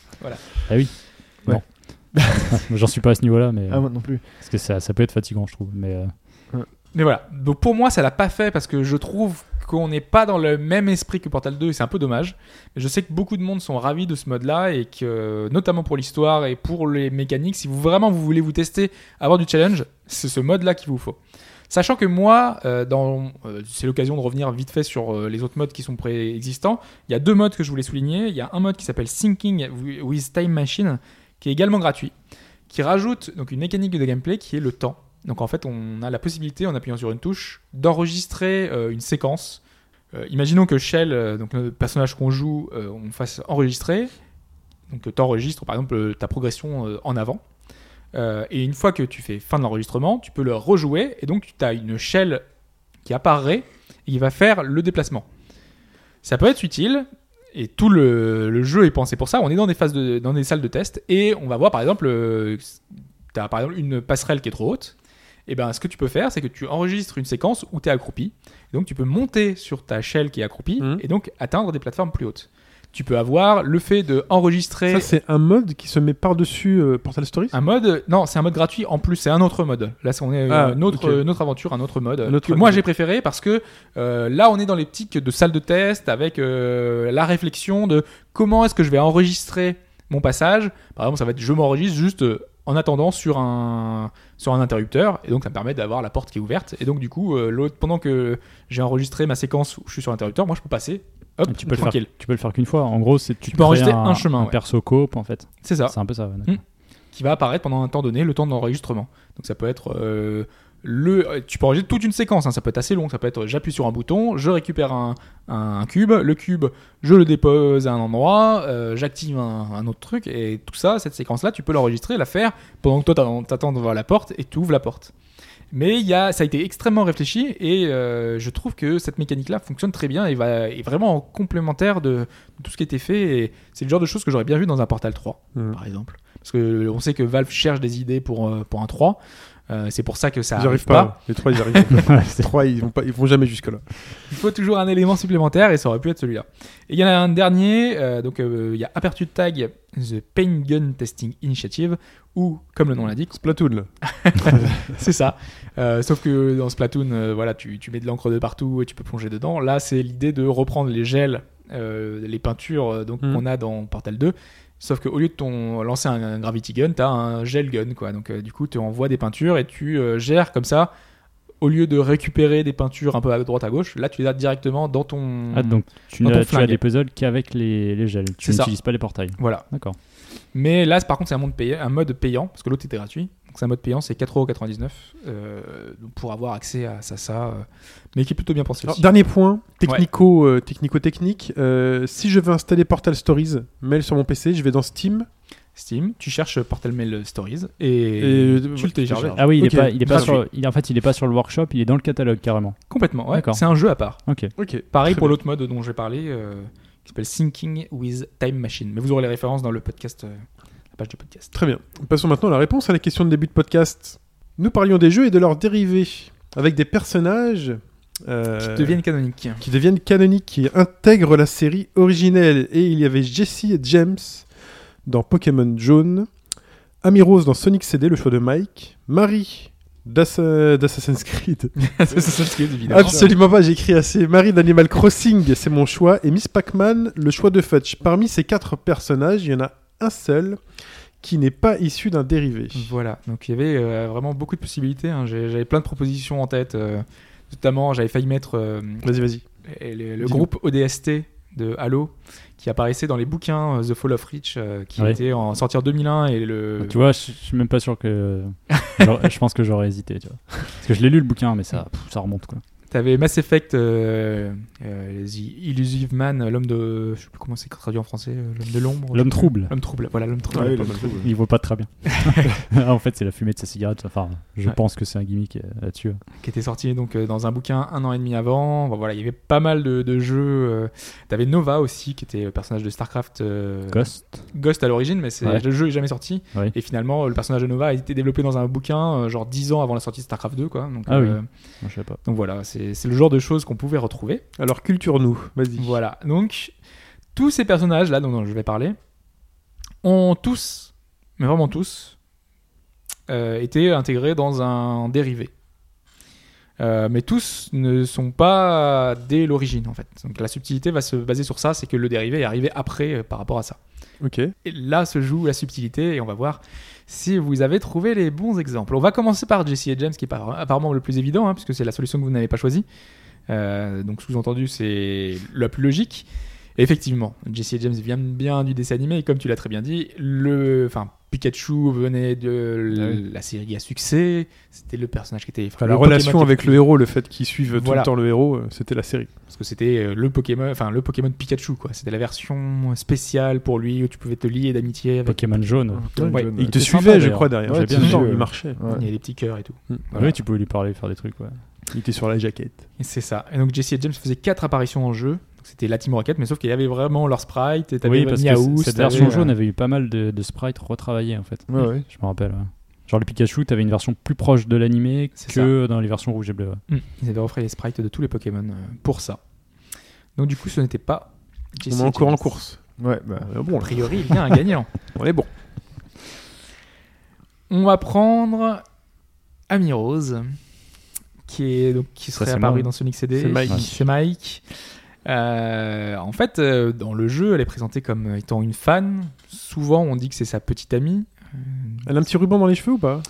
S4: J'en suis pas à ce niveau-là, mais
S3: Ah, moi non plus.
S4: parce que ça, ça peut être fatigant, je trouve. Mais euh,
S5: Mais voilà, donc pour moi ça l'a pas fait parce que je trouve qu'on n'est pas dans le même esprit que Portal 2 et c'est un peu dommage. Mais Je sais que beaucoup de monde sont ravis de ce mode-là et que notamment pour l'histoire et pour les mécaniques, si vous vraiment vous voulez vous tester, avoir du challenge, c'est ce mode-là qu'il vous faut. Sachant que moi, euh, dans, euh, c'est l'occasion de revenir vite fait sur euh, les autres modes qui sont préexistants. Il y a deux modes que je voulais souligner. Il y a un mode qui s'appelle Syncing with Time Machine, qui est également gratuit, qui rajoute donc une mécanique de gameplay qui est le temps. Donc en fait, on a la possibilité, en appuyant sur une touche, d'enregistrer euh, une séquence. Euh, imaginons que Shell, euh, donc le personnage qu'on joue, euh, on fasse enregistrer. Donc tu enregistres par exemple euh, ta progression euh, en avant. Euh, et une fois que tu fais fin de l'enregistrement, tu peux le rejouer. Et donc tu as une Shell qui apparaît et qui va faire le déplacement. Ça peut être utile. Et tout le, le jeu est pensé pour ça. On est dans des phases de, dans des salles de test et on va voir par exemple, tu as par exemple une passerelle qui est trop haute et ben ce que tu peux faire, c'est que tu enregistres une séquence où tu es accroupi. Et donc tu peux monter sur ta shell qui est accroupie
S2: Mhm.
S5: et donc atteindre des plateformes plus hautes. Tu peux avoir le fait de enregistrer
S2: Ça, c'est un mode qui se met par-dessus euh, Portal Stories
S5: un mode Non, c'est un mode gratuit en plus, c'est un autre mode. Là, c'est- on est
S2: Ah,
S5: euh, une autre,
S2: ok.
S5: euh, une autre aventure, un autre mode.
S2: Un autre
S5: que moi,
S2: mode.
S5: j'ai préféré parce que euh, là, on est dans les petites de salle de test avec euh, la réflexion de comment est-ce que je vais enregistrer mon passage. Par exemple, ça va être je m'enregistre juste euh, en attendant sur un, sur un interrupteur. Et donc, ça me permet d'avoir la porte qui est ouverte. Et donc, du coup, euh, l'autre, pendant que j'ai enregistré ma séquence où je suis sur l'interrupteur, moi, je peux passer. Hop,
S4: tu peux le faire.
S5: tranquille.
S4: Tu peux le faire qu'une fois. En gros, c'est tu,
S5: peux
S4: crées
S5: enregistrer
S4: un,
S5: un chemin, ouais.
S4: perso coop en fait.
S5: C'est ça.
S4: C'est un peu ça. ouais, d'accord.
S5: Mm. qui va apparaître pendant un temps donné, le temps d'enregistrement. Donc ça peut être euh, le, euh, tu peux enregistrer toute une séquence, hein, ça peut être assez long, ça peut être euh, j'appuie sur un bouton, je récupère un, un cube, le cube, je le dépose à un endroit, euh, j'active un, un autre truc, et tout ça, cette séquence-là, tu peux l'enregistrer, la faire pendant que toi t'attends- t'attends devant la porte et tu ouvres la porte. Mais il y a, ça a été extrêmement réfléchi et euh, je trouve que cette mécanique-là fonctionne très bien et va, est vraiment complémentaire de, de tout ce qui a été fait. Et c'est le genre de choses que j'aurais bien vu dans un Portal 3,
S2: Mhm.
S5: par exemple. Parce que on sait que Valve cherche des idées pour, euh, pour un 3. Euh, c'est pour ça que ça
S2: Ils
S5: arrive
S2: arrivent
S5: pas.
S2: pas. Les trois, ils arrivent pas.
S4: Ouais, c'est-
S2: Les trois, ils vont, pas, ils vont jamais jusque-là.
S5: Il faut toujours un élément supplémentaire et ça aurait pu être celui-là. Et il y en a un dernier, euh, donc euh, il y a Aperture Tag, The Pain Gun Testing Initiative, où, comme le nom l'indique,
S2: Splatoon, là.
S5: C'est ça. Euh, sauf que dans Splatoon, euh, voilà, tu, tu mets de l'encre de partout et tu peux plonger dedans. Là, c'est l'idée de reprendre les gels, euh, les peintures euh, donc
S4: Mm.
S2: Mhm.
S5: qu'on a dans Portal 2. Sauf qu'au lieu de ton lancer un, un gravity gun, t'as un gel gun, quoi. Donc euh, du coup, tu envoies des peintures et tu euh, gères comme ça. Au lieu de récupérer des peintures un peu à droite à gauche, là, tu les as directement dans ton.
S4: Ah, donc tu,
S5: Dans
S4: n'as-
S5: ton
S4: tu as
S5: flingue.
S4: des puzzles qu'avec les, les gels. Tu
S5: C'est ça.
S4: n'utilises pas les portails.
S5: Voilà.
S4: D'accord.
S5: Mais là, c'est- par contre, c'est un, monde payé- un mode payant, parce que l'autre était gratuit. Donc c'est un mode payant, c'est 4,99€ euh, donc pour avoir accès à ça, ça, euh, mais qui est plutôt bien pensé.
S2: Alors,
S5: aussi.
S2: dernier point, technico, euh, technico-technique. Euh, si je veux installer Portal Stories, mail sur mon PC, je vais dans Steam.
S5: Steam, tu cherches Portal Mail Stories et, euh,
S2: Et-
S5: tu le télécharges.
S4: Ah oui, il
S2: Ok,
S4: est pas, il est pas
S2: gratuit.
S4: sur, il, en fait, il est pas sur le workshop. Il est dans le catalogue carrément.
S5: Complètement, ouais.
S4: D'accord.
S5: C'est un jeu à part.
S4: Ok.
S2: Ok.
S5: Pareil
S2: Très
S5: pour
S2: bien.
S5: l'autre mode dont j'ai parlé, euh, qui s'appelle Syncing with Time Machine. Mais vous aurez les références dans le podcast, euh, page de podcast.
S2: Très bien. Passons maintenant à la réponse à la question de début de podcast. Nous parlions des jeux et de leurs dérivés, avec des personnages euh,
S5: Qui deviennent canoniques.
S2: qui deviennent canoniques, qui intègrent la série originelle. Et il y avait Jesse et James dans Pokémon Jaune, Amy Rose dans Sonic CD, le choix de Mike, Marie d'Assa- d'Assassin's Creed.
S5: C'est Assassin's Creed, évidemment.
S2: Absolument pas, j'écris assez. Marie d'Animal Crossing, c'est mon choix. Et Miss Pac-Man, le choix de Fudge. Parmi ces quatre personnages, il y en a un seul qui n'est pas issu d'un dérivé.
S5: Voilà, donc il y avait euh, vraiment beaucoup de possibilités. hein. J'ai- J'avais plein de propositions en tête. euh, notamment, j'avais failli mettre euh,
S2: Vas-y, vas-y.
S5: le- le, le
S2: Dis-nous.
S5: groupe ODST de Halo qui apparaissait dans les bouquins euh, The Fall of Reach euh, qui
S4: Ouais. Ah,
S5: était en sortir 2001 et le
S4: Tu vois, je je suis même pas sûr que. j'aurais- Je pense que j'aurais hésité, tu vois. Parce que je l'ai lu le bouquin, mais ça, pff, ça remonte quoi.
S5: T'avais Mass Effect, euh, euh, The Illusive Man, l'homme de. Je sais plus comment c'est traduit en français, euh, l'homme de l'ombre.
S4: L'homme trouble.
S5: L'homme trouble, voilà, l'homme trouble.
S3: Ouais,
S5: Pas
S3: le
S5: mal.
S3: truc, ouais.
S4: Il voit pas très bien. Ah, en fait, c'est la fumée de sa cigarette. Enfin, je
S5: Ouais.
S4: pense que c'est un gimmick euh, là-dessus.
S5: Qui était sorti donc euh, dans un bouquin un an et demi avant. Bon, voilà, il y avait pas mal de, de jeux. euh. T'avais Nova aussi, qui était le personnage de StarCraft euh,
S4: Ghost.
S5: Ghost à l'origine, mais c'est
S4: Ouais.
S5: le jeu est jamais sorti.
S4: Ouais.
S5: Et finalement, euh, le personnage de Nova a été développé dans un bouquin, euh, genre 10 ans avant la sortie de StarCraft 2, quoi. Donc, euh,
S4: Ah oui. Moi, je sais pas.
S5: donc voilà, c'est c'est le genre de choses qu'on pouvait retrouver.
S2: Alors, culture-nous, vas-y.
S5: Voilà, donc tous ces personnages là dont, dont je vais parler ont tous, mais vraiment tous, euh, été intégrés dans un dérivé. Euh, mais tous ne sont pas dès l'origine en fait. Donc la subtilité va se baser sur ça, c'est que le dérivé est arrivé après euh, par rapport à ça.
S2: Ok.
S5: Et là se joue la subtilité et on va voir si vous avez trouvé les bons exemples. On va commencer par Jesse et James qui est par- apparemment le plus évident hein, puisque c'est la solution que vous n'avez pas choisie. Euh, donc sous-entendu c'est la plus logique. Et effectivement, Jesse et James viennent bien du dessin animé et comme tu l'as très bien dit, le, enfin Pikachu venait de l- la série à succès. C'était le personnage qui était
S2: Ah Enfin,
S5: le
S2: la
S5: Pokémon
S2: relation
S5: qui
S2: avec
S5: était-
S2: le héros, le fait qu'ils suivent
S5: Voilà.
S2: tout le temps le héros, euh, c'était la série.
S5: parce que c'était euh, le Pokémon, enfin le Pokémon Pikachu quoi. C'était la version spéciale pour lui où tu pouvais te lier d'amitié avec.
S4: Pokémon jaune.
S5: Ouais.
S3: John,
S2: Et ils te
S4: c'est
S2: suivaient,
S4: sympa,
S2: je
S4: d'ailleurs.
S2: crois, derrière.
S3: Ouais,
S2: J'ai bien
S3: tu
S2: vu,
S3: suivais,
S2: ils
S3: ouais.
S2: marchaient.
S3: ouais.
S5: Il y a des petits cœurs et tout.
S4: Ah Oui, tu pouvais lui parler, faire des trucs. Ouais.
S2: Ils étaient sur la jaquette.
S5: Et C'est ça. Et donc Jesse et James faisaient quatre apparitions en jeu. Donc, C'était la Team Rocket, mais sauf qu'il y avait vraiment leur sprite. Et t'avais
S4: Oui, parce
S5: Miaou,
S4: que c- cette
S5: t'avais,
S4: version
S5: euh,
S4: jaune avait eu pas mal de, de sprites retravaillés en fait.
S3: Ouais, ouais.
S4: Je me rappelle. ouais. Genre le Pikachu, t'avais une version plus proche de l'animé
S5: C'est
S4: que dans les versions rouge et bleu. ouais.
S5: hmm, Ils avaient offert les sprites de tous les Pokémon euh, pour ça. Donc du coup, ce n'était pas Jesse
S2: On est
S5: et
S2: encore en
S5: James.
S2: course.
S3: Ouais, bah,
S2: Ah, bon,
S5: A
S2: là.
S5: priori, il y a un gagnant.
S2: on est bon.
S5: On va prendre Amy Rose, qui, est, donc, qui
S4: Ça,
S5: serait
S4: c'est
S5: apparue
S4: moi.
S5: dans Sonic CD.
S2: C'est Mike.
S5: C'est Mike. Euh, en fait, euh, dans le jeu, elle est présentée comme étant une fan. Souvent, on dit que c'est sa petite amie.
S2: Elle a un petit ruban dans les cheveux ou pas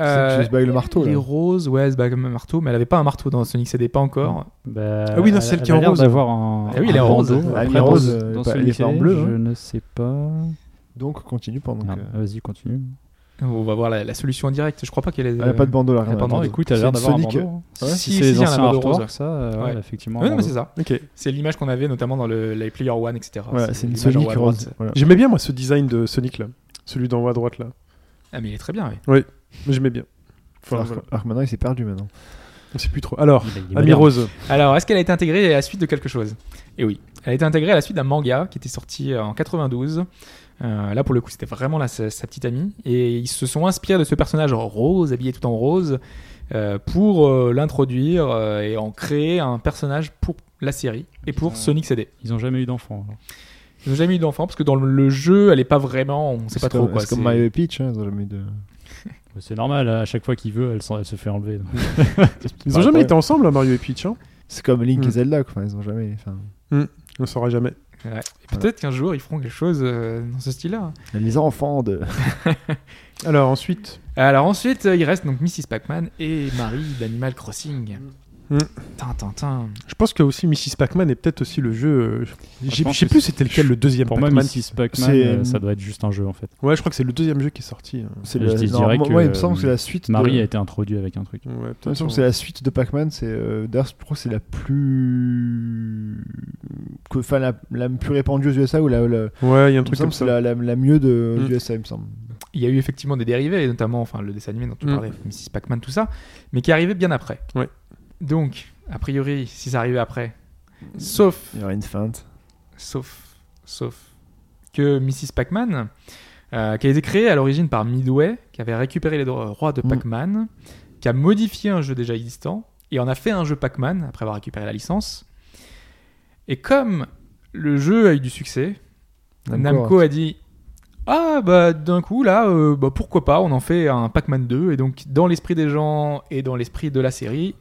S5: Euh,
S3: celle qui se bat avec le marteau, là.
S5: Les roses, ouais, elle se bat comme un marteau, mais elle avait pas un marteau dans Sonic CD, pas encore.
S4: Bah,
S2: Ah oui, non,
S4: elle-
S2: celle
S4: elle
S2: qui est
S4: a
S2: en
S4: l'air
S2: rose.
S4: d'avoir un.
S5: Ah oui, elle est
S4: un
S5: en rose.
S4: bandeau.
S3: Ah, elle est
S4: Après,
S3: en rose,
S4: dans-
S3: euh,
S4: dans
S3: pas- elle
S4: celui
S3: est pas
S4: qui
S3: en
S4: Bah, est,
S3: bleu,
S4: Je
S3: hein.
S4: ne sais pas.
S3: donc continue pendant.
S4: Ah, Vas-y, continue.
S5: On va voir la, la solution en direct. Je crois pas qu'elle est.
S3: Mm. Elle a pas de bandeau là.
S5: elle a pas de
S4: Non,
S5: bandeau.
S4: écoute, elle a l'air d'avoir un
S3: Sonic.
S4: bandeau.
S3: hein. Ouais.
S4: Si,
S5: Si,
S4: c'est
S5: si,
S4: les
S5: il y a un
S4: anciens
S5: bandeau rose.
S3: hein.
S4: artworks, ça, euh, ouais,
S5: Ouais.
S4: elle a effectivement.
S5: Ouais,
S4: un
S5: non, mais
S4: bandeau.
S5: c'est ça.
S2: Ok.
S5: C'est l'image qu'on avait notamment dans le, les Player One, etc.
S3: Voilà, c'est une
S5: l'image en haut
S3: Sonic
S5: à
S3: rose.
S5: droite.
S3: Voilà.
S2: J'aimais bien, moi, ce design de Sonic, là. Celui d'en haut à droite, là.
S5: Ah, mais il est très bien, oui.
S2: Moi, J'aimais bien. Enfin,
S3: Alors,
S2: voilà.
S3: alors que maintenant il s'est perdu maintenant.
S2: On sait plus trop. Alors,
S4: Il est- il est
S2: Ami
S4: moderne.
S2: Rose.
S5: Alors, est-ce qu'elle a été intégrée à la suite de quelque chose Et oui, elle a été intégrée à la suite d'un manga qui était sorti en 92. Euh, là, pour le coup, c'était vraiment la- sa, sa petite amie. Et ils se sont inspirés de ce personnage en rose, habillé tout en rose, euh, pour euh, l'introduire euh, et en créer un personnage pour la série et pour
S4: Ouais.
S5: Sonic CD.
S4: Ils ont jamais eu d'enfant. alors.
S5: Ils n'ont jamais eu d'enfant parce que dans le jeu, elle est pas vraiment, on sait pas trop
S3: comme,
S5: quoi.
S3: C'est comme
S5: c'est-
S3: Mario et Peach, hein, ils ont jamais eu de.
S4: Mais C'est normal, à chaque fois qu'il veut, elle, s'en- elle se fait enlever. donc.
S2: Ils ont
S3: Ouais,
S2: jamais
S3: ouais.
S2: été ensemble, hein, Mario et Peach. hein
S3: C'est comme Link
S2: Hmm.
S3: et Zelda, quoi. Enfin, Ils ont jamais. enfin,
S2: on ne saura jamais.
S5: Ouais. Et Peut-être qu'un jour, ils feront quelque chose euh, dans ce style-là.
S3: Les enfants de.
S2: Alors, ensuite.
S5: Alors ensuite, euh, il reste donc Mrs. Pac-Man et Marie d'Animal Crossing.
S2: Mm.
S5: Tin, tin, tin.
S2: Je pense que aussi Mrs. Pac-Man est peut-être aussi le jeu. euh, Je
S4: Je
S2: j'ai- je
S4: pense
S2: sais
S4: que
S2: plus
S4: c'est-
S2: c'était lequel le deuxième
S4: Pour moi,
S2: Pac-Man.
S4: Mrs. Pac-Man,
S3: c'est-
S4: euh, ça doit être juste un jeu en fait.
S2: Ouais, je crois que c'est le deuxième jeu qui est sorti. hein.
S3: C'est
S4: Je
S3: le-
S4: dis
S3: non,
S4: direct
S3: moi,
S4: que,
S3: moi, il me semble que c'est
S4: euh,
S3: la suite.
S4: Marie
S3: de...
S4: a été introduite avec un truc.
S2: Ouais,
S3: Il me
S2: peut-être.
S3: semble que c'est la suite de Pac-Man. C'est euh, d'ailleurs je crois que c'est la plus, que, enfin la, la plus répandue aux USA ou la, la...
S2: Ouais, il y a un
S3: il me
S2: truc
S3: semble
S2: comme
S3: que c'est
S2: ça.
S3: la, la, la mieux de
S5: Hmm.
S2: Mm.
S3: aux USA, il me semble.
S5: Il y a eu effectivement des dérivés, et notamment enfin, le dessin animé dont tu
S2: Mm.
S5: parlais, Mrs. Pac-Man, tout ça, mais qui arrivait bien après.
S2: Ouais.
S5: Donc, a priori, si ça arrivait après, sauf,
S3: Il y aurait une feinte.
S5: sauf, sauf que Mrs. Pac-Man euh, qui a été créé à l'origine par Midway, qui avait récupéré les droits de
S3: Mm.
S5: Pac-Man, qui a modifié un jeu déjà existant, et en a fait un jeu Pac-Man, après avoir récupéré la licence. Et comme le jeu a eu du succès, Namco, a dit Ah, bah d'un coup, là, euh, bah, pourquoi pas, on en fait un Pac-Man 2. Et donc, dans l'esprit des gens et dans l'esprit de la série,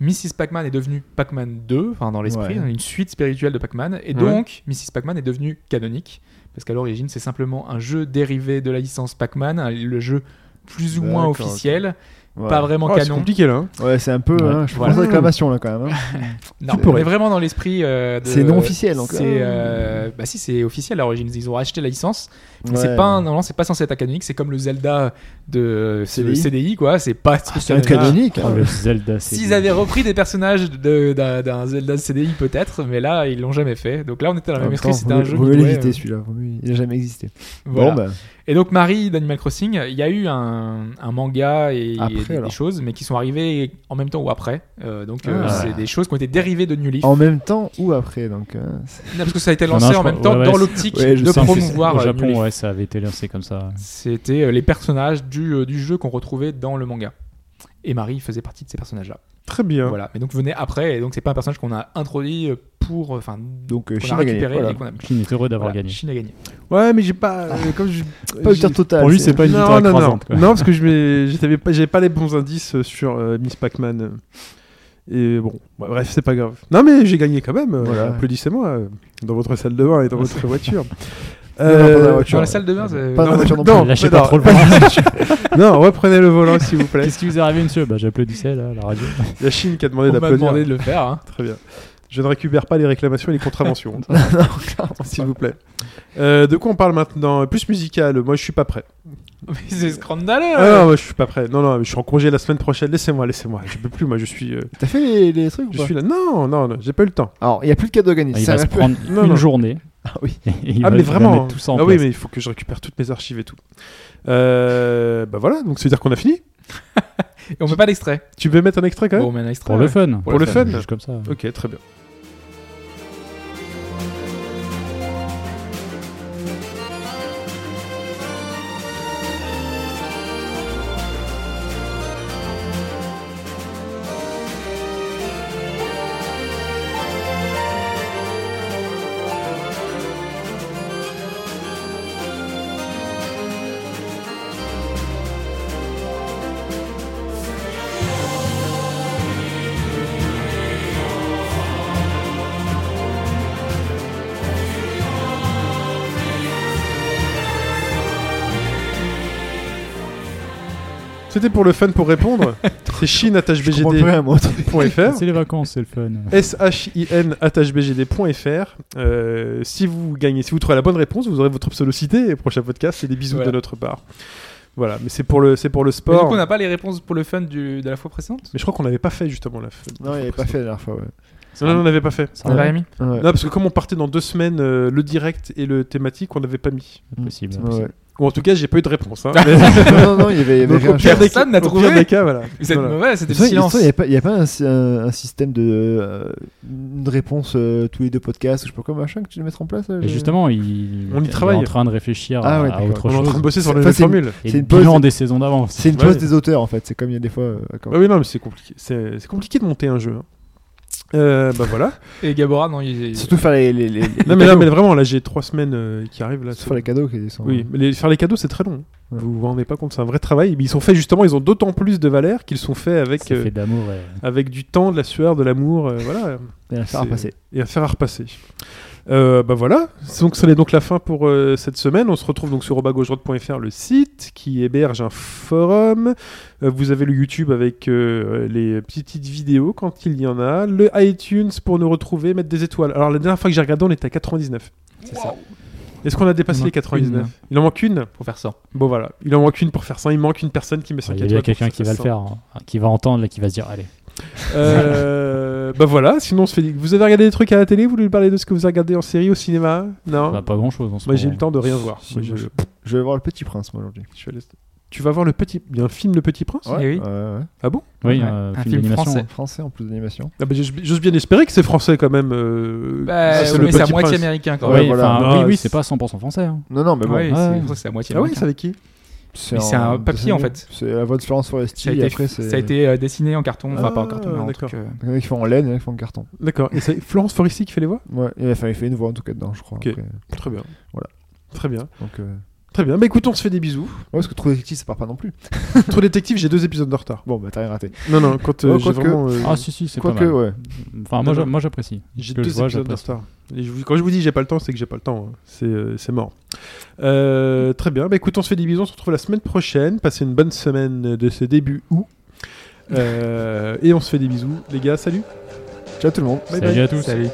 S5: Mrs. Pac-Man est devenue Pac-Man 2, enfin, dans l'esprit,
S3: Ouais.
S5: une suite spirituelle de Pac-Man. Et donc, Mrs. Pac-Man est devenue canonique. Parce qu'à l'origine, c'est simplement un jeu dérivé de la licence Pac-Man, un- le jeu plus ou moins
S3: D'accord,
S5: officiel,
S3: Ouais.
S5: pas vraiment
S2: Oh, c'est
S5: canon.
S2: compliqué là. hein.
S3: Ouais, c'est un peu.
S4: Ouais.
S3: hein, je
S5: Voilà.
S3: pense réclamation là quand même. hein.
S5: Non,
S3: pourrait.
S5: mais vraiment dans l'esprit. euh, de-
S3: C'est non officiel, donc.
S5: C'est, euh, bah si, c'est officiel à l'origine. Ils ont racheté la licence. mais C'est
S3: Ouais.
S5: pas un- non, non, c'est pas censé être canonique. C'est comme le Zelda de euh, ce-
S3: CDI.
S5: CDI, quoi. C'est Ah, pas.
S3: Ah, C'est un canonique.
S4: Oh,
S3: hein.
S4: le Zelda, c'est.
S5: S'ils avaient repris des personnages de- d'un d'un Zelda CDI peut-être, mais là ils l'ont jamais fait. Donc là on était dans
S3: En
S5: la même
S3: même
S5: esprit,
S3: temps,
S5: c'était un
S3: Vous
S5: jeu.
S3: vous
S5: qui devait-
S3: l'éviter celui-là. Vaut mieux- Il n'a jamais existé.
S5: Voilà.
S3: Bon, bah,
S5: Et donc Marie d'Animal Crossing, il y a eu un, un manga et,
S3: Après,
S5: et des,
S3: alors.
S5: choses, mais qui sont arrivées en même temps ou après. Euh, donc euh,
S3: Ah.
S5: c'est des choses qui ont été dérivées de New Leaf,
S3: en même temps ou après donc. euh, c'est-
S5: Non, parce que ça a été
S4: Non, non,
S5: lancé
S4: je
S5: en
S4: crois-
S5: même temps
S4: ouais, ouais,
S5: dans
S4: c'est-
S5: l'optique
S3: ouais, je
S5: de
S3: sais, je sais.
S5: promouvoir euh,
S4: Au
S5: New Leaf.
S4: Japon, ouais, ça avait été lancé comme ça.
S5: C'était euh, les personnages du, euh, du jeu qu'on retrouvait dans le manga. Et Marie faisait partie de ces personnages-là.
S2: Très bien.
S5: Voilà. Mais donc venait après, et donc c'est pas un personnage qu'on a introduit euh, pour, enfin,
S3: Donc euh,
S5: qu'on a
S3: Chine a gagné.
S5: récupéré
S3: Voilà.
S5: et qu'on a
S4: Chine est heureux d'avoir
S5: voilà,
S4: gagné.
S5: Chine a gagné.
S2: Ouais, mais j'ai pas. euh, comme je-
S3: Pas
S2: j'ai-
S3: victoire totale.
S4: Pour lui, c'est pas une
S2: Non,
S4: victoire
S2: non, non.
S4: écrasante. quoi.
S2: non, parce que je m'ai- je t'avais pas- j'avais pas les bons indices euh, sur euh, Miss Pac-Man. Et bon, ouais, bref, c'est pas grave. Non, mais j'ai gagné quand même. euh,
S3: Voilà.
S2: Applaudissez-moi euh, dans votre salle de bain et dans votre voiture.
S3: Non, non, pas dans la
S2: Euh,
S3: voiture.
S5: Dans la salle de bain, c'est-
S3: Pas dans la voiture non plus.
S2: Non,
S4: Lâchez
S2: mais
S4: pas
S2: non.
S4: trop le bras.
S2: non, reprenez le volant s'il vous plaît.
S4: Qu'est-ce qui vous est arrivé, monsieur Bah, j'applaudissais là, à la radio.
S2: La Chine qui a demandé
S5: on m'a
S2: d'applaudir.
S5: demandé de le faire. hein.
S2: Très bien. Je ne récupère pas les réclamations et les contraventions, s'il vous plaît. Euh, de quoi on parle maintenant Plus musical. Moi, je suis pas prêt.
S5: Mais c'est scandaleux.
S2: Ah non, moi, je suis pas prêt. Non, non, je suis en congé la semaine prochaine. Laissez-moi, laissez-moi. Je peux plus. Moi, je suis, euh,
S3: T'as fait les, les trucs ou
S2: je
S3: pas
S2: suis là. Non, non, non, j'ai pas eu le temps.
S3: Alors, il n'y a plus de cadeau à gagner.
S4: Ah, Il
S3: Ça
S4: va se
S3: reste-
S4: prendre
S2: Non,
S4: une
S2: non.
S4: journée.
S3: Ah oui.
S4: et il
S2: ah,
S4: va-
S2: mais
S4: il va
S2: vraiment.
S4: mettre tout ça en
S2: ah oui,
S4: place.
S2: mais il faut que je récupère toutes mes archives et tout. Euh, bah voilà. Donc, ça veut dire qu'on a fini.
S5: Et on met pas d'extrait.
S2: Tu peux mettre un extrait quand même
S5: Bon, on met un extrait.
S4: Pour le fun.
S2: Pour le fun.
S4: Juste comme ça.
S2: Ok, très bien. C'était pour le fun pour répondre. C'est
S3: Je comprends plus rien, moi.
S2: chine.bgd.fr.
S4: C'est les vacances, c'est le fun.
S2: shin.bgd.fr. Euh, si vous gagnez, si vous trouvez la bonne réponse, vous aurez votre pseudocité. Et prochain podcast, c'est des bisous
S5: Voilà.
S2: de notre part. Voilà, mais c'est pour le, c'est pour le
S5: Mais du
S2: sport.
S5: coup, on
S2: Mais,
S5: n'a pas les réponses pour le fun du- de la fois précédente
S2: je crois qu'on n'avait pas fait justement la. f-
S3: Non, il avait pas fait la dernière fois. Ouais.
S2: Non, non, on n'avait pas fait.
S4: Ça
S5: On avait
S4: va,
S5: rien mis
S3: Ouais.
S2: Non, parce que comme on partait dans deux semaines, euh, le direct et le thématique, on n'avait pas mis.
S4: c'est possible.
S3: Ouais, ouais.
S2: Ou en tout cas, j'ai pas eu de réponse. Hein.
S3: non, non, non, il y avait, il y avait
S2: Donc,
S3: rien.
S2: au
S3: cher.
S2: pire des
S5: Personne n'a
S2: au pire
S5: trouvé.
S2: des cas, voilà.
S5: Vous êtes
S2: Voilà.
S5: mauvais, c'était
S3: Il
S5: le silence.
S3: n'y a pas, il y a pas un, sy- un- un système de euh, une réponse euh, tous les deux podcasts ou je sais pas quoi machin que tu veux mettre en place. là,
S4: Et
S3: je-
S4: justement, il,
S2: On y
S4: il est
S2: travaille.
S4: en train de réfléchir
S3: Ah
S4: à-
S3: ouais,
S4: à
S3: d'accord.
S4: autre
S2: On est en train de
S4: chose.
S2: bosser sur
S3: Ça,
S2: les
S3: ça,
S2: nouvelles formules.
S3: c'est-
S4: Et
S3: C'est
S4: le
S3: une pause.
S4: bilan des saisons d'avant.
S3: C'est une
S2: Ouais.
S3: pause des auteurs en fait. C'est comme il y a des fois. euh, quand-
S2: Ah oui, non, mais c'est compliqué. C'est c'est compliqué de monter un jeu. hein. Euh, bah voilà.
S5: Et Gabora, non, il il-
S3: Surtout faire les, les, les, les
S2: Non mais là,
S3: cadeaux.
S2: mais vraiment, là j'ai trois semaines euh, qui arrivent là.
S3: Surtout faire les cadeaux qui sont.
S2: Oui, mais les- faire les cadeaux c'est très long. hein.
S3: Ouais.
S2: Vous vous rendez pas compte, c'est un vrai travail. Mais ils sont faits justement, ils ont d'autant plus de valeur qu'ils sont faits avec
S4: Ça
S2: euh,
S4: fait d'amour. ouais.
S2: avec du temps, de la sueur, de l'amour, euh, voilà,
S3: Et à faire
S2: C'est-
S3: passer.
S2: et à faire à repasser. Euh, bah voilà, donc ça est donc la fin pour euh, cette semaine. On se retrouve donc sur robagaugedroite.fr, le site qui héberge un forum. Euh, vous avez le YouTube avec euh, les petites vidéos quand il y en a, le iTunes pour nous retrouver, mettre des étoiles. Alors la dernière fois que j'ai regardé, on était à 99.
S5: C'est ça.
S2: Est-ce qu'on a dépassé
S5: Il en
S2: les
S5: manque
S2: 99
S5: une.
S2: Il en manque une
S5: Pour faire ça.
S2: Bon voilà, il en manque une pour faire ça, il manque une personne qui met 5
S4: Il y a quelqu'un qui va le faire, hein, qui va entendre, là, qui va se dire allez.
S2: Euh, bah voilà, sinon on se fait... Vous avez regardé des trucs à la télé Vous voulez nous parler de ce que vous avez regardé en série, au cinéma Non
S4: Bah, pas grand chose en ce
S2: Hein Moi
S4: moment.
S2: j'ai eu le temps de rien voir.
S3: Si,
S2: Moi,
S3: moi,
S2: je-
S3: Je vais voir le petit prince moi aujourd'hui.
S2: je suis à l'aise. Tu vas voir le petit, il y a un film Le Petit Prince
S5: Eh oui.
S3: ouais, ouais.
S4: Oui,
S5: Ouais.
S4: euh,
S5: Un
S4: film
S5: film
S4: d'animation.
S5: français.
S3: Français en plus d'animation.
S2: Ah bah, j'ose- J'ose bien espérer que c'est français quand même. euh,
S5: Bah,
S2: ça,
S5: oui,
S2: c'est Le
S5: mais c'est à
S2: Petit
S5: moitié
S2: Prince.
S5: américain quand
S4: Oui,
S3: Ouais,
S5: même.
S3: voilà.
S4: enfin, oui,
S2: Ah,
S4: oui,
S2: c'est-
S4: c'est pas 100% français. hein.
S3: Non, non, mais bon.
S5: Ouais,
S4: ouais.
S5: c'est- c'est à moitié
S2: Ah oui,
S5: américain.
S2: c'est avec qui
S5: Mais c'est un papier, en fait.
S3: C'est la voix de Florence
S5: Ça
S3: Foresti.
S5: a,
S3: et
S5: été,
S3: après, c'est.
S5: ça a été euh, dessiné en carton, enfin
S2: Ah,
S5: pas en carton, mais en
S2: d'accord.
S5: truc. euh,
S3: Il y en a qui font en laine, il y en a qui font en carton.
S2: D'accord. Et c'est Florence Foresti qui fait les voix
S3: Ouais, et, enfin, il fait une voix en tout cas dedans, je crois.
S2: Ok.
S3: après.
S2: Très bien.
S3: Voilà.
S2: Très bien.
S3: Donc, euh, ouais,
S2: Très bien. Bah écoute, on se fait des bisous.
S3: parce que True Detective, ça part pas non plus.
S2: Trop détective, j'ai deux épisodes de retard.
S3: Bon, bah t'as rien raté.
S2: Non, non, quand euh,
S3: Oh,
S2: j'ai
S3: quoique.
S2: vraiment. euh,
S4: Ah si si, c'est pas
S3: Quoique,
S4: mal.
S3: ouais.
S4: Enfin moi j'a- moi j'apprécie.
S2: J'ai
S4: Que
S2: deux
S4: je vois,
S2: épisodes de
S4: j'apprécie.
S2: retard. Et je vous- quand je vous dis j'ai pas le temps, c'est que j'ai pas le temps. hein. C'est euh, c'est mort. Euh, très bien. Bah, écoute, on se fait des bisous. On se retrouve la semaine prochaine. Passez une bonne semaine de ce début août. Euh, et on se fait des bisous, les gars. Salut.
S3: Ciao tout le monde.
S2: Bye
S4: Salut
S2: bye.
S4: à tous.
S5: salut.